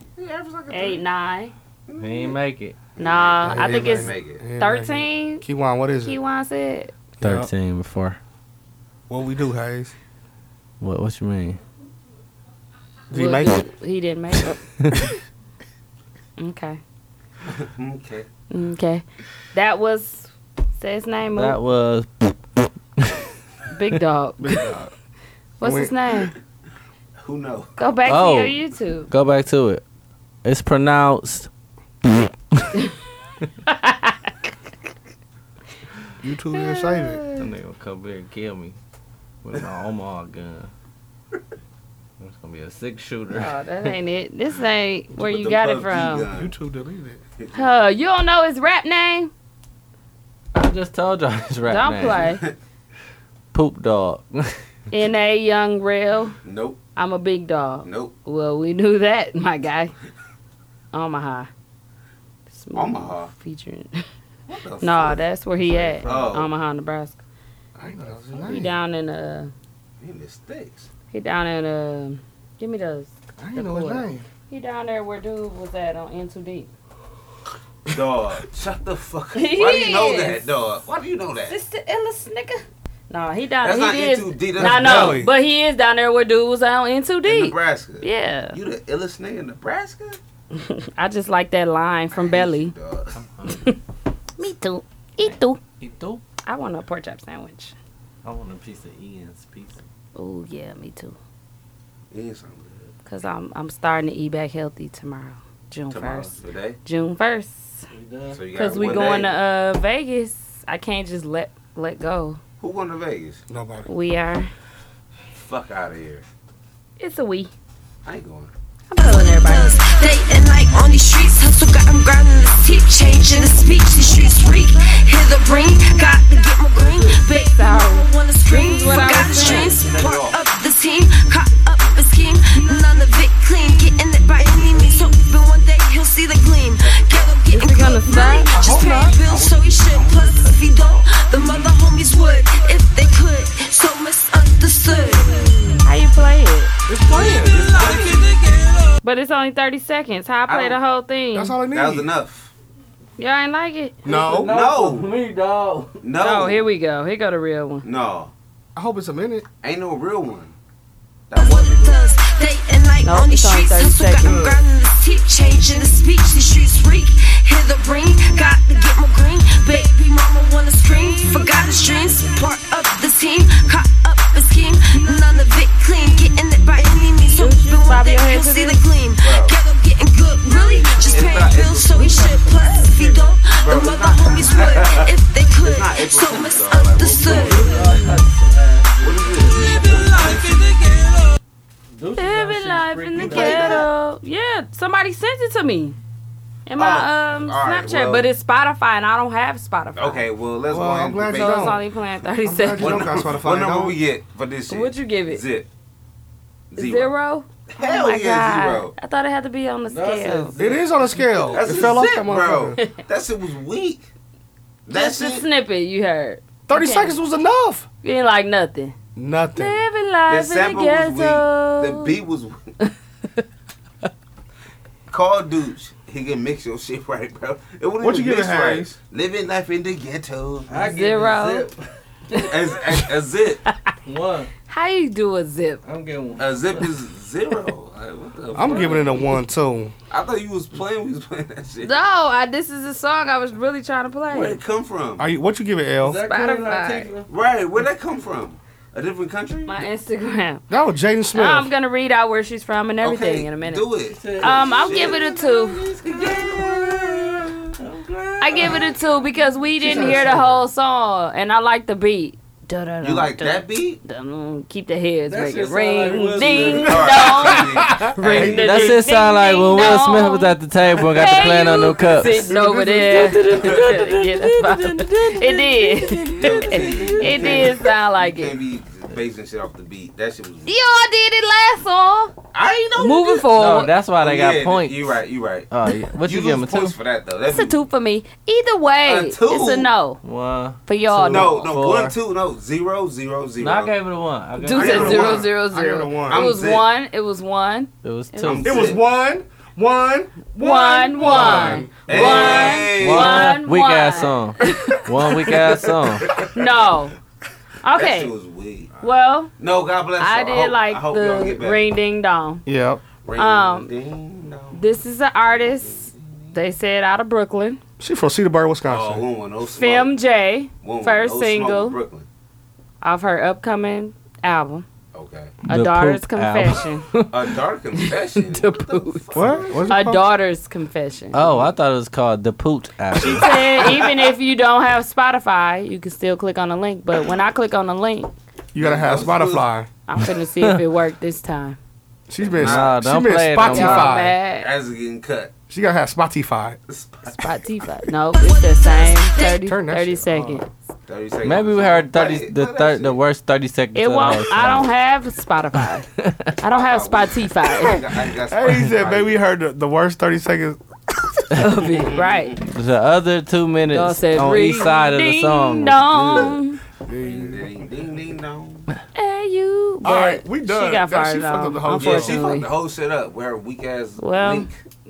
S3: eight, nine.
S1: He ain't make it.
S3: Nah,
S1: Yeah,
S3: I
S1: he
S3: think
S1: didn't
S3: it's
S1: make it. He
S8: didn't make it.
S3: thirteen.
S8: Keywan, what is it?
S3: Keywan said
S1: Thirteen before.
S8: What we do, Hayes?
S1: What? What you mean?
S8: Did he
S3: Well,
S8: make it?
S3: He didn't make it. okay.
S9: okay.
S3: Okay. That was say his name. Mo.
S1: That was.
S3: Big dog. Big
S8: dog.
S3: What's
S1: We-
S3: his name?
S9: Who knows?
S3: Go back
S1: Oh.
S3: to your YouTube.
S1: Go back to it. It's pronounced.
S8: You two didn't save it.
S1: That nigga gonna come here and kill me with my Omaha gun. It's gonna be a six shooter.
S3: Oh, that ain't it. This ain't where you got it from.
S8: You two deleted it.
S3: Huh, you don't know his rap name?
S1: I just told y'all his rap
S3: Don't
S1: name.
S3: play.
S1: Poop dog.
S3: N A Young Real.
S9: Nope.
S3: I'm a big dog.
S9: Nope.
S3: Well, we knew that, my guy. Omaha. Smooth
S9: Omaha.
S3: Featuring.
S9: the
S3: nah,
S9: fuck?
S3: that's where he at.
S9: Oh.
S3: Omaha, Nebraska. He down in uh
S9: He mistakes.
S3: he down in uh give me those. I
S9: ain't know his name.
S3: He down there where dude was at on N two D.
S9: Dog. Shut the fuck up. Why do you know
S3: Yes.
S9: that, dog? Why do you know that?
S3: Sister Ellis nigga. No, he down
S9: That's
S3: he
S9: not
S3: is,
S9: N2D, that's
S3: Nah, no,
S9: Belly.
S3: but he is down there where dude was at on N two D.
S9: Nebraska.
S3: Yeah.
S9: You the illest nigga in Nebraska?
S3: I just like that line from Belly. Me too. Eat too.
S1: Eat too.
S3: I want a pork chop sandwich.
S1: I want a piece of Ian's pizza.
S3: Oh yeah, me too.
S9: Ian's something
S3: Cause I'm I'm starting to eat back healthy tomorrow, June
S9: Tomorrow,
S3: first.
S9: today?
S3: June first.
S9: So you got
S3: Cause we
S9: one
S3: going
S9: day.
S3: to uh, Vegas. I can't just let let go.
S9: Who going to Vegas?
S8: Nobody.
S3: We are.
S9: Fuck out of here.
S3: It's a we.
S9: I ain't going.
S16: Day and night on these streets, hustle got 'em grinding the teeth, changing the speech. These streets freak, hear the ring, got to get my green. Big mama wanna scream,
S17: When I
S16: forgot
S17: was
S16: his
S17: saying.
S16: dreams. Part up the team, caught up a scheme. None of it clean, getting it by any means. Hoping one day he'll see the gleam. Get up, getting good money, just pay bills, so he should. Plus, if he don't, the mother homies would if they could. So misunderstood.
S3: How you play it? It's playing. But it's only thirty seconds. How I play the whole thing. That's all I
S9: That was enough.
S3: Y'all ain't like it?
S9: No. No. Me, dog. No.
S3: Oh, here we go. Here go the real one.
S9: No.
S8: I hope it's a minute.
S9: Ain't no real one.
S16: does day and night
S9: Nope,
S16: on these
S9: it's only
S16: streets. Hustle got
S9: 30 seconds.
S16: them grinding the teeth, changing the speech. These streets reek, hear the ring, got to get my green. Baby mama wanna scream, forgot his dreams. Part of the team, caught up a scheme. None of it clean, getting it by any means. Hoping one day he'll see the gleam. Get up, getting good, really, just paying bills, so he should. Plus, if he don't, the mother homies would if they could. So misunderstood.
S3: Living life in the ghetto. Yeah, somebody sent it to me in my um
S9: Oh, all right,
S3: Snapchat,
S9: well-
S3: but it's Spotify and I don't have Spotify.
S9: Okay, well, let's
S3: Well,
S9: go
S3: I'm
S9: into
S3: glad you
S9: Vegas.
S3: don't. So it's only playing 30
S9: What
S3: seconds.
S9: num-
S3: You don't got Spotify,
S9: What number
S3: don't?
S9: we get for this shit?
S3: What'd you give it?
S9: Zip.
S3: Zero.
S9: Zero. Hell
S3: oh my God.
S9: yeah, zero.
S3: I thought it had to be on the scale.
S8: It is on a scale.
S9: That's
S8: it
S9: a
S8: fell off
S9: zip,
S8: that
S9: bro.
S8: motherfucker.
S9: That shit was weak.
S3: That's the snippet you heard.
S8: 30
S3: Okay.
S8: seconds was enough.
S3: You ain't like nothing.
S8: Nothing.
S3: Living life in the
S9: sample was weak. The
S3: ghetto.
S9: beat was weak. Call dudes. He can mix your shit right, bro. It wouldn't
S8: What
S9: even
S8: you give
S9: mix
S8: it, Harry's?
S9: Right. Living life in the ghetto.
S3: I give it Zero.
S9: A zip. As, as, a zip.
S1: One.
S3: How you do a zip?
S1: I'm getting one.
S9: A Uh, zip is zero. Like, what the
S8: I'm
S9: fuck?
S8: giving it a one too.
S9: I thought you was playing. We was playing that shit.
S3: No, I, this is a song I was really trying to play.
S9: Where'd it come from?
S8: Are you? What you give it, L?
S3: That came out of Spotify.
S9: Right. Where'd that come from? A different country?
S3: My Instagram.
S8: That was Jaden Smith.
S3: I'm gonna read out where she's from and everything
S9: Okay,
S3: in a minute.
S9: do it.
S3: Um, I'll
S9: Shit.
S3: give it a two. I give it a two because we didn't hear the whole song, and I like the beat. You
S9: You like that beat?
S3: Keep the heads
S9: That
S3: ringing.
S9: shit sound like
S3: Ring,
S9: Will Smith.
S3: ding,
S9: All right.
S3: dong.
S1: Hey,
S3: ring, the
S1: that
S3: ding,
S1: shit sound
S3: ding,
S1: like when Will
S3: dong.
S1: Smith was at the table and got
S3: Hey,
S1: the plan on
S3: you
S1: them cups.
S3: Sitting over there. Yeah, that's about- it did. it did sound like it.
S9: Can't be basing shit off the beat. That shit was.
S3: Yo, I did it last song.
S9: I ain't know.
S3: Moving forward.
S1: No, that's why they
S9: Oh,
S1: got
S9: yeah,
S1: points.
S9: You right. You right.
S1: Oh, yeah. What you, give
S9: lose
S1: them a two?
S9: points for that though.
S3: It's a two for me. Either way,
S9: A two?
S3: it's a no.
S1: One.
S3: For y'all,
S9: No,
S3: no.
S9: no,
S3: Four.
S9: one, two, no, zero, zero, zero.
S1: No, I gave it a one. I gave
S3: Dude
S1: it
S3: said
S1: a
S3: zero,
S1: one.
S3: zero,
S1: I gave
S3: zero.
S1: it a one.
S3: It was
S1: I'm sick.
S3: one. It was one.
S1: It was two.
S3: I'm
S8: It was one, one,
S3: One, one.
S1: Hey.
S3: One,
S1: weak
S3: one.
S1: ass song. one weak ass song.
S3: No.
S9: That
S3: Okay.
S9: shit was weird.
S3: Well,
S9: No, God bless.
S3: I
S9: y'all.
S3: did
S9: hope-
S3: like
S9: I hope y'all
S3: the
S9: get better.
S3: ring ding dong.
S11: Yep.
S9: Ring,
S3: Um,
S9: ding.
S3: This is an artist. They said out of Brooklyn.
S11: She from Cedarburg, Wisconsin.
S9: Oh, one, no smoke.
S3: Film J,
S9: Woman,
S3: first
S9: no smoke with
S3: single
S9: Brooklyn.
S3: of her upcoming album.
S9: Okay.
S3: A
S9: The
S3: daughter's
S9: Poop
S3: confession.
S9: album. A Daughter's Confession?
S3: the poot.
S1: What? What's it
S3: A
S1: called?
S3: daughter's confession.
S1: Oh, I thought it was called the Poot album.
S3: Said even if you don't have Spotify, you can still click on the link. But when I click on the link,
S11: You gotta have Spotify.
S3: I'm gonna see if it worked this time.
S11: She's been
S1: Nah,
S11: she
S1: don't
S11: been
S1: play it no more.
S3: Y'all
S11: Spotify.
S3: mad?
S9: As it's getting cut.
S11: She gotta have Spotify.
S3: Spotify. No, it's the same 30, 30 seconds.
S1: Maybe we heard thirty the thir- the worst thirty seconds.
S3: It
S1: of all
S3: won't. I
S1: time.
S3: don't have Spotify. I don't have Spotify.
S11: Hey, he said, baby, we heard the, the worst 30 seconds.
S3: right.
S1: The other two
S3: Y'all
S1: minutes
S3: said
S1: on
S3: ring,
S1: each side of the
S3: ding,
S1: song.
S3: dong.
S9: Ding, ding, ding, ding, dong.
S3: Hey, you. But
S9: Alright,
S3: She got
S9: That-
S3: fired
S9: fucked
S3: off.
S9: up the whole shit. She fucked
S3: unfortunately.
S9: the whole shit up. Where weak ass
S3: Well,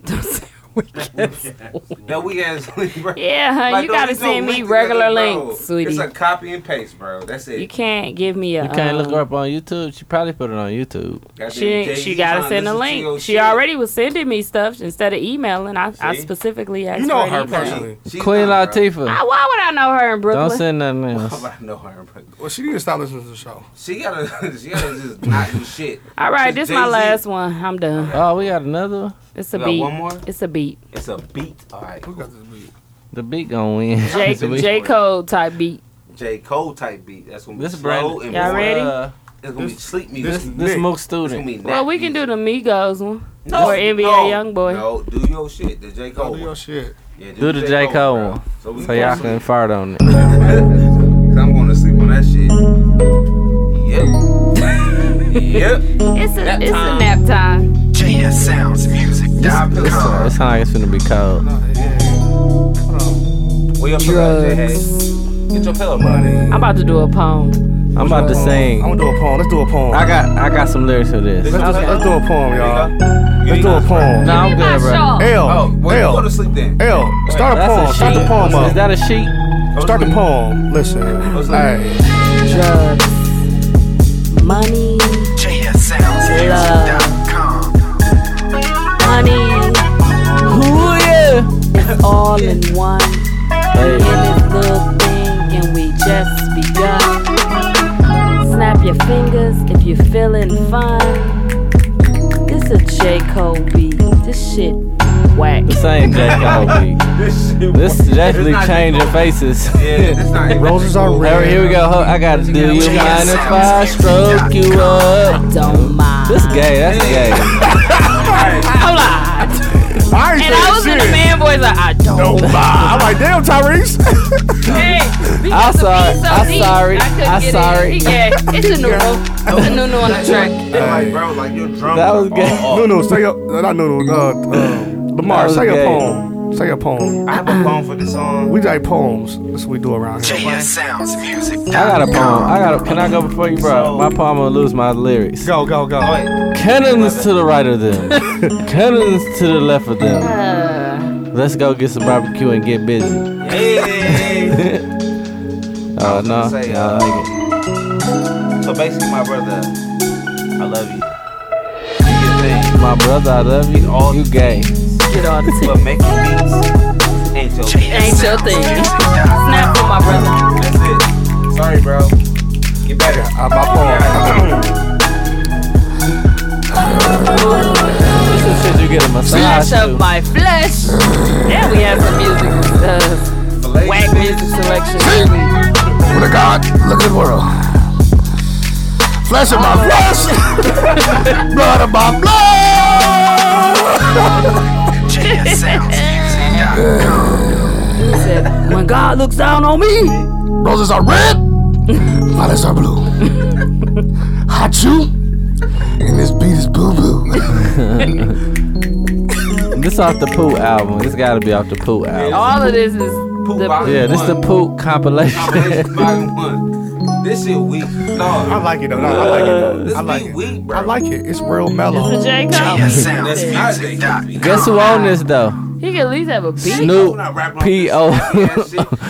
S9: link. That weak ass link. bro.
S3: Yeah, hun, you
S9: no,
S3: gotta
S9: there's no
S3: send me
S9: link
S3: regular
S9: bro.
S3: links, sweetie.
S9: It's a copy and paste, bro. That's it.
S3: You can't give me a.
S1: You can't look
S3: um,
S1: her up on YouTube. She probably put it on YouTube.
S3: She she gotta send a link. She already was sending me stuff instead of emailing. I, I specifically asked. for an email.
S1: Queen Latifah.
S3: Ah, why would I know her in Brooklyn?
S1: Don't send nothing else.
S9: I know her. Bro.
S11: Well, she need to stop listening to the show.
S9: She gotta, she gotta just not do shit.
S3: All right, this
S9: Just
S3: is my
S9: Jay-Z.
S3: last one. I'm done.
S1: Oh, we got another. one?
S3: It's a
S1: We got
S3: beat.
S1: one more?
S3: It's a beat.
S9: It's a beat. All right. Who got this beat?
S1: The beat gonna win.
S3: J, J Cole type beat.
S9: J Cole type beat. That's gonna be
S1: This
S9: slow
S1: brand-
S9: and
S3: Y'all
S9: boring.
S3: ready?
S1: Uh,
S9: It's gonna be
S1: this-
S9: sleep music.
S1: this- this Nick. Mook student.
S9: It's gonna be
S3: Well,
S9: nap
S3: we can do the Migos one
S9: No,
S3: or NBA
S9: no,
S3: YoungBoy.
S9: No, do your shit. The J Cole. Do your shit. Yeah,
S1: Do the J Cole one,
S9: So we
S1: so y'all
S9: gonna
S1: can fart on it.
S9: i I'm going to sleep on that shit. Yep. yep.
S3: It's a it's a nap time.
S7: JS Sounds Music.
S1: It sounds like it's gonna be cold.
S9: Where your pillow, J Hey? Get your pillow, buddy.
S3: I'm about to do a poem.
S1: I'm about to sing.
S11: I'm gonna do a poem. Let's do a poem.
S1: I got I got some lyrics for this.
S11: Let's, do, let's do a poem, y'all. Let's do a poem.
S1: No, I'm good, bro.
S11: L. L.
S9: Oh, Go to sleep then.
S11: L. Start a
S1: That's a
S11: poem. Start the
S1: sheet.
S11: poem up.
S1: Is that a sheet?
S11: Start the poem. Listen. All right.
S3: Drugs, money, love, money. Ooh, yeah. It's all in one. We're in this little thing and we just begun. Snap your fingers if you're feeling fun. This a J. Cole beat. This shit whack.
S1: This ain't J Cole beat. This is definitely changing faces.
S9: Yeah,
S1: Roses are red. Here we go. Ho- I gotta do you mind if I stroke you up?
S3: Don't mind.
S1: This gay. That's gay.
S3: Hold on. and I was in a man voice like I don't.
S11: Oh, I'm like, damn, Tyrese.
S3: Hey,
S1: I'm sorry.
S3: so
S1: I'm
S3: deep,
S1: sorry.
S3: I couldn't
S1: I'm
S3: get it.
S1: sorry.
S3: Yeah, it's a new It's a new on the track.
S9: Like, bro, like your drum.
S11: That was good. Nunu, say your uh, not Nunu. Uh, uh, Lamar,
S9: Oh. was
S11: say your
S9: gay.
S11: poem. Say your poem.
S9: I have a poem for this
S8: um,
S9: song.
S11: We like poems. That's what we do around here.
S9: JS Sounds Music.
S1: I got a poem. I got. A, can I go before you, bro? My poem will lose my lyrics.
S11: Go, go, go.
S1: Cannons to the right of them. Cannons to the left of them. Let's go get some barbecue and get busy. oh no,
S9: say, uh,
S1: no, I like it.
S9: So basically, my brother, I love you.
S1: My brother, I love you. you gay.
S3: Get all the
S9: But making beats ain't your thing.
S3: Ain't your thing. Snap for my brother.
S9: That's it. Sorry, bro. Get better.
S11: Uh, my poem.
S1: This is shit you get a massage
S3: Flesh
S1: to.
S3: of my flesh. Yeah, we have some music. Uh, whack music selection.
S11: Look at God, look at the world. Flesh of my flesh, blood of my blood.
S3: said, when God looks down on me,
S11: roses are red, violets are blue. Hot you, and this beat is boo boo.
S1: This off the Poop album. This gotta be off the Poop album.
S3: All of this is the
S1: yeah, this the Poop compilation.
S9: This shit weak. No, I
S8: like it though. No, I like it though.
S9: This
S8: I like
S9: beat
S8: it.
S9: weak, bro.
S8: I like it. It's real
S11: Oh,
S8: mellow.
S3: It's the J. Cole.
S9: That's music.
S1: Guess who on this though?
S3: He can at least have a beat.
S1: Snoop P O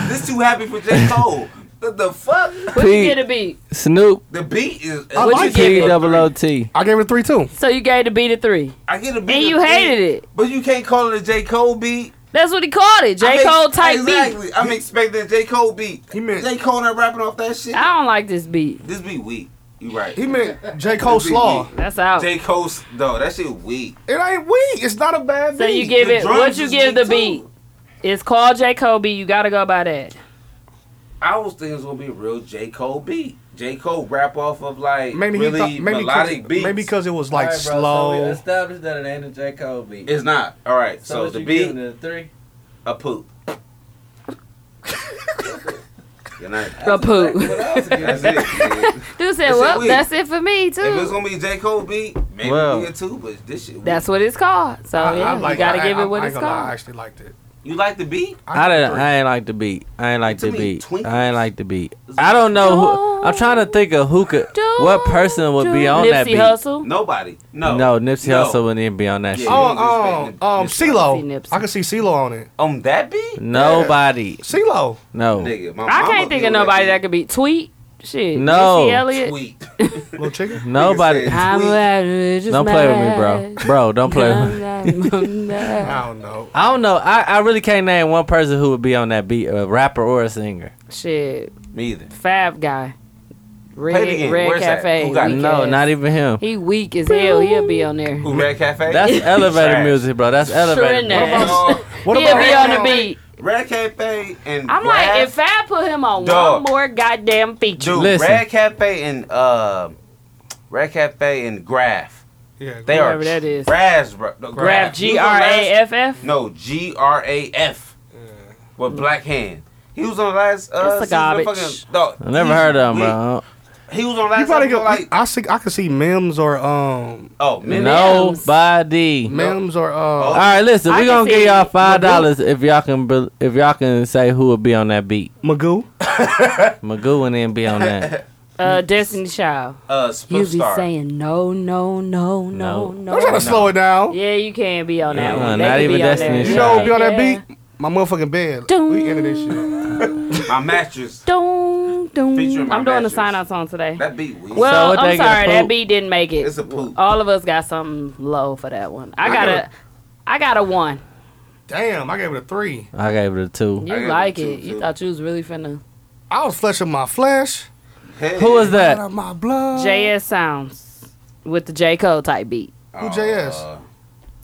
S9: This too happy for J. Cole. What the fuck?
S3: What you get a beat?
S1: Snoop
S9: The beat is.
S3: I What like you
S1: P
S3: give it?
S1: double O T.
S8: I gave it three too.
S3: So you gave the beat a three.
S9: I get a beat.
S3: And
S9: a
S3: you
S9: three,
S3: hated it.
S9: But you can't call it a J. Cole beat.
S3: That's what he called it. J.
S9: I'm ex-
S3: Cole type
S9: exactly.
S3: beat.
S9: I'm expecting a J. Cole beat. He meant J. Cole not rapping off that shit.
S3: I don't like this beat.
S9: This beat weak. You right.
S8: He meant J. Cole slaw.
S3: That's out.
S9: J. Cole's though. That shit weak.
S8: It ain't weak. It's not a bad
S3: So you give it what you give the beat. It's called J. Cole beat. You gotta go by that.
S9: I was thinking it was gonna be a real J. Cole beat. J. Cole rap off of like
S8: Maybe
S9: really
S8: he thought, maybe
S9: melodic
S8: cause,
S9: beats.
S8: maybe because it was like
S9: Alright, bro, so
S8: slow.
S9: we
S1: established that it ain't a J Cole beat.
S9: It's not. All right. So, the beat,
S1: three.
S9: a poop. Good night.
S3: A poop.
S9: That's it.
S3: Dude said,
S9: That shit
S3: "Well,
S9: weak.
S3: that's it for me
S9: If it's
S3: too."
S9: gonna be a J. Cole beat, maybe
S1: Well.
S9: we get two, but this shit.
S3: That's what it's called. So
S9: I- I
S3: Oh, yeah,
S9: like-
S3: you gotta
S9: I-
S3: give
S9: I-
S3: it what
S9: I ain't
S3: it's
S9: gonna lie,
S3: called.
S9: I
S8: actually liked it.
S9: You like the beat?
S1: I didn't. I ain't like the beat. I ain't like the
S9: many
S1: beat. I ain't like the beat. I don't know who. I'm trying to think of who could. What person would be on that
S3: Nipsey
S1: beat?
S3: Hussle.
S9: Nobody. No.
S1: No, Nipsey
S9: No.
S1: Hussle wouldn't even be on that shit.
S8: Oh, um, um, CeeLo. I can see CeeLo on it.
S9: On that beat?
S1: Nobody.
S8: CeeLo.
S1: No.
S3: I can't think of nobody that could beat Tweet. Shit.
S1: No.
S3: Missy Elliott.
S8: Little chicken.
S1: Nobody.
S3: I'm married, just
S1: Don't play with me,
S3: married.
S1: bro. Bro, don't play with me.
S3: I
S8: don't know.
S1: I don't know. I, I really can't name one person who would be on that beat, a rapper or a singer.
S3: Shit.
S9: Me either.
S3: Fab guy.
S1: the
S3: Red,
S1: game.
S3: Red
S1: Where's that?
S3: Cafe.
S1: Who got it?
S3: weak
S1: No,
S3: ass.
S1: not even him.
S3: He weak as hell. He'll be on there.
S9: Who Red Cafe?
S1: That's elevator music, bro. That's elevator
S3: Sure
S1: music.
S3: enough.
S1: What
S3: He'll
S1: about-
S3: be on the beat.
S9: Red Cafe and
S3: I'm
S9: Brad-
S3: like, if I put him on
S9: Dog.
S3: one more goddamn feature,
S9: Dude, Red Cafe and uh, Red Cafe and Graph.
S8: Yeah,
S9: they are
S3: whatever that is.
S9: Graphs, bro. No,
S3: Graph,
S9: You
S3: G
S9: know
S3: R A F F.
S9: Graph? No, G R A F. With black hand. He was on the last. Uh,
S3: That's a
S9: season of
S3: garbage.
S9: Fucking, no,
S1: I never heard of him, bro.
S9: he was on last.
S8: You probably
S9: season
S8: go,
S9: of, like.
S8: I see. I could see Mims or um.
S9: Oh,
S1: Nobody.
S8: Mims or uh.
S1: All right, listen.
S8: I
S1: We're
S8: can
S1: gonna give
S8: see
S1: y'all five dollars if y'all can bel- if y'all can say who would be on that beat.
S8: Magoo.
S1: Magoo and then be on that.
S3: Uh, Destiny Child.
S9: Uh,
S3: You be
S1: Star.
S3: saying no, no, no, no,
S1: No.
S3: no.
S8: I'm trying to slow it down.
S3: Yeah, you can be on that
S1: Uh-uh,
S3: one.
S1: not
S3: They can
S1: even
S3: be on
S1: Destiny
S3: that.
S8: You know, be on that beat. My motherfucking bed. We ended this shit.
S9: My mattress.
S3: Doom, doom.
S9: my
S3: I'm doing the
S9: matches.
S3: sign out song today.
S9: That beat weak.
S3: Well,
S9: So what
S3: I'm
S9: they got,
S3: sorry, that
S9: poop?
S3: beat didn't make it.
S9: It's a poop.
S3: All of us got something low for that one. I
S8: I
S3: got
S8: got
S3: a, I got a one.
S8: Damn, I gave it a three.
S1: I gave it a two.
S3: You like it? You thought you was really finna.
S8: I was flesh of my flesh.
S1: Who was that?
S8: Blood of my blood.
S3: JS sounds with the J Cole type beat.
S8: Who JS?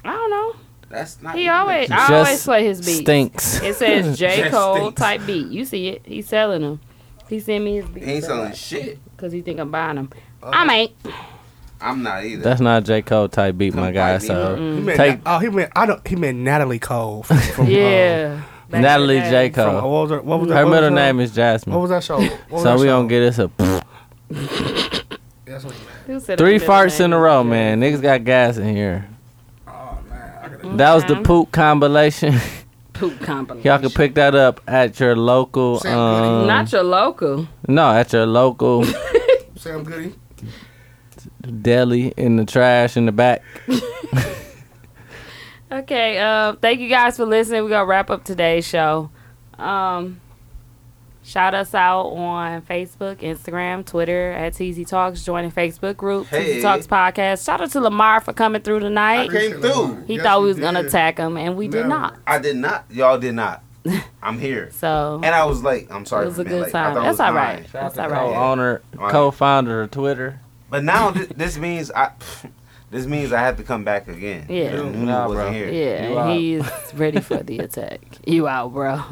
S3: I don't know.
S9: That's not.
S3: He
S9: even a
S3: always,
S9: J.
S3: I always
S1: Just
S3: play his beat.
S1: stinks.
S3: It says J
S9: Just
S3: Cole
S9: stinks.
S3: type beat. You see it? He's selling them. He sent me his beat.
S9: He ain't selling shit.
S3: Cause he think I'm buying them. I'm ain't.
S9: I'm not either.
S1: That's not a J Cole type beat, my guy. So
S8: He meant,
S1: take
S8: oh, he meant I don't. He meant Natalie Cole. From, from,
S3: Yeah.
S8: Back in
S1: Natalie
S8: the day.
S1: J
S8: From-
S1: Cole.
S8: what was her- what was her-
S1: her
S8: what was
S1: middle
S8: her-
S1: name is Jasmine.
S8: what was that show? What was
S1: so
S8: that
S1: we
S8: show?
S1: gonna get us a
S3: Who said
S1: three
S3: his middle
S1: farts in
S3: name?
S1: a row, man. Niggas got gas in here.
S8: Oh,
S3: Mm.
S1: That was the
S3: Okay.
S1: poop compilation.
S3: Poop compilation.
S1: Y'all can pick that up at your local. Um,
S3: Not your local.
S1: no, at your local
S8: Uh, Sam Goody.
S1: deli in the trash in the back.
S3: Okay. Uh, thank you guys for listening. We're gonna wrap up today's show. Um, shout us out on Facebook, Instagram, Twitter at TZ Talks. Join the Facebook group,
S9: Hey.
S3: TZ Talks Podcast. Shout out to Lamar for coming through tonight.
S9: I came through.
S3: He
S9: Yes,
S3: thought we
S9: you
S3: was gonna
S9: did.
S3: attack him, and we did not.
S9: I did not. Y'all did not. I'm here.
S3: So.
S9: And I was late. I'm sorry.
S3: It was
S9: for
S3: a
S9: being
S3: good
S9: late. I
S3: time.
S9: thought it
S3: That's
S9: was
S3: all
S9: nine.
S3: right. That's all right.
S1: Co-owner, co-founder of Twitter.
S9: But now thi- this means I. This means I have to come back again.
S3: Yeah.
S9: Because Mooney
S1: Nah,
S9: wasn't
S1: bro.
S9: here.
S3: Yeah, he's ready for the attack. You out, bro.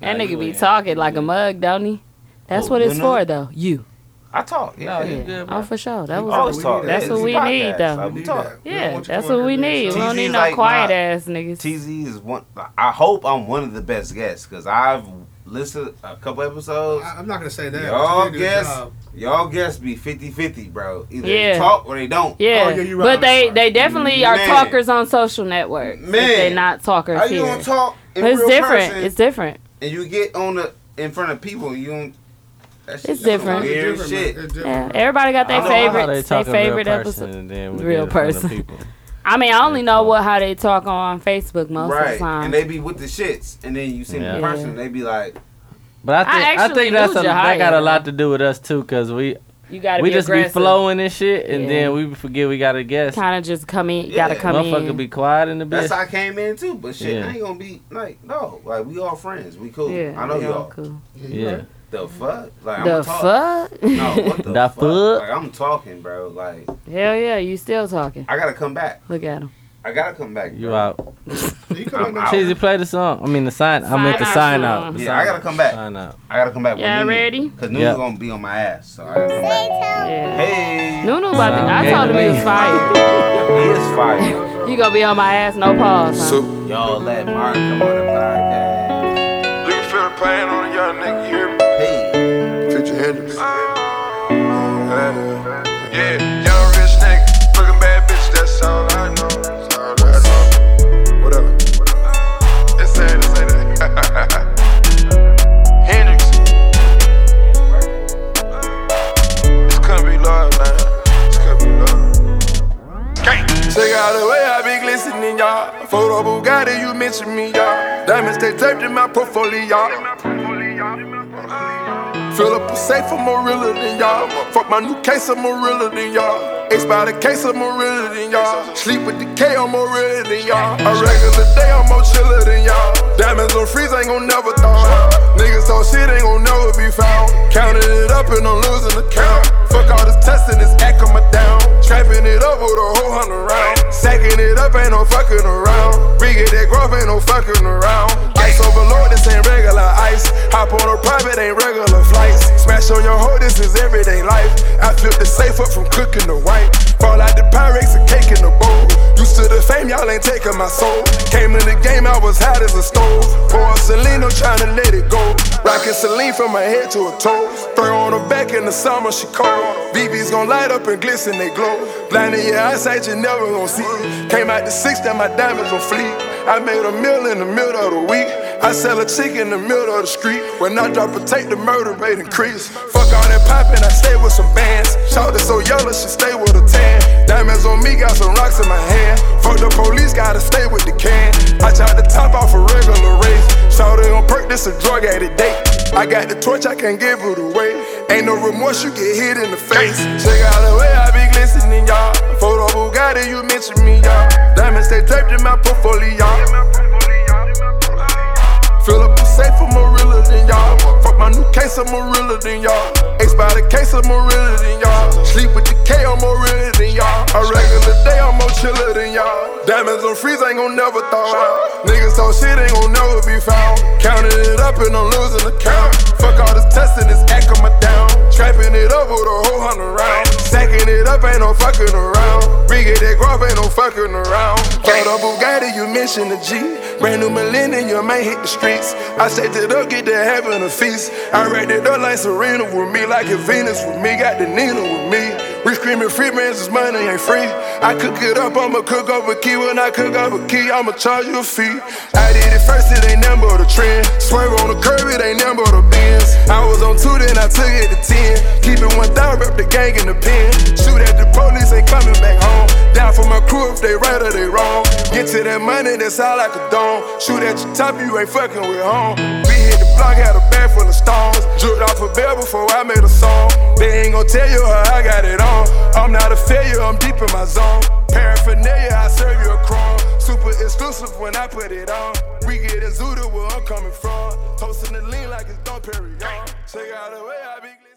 S3: That
S9: Nah,
S3: nigga
S9: you Oh,
S3: be
S9: in.
S3: talking like a mug, don't he? That's
S15: Who,
S3: what it's
S15: you
S3: for,
S15: know?
S3: though. You.
S15: I talk. Yeah,
S3: Yeah.
S15: you good, bro.
S3: oh, for sure. That
S15: We
S3: was
S15: always talk.
S3: That's
S15: It's
S3: what
S15: a
S3: we
S15: podcast.
S3: need, though.
S15: Like, we talk.
S3: Yeah, that's what we need. We don't
S15: TZ
S3: need
S15: 's
S3: no
S15: like
S3: quiet
S15: my-
S3: ass niggas.
S15: TZ is one. I hope I'm one of the best guests because I've listened a couple episodes.
S8: I- I'm not gonna say that.
S15: Y'all
S8: That's a nigga's
S15: guess.
S8: job.
S15: Y'all guess be 50-50, bro. Either
S3: Yeah.
S15: they talk or they don't.
S3: Yeah, but they they definitely are
S15: Mm, Man.
S3: talkers on social networks. Man,
S15: Man.
S3: they not talkers
S15: How you
S3: here.
S15: gonna talk in
S3: But it's
S15: real
S3: different.
S15: person?
S3: It's different.
S15: and you get on the in front of people. You don't. That's
S3: It's different.
S15: Weird
S3: It's
S15: shit.
S3: different, Yeah, everybody got their favorites. Their favorite episode. Real person. I mean, I only know what how they talk on Facebook most of the
S15: right,
S3: time.
S15: and they be with the shits, and then you see them in
S1: Yeah.
S15: person, they be like,
S1: But I
S3: I
S1: think I,
S3: actually
S1: think that's
S3: knew
S1: a, that got a
S3: Jahia.
S1: lot to do with us too, cause we
S3: You gotta
S1: we
S3: be
S1: just
S3: aggressive.
S1: be flowing and shit, and
S3: Yeah.
S1: then we forget we got a guest.
S3: kind of just come in. Gotta come
S1: Motherfucker
S3: in.
S1: be quiet in the
S15: "That's
S1: bitch.
S15: how I came in too." But shit,
S1: Yeah.
S15: I ain't gonna be like, no, like we all friends, we cool.
S3: Yeah,
S15: I know
S3: we all
S15: y'all.
S3: cool.
S1: Yeah. right.
S15: The fuck? Like
S3: The
S15: I'm talk-
S3: fuck?
S15: No, what the,
S1: The
S15: fuck?
S1: fuck?
S15: Like I'm talking, bro. Like
S3: Hell yeah, you still talking?
S15: I gotta come back.
S3: Look at him.
S15: I gotta come back.
S1: You out.
S15: I'm out.
S1: Cheesy, play the song. I mean the sign. I meant the
S15: Sign out
S1: sign out.
S15: song.
S1: The
S15: Yeah,
S1: sign
S15: I gotta
S1: out.
S15: come back.
S1: Sign out.
S15: I gotta come back.
S3: Y'all ready?
S15: Cause Nunu's
S1: Yep.
S15: gonna be on my ass, so I gotta come back. Hey,
S3: Nunu about to. I
S15: Okay,
S3: told him he was
S15: please.
S3: fired.
S15: He is fire.
S3: You gonna be on my ass, no pause. huh?
S15: Y'all let Mark come on the podcast. You can feel the pain on your neck, you hear me? Hey. Future Hendrix.
S10: Yeah, young rich nigga, fucking bad bitch, that's all I know. That's all I know. Whatever. It's sad to say that. Hendrix. This couldn't be love, man. This couldn't be love. Check out the way I be glistening, y'all. Photo Bugatti, you mention me, y'all. Diamonds they taped in my portfolio. Fill up a safe, I'm more realer than y'all. Fuck my new case, I'm more realer than y'all. Ace by the case, I'm more realer than y'all. Sleep with the K, I'm more realer than y'all. A regular day, I'm more chiller than y'all. Diamonds on freeze, ain't gon' never thaw. Niggas talk shit, ain't gon' never be found. Counting it up and I'm losing the count. Fuck all this testing, this act on my down. Trapping it up with a whole hundred round. Sacking it up, ain't no fucking around. Bigger that growth, ain't no fucking around. Ice overload, this ain't regular ice. Hop on a private, ain't regular flights. Smash on your hoe, this is everyday life. I flip the safe up from cooking to white. Fall out the Pyrex, a cake in the bowl. Used to the fame, y'all ain't taking my soul. Came in the game, I was hot as a stove. Pouring Celino, trying to let it go. Rocking Celine from her head to her toe. Throw on her back in the summer, she cold. BB's gon' light up and glisten, they glow. Blinding your eyesight, you never gon' see. Came out the six, now my diamonds gon' flee. I made a meal in the middle of the week. I sell a chick in the middle of the street. When I drop a tape, the murder rate increase. Fuck all that poppin', I stay with some bands. Shout so yellow, she stay with a tan. Diamonds on me, got some rocks in my hand. Fuck the police, gotta stay with the can. I tried to top off a regular race. Shout it on perk, this a drug addict date. I got the torch, I can't give it away. Ain't no remorse, you get hit in the face. Check out the way I be glistening, y'all. Photo Bugatti, you mention me, y'all. Diamonds stay draped in my portfolio. Fill up the safe, I'm more realer than y'all. Fuck my new case, I'm more realer than y'all. Ace by the case, I'm more realer than y'all. Sleep with the K, I'm more realer than y'all. A regular day, I'm more chiller than y'all. Diamonds on freeze, ain't gon' never thaw out. Niggas talk shit, ain't gon' never be found. Counting it up and I'm losing the count. Fuck all this testing, this act on my down. Trapping it up with a whole hundred round. Sacking it up, ain't no fucking around. Bigger that growth, ain't no fucking around. Hold up, Bugatti, you mentioned the G. Brand new millennium, your man hit the streets. I shaked it up, get to having a feast. I racked it up like Serena with me, like a Venus with me, got the Nina with me. We screaming free man's this money ain't free. I cook it up, I'ma cook up a key. When I cook up a key, I'ma charge you a fee. I did it first, it ain't number the trend. Swerve on the curb, it ain't number the bins. I was on two, then I took it to ten. Keep it one down, rep the gang in the pen. Shoot at the police, ain't coming back home. Down for my crew if they right or they wrong. Get to that money, that's all I could don. Shoot at your top, you ain't fucking with home. We hit the block, had a bag full of stones. Dripped off a bell before I made a song. They ain't gon' tell you how I got it on. I'm not a failure, I'm deep in my zone. Paraphernalia, I serve you a crumb. Super exclusive when I put it on. We get a Zuda where I'm coming from. Toasting the lean like it's Don Perignon. Check out the way I be.